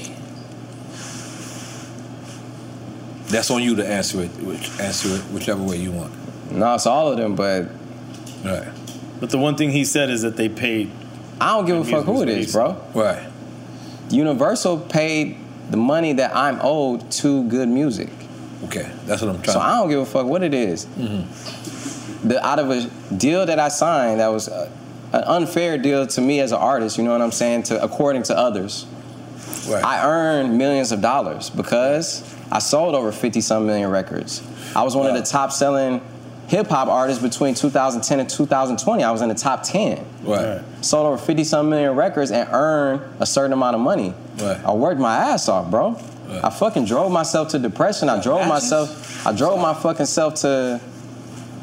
E: That's on you to answer it. Which, answer it whichever way you want.
G: No, it's all of them, but.
E: Right.
F: But the one thing he said is that they paid.
G: I don't give a fuck who it is, bro.
E: Right.
G: Universal paid the money that I'm owed to good music.
E: Okay, that's what I'm Mm-hmm.
G: So I don't give a fuck what it is. The out of a deal that I signed that was a, an unfair deal to me as an artist. You know what I'm saying? To according to others, I earned millions of dollars because I sold over 50 some million records. I was one of the top selling hip hop artists between 2010 and 2020. I was in the top 10.
E: Right.
G: Sold over 50 some million records and earned a certain amount of money.
E: Right.
G: I worked my ass off, bro. I fucking drove myself to depression. I drove myself. I drove my fucking self to.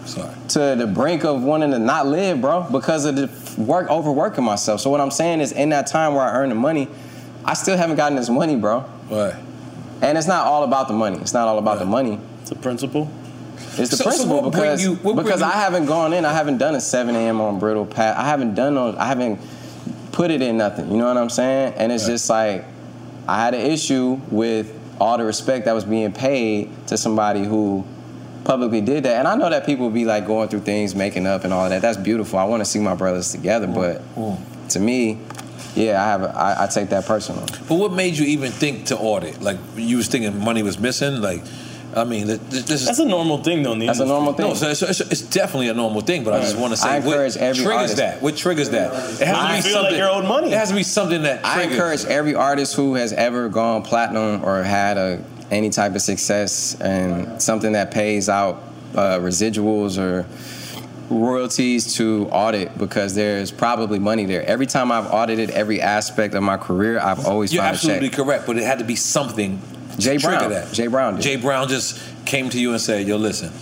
E: Sorry.
G: To the brink of wanting to not live, bro, because of the work overworking myself. So what I'm saying is, in that time where I earned the money, I still haven't gotten this money, bro.
E: Right.
G: And it's not all about the money. It's not all about the money.
F: It's a principle.
G: It's the
F: So- so
G: principle
F: what bring
G: because
F: you- what bring
G: because
F: you-
G: I haven't gone in. I haven't done a 7 a.m. on brittle pat. I haven't done on. I haven't put it in nothing. You know what I'm saying? And it's just like I had an issue with all the respect that was being paid to somebody who publicly did that. And I know that people be like going through things, making up, and all that. That's beautiful. I want to see my brothers together,
F: Mm.
G: but to me, yeah, I have. A, I, I take that personal.
E: But what made you even think to audit? Like you was thinking money was missing. Like I mean, th- th- this is
F: That's a normal thing, though. in the
E: That's a
F: industry.
E: normal No, so it's, it's, it's definitely a normal thing, but I just
F: Right.
E: want to say
F: I
E: what
F: encourage every
E: triggers
G: artist-
E: that. What triggers that? It has to be something.
G: money. It
E: has to be something that
G: I encourage every artist who has ever gone platinum or had a, any type of success and something that pays out uh, residuals or royalties to audit because there's probably money there. Every time I've audited every aspect of my career, I've always
E: You're
G: found
E: absolutely
G: a check.
E: correct, but it had to be something. to
G: Jay
E: trigger
G: Brown.
E: That.
G: Jay Brown. Did.
E: Jay Brown just came to you and said, "Yo, listen."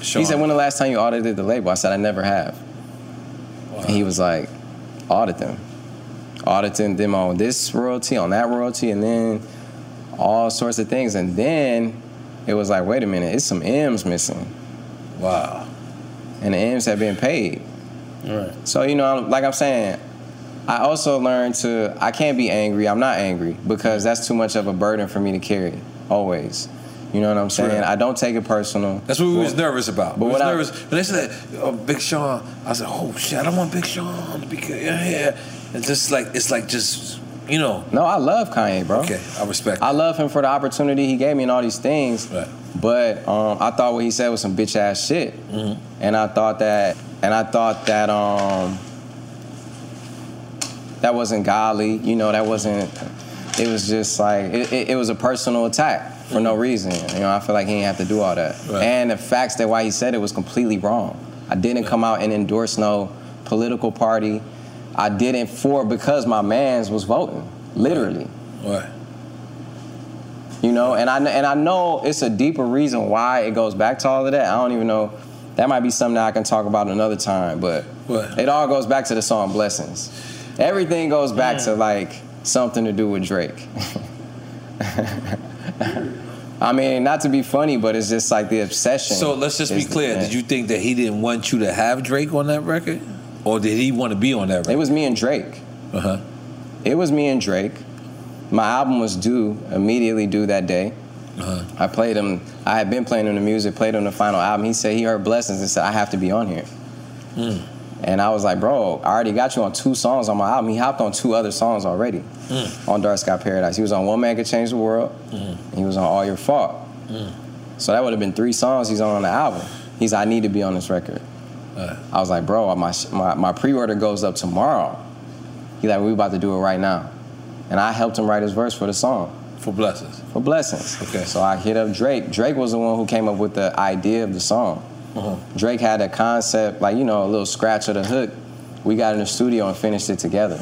G: He said, "When the last time you audited the label?" I said, "I never have." And he was like, "Audit them, auditing them on this royalty, on that royalty, and then all sorts of things." And then it was like, "Wait a minute, it's some M's missing."
E: Wow.
G: And the M's have been paid.
F: Right.
G: So you know, I'm, like I'm saying, I also learned to I can't be angry. I'm not angry because that's too much of a burden for me to carry always. You know what I'm saying?
E: True.
G: I don't take it personal.
E: That's what we was nervous about.
G: But
E: we was
G: what I-
E: nervous. When they said, "Oh, Big Sean," I said, "Oh shit, I don't want Big Sean to be ca- yeah, yeah." It's just like it's like just you know.
G: No, I love Kanye, bro.
E: Okay, I respect.
G: I love him for the opportunity he gave me and all these things. But um, I thought what he said was some bitch ass shit,
E: Mm-hmm.
G: and I thought that, and I thought that um, that wasn't godly. You know, that wasn't. It was just like it, it, it was a personal attack for
E: Mm-hmm.
G: no reason. You know, I feel like he didn't have to do all that. And the facts that why he said it was completely wrong. I didn't come out and endorse no political party. I did it for because my man's was voting, literally.
E: Right.
G: You know, and I kn- and I know it's a deeper reason why it goes back to all of that. I don't even know. That might be something that I can talk about another time, but
E: What?
G: it all goes back to the song Blessings. Everything goes back
E: Mm.
G: to like something to do with Drake. I mean, not to be funny, but it's just like the obsession.
E: So let's just be
G: is the
E: clear.
G: thing.
E: Did you think that he didn't want you to have Drake on that record, or did he want to be on that record?
G: It was me and Drake.
E: Uh huh.
G: It was me and Drake. My album was due immediately due that day. I played him. I had been playing him the music, played him the final album. He said he heard blessings and said I have to be on here.
E: Mm.
G: And I was like, bro, I already got you on two songs on my album. He hopped on two other songs already on Dark Sky Paradise. He was on One Man Could Change the World. and he was on All Your Fault. So that would have been three songs he's on on the album. He's I need to be on this record. I was like, bro, my, my, my pre-order goes up tomorrow. He like, we about to do it right now. And I helped him write his verse for the song.
E: For blessings.
G: For blessings.
E: Okay.
G: So I hit up Drake. Drake was the one who came up with the idea of the song.
E: Uh-huh.
G: Drake had a concept, like, you know, a little scratch of the hook. We got in the studio and finished it together.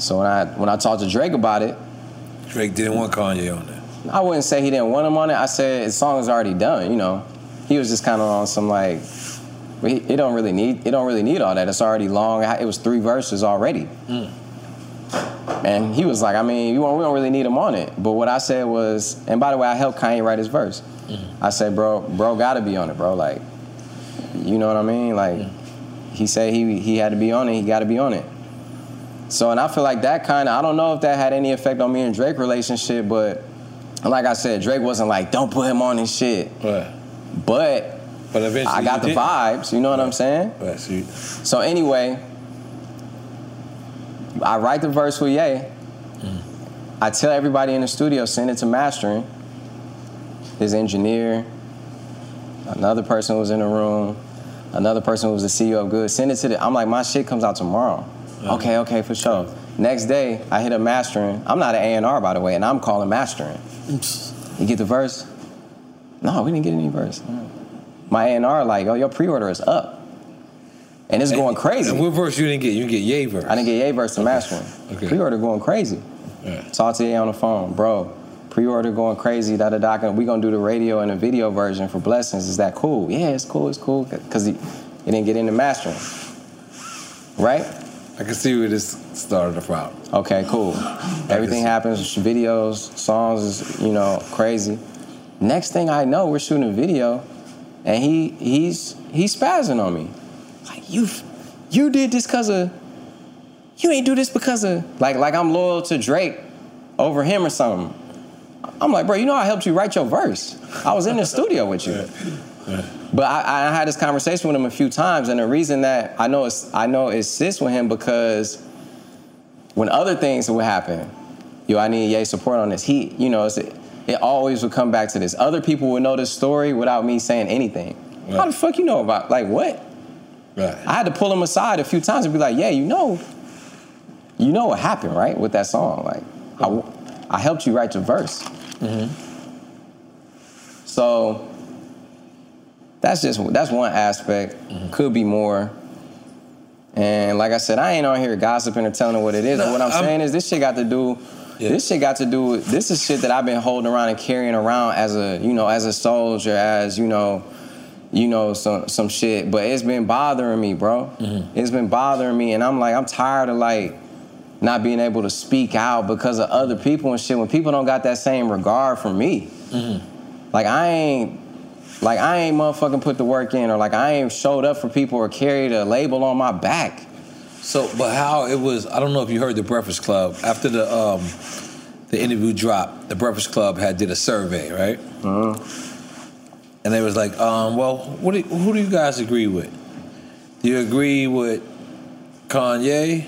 G: So when I when I talked to Drake about it,
E: Drake didn't want Kanye on there.
G: I wouldn't say he didn't want him on it. I said his song is already done. You know, he was just kind of on some like, we- it don't really need it don't really need all that. It's already long. It was three verses already.
E: Mm.
G: And he was like, I mean, you don't, we don't really need him on it. But what I said was, and by the way, I helped Kanye write his verse.
E: Mm-hmm.
G: I said, bro, bro, gotta be on it, bro. Like, you know what I mean? Like, he said he he had to be on it. He got to be on it. So, and I feel like that kind of I don't know if that had any effect on me and Drake relationship, but like I said, Drake wasn't like, don't put him on his shit.
E: Right.
G: But
E: But eventually
G: I got the
E: you did.
G: vibes. You know what I'm saying?
E: Right. So, you,
G: So anyway, I write the verse with Ye. I tell everybody in the studio, send it to mastering. His engineer, another person who was in the room, another person who was the CEO of Good, send it to the. I'm like, my shit comes out tomorrow. Okay, okay, for sure. Next day, I hit up mastering. I'm not an A&R, by the way, and I'm calling mastering. You get the verse? No, we didn't get any verse. My A&R like, oh, your pre-order is up. And it's going crazy.
E: and what verse you didn't get? You didn't get Ye verse.
G: I didn't get Ye verse to match one. Pre-order going crazy. Talk to Ye on the phone, bro. Pre-order going crazy. Da da da. Can- We gonna do the radio and the video version for blessings. Is that cool? Yeah, it's cool. It's cool. Cause it it didn't get into mastering, right?
E: I can see where this started from.
G: Okay, cool. Everything happens. Videos, songs is you know crazy. Next thing I know, we're shooting a video, and he he's he's spazzing on me. Like you you did this cause of you ain't do this because of like like I'm loyal to Drake over him or something. I'm like, bro, you know I helped you write your verse. I was in the studio with you. But I, I had this conversation with him a few times, and the reason that I know it's I know it sits with him because when other things would happen, yo, I need Ye support on this. He, you know, it's it always would come back to this. Other people would know this story without me saying anything. How the fuck you know about? Like what?
E: Right.
G: I had to pull him aside a few times and be like, "Yeah, you know, you know what happened, right? With that song, like I, I helped you write the verse. So that's just that's one aspect. Could be more. And like I said, I ain't on here gossiping or telling her what it is.
E: No,
G: what I'm,
E: I'm-
G: saying is, this shit got to do. This shit got to do. with This is shit that I've been holding around and carrying around as a you know as a soldier, as you know, you know some some shit. But it's been bothering me, bro. It's been bothering me, and I'm like, I'm tired of like not being able to speak out because of other people and shit. When people don't got that same regard for me, like I ain't like I ain't motherfucking put the work in, or like I ain't showed up for people or carried a label on my back.
E: So, but how it was, I don't know if you heard the Breakfast Club after the um, the interview dropped. The Breakfast Club had did a survey, right?
G: Uh-huh.
E: And they was like, um, "Well, what do, who do you guys agree with? Do you agree with Kanye,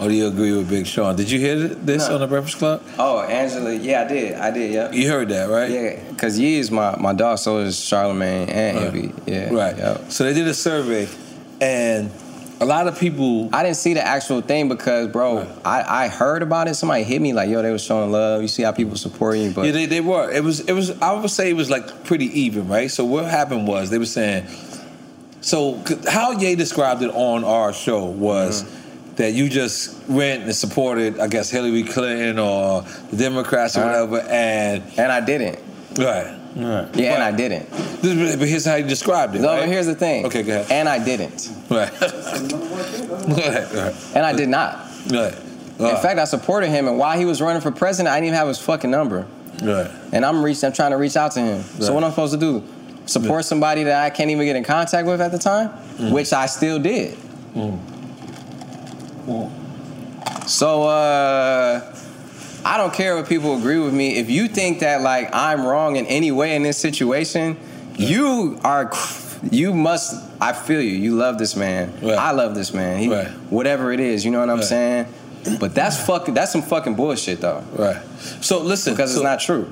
E: or do you agree with Big Sean?" Uh, Did you hear this
G: No.
E: on the Breakfast Club?
G: Oh, Angela, yeah, I did, I did, yeah.
E: You heard that, right?
G: Yeah, cause Ye is my my dog, so is Charlemagne and
E: Right.
G: Envy. Yeah,
E: Right. So they did a survey, and a lot of people.
G: I didn't see the actual thing because, bro, I I heard about it. Somebody hit me like, yo, they was showing love. You see how people support you, but
E: yeah, they, they were. It was it was. I would say it was like pretty even, right? So what happened was they were saying. So c- how Ye described it on our show was
G: Mm-hmm.
E: that you just went and supported, I guess, Hillary Clinton or the Democrats or
G: Uh-huh.
E: whatever, and
G: and I didn't.
E: Right. Right.
G: Yeah, and I didn't.
E: This, but here's how you described it.
G: No,
E: right?
G: but here's the thing.
E: Okay, go ahead.
G: And I didn't.
E: Right. go ahead. Go ahead.
G: And I did not.
E: Right. Uh.
G: In fact, I supported him, and while he was running for president, I didn't even have his fucking number.
E: Right.
G: and I'm reaching, I'm trying to reach out to him. So
E: Right.
G: what I'm supposed to do? Support somebody that I can't even get in contact with at the time,
E: Mhm.
G: which I still did.
E: Mm.
G: So uh, I don't care what people agree with me. If you think that like I'm wrong in any way in this situation, you are. You must. I feel you. You love this man. I love this man. He, Whatever it is, you know what I'm saying. But that's fucking. That's some fucking bullshit though.
E: Right. So listen,
G: because
E: so-
G: it's not true.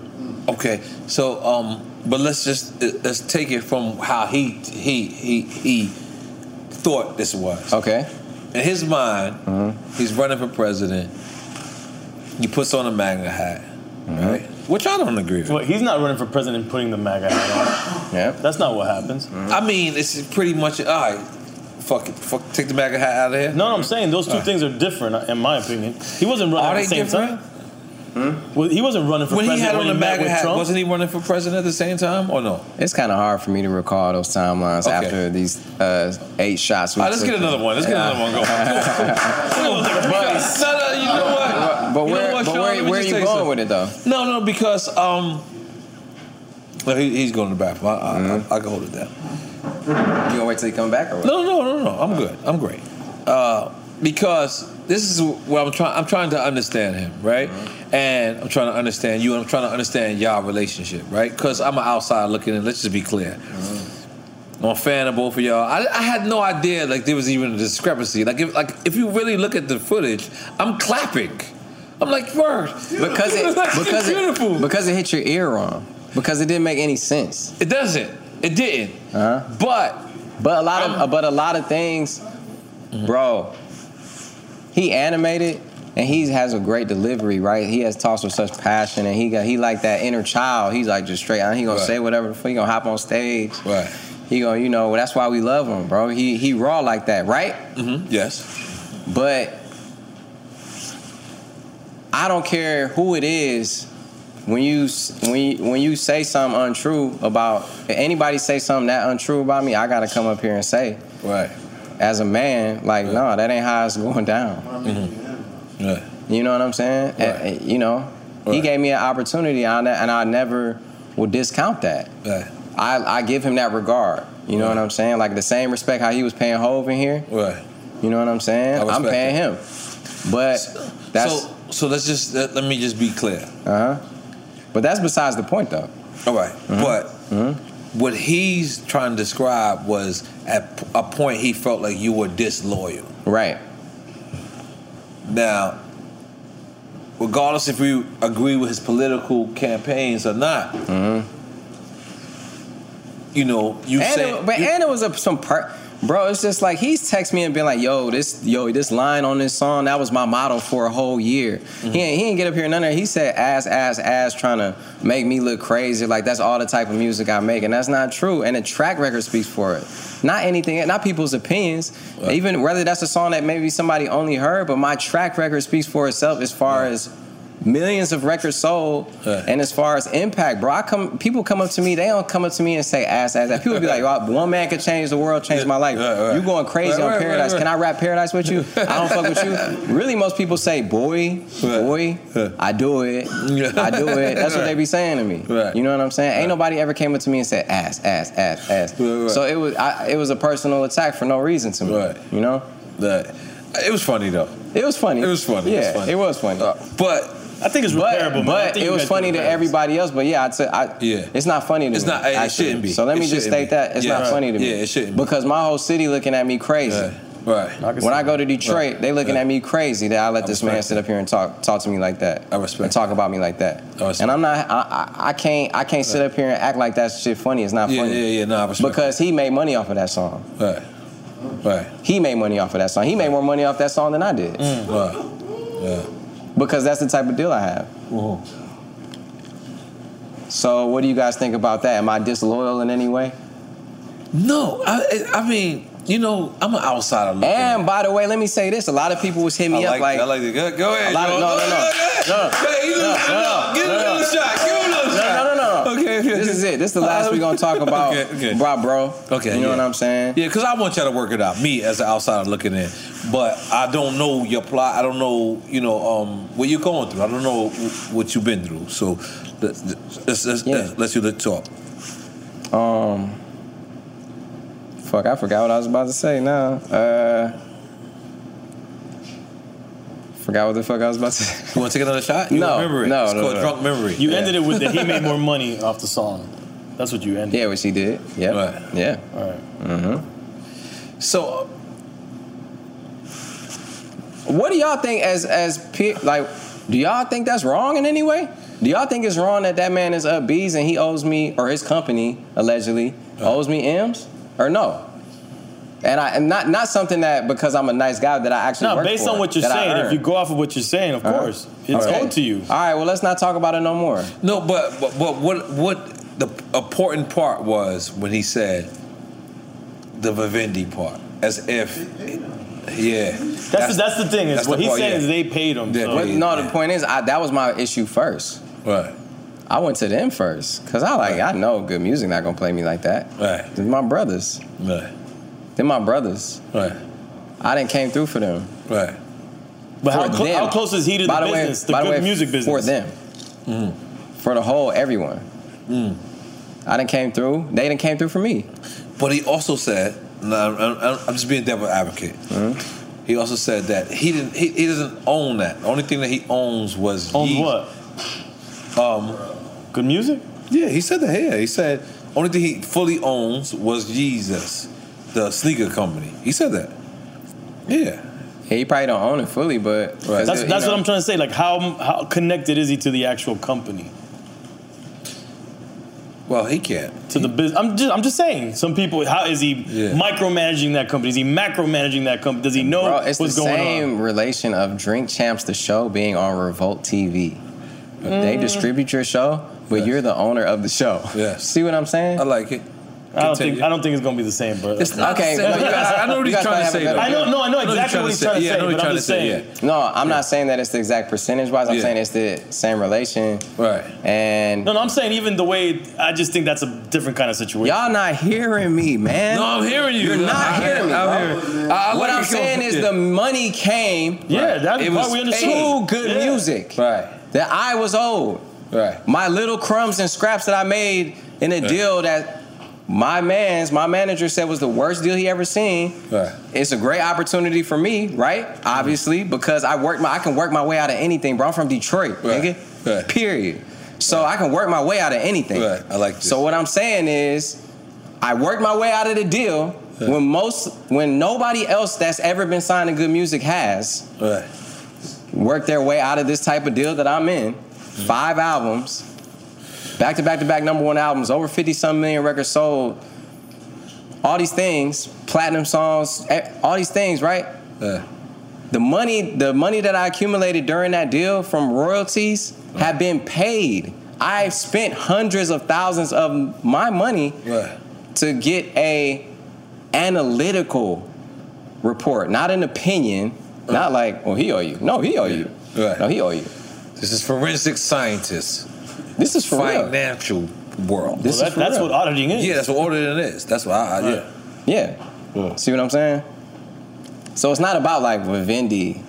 E: Okay, so um, but let's just let's take it from how he he he he thought this was.
G: Okay.
E: In his mind, he's running for president. He puts on a MAGA hat, right? Which I don't agree with.
F: Well, he's not running for president and putting the MAGA hat
G: on. Yeah.
F: That's not what happens.
E: I mean, it's pretty much all right. Fuck it. Fuck. Take the MAGA hat out of here.
F: No, no, I'm saying those two
E: All right.
F: things are different, in my opinion. He wasn't running
E: Are
F: at the
E: they
F: same
E: different?
F: time. Hmm? Well, he wasn't running for
E: When he
F: president
E: had on
F: when
E: the
F: he met
E: MAGA
F: with
E: hat,
F: Trump.
E: wasn't he running for president at the same time or no?
G: It's kind of hard for me to recall those timelines after these uh, eight shots.
E: All right, let's get another one. Let's get another one. Go.
F: Mm.
G: But-
E: no, no, you know what?
G: But
E: You know
G: where,
E: what,
G: but
E: Sean? Let
G: where,
E: me
G: where are
E: just
G: you going
E: tell you something.
G: with it though?
E: No, no, because um, no, he, he's going to the bathroom. I, I,
G: Mm-hmm.
E: I, I can hold it down.
G: You gonna wait till he come back or what?
E: No, no, no, no, no. I'm good. I'm great. Uh, because this is what I'm trying. I'm trying to understand him, right?
G: Mm-hmm.
E: And I'm trying to understand you, and I'm trying to understand y'all relationship, right? Because I'm an outside looking in. Let's just be clear.
G: Mm-hmm.
E: I'm a fan of both of y'all. I, I had no idea like there was even a discrepancy. Like if like if you really look at the footage, I'm clapping. I'm like, word.
G: Because it
E: Like, it's
G: because
E: beautiful.
G: it, because it hit your ear wrong. Because it didn't make any sense.
E: It doesn't. It didn't.
G: Uh-huh.
E: But
G: but a lot of but a lot of things, bro. He animated and he has a great delivery, right? He has talks with such passion and he got he like that inner child. He's like just straight. He gonna
E: Right.
G: say whatever. the fuck, He gonna hop on stage.
E: Right.
G: He gonna you know that's why we love him, bro. He he raw like that, right?
E: Mm-hmm. Yes.
G: But I don't care who it is. When you s- when you, when you say something untrue about if anybody say something that untrue about me, I gotta come up here and say.
E: Right.
G: As a man, like no, that ain't how it's going down.
E: Mm-hmm. Right.
G: You know what I'm saying? And- and, you know, he gave me an opportunity on that, and I never will discount that.
E: Right.
G: I, I give him that regard. You know what I'm saying? Like the same respect how he was paying Hove in here.
E: Right.
G: You know what I'm
E: I
G: saying? I'm
E: respect
G: paying
E: it.
G: him. But that's
E: so so let's just let, let me just be clear.
G: uh huh. But that's besides the point though.
E: All right.
G: Mm-hmm.
E: But what he's trying to describe was at p- a point he felt like you were disloyal.
G: Right.
E: Now, regardless if we agree with his political campaigns or not. You know, you
G: Mm-hmm. and
E: say
G: it, but and it was a, some part, bro. It's just like he's text me and been like, "Yo, this yo this line on this song that was my motto for a whole year."
E: Mm-hmm.
G: He ain't, he ain't get up here none of that. He said ass ass ass trying to make me look crazy. Like that's all the type of music I make, and that's not true. And the track record speaks for it. Not anything, not people's opinions. Even whether that's a song that maybe somebody only heard, but my track record speaks for itself as far as millions of records sold and as far as impact bro i come people come up to me they don't come up to me and say ass ass ass people be like "Yo, one man could change the world change my life you going crazy
E: Right,
G: on
E: right, right,
G: paradise
E: right.
G: can i rap paradise with you i don't fuck with you really most people say boy boy i do it i do it that's what they be saying to me you know what i'm saying ain't nobody ever came up to me and said ass ass ass ass
E: right.
G: so it was I, it was a personal attack for no reason to me you know
E: that it was funny though
G: it was funny
E: it was funny
G: yeah
E: it was funny,
G: Uh,
E: but
F: I think it's repairable. man. I
G: but it
F: think you
G: was
F: guys
G: funny
F: do
G: to
F: repairable.
G: everybody else. But yeah, I t- I, yeah, it's not funny to
E: It's
G: me.
E: not- it
G: actually.
E: shouldn't be.
G: So let
E: It
G: me just
E: shouldn't be.
G: state that it's
E: Yeah.
G: not funny to me.
E: Yeah, it shouldn't be.
G: because my whole city looking at me crazy.
E: Right. I can
G: when
E: see
G: I go to
E: that.
G: Detroit,
E: Right.
G: they looking
E: Right.
G: at me crazy that I let
E: I
G: this
E: respect
G: man sit up here and talk talk to me like that. I respect. And talk about me like that. and I'm not. I, I, I can't. I can't sit up here and act like that shit funny. It's not
E: Yeah,
G: funny.
E: yeah, yeah, no, I respect
G: Because he made money off of that song.
E: Right. Right. Mm.
G: He made money off of that song. He made more money off that song than I did.
E: Yeah. Mm-hmm.
G: Because that's the type of deal I have. So, what do you guys think about that? Am I disloyal in any way?
E: No, I, I mean, you know, I'm an outsider. Looking
G: and by the way, let me say this: a lot of people was hitting me
E: I
G: up
E: like-
G: like,
E: I like it. Go- go ahead,
G: A lot of,
E: Joe.
G: no, no, no, no, no, no,
E: Give him
G: no,
E: another
G: no.
E: shot. Give him another
G: No,
E: shot.
G: No, no, no.
E: Okay, okay.
G: This is it. This is the last we're gonna talk about,
E: Okay, okay.
G: bro, bro.
E: Okay,
G: You know
E: yeah.
G: what I'm saying?
E: Yeah, because I want y'all to work it out. Me as an outsider looking in, but I don't know your plot. I don't know, you know, um, what you're going through. I don't know what you've been through. So let's let's, let's, let's you let talk.
G: Um, fuck, I forgot what I was about to say now. Uh, forgot what the fuck I was about to say.
E: You want to take another shot?
G: no, no, no, no.
F: You ended it with
G: the
F: that he made more money off the song. That's what you ended.
G: Yeah, which he did. Yeah. Yeah. All right. Mm-hmm.
E: So,
G: what do y'all think as as pe- like? Do y'all think that's wrong in any way? Do y'all think it's wrong that that man is up B's and he owes me or his company allegedly owes me M's or no? And I and not not something that because I'm a nice guy that I actually
F: No,
G: worked
F: based
G: for,
F: on what you're
G: that I
F: saying, if
G: earned.
F: you go off of what you're saying, of
G: Uh-huh.
F: course, it's
G: Okay.
F: owed to you.
G: All right, well let's not talk about it no more.
E: No, but but, but what what the important part was when he said the Vivendi part, as if yeah.
F: That's, the, that's the thing. Is
G: that's
F: what
G: the
F: he's
G: part,
F: saying
G: yeah.
F: is they paid him. so-
G: But no, the point is, I, that was my issue first.
E: Right.
G: I went to them first because I like I know good music not gonna play me like that.
E: Right.
G: They're my brothers.
E: Right.
G: They're my brothers.
E: Right.
G: I didn't came through for them.
E: Right.
F: But how
G: For
F: clo- how
G: them.
F: close is he to the
G: By way-
F: business, the
G: by
F: good
G: way,
F: music
G: For
F: business? Mm.
G: them, for the whole everyone. I didn't came through. They didn't came through for me.
E: But he also said, and I'm, I'm, I'm just being devil advocate.
G: Mm-hmm.
E: He also said that he didn't. He, he doesn't own that. The only thing that he owns was
F: Owns
E: Yeezy. Um,
F: good music.
E: Yeah, he said that. Yeah, he said only thing he fully owns was Jesus, the sneaker company. He said that. Yeah.
G: He probably don't own it fully, but
F: That's, that's what I'm trying to say. Like, how how connected is he to the actual company?
E: Well, he can't
F: to the business. I'm just I'm just saying. Some people, how is he micromanaging that company? Is he macromanaging that company? Does he know
G: Bro, it's
F: what's
G: the
F: going
G: same
F: on?
G: relation of Drink Champs, the show being on Revolt TV. They
F: Mm.
G: distribute your show, but you're the owner of the show. See what I'm saying? I
E: like it.
F: I don't think I don't think it's gonna be the same, bro.
G: It's not Okay, the same. but you guys- I know what he's
F: You guys
G: trying to
F: gotta
G: say,
F: have a better-
G: though.
F: I know, no, I know
G: I know what
F: exactly what he's trying to say, but I'm just saying.
G: No, I'm not saying that it's the exact percentage wise. I'm
F: Yeah.
G: saying it's the same relation.
E: Right.
G: And
F: No, no, I'm saying even the way I just think that's a different kind of situation.
G: Y'all not hearing me, man.
F: No, I'm hearing you.
G: You're not
F: I-
G: hearing me.
F: I'm
G: bro.
F: hearing- I- I
G: what
F: like
G: I'm
F: it.
G: saying is
F: Yeah.
G: the money came.
F: Yeah, Right. that
G: it
F: part
G: was
F: we understood.
G: True good
F: Yeah.
G: music.
E: Right.
G: That I was owed.
E: Right.
G: My little crumbs and scraps that I made in a
E: Right.
G: deal that my man's, my manager said was the worst deal he ever seen.
E: Right. Mm-hmm.
G: It's a great opportunity for me, right? Obviously, because I work my I can work my way out of anything, bro. I'm from Detroit, nigga. Period. So I can work my way out of anything. Right.
E: I like this.
G: So what I'm saying is, I worked my way out of the deal when most when nobody else that's ever been signed to good music has.
E: Right.
G: worked their way out of this type of deal that I'm in. Five albums, back to back to back number one albums, over 50 some million records sold. All these things, platinum songs, eh, all these things, right? The money, the money that I accumulated during that deal from royalties have been paid. I've spent hundreds of thousands of my money to get a analytical report, not an opinion. Not like, well, he owe you. No, he owe you. No, he owe you.
E: This is forensic scientists.
G: This is for real.
E: financial world.
G: This Well, is that- for that's real. what auditing is.
E: Yeah, that's what auditing is. That's what I, I yeah.
G: Uh, Yeah. See what I'm saying? So it's not about like Vivendi.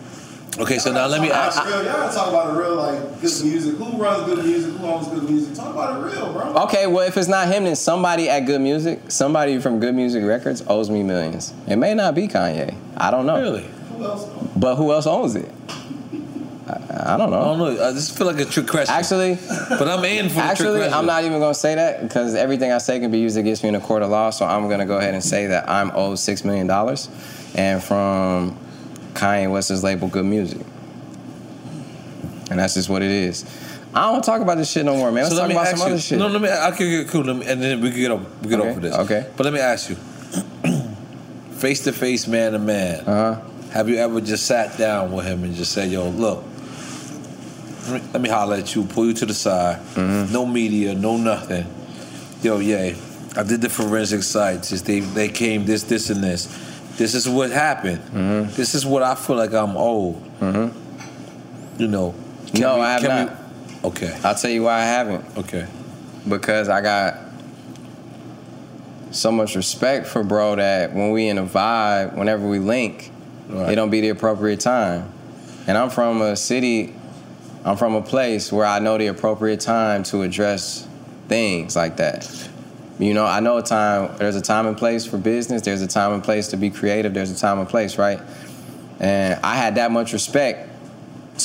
E: Okay, so now let me
M: Y'all
E: ask.
M: talk real- y'all talk about the real, like good music. Who runs good music? Who owns good music? Talk about it real, bro.
G: Okay, well, if it's not him, then somebody at Good Music, somebody from Good Music Records owes me millions. It may not be Kanye. I don't know. Really?
M: Who else?
G: But who else owns it? I, I don't know.
E: I don't know. I just feel like a trick question.
G: Actually,
E: but I'm in for the trick
G: Actually,
E: question.
G: I'm not even gonna say that because everything I say can be used against me in a court of law. So I'm gonna go ahead and say that I'm owed six million dollars, and from Kanye West's label Good Music, and that's just what it is. I don't talk about this shit no more, man. Let's
E: let
G: talk
E: me
G: about
E: ask
G: some
E: you,
G: other shit.
E: No, let me. Okay, okay, cool. Let me, and then we can get off. We get off of this. Okay. But let me ask you, face to face, man to man. Uh-huh. Have you ever just sat down with him and just said, "Yo, look, let me, let me holler at you, pull you to the side,
G: Mm-hmm.
E: no media, no nothing. Yo, yay, I did the forensic scientists. They they came this, this, and this. This is what happened. This is what I feel like I'm old.
G: Mm-hmm.
E: You know. can
G: no,
E: we-
G: I have
E: can we-
G: not.
E: okay.
G: I'll tell you why I haven't.
E: Okay.
G: Because I got so much respect for bro that when we in a vibe, whenever we link, it don't be the appropriate time. And I'm from a city, I'm from a place where I know the appropriate time to address things like that. You know, I know a time, there's a time and place for business, there's a time and place to be creative, there's a time and place, right? And I had that much respect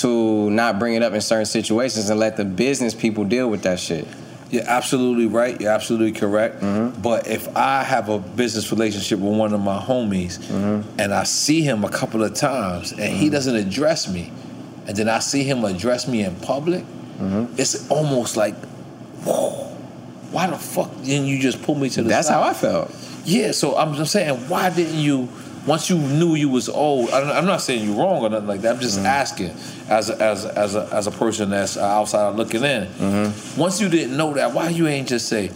G: to not bring it up in certain situations and let the business people deal with that shit.
E: You're absolutely right. You're absolutely correct.
G: Mm-hmm.
E: But if I have a business relationship with one of my homies
G: Mm-hmm.
E: and I see him a couple of times and he doesn't address me, and then I see him address me in public,
G: Mm-hmm.
E: it's almost like, whoa, why the fuck didn't you just pull me to the
G: That's
E: side?
G: how I felt.
E: Yeah, so I'm just saying, why didn't you? Once you knew you was old, I don't- I'm not saying you're wrong or nothing like that. I'm
G: Mm-hmm.
E: just asking, as a, as a, as a, as a person that's outside looking in.
G: Mm-hmm.
E: Once you didn't know that, why you ain't just say,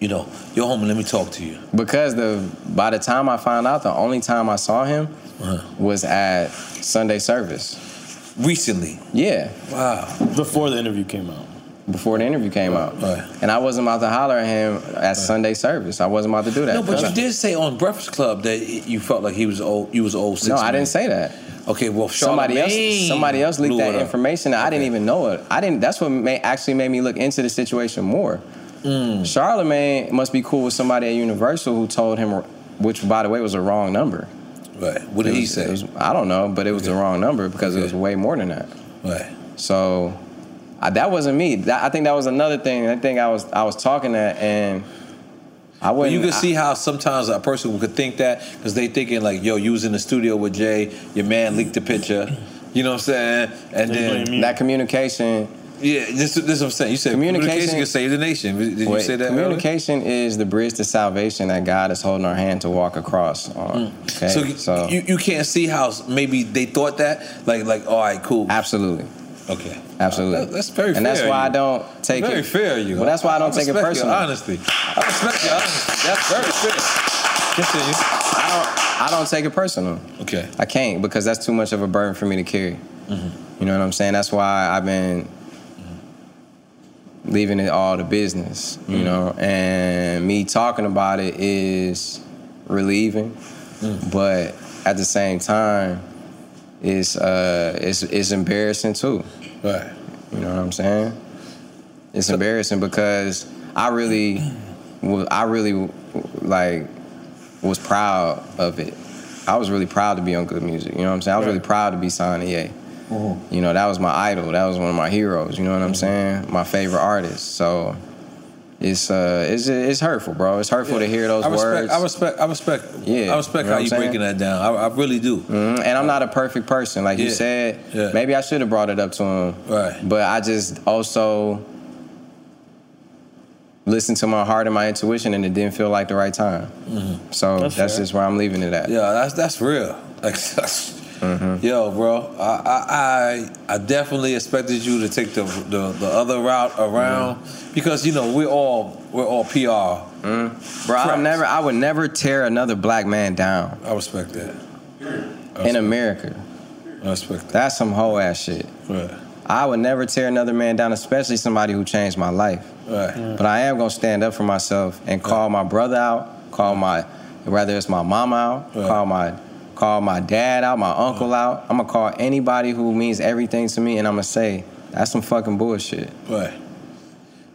E: you know, yo, homie, let me talk to you.
G: Because the by the time I found out, the only time I saw him
E: Uh-huh.
G: was at Sunday service.
E: Recently.
G: Yeah.
E: Wow.
G: Before the interview came out. Before the interview came out. And I wasn't about to holler at him at Sunday service. I wasn't about to do that.
E: No, but you did say on Breakfast Club that you felt like he was old. You was old. Six
G: No, I didn't say that.
E: Okay, well,
G: somebody else
E: Charlamagne
G: somebody else leaked
E: blew
G: that
E: it up.
G: information. I didn't even know it. I didn't. That's what may, actually made me look into the situation more.
E: Mm.
G: Charlemagne must be cool with somebody at Universal who told him, which by the way was a wrong number.
E: Right. What did
G: It
E: he
G: was-
E: say?
G: it was- I don't know, but it was the wrong number because it was way more than that.
E: Right.
G: So I, that wasn't me. That, I think that was another thing. I think I was I was talking that and I
E: But
G: wouldn't.
E: you can
G: I-
E: see how sometimes a person could think that because they thinking like, yo, you was in the studio with Jay, your man leaked the picture. You know what I'm saying? And then
G: that communication.
E: Yeah, this, this is what I'm saying. You said communication,
G: Communication-
E: can save the nation. Did you
G: Wait,
E: say that? earlier?
G: Communication is the bridge to salvation that God is holding our hand to walk across on. Okay,
E: Hmm. So,
G: so,
E: you- you you can't see how s- maybe they thought that like like all right, cool.
G: Absolutely.
E: Okay.
G: absolutely,
E: That- that's very
G: and that's
E: fair,
G: why I
E: you.
G: don't take
E: very
G: it.
E: fair, you.
G: Well, that's why I don't take it
E: respect
G: personal.
E: Your honesty. I respect your honesty. That's very fair. Continue.
G: I don't take it personal.
E: Okay.
G: I can't because that's too much of a burden for me to carry.
E: Mm-hmm.
G: You know what I'm saying? That's why I've been leaving it all to business, you
E: Mm-hmm.
G: know? And me talking about it is relieving,
E: Mm-hmm.
G: but at the same time, it's uh it's it's embarrassing too.
E: Right.
G: You know what I'm saying? It's embarrassing because I really wa- I really like was proud of it. I was really proud to be on good music. You know what I'm saying? I was really proud to be signed to Ye.
F: Mm.
G: You
E: Mm-hmm.
G: know, that was my idol. That was one of my heroes. You know what I'm saying? My favorite artist. So it's uh, it's it's hurtful, bro. It's hurtful to hear those
E: I respect,
G: words.
E: I respect. I respect.
G: Yeah,
E: I respect
G: you know
E: how
G: what
E: you
G: I'm
E: breaking
G: saying?
E: that down. I, I really do.
G: Mhm, And I'm not a perfect person, like you
E: Yeah.
G: said.
E: Yeah.
G: Maybe I should have brought it up to him. Right. But I just also listened to my heart and my intuition, and it didn't feel like the right time. So
E: Mm-hmm. That's
G: that's,
E: fair.
G: just where I'm leaving it at.
E: Yeah, that's that's real. Like, that's-
G: Mm-hmm.
E: yo, bro, I, I I I definitely expected you to take the the, the other route around
G: Mm-hmm.
E: because you know we're all we're all PR.
G: Bro, I would never, I would never tear another black man down.
E: I respect that.
G: in America.
E: I respect that.
G: That's some whole ass shit.
E: Right.
G: I would never tear another man down, especially somebody who changed my life.
E: Right.
G: But I am gonna stand up for myself and call my brother out, call my whether it's my mama out, call my call my dad out, my uncle out. I'm gonna call anybody who means everything to me, and I'm gonna say that's some fucking bullshit.
E: Right.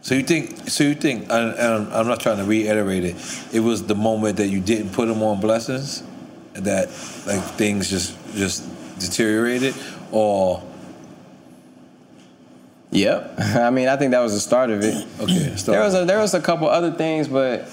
E: So you think? So you think? And, and I'm not trying to reiterate it. It was the moment that you didn't put him on blessings, that like things just just deteriorated, or
G: Yep. I mean, I think that was the start of it.
E: okay.
G: There was a, there was a couple other things, but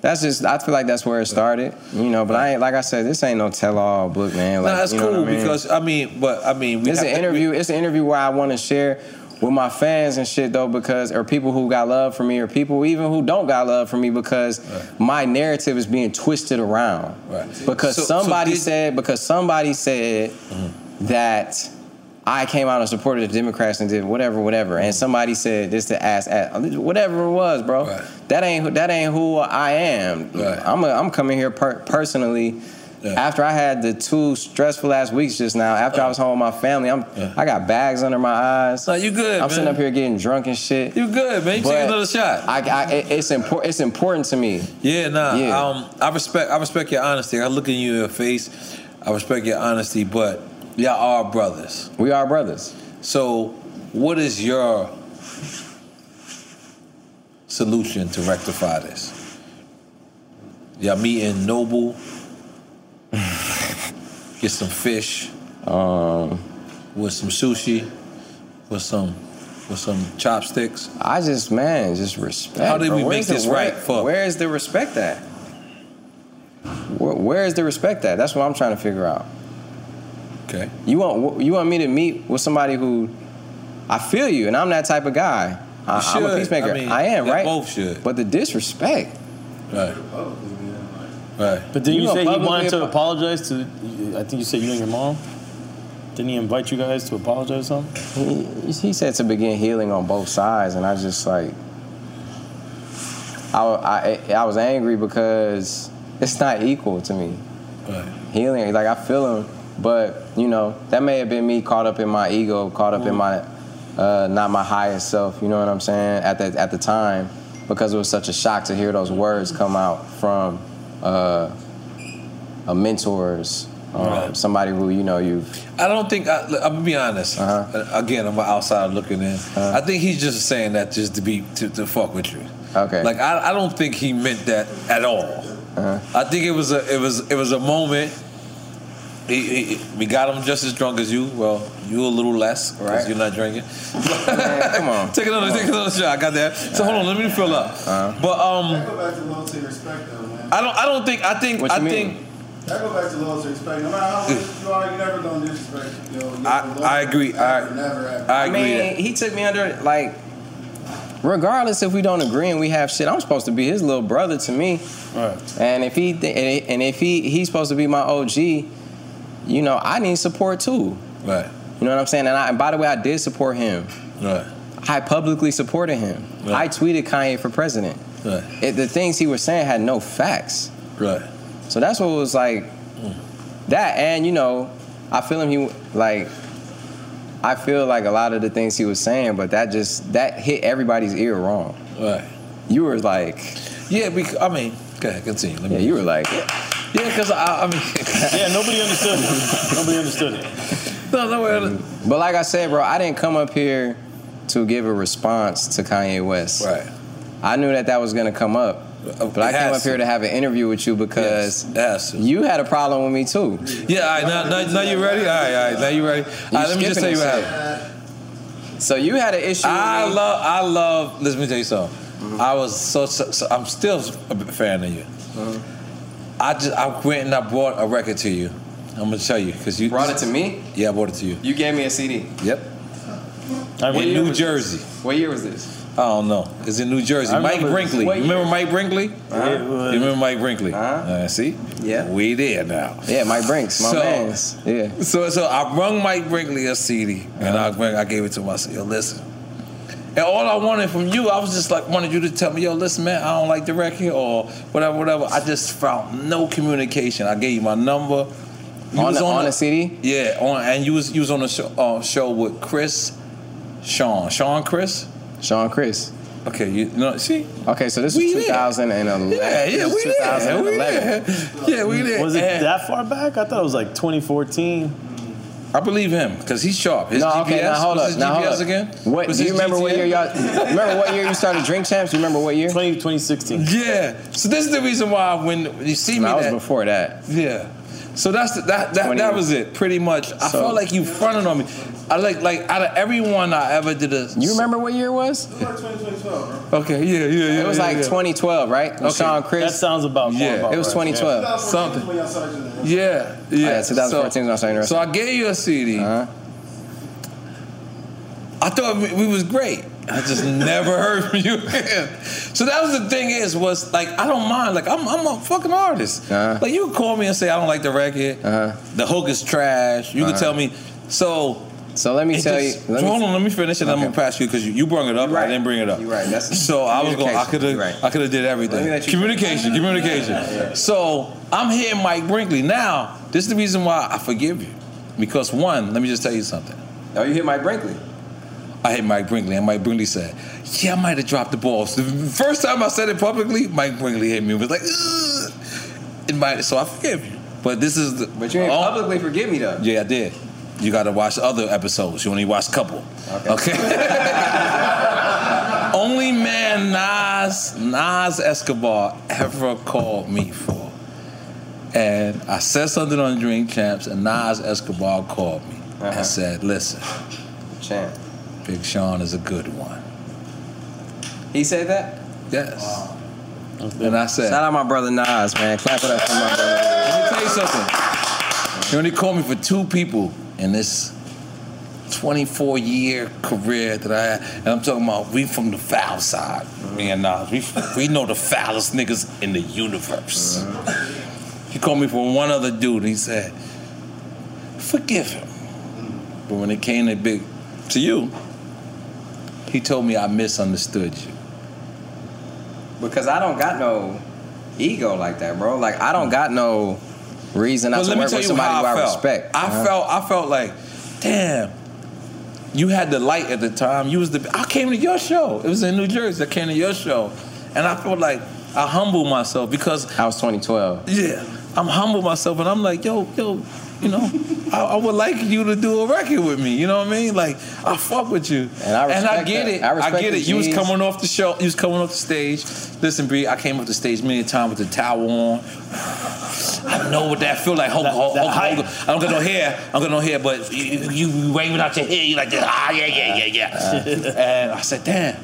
G: that's just I feel like that's where it started, you know. But I ain't like I said, this ain't no tell all book, man. Like,
E: no, that's
G: you know what
E: cool
G: I mean?
E: because I mean, but I mean, we
G: it's an
E: have to-
G: interview. it's an interview where I want to share with my fans and shit though, because or people who got love for me, or people even who don't got love for me, because my narrative is being twisted around.
E: Right.
G: Because
E: So- so
G: somebody
E: did-
G: said because somebody said that I came out and supported the Democrats and did whatever, whatever, and somebody said this to ass, ass whatever it was, bro. That ain't who- that ain't who I am. I'm a, I'm coming here per- personally. After I had the two stressful ass weeks just now, after I was home with my family, I'm I got bags under my eyes. No,
E: you good?
G: I'm
E: man.
G: sitting up here getting drunk and shit.
E: You good, man? You take another shot.
G: I, I, it- it's important. It's important to me.
E: Yeah, nah.
G: Yeah.
E: Um, I respect I respect your honesty. I look in your face. I respect your honesty, but y'all are brothers.
G: We are brothers.
E: So, what is your solution to rectify this? Y'all meet in Noble. Get some fish.
G: Um,
E: with some sushi, with some with some chopsticks.
G: I just man, just respect.
E: How did
G: bro.
E: we
G: Where's
E: make
G: the
E: this
G: where-
E: right for?
G: Where is the respect at? Where, where is the respect at? That's what I'm trying to figure out.
E: Okay.
G: You want you want me to meet with somebody who I feel you, and I'm that type of guy. I, I'm
E: You
G: a
E: should.
G: peacemaker.
E: I mean,
G: I am
E: they
G: right.
E: both should.
G: But the disrespect.
E: Right. Right.
F: But didn't you,
G: You
F: say he
G: publicly
F: wanted to
G: apo-
F: apologize to? I think you said you and your mom. Didn't he invite you guys to apologize? or Something?
G: He, he said to begin healing on both sides, and I just like, I, I, I was angry because it's not equal to me. Healing, like I feel him, but you know that may have been me caught up in my ego, caught up in my, uh, not my highest self. You know what I'm saying? At the at the time, because it was such a shock to hear those words come out from uh, a mentor's, um,
E: Right.
G: somebody who you know you've
E: I don't think I, I'm gonna be honest.
G: Uh-huh.
E: Again, I'm an outsider looking in. I think he's just saying that just to be to, to fuck with you.
G: Okay. Uh-huh.
E: Like I, I don't think he meant that at all. I think it was a it was it was a moment. He, he, we got him just as drunk as you. Well, you a little less because
G: Right.
E: you're not drinking.
G: come on. Uh-huh.
E: take another take another shot. I got that. So hold on, let me fill up. But um,
M: That go back to loyalty and respect, though, man.
E: I don't I don't think I think I think
M: That go back to loyalty and respect. No matter how much you are, you never gonna disrespect. You know,
E: I, I agree. I, I agree.
G: mean,
E: that.
G: he took me under like. Regardless if we don't agree and we have shit, I'm supposed to be his little brother to me. And if he th- and i- and if he he's supposed to be my OG, you know I need support too.
E: Right.
G: You know what I'm saying? And, I, and by the way, I did support him.
E: Right.
G: I publicly supported him. I tweeted Kanye for president.
E: Right.
G: It, the things he was saying had no facts.
E: Right.
G: So that's what was like. That and you know, I feel him. He like, I feel like a lot of the things he was saying, but that just that hit everybody's ear wrong.
E: Right.
G: You were like,
E: yeah, because I mean, go ahead, continue. Let
G: yeah, you were like,
E: Yeah, because I, I mean,
F: yeah, nobody understood it. Nobody understood it.
E: no, no.
G: But like I said, bro, I didn't come up here to give a response to Kanye West.
E: Right. Uh,
G: I knew that that was gonna come up, but I came
E: It has
G: up here to have an interview with you because you had a problem with me too.
E: Yeah, all right, now, now, now you ready? All right, all right, now you ready? All right, let me just tell you what happened.
G: So you had an issue. Mm-hmm.
E: I love, I love. Let me tell you something. I was so, so, so- I'm still a big fan of you.
G: Mm-hmm.
E: I just, I went and I brought a record to you. I'm gonna tell you because you
G: Brought it to me?
E: Yeah, I brought it to you.
G: You gave me a CD.
E: Yep.
G: What
E: in
G: year
E: New
G: was this?
E: Jersey.
G: What year was this?
E: I don't know. It's in New Jersey.
G: I
E: Mike
G: remember this.
E: Brinkley.
G: What
E: You remember Mike Brinkley?
G: Yeah.
E: You remember Mike Brinkley? Uh, see? Yeah. We there now.
G: Uh-huh. Yeah, Mike Brinks, my
E: So-
G: man's. Yeah.
E: So so I brung Mike Brinkley a CD and I bring, I gave it to him. I said, yo, listen. And all I wanted from you, I was just like wanted you to tell me, yo, listen, man, I don't like the record or whatever, whatever. I just found no communication. I gave you my number. You
G: On the- on the CD?
E: Yeah, on and you was you was on a show, uh, show with Chris, Sean, Sean Chris,
G: Sean Chris.
E: Okay, you know, see.
G: Okay, so this was 2011.
E: Yeah, yeah,
G: This was
E: we there. We
G: 2011.
E: there. Yeah, we there.
F: Was it
E: And-
F: that far back? I thought it was like 2014.
E: I believe him because he's sharp. His
G: no,
E: GPS,
G: okay, now hold
E: what's
G: up.
E: his
G: now
E: GPS
G: hold up.
E: again?
G: What
E: What's
G: do you
E: his
G: remember what year
E: GTM?
G: y'all remember what year you started Drink Champs? You remember what year?
F: 20, 2016.
E: Yeah. So this is the reason why when you see me,
G: That was
E: that-
G: before that.
E: Yeah. So that's the, that that,
G: 20.
E: that was it, pretty much. I
G: So-
E: felt like you fronted on me. I like like out of everyone I ever did a.
G: You remember what year it was?
E: Okay, yeah, yeah, yeah.
G: It was
E: yeah,
G: like
E: yeah.
G: 2012, right? With
E: Okay.
G: Sean Chris.
E: That
F: sounds about
E: Yeah,
G: It was 2012.
E: Something.
M: When y'all started doing that.
E: Yeah, yeah.
G: Oh, yeah, 2014
E: so,
G: is when I started
E: So I gave you a CD.
G: Uh-huh.
E: I thought we, we was great. I just never heard from you again. So that was the thing is was like I don't mind. Like I'm I'm a fucking artist.
G: Uh-huh.
E: Like you could call me and say I don't like the record. The hook is trash. You could
G: Uh-huh.
E: tell me. So
G: so let me
E: it
G: tell
E: just-
G: you- let me-
E: hold on, let me finish it. and I'm gonna pass you because you, you brung it up. I didn't bring it up.
G: You're right. That's
E: so I was going. I could have. I could have did
G: Let
E: everything.
G: me let you-
E: Communication. Communication.
G: Yeah.
E: So I'm hitting Mike Brinkley now. This is the reason why I forgive you, because one, let me just tell you something.
G: Oh, you hit Mike Brinkley.
E: I hit Mike Brinkley, and Mike Brinkley said, "Yeah, I might have dropped the ball." So the first time I said it publicly, Mike Brinkley hit me. It was like, Ugh. it might. So I forgive you, but this is the.
G: But you ain't
E: Oh,
G: publicly forgive me though.
E: Yeah, I did. You got to watch other episodes. You only watch a couple. Okay. only man Nas Nas Escobar ever called me for, and I said something on Dream Champs, and Nas Escobar called me and said, "Listen,
G: Champ,
E: Big Sean is a good one."
G: He said that.
E: Yes. And I said,
G: Shout out my brother Nas, man. Clap it up for my brother.
E: Let me tell you something. He only called me for two people in this 24 year career that I had. And I'm talking about we from the foul side, me and Nas. We, we know the foulest niggas in the universe. He called me for one other dude. He said, forgive him. But when it came to big to you, he told me I misunderstood you.
G: Because I don't got no ego like that, bro. Like I don't got no reason not
E: But
G: to work with somebody who I,
E: felt.
G: respect.
E: I
G: Uh-huh.
E: felt I felt like, damn, you had the light at the time. You was the I came to your show. It was in New Jersey. I came to your show. And I felt like I humbled myself because
G: I was 2012.
E: Yeah. I'm humble myself and I'm like, yo, yo, you know, I, I would like you to do a record with me. You know what I mean? Like, I fuck with you.
G: And I respect
E: get
G: that.
E: it.
G: I
E: I,
G: respect
E: get
G: the
E: it. You was
G: G's.
E: coming off the show. You was coming off the stage. Listen, Bree, I came off the stage many times with the towel on. I know what that feel like. Hulk, Hulk, Hulk, Hogan. I don't got no hair. I don't got no hair, but you, you you waving out your hair. You like this. Ah, yeah, yeah, yeah, yeah. and I said, damn.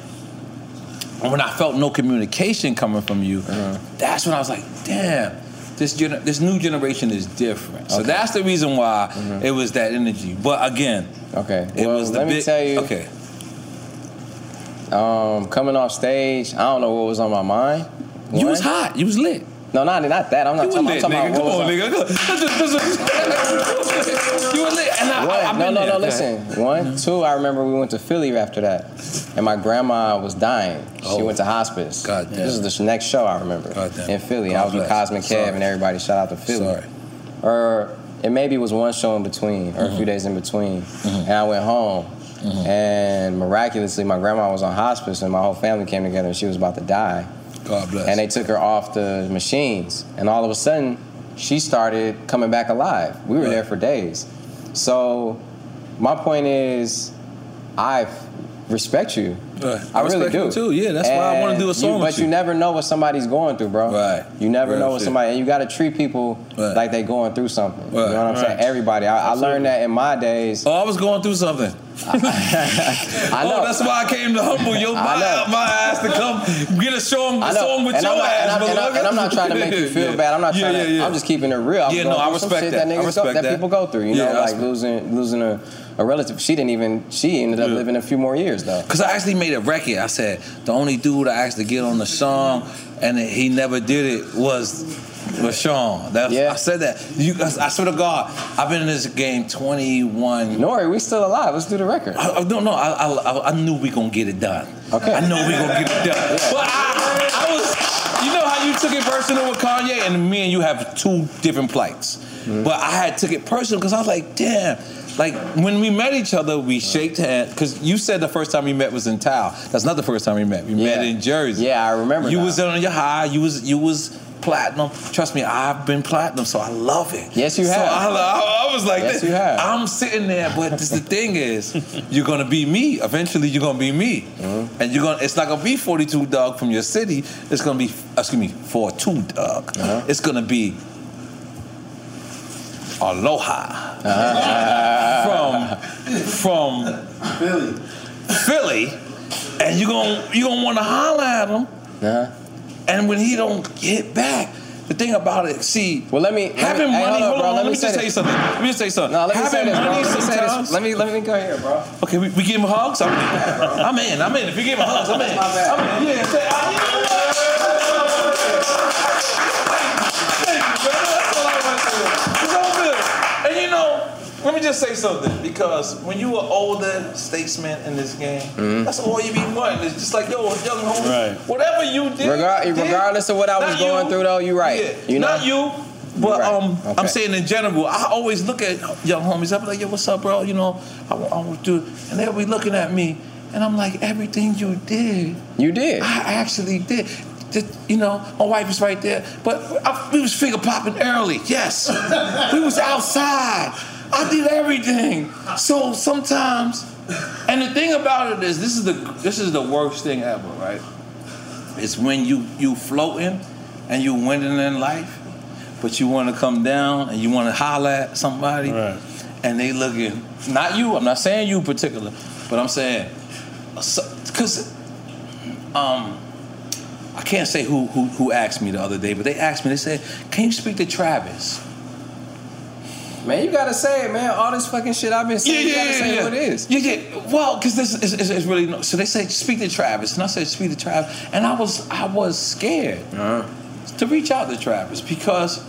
E: And when I felt no communication coming from you,
G: Uh-huh.
E: that's when I was like, damn. This, gener- this new generation is different. So that's the reason why it was that energy. But again,
G: Okay.
E: it
G: Uh-huh. well,
E: was the
G: let me
E: big-
G: tell you.
E: Okay.
G: Um, coming off stage, I don't know what was on my mind.
E: You was
G: One.
E: hot. You was lit.
G: No, not not that. I'm not
E: You were
G: talking,
E: lit,
G: I'm talking
E: nigga.
G: about
E: Come
G: what
E: on,
G: was
E: nigga. you were lit. And I,
G: One,
E: I, I've
G: no,
E: been
G: no,
E: there.
G: no. Listen,
E: Mm-hmm.
G: one, two. I remember we went to Philly after that, and my grandma was dying. She
E: Oh.
G: went to hospice.
E: God damn.
G: This is the sh- next show I remember
E: God damn.
G: in Philly.
E: God
G: I was with
E: bless.
G: Cosmic
E: Sorry.
G: Kev and everybody. Shout out to Philly.
E: Sorry.
G: Or it maybe was one show in between, or
E: Mm-hmm.
G: a few days in between, and I went home. And miraculously, my grandma was on hospice, and my whole family came together, and she was about to die.
E: God bless.
G: And they took her off the machines. And all of a sudden, she started coming back alive. We were there for days. So, my point is, I respect you.
E: Right.
G: I, really
E: respect
G: do.
E: you too. Yeah, that's why I want to
G: And
E: do a song
G: You,
E: with
G: but
E: you.
G: you never know what somebody's going through, bro.
E: Right.
G: You never
E: Real
G: know what
E: shit.
G: somebody, and you got to treat people
E: Right.
G: like they going through something. You
E: Right.
G: know what I'm saying?
E: Right.
G: Everybody. I, I learned that in my days.
E: Oh, I was going through something.
G: I know.
M: Oh, that's why I came to humble your my,
G: I know.
M: my ass to come get a song,
G: I
M: a
G: know.
M: song with
G: and
M: your
G: I'm not,
M: ass,
G: and I'm, and I'm-
M: beloved.
G: and I'm not trying to make you feel bad. I'm not
M: Yeah,
G: trying to.
M: yeah, yeah.
G: I'm just keeping it real. I'm
M: Yeah,
G: going
M: no, I
G: through some
M: respect
G: shit
M: that. I
G: niggas
M: respect
G: go, that.
M: that.
G: people go through. You
M: Yeah, I
G: know, like
M: respect-
G: losing losing a, a relative. She didn't even. She ended up living a few more years though.
E: Because I actually made a record. I said, the only dude I asked to get on the song and he never did it was was Sean. That's, I said that. You, I swear to God, I've been in this game 21.
G: Nori, we still alive. Let's do the record.
E: I, I, no, no, I, I, I- I knew we going to get it done.
G: Okay.
E: I know we going to get it done.
M: But I, I was, you know how you took it personal with Kanye, and me and you have two different plights.
G: Mm-hmm.
E: But I had took it personal because I was like, damn. Like when we met each other, we shaked hands because you said the first time we met was in Tao. That's not the first time we met. We met in Jersey. Yeah,
G: I remember.
E: You
G: now.
E: was on your high. You was you was platinum. Trust me, I've been platinum, so I love it.
G: Yes, you
E: So
G: have.
E: I, I- I was like,
G: Yes,
E: this.
G: you have.
E: I'm sitting there, but this, the thing is, you're gonna be me. Eventually, you're gonna be me,
G: Mm-hmm.
E: and you're gonna. It's not gonna be 42 dog from your city. It's gonna be excuse me, 42 dog.
G: Uh-huh.
E: It's gonna be Aloha
G: Uh-huh.
E: from from Philly, Philly, and you gonna you gonna want to holler at him. And when he don't get back, the thing about it, see, well,
G: let me
E: having
G: hey,
E: money.
G: hold on,
E: hold
G: bro,
E: on,
G: let
E: let,
G: me
E: me
G: say
E: just tell you
G: this.
E: something. Let me just tell you something.
G: No, let me say
E: having
G: this, bro.
E: money
G: Let me say
E: sometimes.
G: this. Let me let me go here, bro.
E: Okay, we, we give him hugs. I'm, I'm in. I'm in. If you give him hugs, I'm in. I'm in. Yeah. Say, I, It's all good. And you know, let me just say something because when you are older statesman in this game,
G: Mhm.
E: that's all you be wanting. It's just like yo, young homie, whatever you did,
G: Regar-
E: did,
G: regardless of what I was
E: Not
G: going
E: you.
G: through, though, Oh, you're right.
E: Yeah.
G: You know?
E: Not you. But um,
G: Okay.
E: I'm saying in general, I always look at young homies. I be like, yo, what's up, bro? You know, I, wa- I want to do, it. and they'll be looking at me, and I'm like, everything you did,
G: you did.
E: I actually did. Did- you know, my wife is right there, but I, we was finger popping early. Yes, we was outside. I did everything. So sometimes, and the thing about it is, this is the this is the worst thing ever, right? It's when you you floating and you winning in life, but you want to come down and you want to holler at somebody, and they looking not you. I'm not saying you particular, but I'm saying because um I can't say who who who asked me the other day, but they asked me. They said, "Can you speak to Travis?"
G: Man, you gotta say it, man. All this fucking shit I've been saying, you gotta say what it is.
E: Yeah, yeah. Well, because this is, is, is really no. So they said, "Speak to Travis," and I said, "Speak to Travis," and I was I was scared
G: Uh-huh.
E: to reach out to Travis because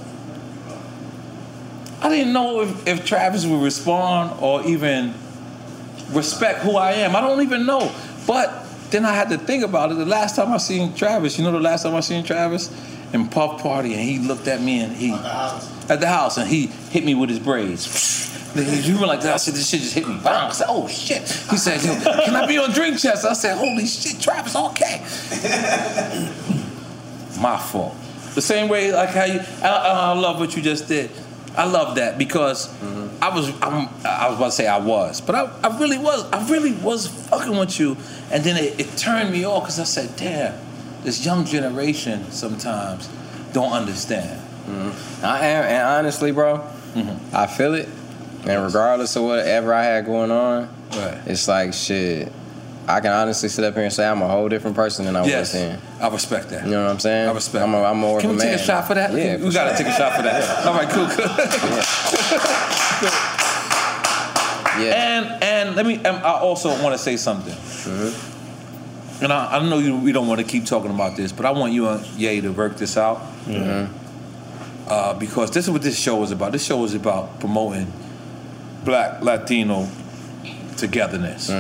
E: I didn't know if, if Travis would respond or even respect who I am. I don't even know. But then I had to think about it. The last time I seen Travis, you know, the last time I seen Travis in Puff Party, and he looked at me and he at the house, and he hit me with his braids. He were like that. I said, this shit just hit me. Bang. I said, oh shit. He said, Yo, can I be on drink chest? I said, holy shit, Travis, okay. My fault. The same way, like how you, I, I- I love what you just did. I love that because
G: Mm-hmm.
E: I was, I'm, I was about to say I was, but I, I really was, I really was fucking with you, and then it, it turned me off because I said, damn, this young generation sometimes don't understand.
G: I am, and honestly, bro,
E: Mm-hmm.
G: I feel it. And regardless of whatever I had going on, it's like shit. I can honestly sit up here and say I'm a whole different person than I was
E: Yes.
G: then.
E: I respect that.
G: You know what I'm saying? I respect. I'm a, I'm more
E: Can
G: of a
E: we
G: man.
E: take a shot for that?
G: Yeah,
E: we gotta take a shot for that. All right, cool, cool. And and let me. And I also want to say something.
G: Mm-hmm.
E: And I, I know you, we don't want to keep talking about this, but I want you and Ye to work this out uh, because this is what this show is about. This show is about promoting Black Latino togetherness.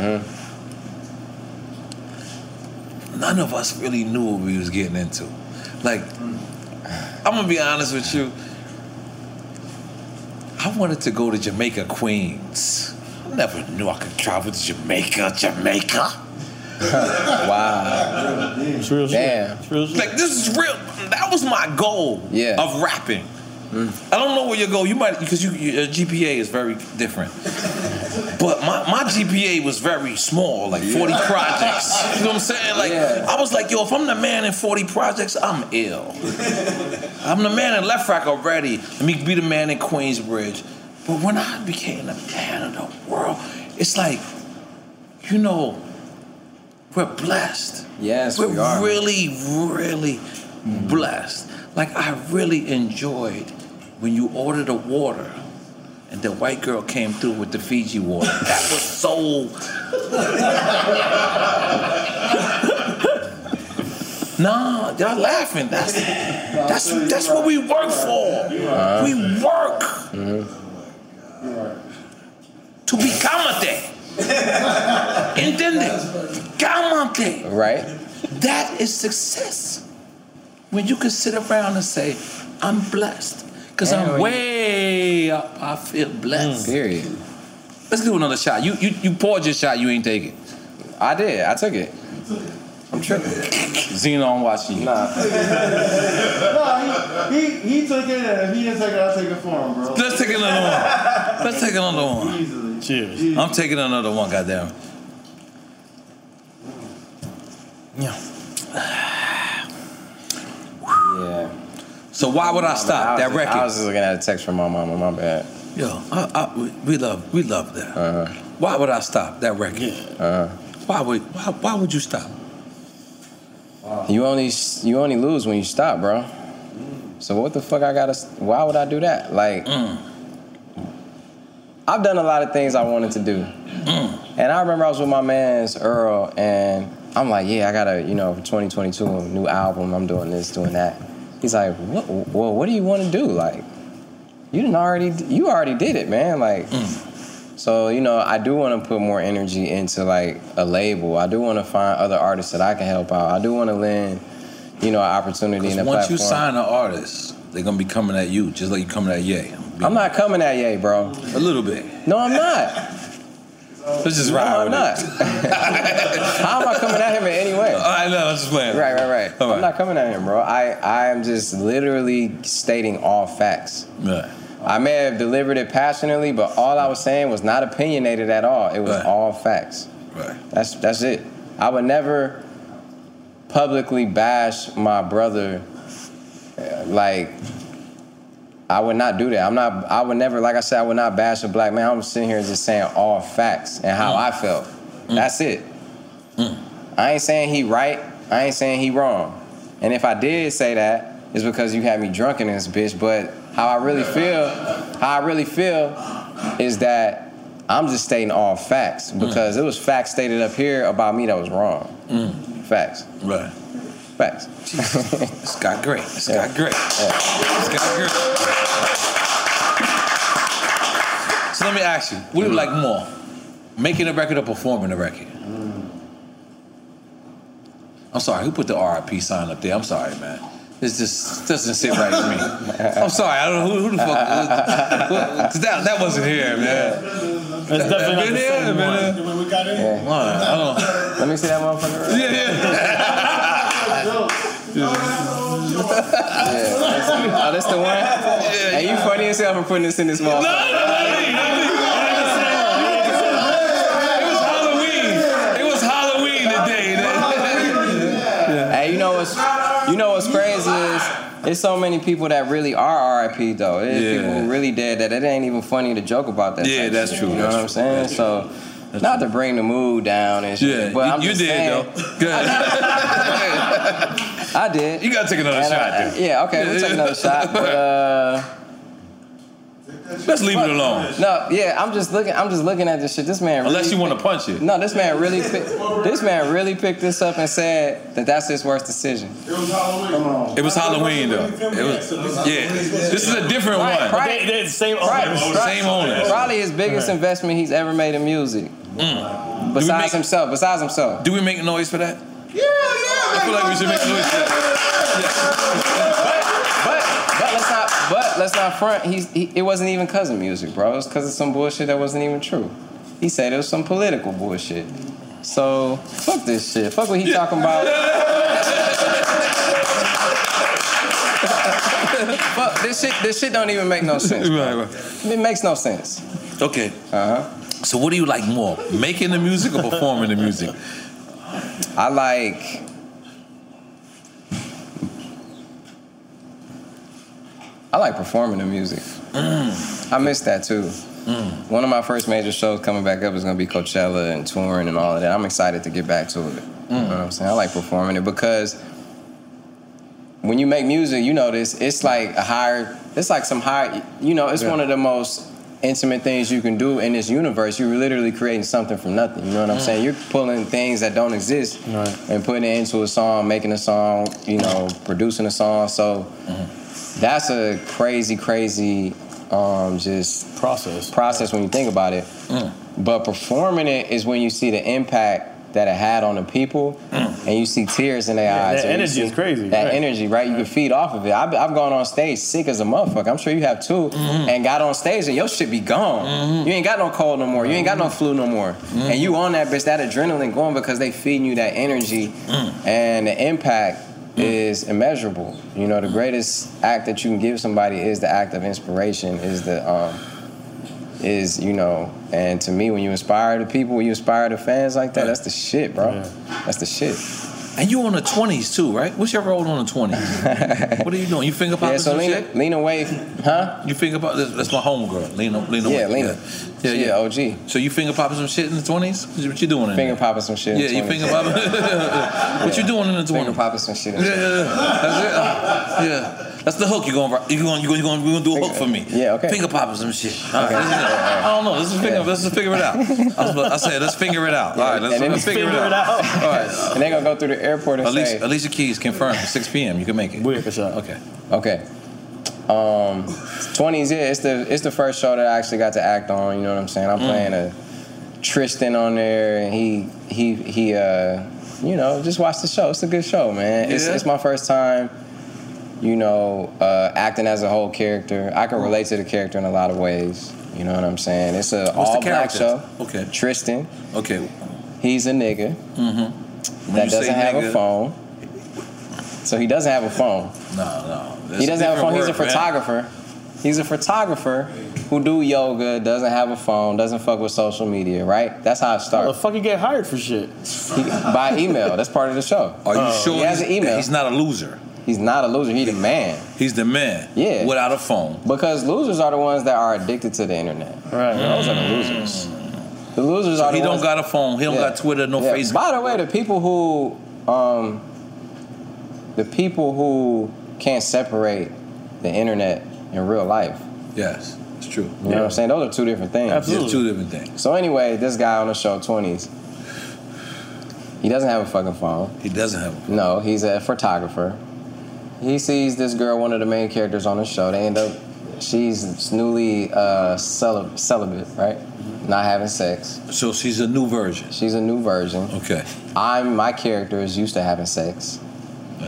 E: None of us really knew what we was getting into. Like, I'm gonna be honest with you. I wanted to go to Jamaica, Queens. I never knew I could travel to Jamaica, Jamaica.
G: wow.
E: It's real
G: shit. Damn.
E: Like this is real. That was my goal.
G: Yeah.
E: Of rapping. I don't know where you go. You might because you, your GPA is very different. But my, my GPA was very small, like 40
M: Yeah.
E: projects. You know what I'm saying? Like I was like, yo, if I'm the man in 40 projects, I'm ill. I'm the man in Left Rock already. Let me be the man in Queensbridge. But when I became the man of the world, it's like you know, we're blessed.
G: Yes,
E: we're
G: we are.
E: really, really blessed. Like I really enjoyed when you ordered a water and the white girl came through with the Fiji water. That was so No, y'all laughing. That's that's that's what we work for.
M: right.
E: We work
G: Mm-hmm.
E: to become a thing. Entende? Become a thing.
G: Right?
E: That is success. When you can sit around and say, I'm blessed. Because
G: Hell
E: I'm
G: yeah.
E: way up. I feel blessed.
G: Period.
E: Let's do another shot. You you you poured your shot, you ain't take it.
G: I did, I took it.
E: I'm tripping. Xenon watching you.
M: no, he, he, he took it, and if he didn't take it, I'll take it for him, bro.
E: Let's take another one. Let's take another one.
F: Cheers.
E: I'm taking another one, goddamn.
G: Yeah.
E: So why would I stop?
G: was
E: That
G: just-
E: record.
G: I was just looking at a text from my mama. My bad. Uh-huh.
E: Yo, I, I, we- we love we love that. Why would I stop that record? Uh-huh. Why would why, why would you stop?
G: You only you only lose when you stop, bro. So what the fuck I gotta? Why would I do that? Like,
E: Mm.
G: I've done a lot of things I wanted to do,
E: Mm,
G: and I remember I was with my man's Earl, and I'm like, yeah, I gotta, you know, for 2022, a new album. I'm doing this, doing that. He's like, what? Well, what do you want to do? Like, you didn't already, you already did it, man. Like.
E: Mm.
G: So you know, I do want to put more energy into like a label. I do want to find other artists that I can help out. I do want to lend, you know, an opportunity and a
E: Because once
G: platform.
E: you sign an artist, they're gonna be coming at you, just like you coming at Ye.
G: I'm not coming at Ye, bro.
E: A little bit.
G: No, I'm not.
E: Let's just ride
G: no, I'm
E: with
G: not. How am I coming at him in any way?
E: I know. I'm just playing.
G: Right, right, right.
E: All
G: I'm not coming at him, bro. I I am just literally stating all facts.
E: Yeah.
G: I may have delivered it passionately, but all I was saying was not opinionated at all. It was all facts.
E: Right.
G: That's that's it. I would never publicly bash my brother. uh, Like I would not do that. I'm not. I would never. Like I said, I would not bash a black man. I'm sitting here just saying all facts and
E: Mm.
G: how I felt. That's it. I ain't saying he right. I ain't saying he wrong. And if I did say that, it's because you had me drunk in this bitch. But how I really feel, how I really feel, is that I'm just stating all facts because it was facts stated up here about me that was wrong. Facts.
E: Right.
G: Facts.
E: it's got great. It's got great. It's got great. So let me ask you, what do you like more? Making a record or performing a record? I'm sorry, who put the RIP sign up there? I'm sorry, man. This just doesn't sit right with me. I'm sorry, I don't know who, who the fuck. that, that wasn't here, man. That's
F: definitely not the same
E: man. We got it. I don't know.
G: Let me see that motherfucker.
E: Yeah,
G: Oh, that's the one. hey, you funny as hell for putting this in this motherfucker.
E: It was Halloween today.
G: Hey, you know what's you know what's crazy is it's so many people that really are RIP though. There's
E: Yeah.
G: people who really dead that it ain't even funny to joke about that.
E: Yeah,
G: type
E: that's
G: shit,
E: true,
G: You know
E: that's
G: what I'm saying? so not to bring the mood down and shit,
E: Yeah,
G: but
E: you-
G: I'm
E: you
G: just
E: did,
G: saying,
E: though.
G: I did.
E: You gotta take another
G: And
E: shot,
G: I- uh,
E: dude.
G: Yeah, okay, we'll take another shot. But uh,
E: Let's leave it alone.
G: no, yeah, I'm just looking. I'm just looking at this shit. This man.
E: Unless
G: really
E: you want to punch it.
G: No, this man really. Pick, this man really picked this up and said that that's his worst decision.
M: It was Halloween. Come on.
E: It was Halloween though. It was, yeah, this is a different
G: Right,
E: one.
G: right. They-
F: same
E: Same owner.
G: Probably his biggest investment he's ever made in music.
E: Mm.
G: Besides himself. Besides himself.
E: Do we make noise for that?
M: Yeah, yeah.
E: I feel like we should make noise for
G: But let's not. But let's not front. He's. He, it wasn't even cause of music, bro. It was cause of some bullshit that wasn't even true. He said it was some political bullshit. So fuck this shit. Fuck what he talking about. fuck this shit. This shit don't even make no sense.
E: Right,
G: It makes no sense.
E: that. Okay. Uh
G: Uh-huh.
E: huh. So what do you like more, making the music or performing the music?
G: I like. I like performing the music. I miss that too.
E: mm.
G: One of my first major shows coming back up is going to be Coachella and touring and all of that. I'm excited to get back to it. You know
E: Mm.
G: what I'm saying? I like performing it because when you make music, you know this. It's like a higher. It's like some higher. You know, it's
I: Yeah.
G: one of the most intimate things you can do in this universe. You're literally creating something from nothing. You know what I'm
I: Mm.
G: saying? You're pulling things that don't exist and putting it into a song, making a song. You know, producing a song. So
I: Mm-hmm.
G: that's a crazy, crazy, um, just
F: process.
G: Process when you think about it.
E: Mm.
G: But performing it is when you see the impact that it had on the people, and you see tears in their
F: Mm. Yeah,
G: eyes.
F: that
G: or you
F: energy
G: see
F: is crazy,
G: That
F: right.
G: energy, right? You can feed off of it. I've, I've gone on stage sick as a motherfucker. I'm sure you have too,
F: Mm-hmm.
G: and got on stage and your shit be gone. You ain't got no cold no more. You ain't got
F: Mm-hmm.
G: no flu no more. And you on that bitch, that adrenaline going because they feeding you that energy,
E: Mm.
G: and the impact. Is immeasurable. You know, the greatest act that you can give somebody is the act of inspiration, is the um, is you know and to me when you inspire the people when you inspire the fans like that that's the shit bro that's the shit
E: and you on the 20s too right what's your role on the 20s what are you doing you finger popping
G: yeah so
E: some
G: lena,
E: shit
G: lena wave huh
E: you finger pop that's, that's my homegirl lena lena
G: Yeah,
E: White,
G: Lena.
E: yeah
G: She
E: yeah,
G: yeah og
E: so you finger popping some shit in the 20s what you doing in
G: finger
E: there?
G: popping some shit in
E: yeah
G: the
E: you
G: 20s.
E: finger popping what you doing in the 20s
G: finger popping some shit in
E: yeah, yeah, yeah. That's it. Yeah. That's the hook. You're going, you're going, you're going, you're going, you're going to do a hook for me. Yeah, okay. Finger popping some shit. All
G: Okay.
E: right. I don't know. Let's just figure,
G: Yeah.
E: let's just figure it out. I, was, I said, let's figure it out. All right, let's,
G: And then
E: let's figure,
G: figure
E: it
G: it
E: out.
G: out.
E: All right.
G: and they're gonna go through the airport and
E: Alicia,
G: say
E: Alicia Keys confirmed 6 p.m. You can make it. Weird for sure. Okay.
G: Okay. Um, 20s, yeah, it's the it's the first show that I actually got to act on. You know what I'm saying? I'm
I: Mm.
G: playing a Tristan on there, and he he he uh, you know, just watch the show. It's a good show, man. It's
I: Yeah.
G: it's my first time. You know, uh, acting as a whole character. I can relate to the character in a lot of ways. You know what I'm saying? It's a
E: What's
G: all
E: the
G: black
E: character?
G: show.
E: Okay.
G: Tristan.
E: Okay.
G: He's a nigga
E: Mm-hmm. When
G: that
E: you say
G: doesn't have
E: nigga-
G: a phone. So he doesn't have a phone.
E: No, no.
G: he doesn't have a phone. He's a
E: different word, man.
G: photographer. He's a photographer who do yoga, doesn't have a phone, doesn't fuck with social media, right? That's how it starts.
F: the fuck you get hired for shit? Oh.
G: by email. That's part of the show.
E: Are you sure
G: He has
E: he's-
G: an email.
E: he's not a loser.
G: He's not a loser. He's the man.
E: He's the man.
G: Yeah.
E: Without a phone.
G: Because losers are the ones that are addicted to the internet. Right. Those are the losers. The losers
E: Mm. So
G: are the
E: he don't
G: ones-
E: got a phone. He don't
G: Yeah.
E: got Twitter, no
G: Yeah.
E: Facebook.
G: By the way, the people who, um, the people who can't separate the internet and real life.
E: Yes, it's true.
G: You know what I'm saying? Those are two different things.
E: Absolutely. Two different things.
G: So anyway, this guy on the show, 20s, he doesn't have a fucking phone.
E: He doesn't have a
G: phone. No, he's a photographer. He sees this girl, one of the main characters on the show. They end up, she's newly uh, celib- celibate, right? Not having sex.
E: Mm-hmm. So she's a new virgin.
G: She's a new virgin.
E: Okay.
G: I'm my character is used to having sex.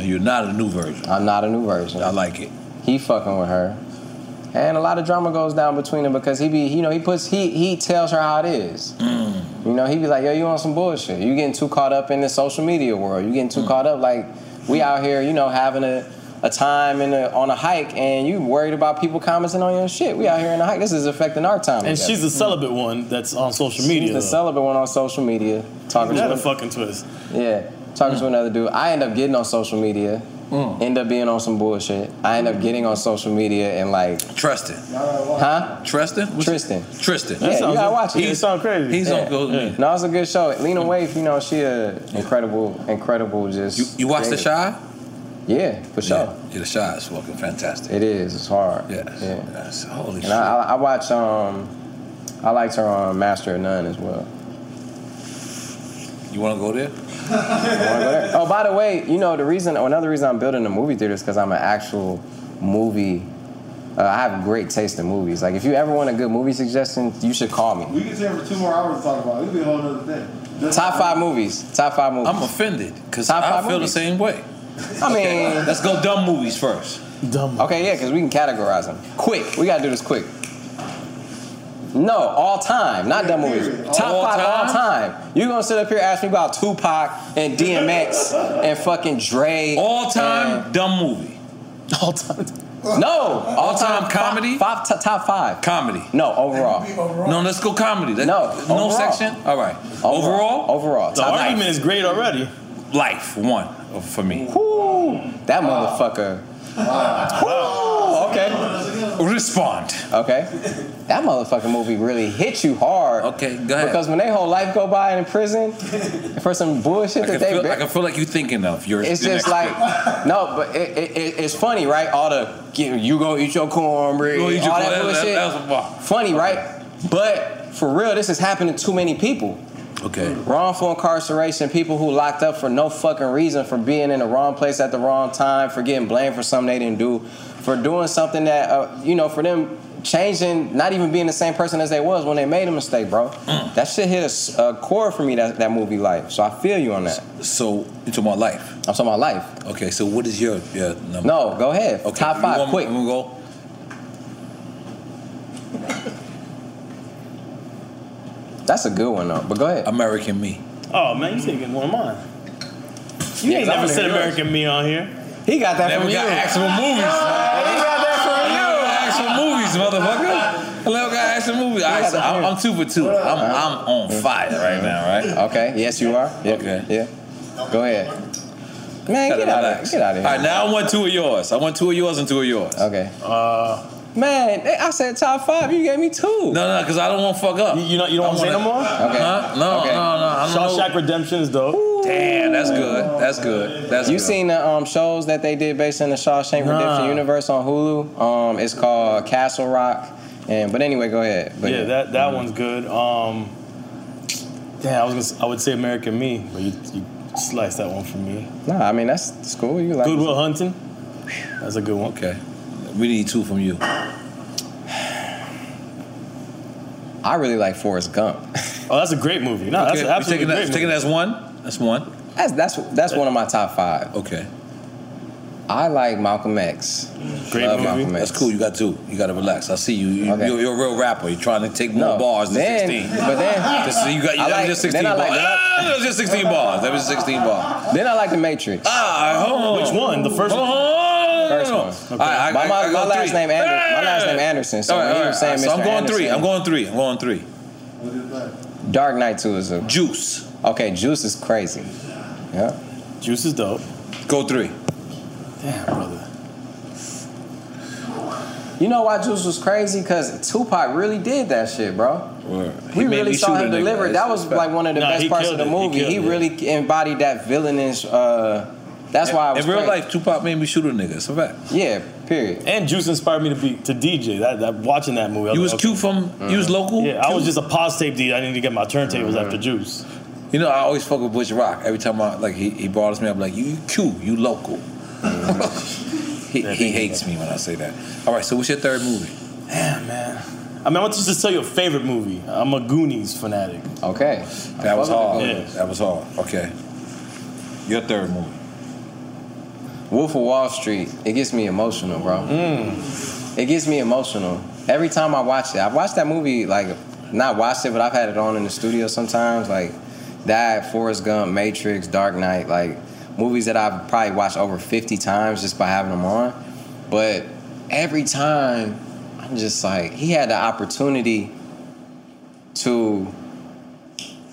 E: you're not a new virgin.
G: I'm not a new virgin. I
E: like it.
G: He fucking with her. And a lot of drama goes down between them because he be, you know, he puts he he tells her how it is.
E: Mm.
G: You know, he be like, yo, you on some bullshit. You getting too caught up in the social media world. You
F: Hmm.
G: getting too caught up. Like, we out here, you know, having a, a time in a, on a hike and you worried about people commenting on your shit. We out here in a hike. This is affecting our time.
F: And
G: together.
F: she's the celibate one that's on social media.
G: She's the celibate one on social media. Talking
F: That
G: to
F: a fucking twist. Hmm.
G: Yeah, talking to another dude. I end up getting on social media. End up being on some bullshit. I end up getting on social media and like
E: Tristan.
G: Huh?
E: Tristan?
G: Tristan.
E: Tristan.
G: yeah, you gotta watch it.
E: He sound crazy. He's on social media.
G: No, it's a good show. Lena Waif, you know, she a incredible, incredible. Just you,
E: You watch The Shy?
G: Yeah, for sure.
E: Yeah, The Shy is fucking fantastic.
G: It is. It's hard.
E: Yes.
G: Yeah.
E: holy
G: and
E: shit.
G: I, I, I watch. Um, I liked her on Master of None as well.
E: You want to go there?
G: Oh, by the way, you know the reason, or another reason I'm building a movie theater is because I'm an actual movie. Uh, I have great taste in movies. Like, if you ever want a good movie suggestion, you should call me.
M: We can stay for two more hours to talk about it. It'd be a whole other thing.
G: Top five movies. Top five movies.
E: I'm offended because
G: Top
E: I
G: five
E: feel
G: movies.
E: the same way.
G: I mean,
E: let's go dumb movies first.
F: Dumb.
G: Okay, yeah, because we can categorize them quick. We gotta do this quick. No, all time, not dumb movies. Top
I: All
G: five all
I: time?
G: time. You gonna sit up here ask me about Tupac and DMX and fucking Dre?
E: All time dumb movie.
G: All time. No, all time comedy. Five, top, top five.
E: Comedy.
G: No, overall.
E: No, let's go comedy. Let-
G: No,
E: no
G: overall.
E: section. All right. Overall.
G: Overall. Overall.
E: The argument
F: is great already.
E: Life one for me.
G: That motherfucker.
M: Wow.
E: Oh,
G: okay.
E: Respond.
G: Okay. That motherfucking movie really hit you hard.
E: Okay, go ahead.
G: Because when they whole life go by in prison for some bullshit
E: I
G: that
E: can,
G: they
E: feel, I can feel like you're thinking of your.
G: it's
E: your
G: just
E: next
G: like
E: pick.
G: no, but it, it, it- it's funny, right? All the you, you gonna eat your cornbread,
E: Oh, You gonna eat your
G: all that
E: corn-
G: bullshit.
E: that- that's a bar.
G: funny, right? But for real, this is happening to too many people.
E: Okay.
G: Wrongful incarceration, people who locked up for no fucking reason, for being in the wrong place at the wrong time, for getting blamed for something they didn't do, for doing something that uh, you know, for them changing, not even being the same person as they was when they made a mistake, bro.
E: Mm.
G: That shit hit a s- a, core for me. That that movie life. So I feel you on that.
E: So you talking about life? I'm
G: talking about life.
E: Okay, so what is your your number?
G: No, go ahead. Top
E: you
G: five,
E: want me-
G: quick.
E: I'm gonna go.
G: That's a good one though. But go ahead.
E: American Me.
F: Oh man, you taking one of mine. You
G: Yeah,
F: ain't
G: I
F: never
G: wanna
F: said
G: hear yours.
F: American Me on here.
G: He got that
E: Never
G: from
E: got
G: you.
E: actual movies. Never got actual movies, motherfucker. I never got actual movies. All right, so I'm, I'm two for two. I'm, I'm on fire right now, right?
G: Okay. Yes, you are. Yeah.
E: Okay.
G: Yeah. Go ahead. Man,
E: Gotta
G: get out,
E: relax.
G: of, get out of
E: All right,
G: here.
E: now I want two of yours. I want two of yours and two of yours.
G: Okay.
E: Uh,
G: Man, I said top five. You gave me two.
E: No, no, because I don't want to fuck up. You,
F: know, you
G: don't wanna say no more? Okay.
E: Huh? No,
G: Okay.
E: no, no. I don't
F: Shawshank Redemption is dope.
E: Damn, that's good. That's good. That's
G: you
E: good.
G: seen the um, shows that they did based on the Shawshank
E: Nah.
G: Redemption universe on Hulu? Um, it's called Castle Rock. And but anyway, go ahead. But
F: yeah, that that one's good. Um, damn, I was gonna, s- I would say American Me, but you, you sliced that one for me.
G: Nah, I mean that's, that's cool. You like
F: Goodwill Hunting. That's a good one.
E: Okay, we need two from you.
G: I really like Forrest Gump.
F: Oh, that's a great movie. No, that's
G: Okay,
F: an
G: you
F: absolutely
G: taking that-
F: great movie.
G: taking that as
E: one. That's one.
G: That's that's that's one of my top five.
E: Okay.
G: I like Malcolm X.
E: Great
G: Love
E: movie.
G: Malcolm X.
E: That's cool. You got two. You got to relax. I see you. you
G: Okay.
E: you're, you're a real rapper. You're trying to take more
G: No,
E: bars than
G: then-
E: 16.
G: but then-
E: Just so you got you
G: I
E: got
G: like-
E: just 16
G: then I
E: bars.
G: like- then I-
E: ah, that was just 16 bars. That was 16 bars.
G: Then I like The Matrix.
E: Ah, hold on.
F: Which one? The first
E: Hold
F: one?
E: on.
G: First one.
E: Oh. All right, I-
G: my,
E: I-
G: my-
E: I
G: my
E: got
G: last
E: three.
G: name Anderson. My last name Anderson. So
E: All right,
G: when he
E: all
G: was saying
E: right, so
G: Mr.
E: I'm going
G: Anderson,
E: three. I'm going three. I'm going three.
G: Dark Knight 2 is a
E: Juice.
G: Okay, Juice is crazy. Yeah.
F: Juice is dope.
E: Go three.
F: Damn, brother.
G: You know why Juice was crazy? Cause Tupac really did that shit, bro.
E: He
G: We
E: made
G: really
E: me
G: saw
E: shoot
G: him
E: a nigga.
G: deliver. That was like one of the
E: Nah,
G: best
E: he
G: parts of
E: killed
G: the
E: it. He
G: movie. He,
E: killed it.
G: really embodied that villainous. Uh, that's why I was
E: In real
G: crazy.
E: life, Tupac made me shoot a nigga. It's a fact.
G: Yeah, period.
F: And Juice inspired me to be to DJ. That, that watching that movie. I
E: You was
F: like,
E: cute from. You
G: Mm-hmm.
E: was local.
F: Yeah, I was
E: Cute?
F: just a pause tape dude. I needed to get my turntables after Juice.
E: You know, I always fuck with Butch Rock. Every time I like, he, he bothers me. I'm like, you, you cute, you local. he he hates me when I say that. All right, so what's your third movie?
F: I mean, I want to just tell you a favorite movie. I'm a Goonies fanatic.
G: Okay.
E: That was hard.
F: Yeah.
E: That was hard. Okay. Your third movie.
G: Wolf of Wall Street. It gets me emotional, bro. It gets me emotional every time I watch it. I've watched that movie like not watched it, but I've had it on in the studio sometimes. Like that, Forrest Gump, Matrix, Dark Knight, like movies that I've probably watched over 50 times just by having them on. But every time, I'm just like, he had the opportunity to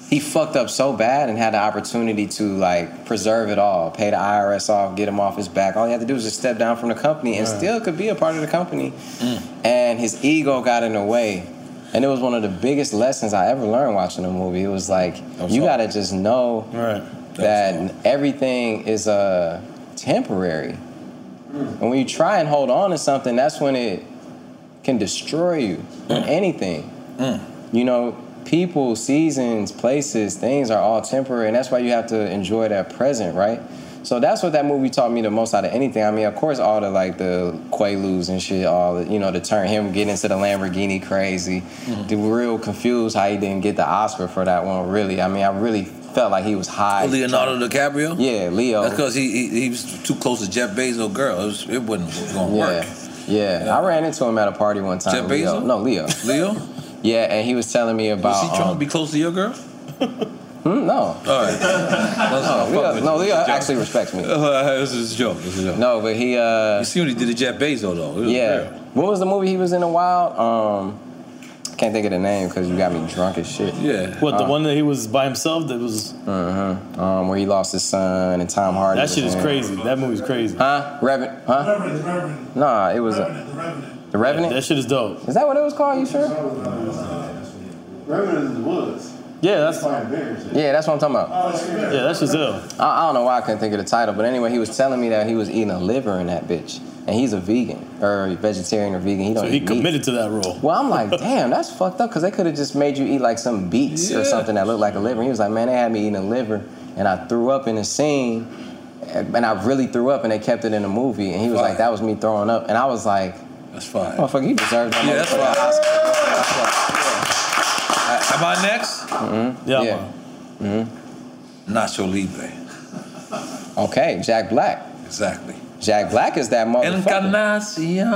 G: he fucked up so bad and had the opportunity to like preserve it all, pay the IRS off, get him off his back. All he had to do was just step down from the company and
E: Right.
G: still could be a part of the company. And his ego got in the way. And it was one of the biggest lessons I ever learned watching the movie. It was like
E: was
G: you
E: hard.
G: gotta just know that, everything is uh, temporary. And when you try and hold on to something, that's when it can destroy you. Anything.
E: Mm.
G: You know, people, seasons, places, things are all temporary, and that's why you have to enjoy that present, right? So that's what that movie taught me the most out of anything. I mean, of course, all the like the Quaaludes and shit, all the, you know, to turn him getting into the Lamborghini crazy,
E: Mm-hmm.
G: the real confused how he didn't get the Oscar for that one. Really, I mean, I really felt like he was high.
E: Oh, Leonardo DiCaprio.
G: Yeah, Leo.
E: That's because he, he he was too close to Jeff Bezos' girl. It, was, it wasn't gonna
G: yeah.
E: work.
G: yeah, I ran into him at a party one time.
E: Jeff
G: Leo.
E: Bezos?
G: No, Leo.
E: Leo?
G: Yeah, and he was telling me about.
E: Was he trying
G: um,
E: to be close to your girl?
G: hmm, no.
E: All right.
G: No,
E: That's not fucking
G: Leo,
E: with
G: no, Leo
E: you. It's a joke.
G: actually respects me.
E: Uh, this is a joke. This is a joke.
G: No, but he. uh
E: You see what he did to Jeff Bezos though. It was
G: Yeah.
E: real.
G: What was the movie he was in a while? Um, I can't think of the name because you got me drunk as shit.
E: Yeah.
F: What the
G: Uh-huh.
F: one that he was by himself? That was
G: Uh huh. Um, where he lost his son and Tom Hardy.
F: that
G: was
F: shit is
G: in it.
F: crazy. That movie's crazy.
G: Huh? Reverend? Huh?
M: Reverend, Reverend,
G: Nah, it was. A,
M: Reverend, Reverend.
G: The Revenant?
F: That shit is dope.
G: Is that what it was called? You sure?
M: Revenant in the Woods.
F: Yeah, that's
G: Yeah, Oh, that's what I'm talking about.
F: Yeah, that's just ill.
G: I, I don't know why I couldn't think of the title, but anyway, he was telling me that he was eating a liver in that bitch, and he's a vegan or vegetarian or vegan. He don't.
F: So he
G: eat meat.
F: committed to that role.
G: Well, I'm like, damn, that's fucked up because they could have just made you eat like some beets or
F: Yeah.
G: something that looked like a liver. He was like, man, they had me eating a liver, and I threw up in the scene, and I really threw up, and they kept it in the movie. And he was like, that was me throwing up, and I was like,
E: that's fine.
G: Motherfucker, you deserve that.
E: Yeah, that's
G: motherfucker.
E: fine. Uh, Am I next?
G: Mm-hmm.
E: Yeah, I'm
G: Nacho Libre. Okay, Jack Black.
E: Exactly.
G: Jack Black is that motherfucker.
E: Encarnacion.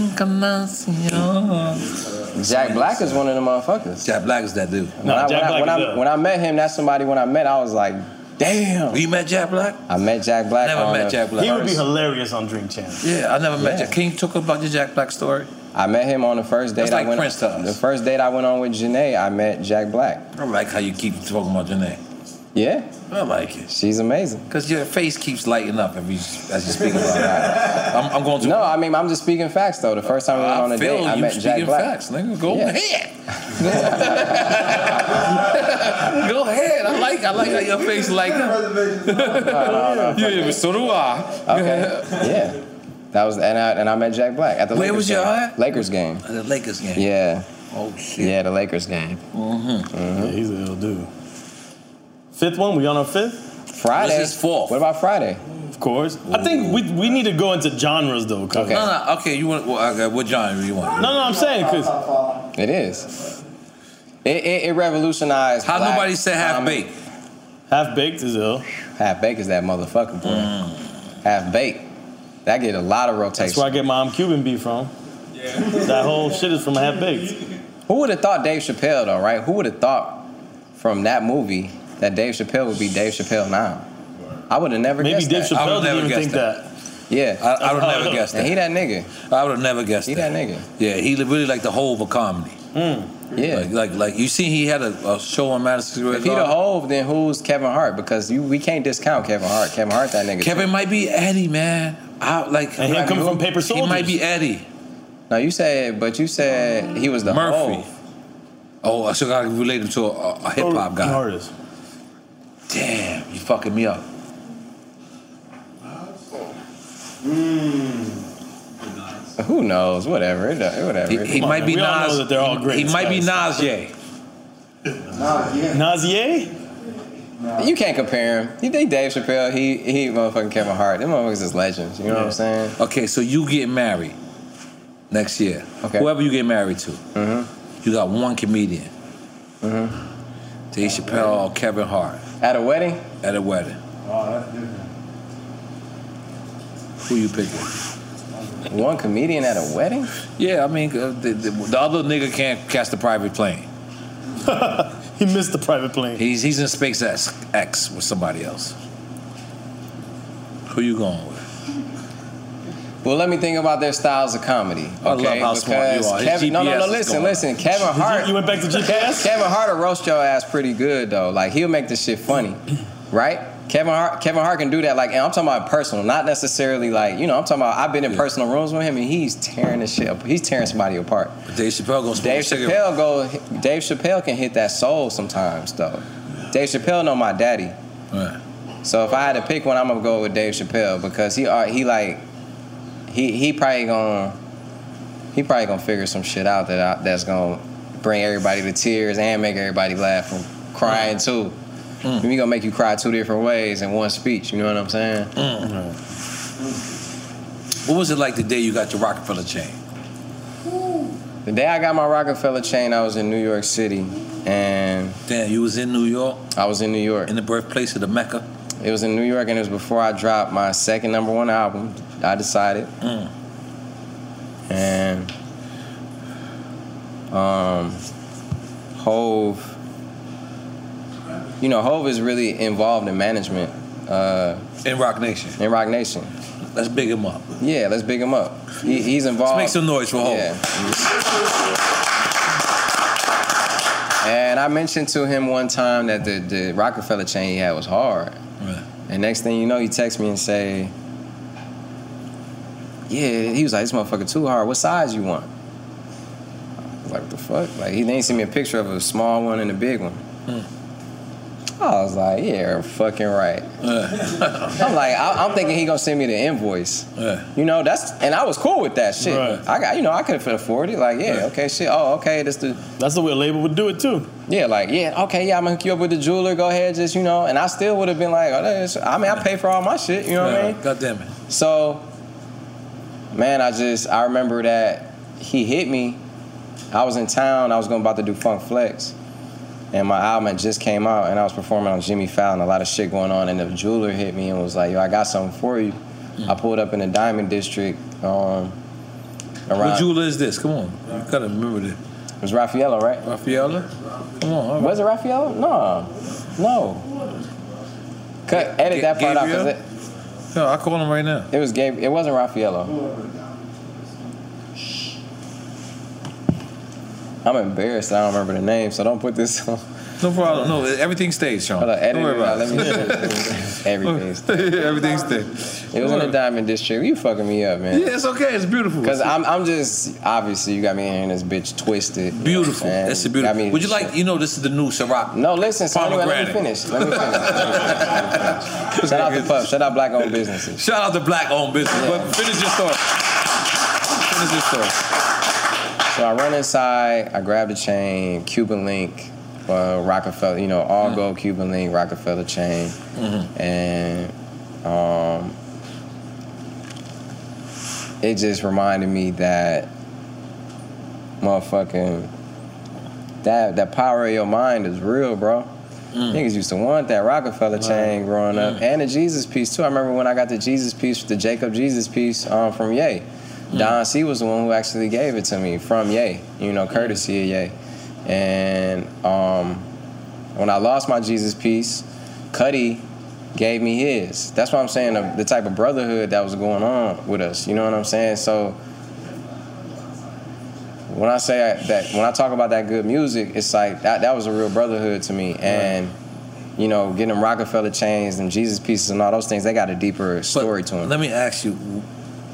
E: Encarnacion.
G: Jack Black is one of the motherfuckers.
E: Jack Black is that dude.
G: when, I, when, I, when, I, when I met him, that's somebody when I met, I was like, damn.
E: You met Jack Black?
G: I met Jack Black. uh,
E: Never
G: on
E: met
G: a-
E: Jack Black. He would be
F: Hilarious on Drink Champ.
E: Yeah, I never met
G: Yeah.
E: Jack. Can you talk about your Jack Black story?
G: I met him on the first date
E: That's
G: I
E: like
G: went
E: Prince to us.
G: The first date I went on with Janae, I met Jack Black.
E: I don't like how you keep talking about Janae.
G: Yeah?
E: I don't like it.
G: She's amazing.
E: Because your face keeps lighting up every as you speak about her. I'm, I'm going to.
G: No, I mean I'm just speaking facts though. The first time we went on a
E: I feel
G: date, I
E: you
G: met Jack
E: speaking
G: Black.
E: facts, nigga. Go
G: Yeah.
E: ahead. Go ahead. I like. I like how your face like. yeah, but so do I.
G: Okay. yeah. That was and I and I met Jack Black at the
E: Where
G: Lakers
E: was
G: game.
E: your at?
G: Lakers game.
E: The Lakers game.
G: Yeah.
E: Oh shit.
G: Yeah, the Lakers game.
F: Mm-hmm. Yeah, he's an ill dude. Fifth one, we on our fifth?
G: Friday.
F: This is
E: fourth.
G: What about Friday?
F: Of course. I think we, we need to go into genres though. Okay.
E: No, no. Okay, you want? Well, okay, what genre you want?
F: No, no, I'm saying because
G: It is. It, it, it revolutionized.
F: How
G: black
F: nobody said Half
G: comedy.
F: Baked? half baked is ill.
G: Half baked is that motherfucker boy. Half baked. That get a lot of rotation.
F: That's where I get my I'm Cuban beef from. That whole shit is from half baked.
G: Who would have thought Dave Chappelle though, right? Who would have thought from that movie that Dave Chappelle would be Dave Chappelle now? I would have never
F: Maybe
G: guessed
F: Dave
G: that.
F: Chappelle didn't even think that.
G: Yeah,
E: I, I would never guess that.
G: And he that nigga.
E: I would have never guessed
G: He
E: that.
G: that nigga.
E: Yeah, he li- really like the whole of comedy.
F: Hmm.
G: Yeah.
E: Like, like, like you see, he had a, a show on Madison Square
G: If he
E: Garden.
G: the Hove, then who's Kevin Hart? Because you we can't discount Kevin Hart. Kevin Hart, that nigga.
E: Kevin might be Eddie, man. I like.
G: And him
E: like,
G: coming from Paper
E: He might
G: Soldiers.
E: be Eddie.
G: No, you said, but you said he was the
E: Murphy.
G: Hove.
E: Oh, so I can relate him to a,
G: Oh,
E: a hip hop guy.
F: Artist.
E: Damn, you fucking me up.
G: Who knows? Whatever. It, don't- whatever.
E: He,
G: It
E: he
G: don't-
E: might be Nas. he- He might be Nas. Ye.
F: Nazier?
G: You can't compare him. You think Dave Chappelle? He he motherfucking Kevin Hart. Them motherfuckers is legends. You know what I'm saying?
E: Okay, so you get married next year. Okay. Whoever you get married to,
G: Mm-hmm.
E: you got one comedian. Mm-hmm. Dave Chappelle, Kevin Hart.
G: At a wedding?
E: At a wedding.
M: Oh, that's different.
E: Who you picking?
G: One comedian at a wedding?
E: Yeah, I mean, uh, the, the, the other nigga can't catch the private plane.
F: he missed the private plane.
E: He's he's in SpaceX X with somebody else. Who you going with?
G: Well, let me think about their styles of comedy. Okay,
E: I love how smart you
G: because
E: are. His
G: Kevin, no, no,
E: GPS
G: no.
E: is
G: Listen,
E: going
G: listen.
E: up.
G: Kevin
E: Did you-
G: Hart.
E: you went back to GPS?
G: Kevin Hart will roast your ass pretty good though. Like he'll make this shit funny, right? Kevin Hart, Kevin Hart can do that. Like, and I'm talking about personal, not necessarily like you know. I'm talking about I've been in personal rooms with him, and he's tearing this shit up. He's tearing somebody apart.
E: Dave Chappelle goes.
G: Dave Chappelle go. Dave Chappelle can hit that soul sometimes though. Dave Chappelle know my daddy.
E: Right.
G: So if I had to pick one, I'm gonna go with Dave Chappelle because he are he like he he probably gonna he probably gonna figure some shit out that I, that's gonna bring everybody to tears and make everybody laugh from
E: Mm.
G: crying too. He gonna make you cry two different ways in one speech. You know what I'm saying?
E: Mm. What was it like the day you got your Rockefeller chain?
G: The day I got my Rockefeller chain, I was in New York City, and
E: damn, you was in New York.
G: I was in New York,
E: in the birthplace of the Mecca.
G: It was in New York, and it was before I dropped my second number one album. I decided. and um, Hove. You know, Hove is really involved in management. Uh,
E: in Rock Nation.
G: In Rock Nation.
E: Let's big him up.
G: Yeah, let's big him up. He, he's involved.
E: Let's make some noise for Hov.
G: And I mentioned to him one time that the, the Rockefeller chain he had was hard.
E: Right.
G: And next thing you know, he texts me and say, yeah, he was like, this motherfucker too hard. What size you want? I was like, what the fuck? Like, he didn't send me a picture of a small one and a big one. Hmm. I was like, yeah, you're fucking right. I'm like, I, I'm thinking he gonna send me the invoice. You know, that's and I was cool with that shit. I got, you know, I could have afforded it. Like, yeah,
F: Right.
G: okay, shit. Oh, okay, that's the. That's the way a label would do it too. Yeah, like, yeah, okay, yeah, I'm gonna hook you up with the jeweler. Go ahead, just you know, and I still would have been like, oh, that's, I mean, I pay for all my shit. You know what I mean?
E: God damn it.
G: So, man, I just I remember that he hit me. I was in town. I was going about to do Funk Flex, and my album had just came out, and I was performing on Jimmy Fallon. A lot of shit going on, and the jeweler hit me and was like, "Yo, I got something for you." I pulled up in the Diamond District. Um, around
E: What jeweler is this? Come on. You gotta remember this.
G: It was Raffaello, right?
E: Raffaello? Come on. all right.
G: Was it Raphael? No, no. Cut, edit that part out. 'cause
E: Gabriel?
G: it-
E: No, I call him right now.
G: It was Gabe. It wasn't Raffaello. I'm embarrassed. I don't remember the name, so don't put this on.
E: No problem. No, everything stays, Sean.
G: Hold on, edit
E: Don't worry
G: it out.
E: about
G: Let me Everything's
E: Everything's there.
G: It was in the Diamond District. You fucking me up, man.
E: Yeah, it's okay. It's beautiful.
G: Cause I'm, I'm just obviously you got me in here in this bitch twisted. Beautiful.
E: That's a beautiful. Would you like? You know, this is the new Ciroc.
G: No, listen, so anyway, let me finish. Let me finish. Shout out to Puff. Shout out black owned businesses.
E: Shout out to black owned business. But finish your story. Finish your story.
G: So I run inside, I grab the chain, Cuban link, uh, Rockefeller, you know, all
E: Mm.
G: gold Cuban link, Rockefeller chain.
E: Mm-hmm.
G: and um, it just reminded me that motherfucking that that power of your mind is real, bro.
E: Mm. Mm-hmm.
G: Niggas used to want that Rockefeller chain growing up, and the Jesus piece too. I remember when I got the Jesus piece, the Jacob Jesus piece um, from Ye. Don C was the one who actually gave it to me from Ye, you know, courtesy of Ye. And um, when I lost my Jesus piece, Cuddy gave me his. That's what I'm saying, the, the type of brotherhood that was going on with us. You know what I'm saying? So when I say I, that, when I talk about that good music, it's like that, that was a real brotherhood to me. And, you know, getting them Rockefeller chains and Jesus pieces and all those things, they got a deeper story to them.
E: Let me ask you,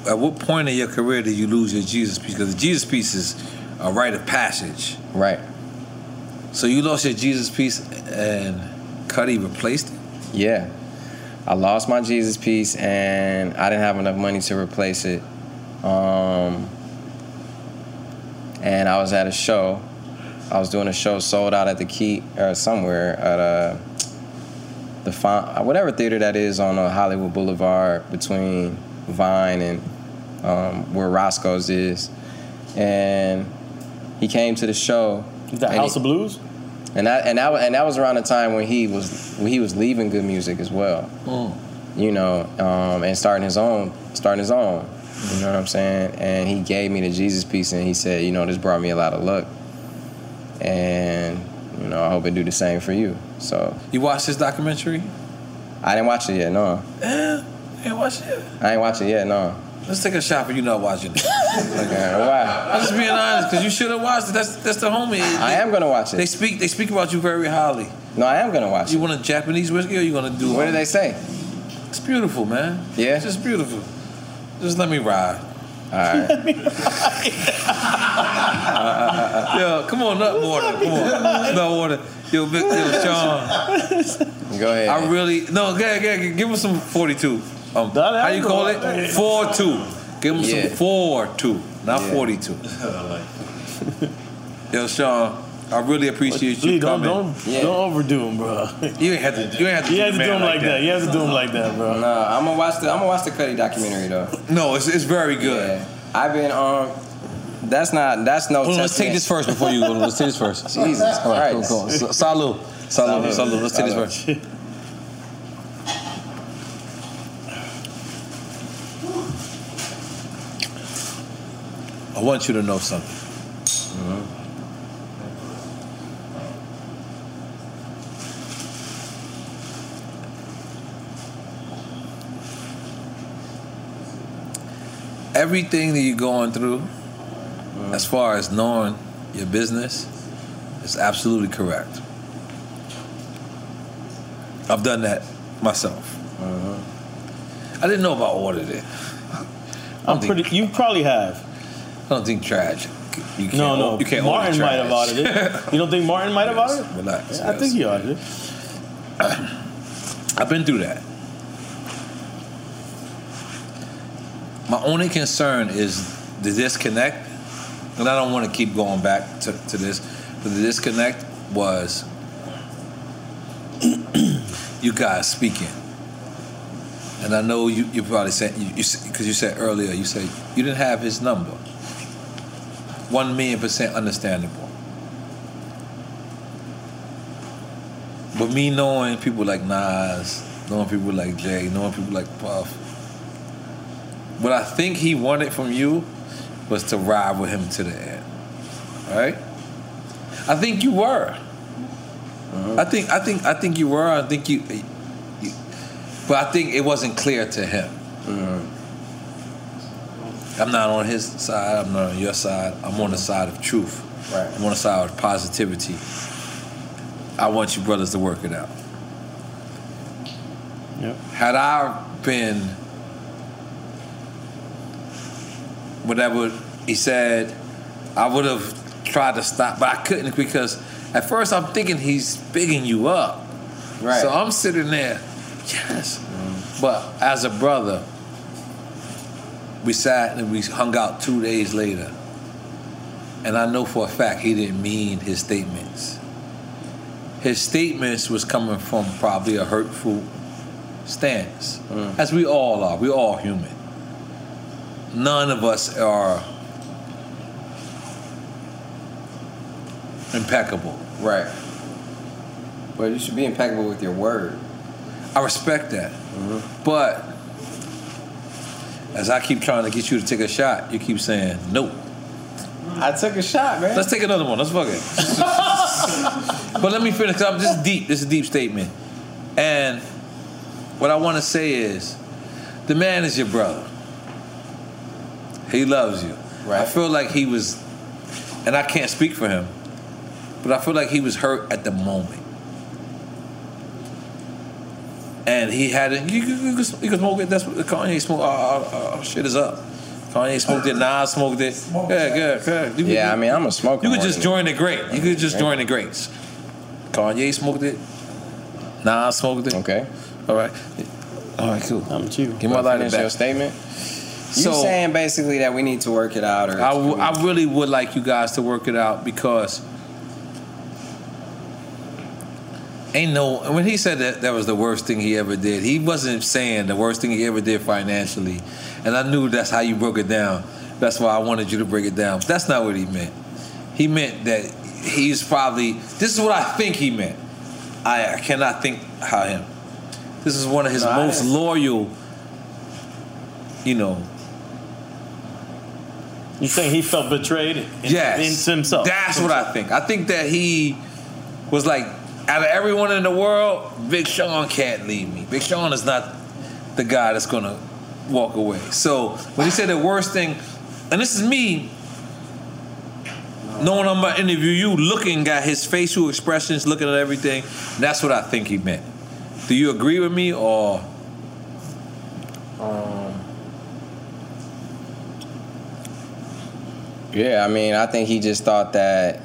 E: at what point in your career did you lose your Jesus piece? Because the Jesus piece is a rite of passage.
G: Right.
E: So you lost your Jesus piece and Cuddy replaced it?
G: Yeah. I lost my Jesus piece and I didn't have enough money to replace it. Um, and I was at a show. I was doing a show sold out at the Key or somewhere at uh the Fon- uh, whatever theater that is on uh, Hollywood Boulevard between Vine and um, where Roscoe's is. And he came to the show.
F: The
G: and
F: House
G: he-
F: of Blues?
G: and that and that and that was around the time when he was when he was leaving good music as well, you know, um, and starting his own, starting his own. You know what I'm saying? And he gave me the Jesus piece, and he said, you know, this brought me a lot of luck, and you know, I hope it do the same for you. So
E: You watched this documentary?
G: I didn't watch it yet, no.
E: Eh, hey, watch it.
G: I ain't watch it yet, no.
E: Let's take a shot for you not watching it.
G: Okay, why?
E: I'm just being honest, because you should have watched it. That's that's the homie.
G: I am gonna watch it.
E: They speak they speak about you very highly.
G: No, I am gonna watch
E: you it. You want a Japanese whiskey or you gonna do
G: What did they say?
E: It's beautiful, man.
G: Yeah?
E: It's just beautiful. Just let me ride.
G: All right.
E: Yo, come on, nut water. Come on. Nut water. Yo, big, yo, Sean.
G: Go ahead.
E: I really no. Go ahead, go ahead, give him some forty-two. Um, how you call it? Four-two. Give him
G: Yeah.
E: some four-two, not
G: Yeah.
E: forty-two. Yo, Sean, I really appreciate you
F: Lee, don't
E: coming.
F: don't, don't overdo him, bro.
E: You ain't have to. You ain't have to.
F: You
E: treat
F: had
E: a
F: to
E: man
F: do him like that. You had to do him like that, bro.
G: No, I'm gonna watch the I'm gonna watch the Cuddy documentary though.
E: No, it's, it's very good.
G: I've been um. That's not. That's no.
E: Hold on, let's take
G: testament.
E: this first before you go. Let's take this first.
G: Jesus
E: All right, cool,
G: Christ.
E: cool. S- Salud. Salud.
G: Salud.
E: Salud. Let's take
M: Oh,
E: this first. I want you to know something. Everything that you're going through, as far as knowing your business, is absolutely correct. I've done that myself. I didn't know about all of it.
F: Uh-huh. I'm pretty. You probably have.
E: I don't think tragic. You can't
F: No,
E: au-
F: no.
E: You can't
F: Martin
E: order
F: might have
E: trash.
F: audited it. You don't think Martin might have audited it?
E: Relax.
F: I think he audited it.
E: I've been through that. My only concern is the disconnect, and I don't want to keep going back to, to this, but the disconnect was you guys speaking. And I know you, you probably said, you because you, said earlier, you said you didn't have his number. One million percent understandable. But me knowing people like Nas, knowing people like Jay, knowing people like Puff, what I think he wanted from you was to ride with him to the end. Right? I think you were. I think I think I think you were. I think you, you- but I think it wasn't clear to him. I'm not on his side. I'm not on your side. I'm on the side of truth. Right. I'm on the side of positivity. I want you brothers to work it out.
F: Yep.
E: Had I been whatever he said, I would have tried to stop, but I couldn't because at first I'm thinking he's bigging you up. Right. So I'm sitting there, yes. But as a brother, we sat and we hung out two days later. And I know for a fact he didn't mean his statements. His statements was coming from probably a hurtful stance,
G: Mm.
E: as we all are. we all human. None of us are impeccable.
G: Right. But you should be impeccable with your word. Mm-hmm.
E: I respect that. But as I keep trying to get you to take a shot, you keep saying no.
G: I took a shot, man.
E: Let's take another one. Let's fuck it. but let me finish. 'cause I'm just deep. This is a deep statement. And what I want to say is, the man is your brother. He loves you. Right. I feel like he was, and I can't speak for him, but I feel like he was hurt at the moment. And he had it. You, you, you, can, you can smoke it. That's what Kanye smoked. Oh, oh, oh, shit is up. Kanye smoked it. Nas smoked it. Yeah, good, good. You-
G: yeah,
E: you-
G: I mean, I'm a smoker.
E: you could
G: more
E: just
G: than-
E: join the great. You could just join the greats. Kanye smoked it. Nah, I smoked it. Okay. All right. All right, cool.
F: I'm you.
E: Give my lighter
G: Finish your
E: back.
G: statement. You
E: So-
G: saying basically that we need to work it out, or
E: I, w- I really would like you guys to work it out because ain't no when he said that that was the worst thing he ever did. He wasn't saying the worst thing he ever did financially, and I knew that's how you broke it down. That's why I wanted you to break it down. That's not what he meant. He meant that he's probably this is what I think he meant. I, I cannot think how him. This is one of his
F: No, I
E: most
F: didn't-
E: loyal, you know,
F: You saying he felt betrayed? In,
E: yes.
F: in himself.
E: That's what I think. I think that he was like, out of everyone in the world, Big Sean can't leave me. Big Sean is not the guy that's gonna walk away. So when he said the worst thing, and this is me knowing I'm about to interview you, looking at his facial expressions, looking at everything, that's what I think he meant. Do you agree with me or?
G: Um, Yeah, I mean, I think he just thought that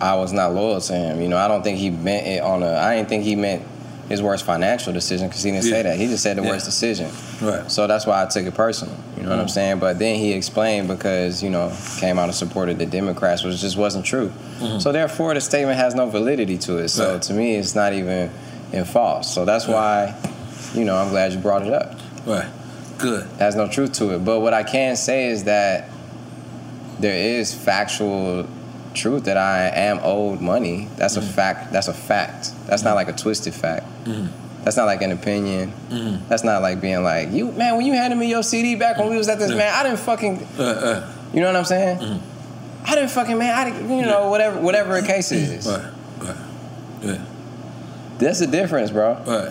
G: I was not loyal to him. You know, I don't think he meant it on a. I didn't think he meant his worst financial decision because he didn't
E: Yeah.
G: say that. He just said the
E: Yeah.
G: worst decision.
E: Right.
G: So that's why I took it personal. You know what I'm
E: Mhm.
G: saying? But then he explained because you know came out and supported the Democrats, which just wasn't true.
E: Mhm.
G: So therefore, the statement has no validity to it. So to me, it's not even in false. So that's why, you know, I'm glad you brought it up.
E: Right. Good.
G: Has no truth to it. But what I can say is that there is factual truth that I am owed money. That's
E: Mm.
G: a fact. That's a fact. That's not like a twisted fact. That's not like an opinion.
E: Mm-hmm.
G: That's not like being like you, man. When you handed me your CD back when we was at this,
E: Yeah.
G: man, I didn't fucking.
E: Uh, uh. Mm-hmm.
G: You know what I'm saying? I didn't fucking man. I didn't, you know whatever whatever the case is.
E: Right, right, yeah.
G: That's the difference, bro.
E: Right.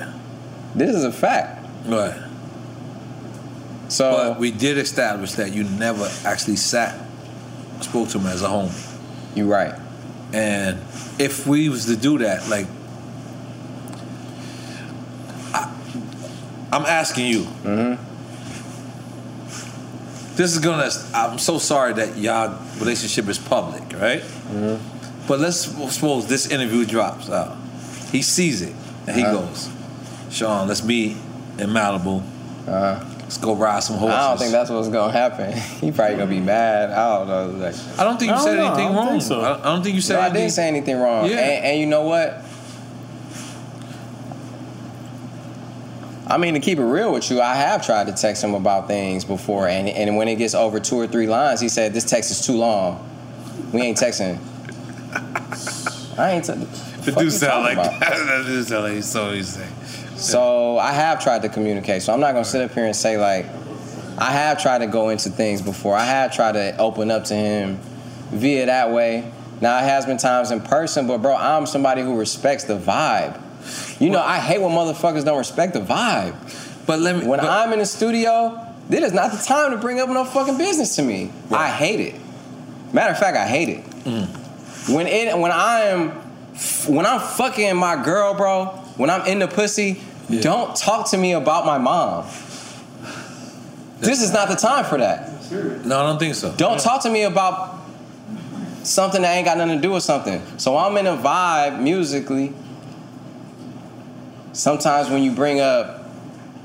G: This is a fact.
E: Right.
G: So
E: but we did establish that you never actually sat spoke to him as a homie.
G: You're right.
E: And if we was to do that, like
G: Mm-hmm.
E: I, I'm asking you, this is gonna. I'm so sorry that y'all relationship is public, right?
G: Mm-hmm.
E: But let's suppose this interview drops out. He sees it and he
G: Uh-huh.
E: goes, Sean, let's meet in Malibu. let's go ride some horses.
G: Uh-huh. I don't think that's what's gonna happen. He probably gonna be mad. I don't know. Like,
E: I don't think you said anything wrong. I don't- I don't think you said
G: No,
E: anything.
G: I didn't say anything wrong.
E: Yeah.
G: And, and you know what? I mean, to keep it real with you, I have tried to text him about things before, and and when it gets over two or three lines, he said, "This text is too long. We ain't texting." I ain't. T-
E: The
G: fuck you
E: dude sound
G: talking
E: like
G: about?
E: that. dude sound like he's so he's like,
G: So I have tried to communicate. So I'm not gonna sit up here and say like I have tried to go into things before. I have tried to open up to him via that way. Now it has been times in person, but bro, I'm somebody who respects the vibe. You know, I hate when motherfuckers don't respect the vibe.
E: But let me
G: when I'm in the studio, this is not the time to bring up no fucking business to me. I hate it. Matter of fact, I hate it. When it when I am when I'm fucking my girl, bro, when I'm in the pussy, don't talk to me about my mom. This is not the time for that.
E: No, I don't think so.
G: Don't talk to me about something that ain't got nothing to do with something. So I'm in a vibe musically. Sometimes when you bring up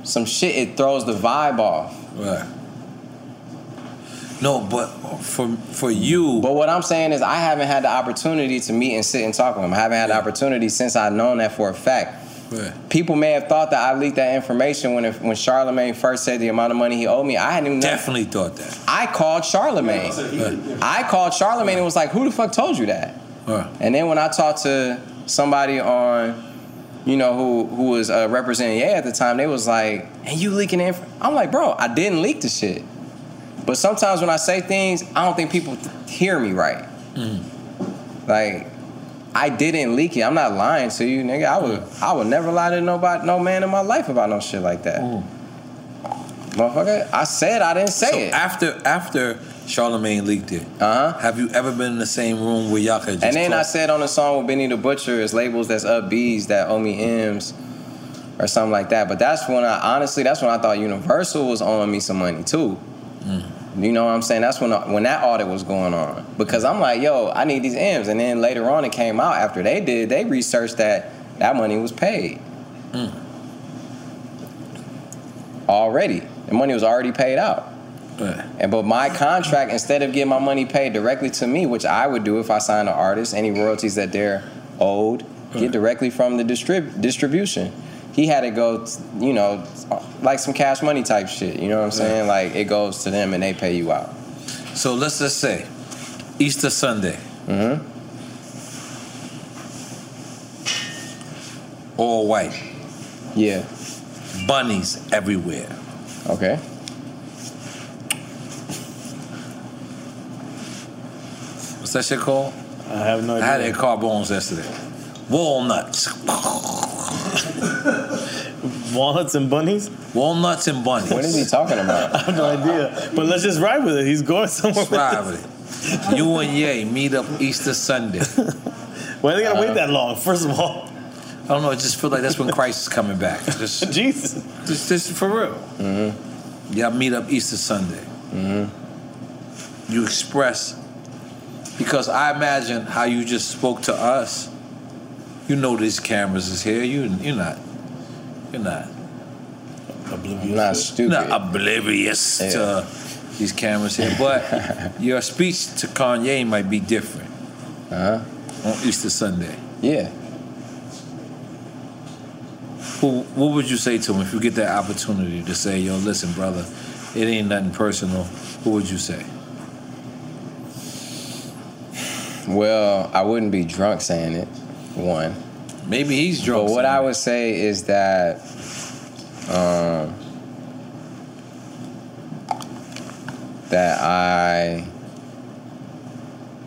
G: some shit, it throws the vibe off.
E: Right. No, but for for you.
G: But what I'm saying is, I haven't had the opportunity to meet and sit and talk with him. I haven't had the opportunity since I've known that for a fact.
E: Right.
G: People may have thought that I leaked that information when it, when Charlemagne first said the amount of money he owed me. I hadn't even
E: definitely thought that.
G: I called Charlemagne. I called Charlemagne and was like, "Who the fuck told you that?"
E: Right.
G: And then when I talked to somebody on, you know, who who was uh, representing yeah at the time, they was like, "And you leaking inf-? I'm like, "Bro, I didn't leak the shit." But sometimes when I say things, I don't think people th- hear me right.
E: Mm.
G: Like, I didn't leak it. I'm not lying to you, nigga. I would I would never lie to nobody, no man in my life about no shit like that. Motherfucker, I said I didn't say
E: so
G: it.
E: after after Charlemagne leaked it, uh-huh. have you ever been in the same room where y'all could just
G: And then I
E: talk?
G: said on the song with Benny the Butcher, it's labels that's up B's that owe me M's or something like that. But that's when I honestly, that's when I thought Universal was owing me some money too. You know what I'm saying? That's when uh, when that audit was going on because I'm like, yo, I need these M's. And then later on, it came out after they did, they researched that that money was paid
E: Mm.
G: already. The money was already paid out.
E: Right.
G: And but my contract, instead of getting my money paid directly to me, which I would do if I signed an artist, any royalties that they're owed, get directly from the distrib- distribution. He had to go, t- you know, like some cash money type shit. You know what I'm saying? Like it goes to them and they pay you out.
E: So let's just say Easter Sunday.
G: Mm-hmm.
E: all white.
G: Yeah.
E: Bunnies everywhere.
G: Okay.
E: What's that shit called? I have no idea. I had it at Carbone's yesterday. Walnuts.
F: Walnuts and bunnies?
E: Walnuts and bunnies.
F: What
G: is he talking about?
F: I have no idea. But let's just ride with it. He's going somewhere.
E: Let's ride with it. You and Ye meet up Easter Sunday.
F: Why they gotta wait that long? First of all,
E: I don't know. I just feel like that's when Christ is coming back. Just,
F: Jesus,
E: just, just for real. Y'all meet up Easter Sunday.
G: Mm-hmm.
E: You express because I imagine how you just spoke to us. You know these cameras is here. You you're not. You're not.
G: Oblivious. Not stupid.
E: Not oblivious to these cameras here. But your speech to Kanye might be different.
G: Uh-huh.
E: On Easter Sunday.
G: Yeah.
E: Who, what would you say to him if you get that opportunity to say, yo, listen, brother, it ain't nothing personal? What would you say?
G: Well, I wouldn't be drunk saying it. One.
E: Maybe he's drunk.
G: But what I would say is that um that I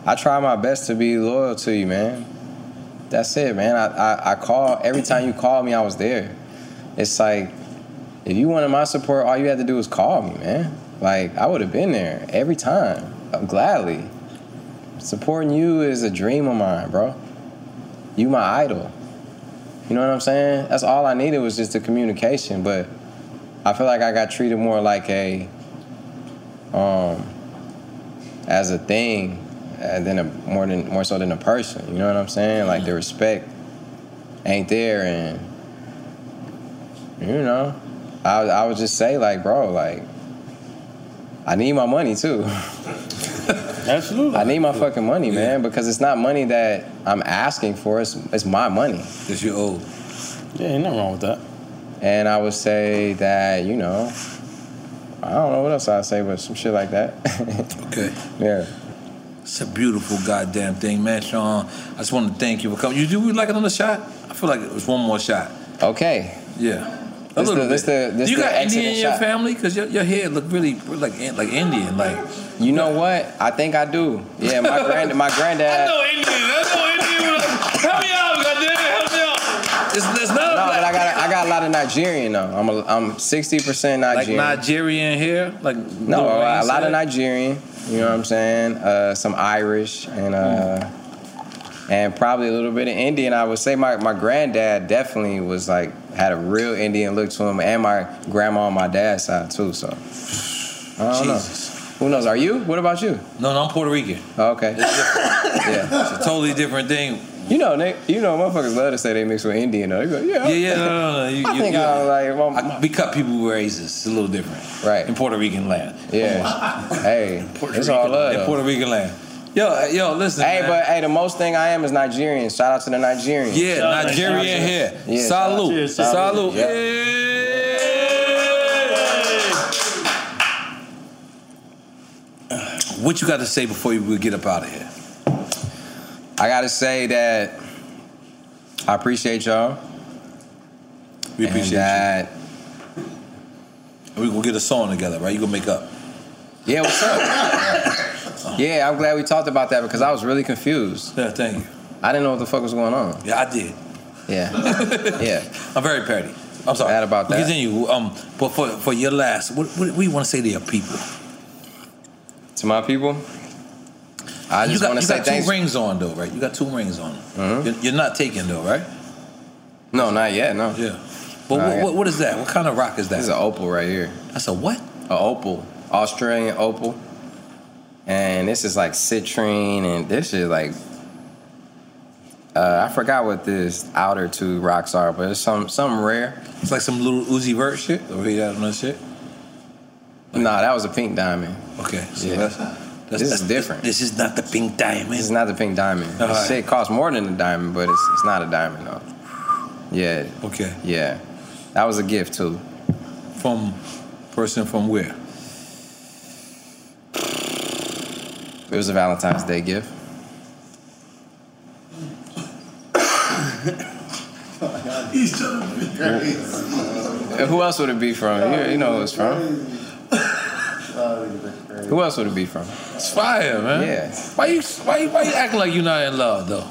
G: I try my best to be loyal to you, man. That's it, man. I, I, I call every time you called me, I was there. It's like if you wanted my support, all you had to do was call me, man. Like I would have been there every time, gladly. Supporting you is a dream of mine, bro. You my idol. You know what I'm saying? That's all I needed was just the communication, but I feel like I got treated more like a um, as a thing, and then a, more than more so than a person. You know what I'm saying? Like
F: Mm-hmm.
G: the respect ain't there, and you know, I I would just say like, bro, like I need my money too.
F: Absolutely.
G: I need my fucking money, man, because it's not money that I'm asking for. It's it's my money.
E: That you owe.
F: Yeah, ain't nothing wrong with that.
G: And I would say that you know, I don't know what else I'd say, but some shit like that.
E: okay.
G: Yeah.
E: It's a beautiful goddamn thing, man, Sean. I just want to thank you for coming. You do would like another shot? I feel like it was one more shot.
G: Okay.
E: Yeah. A
G: This
E: little
G: the- this
E: bit.
G: the- this
E: you
G: the
E: got Indian
G: accident
E: in your
G: shot.
E: family? Cause your, your hair look really like like Indian. Like
G: you know what? I think I do. Yeah, my grand my granddad.
E: I know Indian. I know Indian. Help me out, goddamn. Help me out. It's, it's not a
G: No,
E: black
G: but I got I got a lot of Nigerian though. I'm a, I'm 60% Nigerian.
E: Like Nigerian hair? Like
G: No,
E: Lil Wayne
G: a lot
E: said?
G: of Nigerian. You know what I'm saying? Uh, some Irish and uh, and probably a little bit of Indian. I would say my, my granddad definitely was like had a real Indian look to him, and my grandma on my dad's side too. So I don't know. Who knows? Are you? What about you?
E: No, no, I'm Puerto Rican.
G: Oh, Okay.
E: yeah, it's a totally different thing.
G: You know, they, you know, motherfuckers love to say they mix with Indian. Though. They go, yeah,
E: Yeah, yeah, no, no, no. You,
G: I
E: you,
G: think
E: you,
G: I was like,
E: I- we cut people with raises. It's a little different,
G: right?
E: In Puerto Rican land. Oh,
G: Yeah. hey,
E: Puerto
G: it's all
E: Rican-
G: love.
E: in
G: though.
E: Puerto Rican land. Yo, yo, listen.
G: Hey,
E: man.
G: but hey, the most thing I am is Nigerian. Shout out to the Nigerians.
E: Yeah, Nigerian hair. Salute. Salute.
G: Yeah.
E: What you got to say before we get up out of here?
G: I gotta say that I appreciate y'all.
E: We appreciate
G: that.
E: you. We gonna get a song together, right? You gonna make up?
G: Yeah, what's up? yeah, I'm glad we talked about that because I was really confused.
E: Yeah, thank you.
G: I didn't know what the fuck was going on.
E: Yeah, I did.
G: Yeah, yeah.
E: I'm very petty. I'm sorry. Bad
G: about that.
E: Continue. Um, but for for your last, what what, what do you want to say to your people?
G: To my people, I
E: you
G: just
E: got,
G: want to
E: you
G: say
E: got
G: thanks.
E: two rings on though, right? You got two rings on. You're, you're not taking though, right?
G: Uh-huh. No, not yet. No.
E: Yeah. But
G: Not
E: what,
G: yet.
E: what, what is that? What kind of rock is that?
G: This is an opal right here.
E: That's a what?
G: An opal. Australian opal. And this is like citrine, and this is like. Uh, I forgot what this outer two rocks are, but it's some some rare.
E: It's like some little Uzi Vert shit over here, that one shit.
G: Nah, that was a pink diamond.
E: Okay, so
G: yeah.
E: that's-
G: this is different.
E: This is not the pink diamond.
G: This is not the pink diamond.
E: All
G: This
E: right.
G: shit costs more than a diamond, but it's it's not a diamond though. Yeah.
E: Okay.
G: Yeah, that was a gift too.
E: From person from where?
G: It was a Valentine's Day gift.
M: He's jumping
G: And Who else would it be from? You, you know who it's from. Who else would it be from?
E: It's fire, man.
G: Yeah.
E: Why you why you, why you acting like you're not in love though?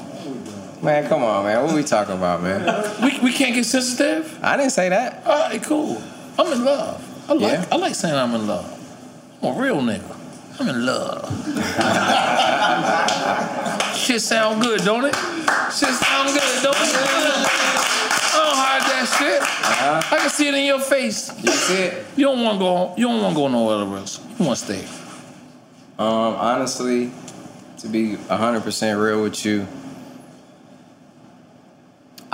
G: Man, come on, man. What we talking about, man?
E: We, we can't get sensitive.
G: I didn't say that.
E: All right, cool. I'm in love. I like
G: Yeah.
E: I like saying I'm in love. I'm a real nigga. I'm in love. Shit sound good, don't it? Shit sound good, don't it? I
G: Uh-huh.
E: don't hide that shit. I can see it in your face.
G: You see it?
E: You don't want to go. home. Oh, You don't want to go nowhere else. You want to stay.
G: Um, honestly, to be 100% real with you,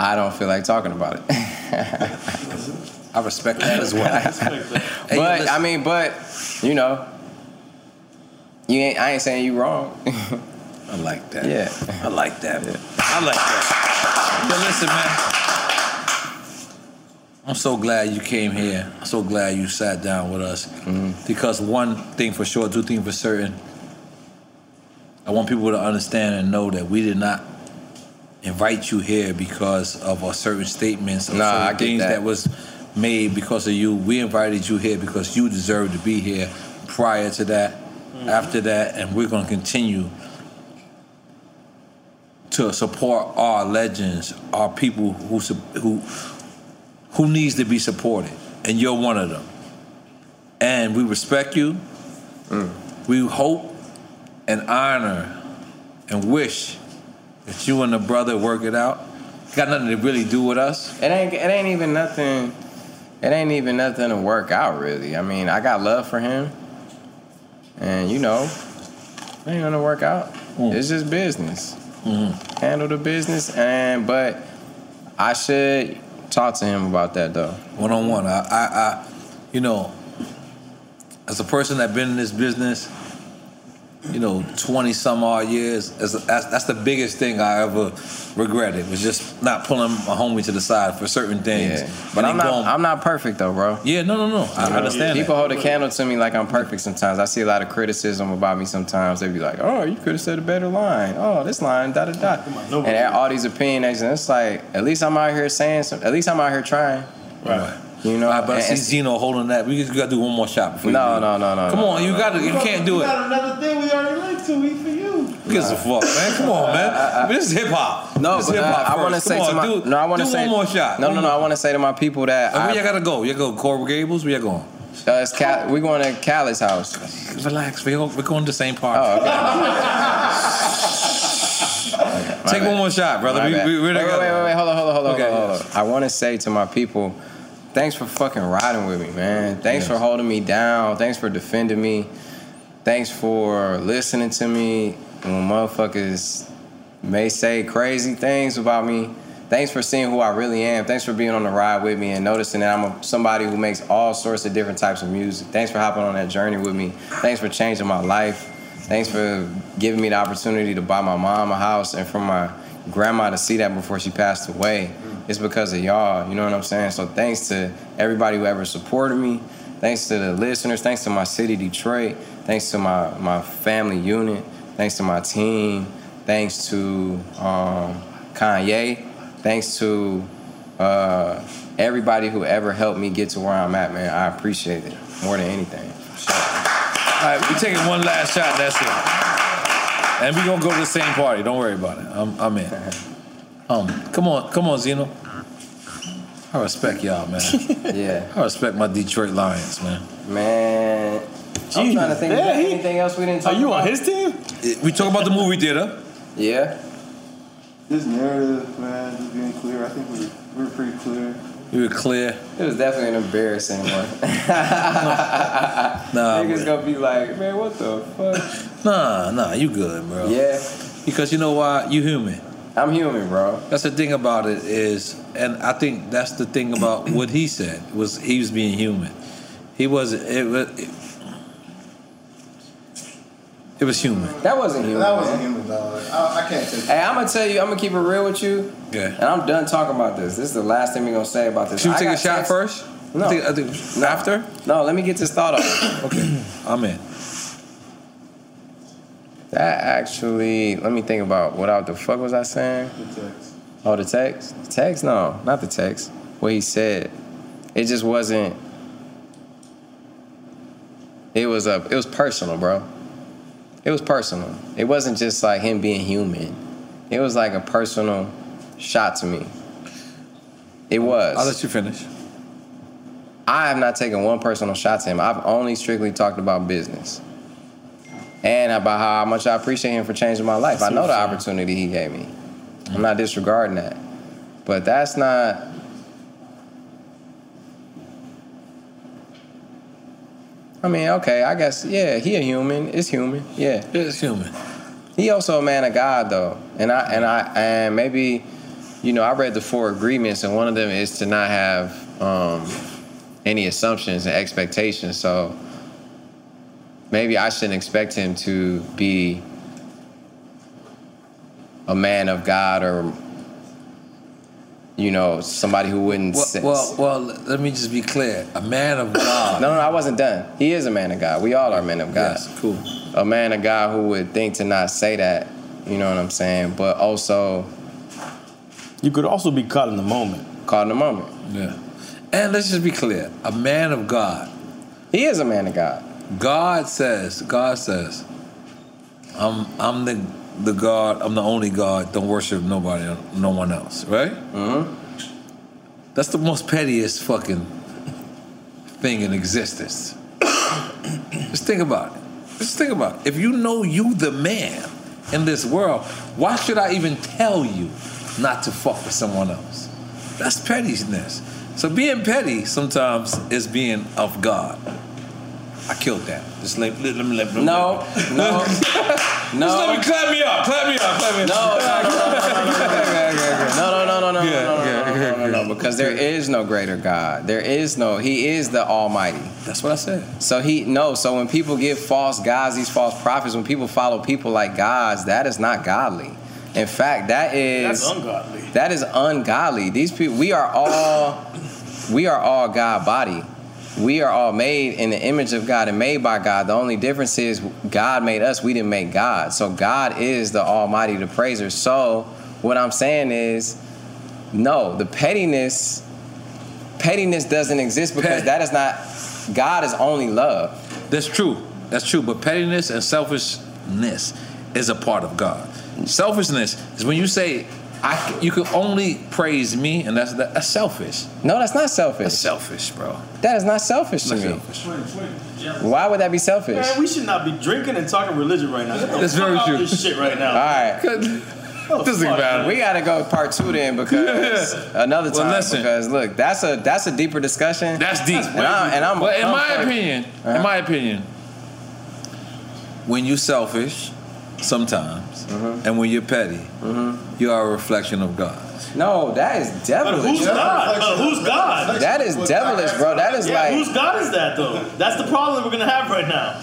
G: I don't feel like talking about it.
E: I respect that as well.
G: but I mean, but you know, you ain't. I ain't saying you wrong.
E: I like that.
G: Yeah.
E: I like that. I like that. But listen, man. I'm so glad you came here. I'm so glad you sat down with us.
G: Mm-hmm.
E: Because one thing for sure, two things for certain. I want people to understand and know that we did not invite you here because of our certain statements or
G: Nah,
E: certain
G: I get
E: things
G: that.
E: that was made because of you. We invited you here because you deserve to be here prior to that,
G: Mm.
E: after that, and we're gonna continue to support our legends, our people who sup- who who needs to be supported, and you're one of them. And we respect you. We hope and honor and wish that you and the brother work it out. Got nothing to really do with us.
G: It ain't. It ain't even nothing. It ain't even nothing to work out, really. I mean, I got love for him, And you know, it ain't gonna work out. It's just business. Handle the business, and but I should talk to him about that though.
E: One on one. I, I, I, you know, as a person that been in this business, you know, twenty some odd years, as that's, that's the biggest thing I ever regretted was just not pulling my homie to the side for certain things.
G: Yeah. But I'm not. I'm not perfect though, bro.
E: Yeah, no, no, no. I
G: You know,
E: understand.
G: People
E: that.
G: hold a candle to me like I'm perfect sometimes. I see a lot of criticism about me sometimes. They be like, oh, you could have said a better line. Oh, this line, da da da. And they have all these opinions, and it's like, at least I'm out here saying something. At least I'm out here trying.
E: Right.
G: You know,
E: All right, but I
G: and-
E: see
G: and-
E: Zeno holding that. We just got to do one more shot. Before
G: No,
E: you do it.
G: no, no, no,
E: Come
G: no,
E: on,
G: no,
E: you
G: no.
E: got to. You can't do
M: We
E: it.
M: got another thing we already linked to. We for you.
E: Who gives a fuck, man? Come on, man. this is hip hop.
G: No,
E: this
G: but
E: hip
G: uh,
E: hop.
G: I want to say to my
E: dude,
G: no, I want to
E: do
G: say
E: one more shot.
G: No,
E: One
G: no, no.
E: more.
G: I want to say to my people that
E: And
G: I,
E: where y'all gotta go? You all go Coral Gables? Where y'all going?
G: uh, it's Cal- we're going to Callie's house.
E: Relax. We go, we're going to the same park.
G: Oh, okay. My
E: Take
G: bad.
E: one more shot, brother.
G: My
E: We,
G: bad.
E: we, we're
G: wait,
E: not
G: wait,
E: gonna-
G: wait, wait, hold on, hold on, hold on,
E: Okay,
G: hold on. I want to say to my people, thanks for fucking riding with me, man. Thanks for holding me down. Thanks for defending me. Thanks for listening to me when motherfuckers may say crazy things about me. Thanks for seeing who I really am. Thanks for being on the ride with me and noticing that I'm a, somebody who makes all sorts of different types of music. Thanks for hopping on that journey with me. Thanks for changing my life. Thanks for giving me the opportunity to buy my mom a house and for my grandma to see that before she passed away. It's because of y'all, you know what I'm saying? So thanks to everybody who ever supported me. Thanks to the listeners. Thanks to my city, Detroit. Thanks to my, my family unit. Thanks to my team. Thanks to um, Kanye. Thanks to uh, everybody who ever helped me get to where I'm at, man. I appreciate it more than anything.
E: All right, we taking one last shot. That's it. And we gonna go to the same party. Don't worry about it. I'm, I'm in. Um, come on, come on, Zeno. I respect y'all, man.
G: yeah.
E: I respect my Detroit Lions, man.
G: Man. I'm trying to think of anything else we didn't talk about.
E: team? We talk about the movie theater.
G: Yeah.
M: This narrative, man, just being clear. I think we were, we were pretty clear.
E: We were clear.
G: It was definitely an embarrassing one.
E: Nah,
G: Niggas gonna be like, man, what the fuck?
E: Nah, nah, you good, bro.
G: Yeah.
E: Because you know why? You human.
G: I'm human, bro.
E: That's the thing about it is, and I think that's the thing about what he said was he was being human. He wasn't. It was. It, it was human.
G: That wasn't human.
M: That wasn't
G: man.
M: human, dog. I, I can't take
G: Hey, I'm gonna tell you, I'm gonna keep it real with you,
E: Good.
G: and I'm done talking about this. This is the last thing we're gonna say about this.
E: Should we
G: I
E: take a
G: got
E: shot
G: text-
E: first?
G: No.
E: I think, I think after.
G: No, let me get this thought off.
E: okay. I'm in.
G: That actually, let me think about what I, the fuck was I saying?
M: the text.
G: Oh, the text? The text? No, not the text. What he said. It just wasn't. It was a. It was personal, bro. It was personal. It wasn't just like him being human. It was like a personal shot to me. It was.
E: I'll let you finish.
G: I have not taken one personal shot to him. I've only strictly talked about business and about how much I appreciate him for changing my life. I know the opportunity he gave me. I'm not disregarding that. But that's not. I mean, okay, I guess, yeah, he a human. It's human. Yeah.
E: It's human.
G: He also a man of God though. And I and I and maybe, you know, I read the four agreements and one of them is to not have um any assumptions and expectations. So maybe I shouldn't expect him to be a man of God or you know, somebody who wouldn't
E: Well,
G: sense.
E: well, well, let me just be clear. A man of God.
G: no, no, I wasn't done. He is a man of God. We all are men of God.
E: Yes, cool.
G: a man of God who would think to not say that, you know what I'm saying? But also
O: You could also be caught in the moment.
G: caught in the moment.
E: Yeah. And let's just be clear. A man of God.
G: He is a man of God.
E: God says, God says, I'm I'm the the God, I'm the only God, don't worship nobody no one else, right?
G: Uh-huh.
E: Mm-hmm. That's the most pettiest fucking thing in existence. Just think about it. Just think about it. If you know you the man in this world, why should I even tell you not to fuck with someone else? That's pettiness. So being petty sometimes is being of God. I killed that. Just let, let, let, me- let, me-
G: No, no, no.
E: Just let me clap me up. Clap me up. Clap me up.
G: No, no, no, no, no, no,
E: Yeah,
G: no, no, no, no, no, no, because there is no greater God. There is no. He is the Almighty.
E: That's what I said.
G: So he no. So when people give false gods, these false prophets, when people follow people like gods, that is not godly. In fact, that is
F: That's ungodly.
G: That is ungodly. These people, we are all, we are all God body. We are all made in the image of God and made by God. The only difference is God made us. We didn't make God. So God is the Almighty, the Praiser. So what I'm saying is, no, the pettiness, pettiness doesn't exist because that is not. God is only love.
E: That's true. That's true. But pettiness and selfishness is a part of God. Selfishness is when you say, I, you can only praise me, and that's that's selfish.
G: No, that's not selfish.
E: That's selfish, bro.
G: That is not selfish to
E: That's
G: me.
E: selfish.
G: Why would that be selfish?
F: Man, we should not be drinking and talking religion right now.
G: That's very
F: Fuck all
G: true.
F: This shit right now.
G: All right.
F: Oh, fuck.
G: We gotta go part two then because another
E: Well,
G: time
E: listen.
G: because look, that's a that's a deeper discussion.
E: That's deep.
G: And I'm, and I'm Uh-huh.
E: but in
G: I'm
E: my
G: for-
E: opinion, in my opinion, when you're selfish, sometimes,
G: Mm-hmm.
E: and when you're petty, you are a reflection of God.
G: No, that is devilish.
F: But who's God? But who's God?
G: That is devilish, bro. That is
F: Yeah,
G: like
F: whose God is that though? That's the problem we're gonna have right now.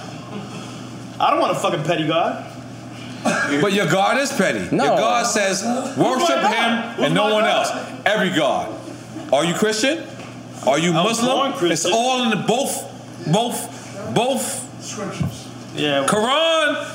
F: I don't want a fucking petty God.
E: But your God is petty.
F: No.
E: Your God says, worship
F: God?
E: him
F: Who's
E: and no
F: my
E: one
F: God?
E: else. Every God. Are you Christian? Are you Muslim? It's all in the both, both, both.
M: Scriptures.
F: Yeah.
E: Quran.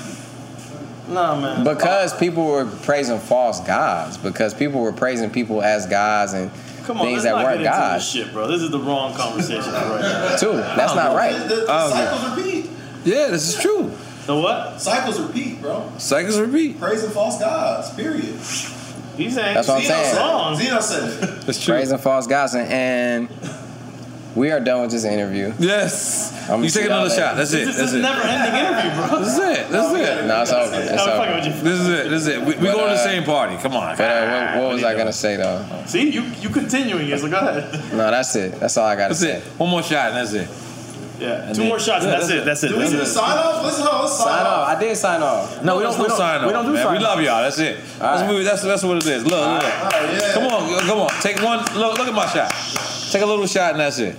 F: Nah, man.
G: because people were praising false gods because people were praising people as gods and
F: Come on,
G: things
F: let's
G: that
F: not
G: weren't
F: get into
G: gods.
F: this shit, bro. This is the wrong conversation right now.
G: Too. That's not right.
M: The, the
G: Oh, okay.
M: cycles repeat.
E: Yeah, this is true.
F: The what?
M: Cycles repeat, bro.
E: Cycles repeat.
M: Praising false gods. Period.
F: He's saying
G: That's what I'm saying.
M: Zeno said. it.
E: That's
G: true. Praising false gods and, and we are done with this interview.
E: Yes.
G: I'm
E: You take another shot. That's it.
F: This
E: That's
F: is
E: it.
F: never ending interview, bro.
E: This is it. This is it.
G: No, it's over. It's
F: I'm
G: over.
F: fucking with
E: This is it. This is it. We, we
G: But,
E: go to the
G: uh,
E: same party. Come on.
G: But uh, what, what was I gonna say though?
F: you. See, you you continuing it, so go ahead.
G: No, that's it. That's all I gotta
E: That's
G: say.
E: it. One more shot and that's it.
F: Yeah.
E: And
F: Two
E: then-
F: more shots and that's it. That's it.
M: Do we
F: That's
M: need to
F: it.
M: sign off? Let's, no, let's sign,
G: Sign
M: off.
G: off. I did sign off.
E: No, we don't,
G: no
E: we don't sign off.
G: We don't do
E: man.
G: sign
E: We love y'all. That's it. That's, what we- that's, that's what it is. Look, look. Come on, come on. Take one. Look, look at my shot. Take a little shot and that's it.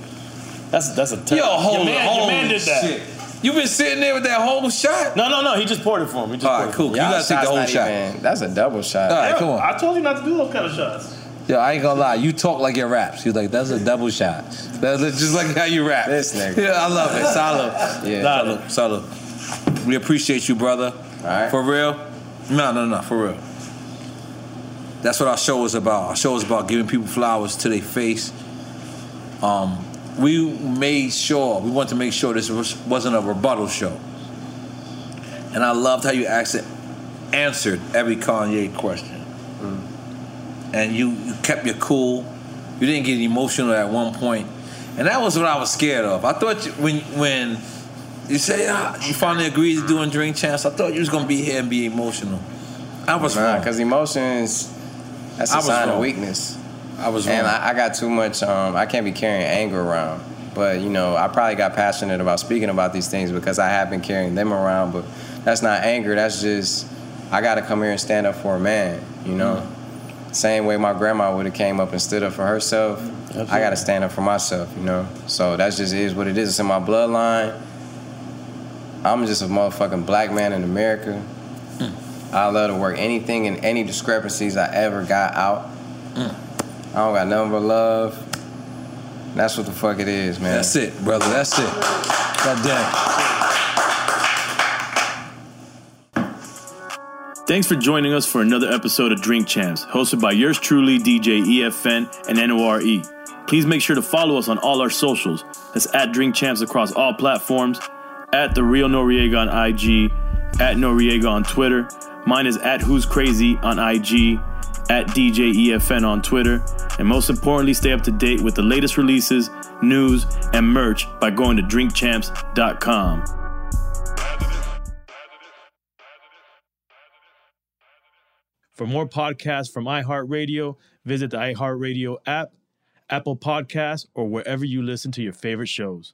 F: That's that's a
E: Yo, hold
F: your
E: on.
F: man,
E: hold
F: your man did that.
E: Shit. You been sitting there with that whole shot?
F: No, no, no. He just poured it for him. He just
E: All
F: poured
E: right,
F: it
E: cool.
F: for
E: You
F: him.
E: gotta take the whole
G: not
E: shot.
G: even- that's a double shot.
E: All right, come
F: Yo,
E: on.
F: I told you not to do those kind of shots.
E: Yo, I ain't gonna lie. You talk like you rap. You're like, that's a double shot. That's just like how you rap.
G: This nigga.
E: Yeah, I love it. Solid.
G: Yeah.
E: Solid. Solid. We appreciate you, brother. All right. For real. No, no, no. For real. That's what our show is about. Our show is about giving people flowers to their face. Um, we made sure we wanted to make sure this was, wasn't a rebuttal show. And I loved how you asked it, answered every Kanye question
G: Mm.
E: and you, you kept your cool. You didn't get emotional at one point, and that was what I was scared of. I thought you, when when you say ah, you finally agreed to doing drink chance, I thought you was gonna be here and be emotional. I was
G: Nah,
E: wrong.
G: because emotions, that's
E: I
G: a
E: was
G: sign
E: wrong.
G: of weakness.
E: I was
G: and
E: wrong.
G: I, I got too much. Um, I can't be carrying anger around. But you know, I probably got passionate about speaking about these things because I have been carrying them around. But that's not anger. That's just I got to come here and stand up for a man. You know,
E: Mm-hmm.
G: same way my grandma would have came up and stood up for herself. I got to stand up for myself. You know, so that's just is what it is. It's in my bloodline. I'm just a motherfucking black man in America.
E: Hmm.
G: I love to work anything and any discrepancies I ever got out.
E: Mm.
G: I don't got nothing but love. That's what the fuck it is, man.
E: That's it, brother. That's it. God damn.
F: Thanks for joining us for another episode of Drink Champs, hosted by yours truly, DJ EFN and NORE. E. Please make sure to follow us on all our socials. That's at Drink Champs across all platforms, at The Real Noriega on IG, at Noriega on Twitter. Mine is at Who's Crazy on IG, at DJ EFN on Twitter. And most importantly, stay up to date with the latest releases, news, and merch by going to drinkchamps.com. For more podcasts from iHeartRadio, visit the iHeartRadio app, Apple Podcasts, or wherever you listen to your favorite shows.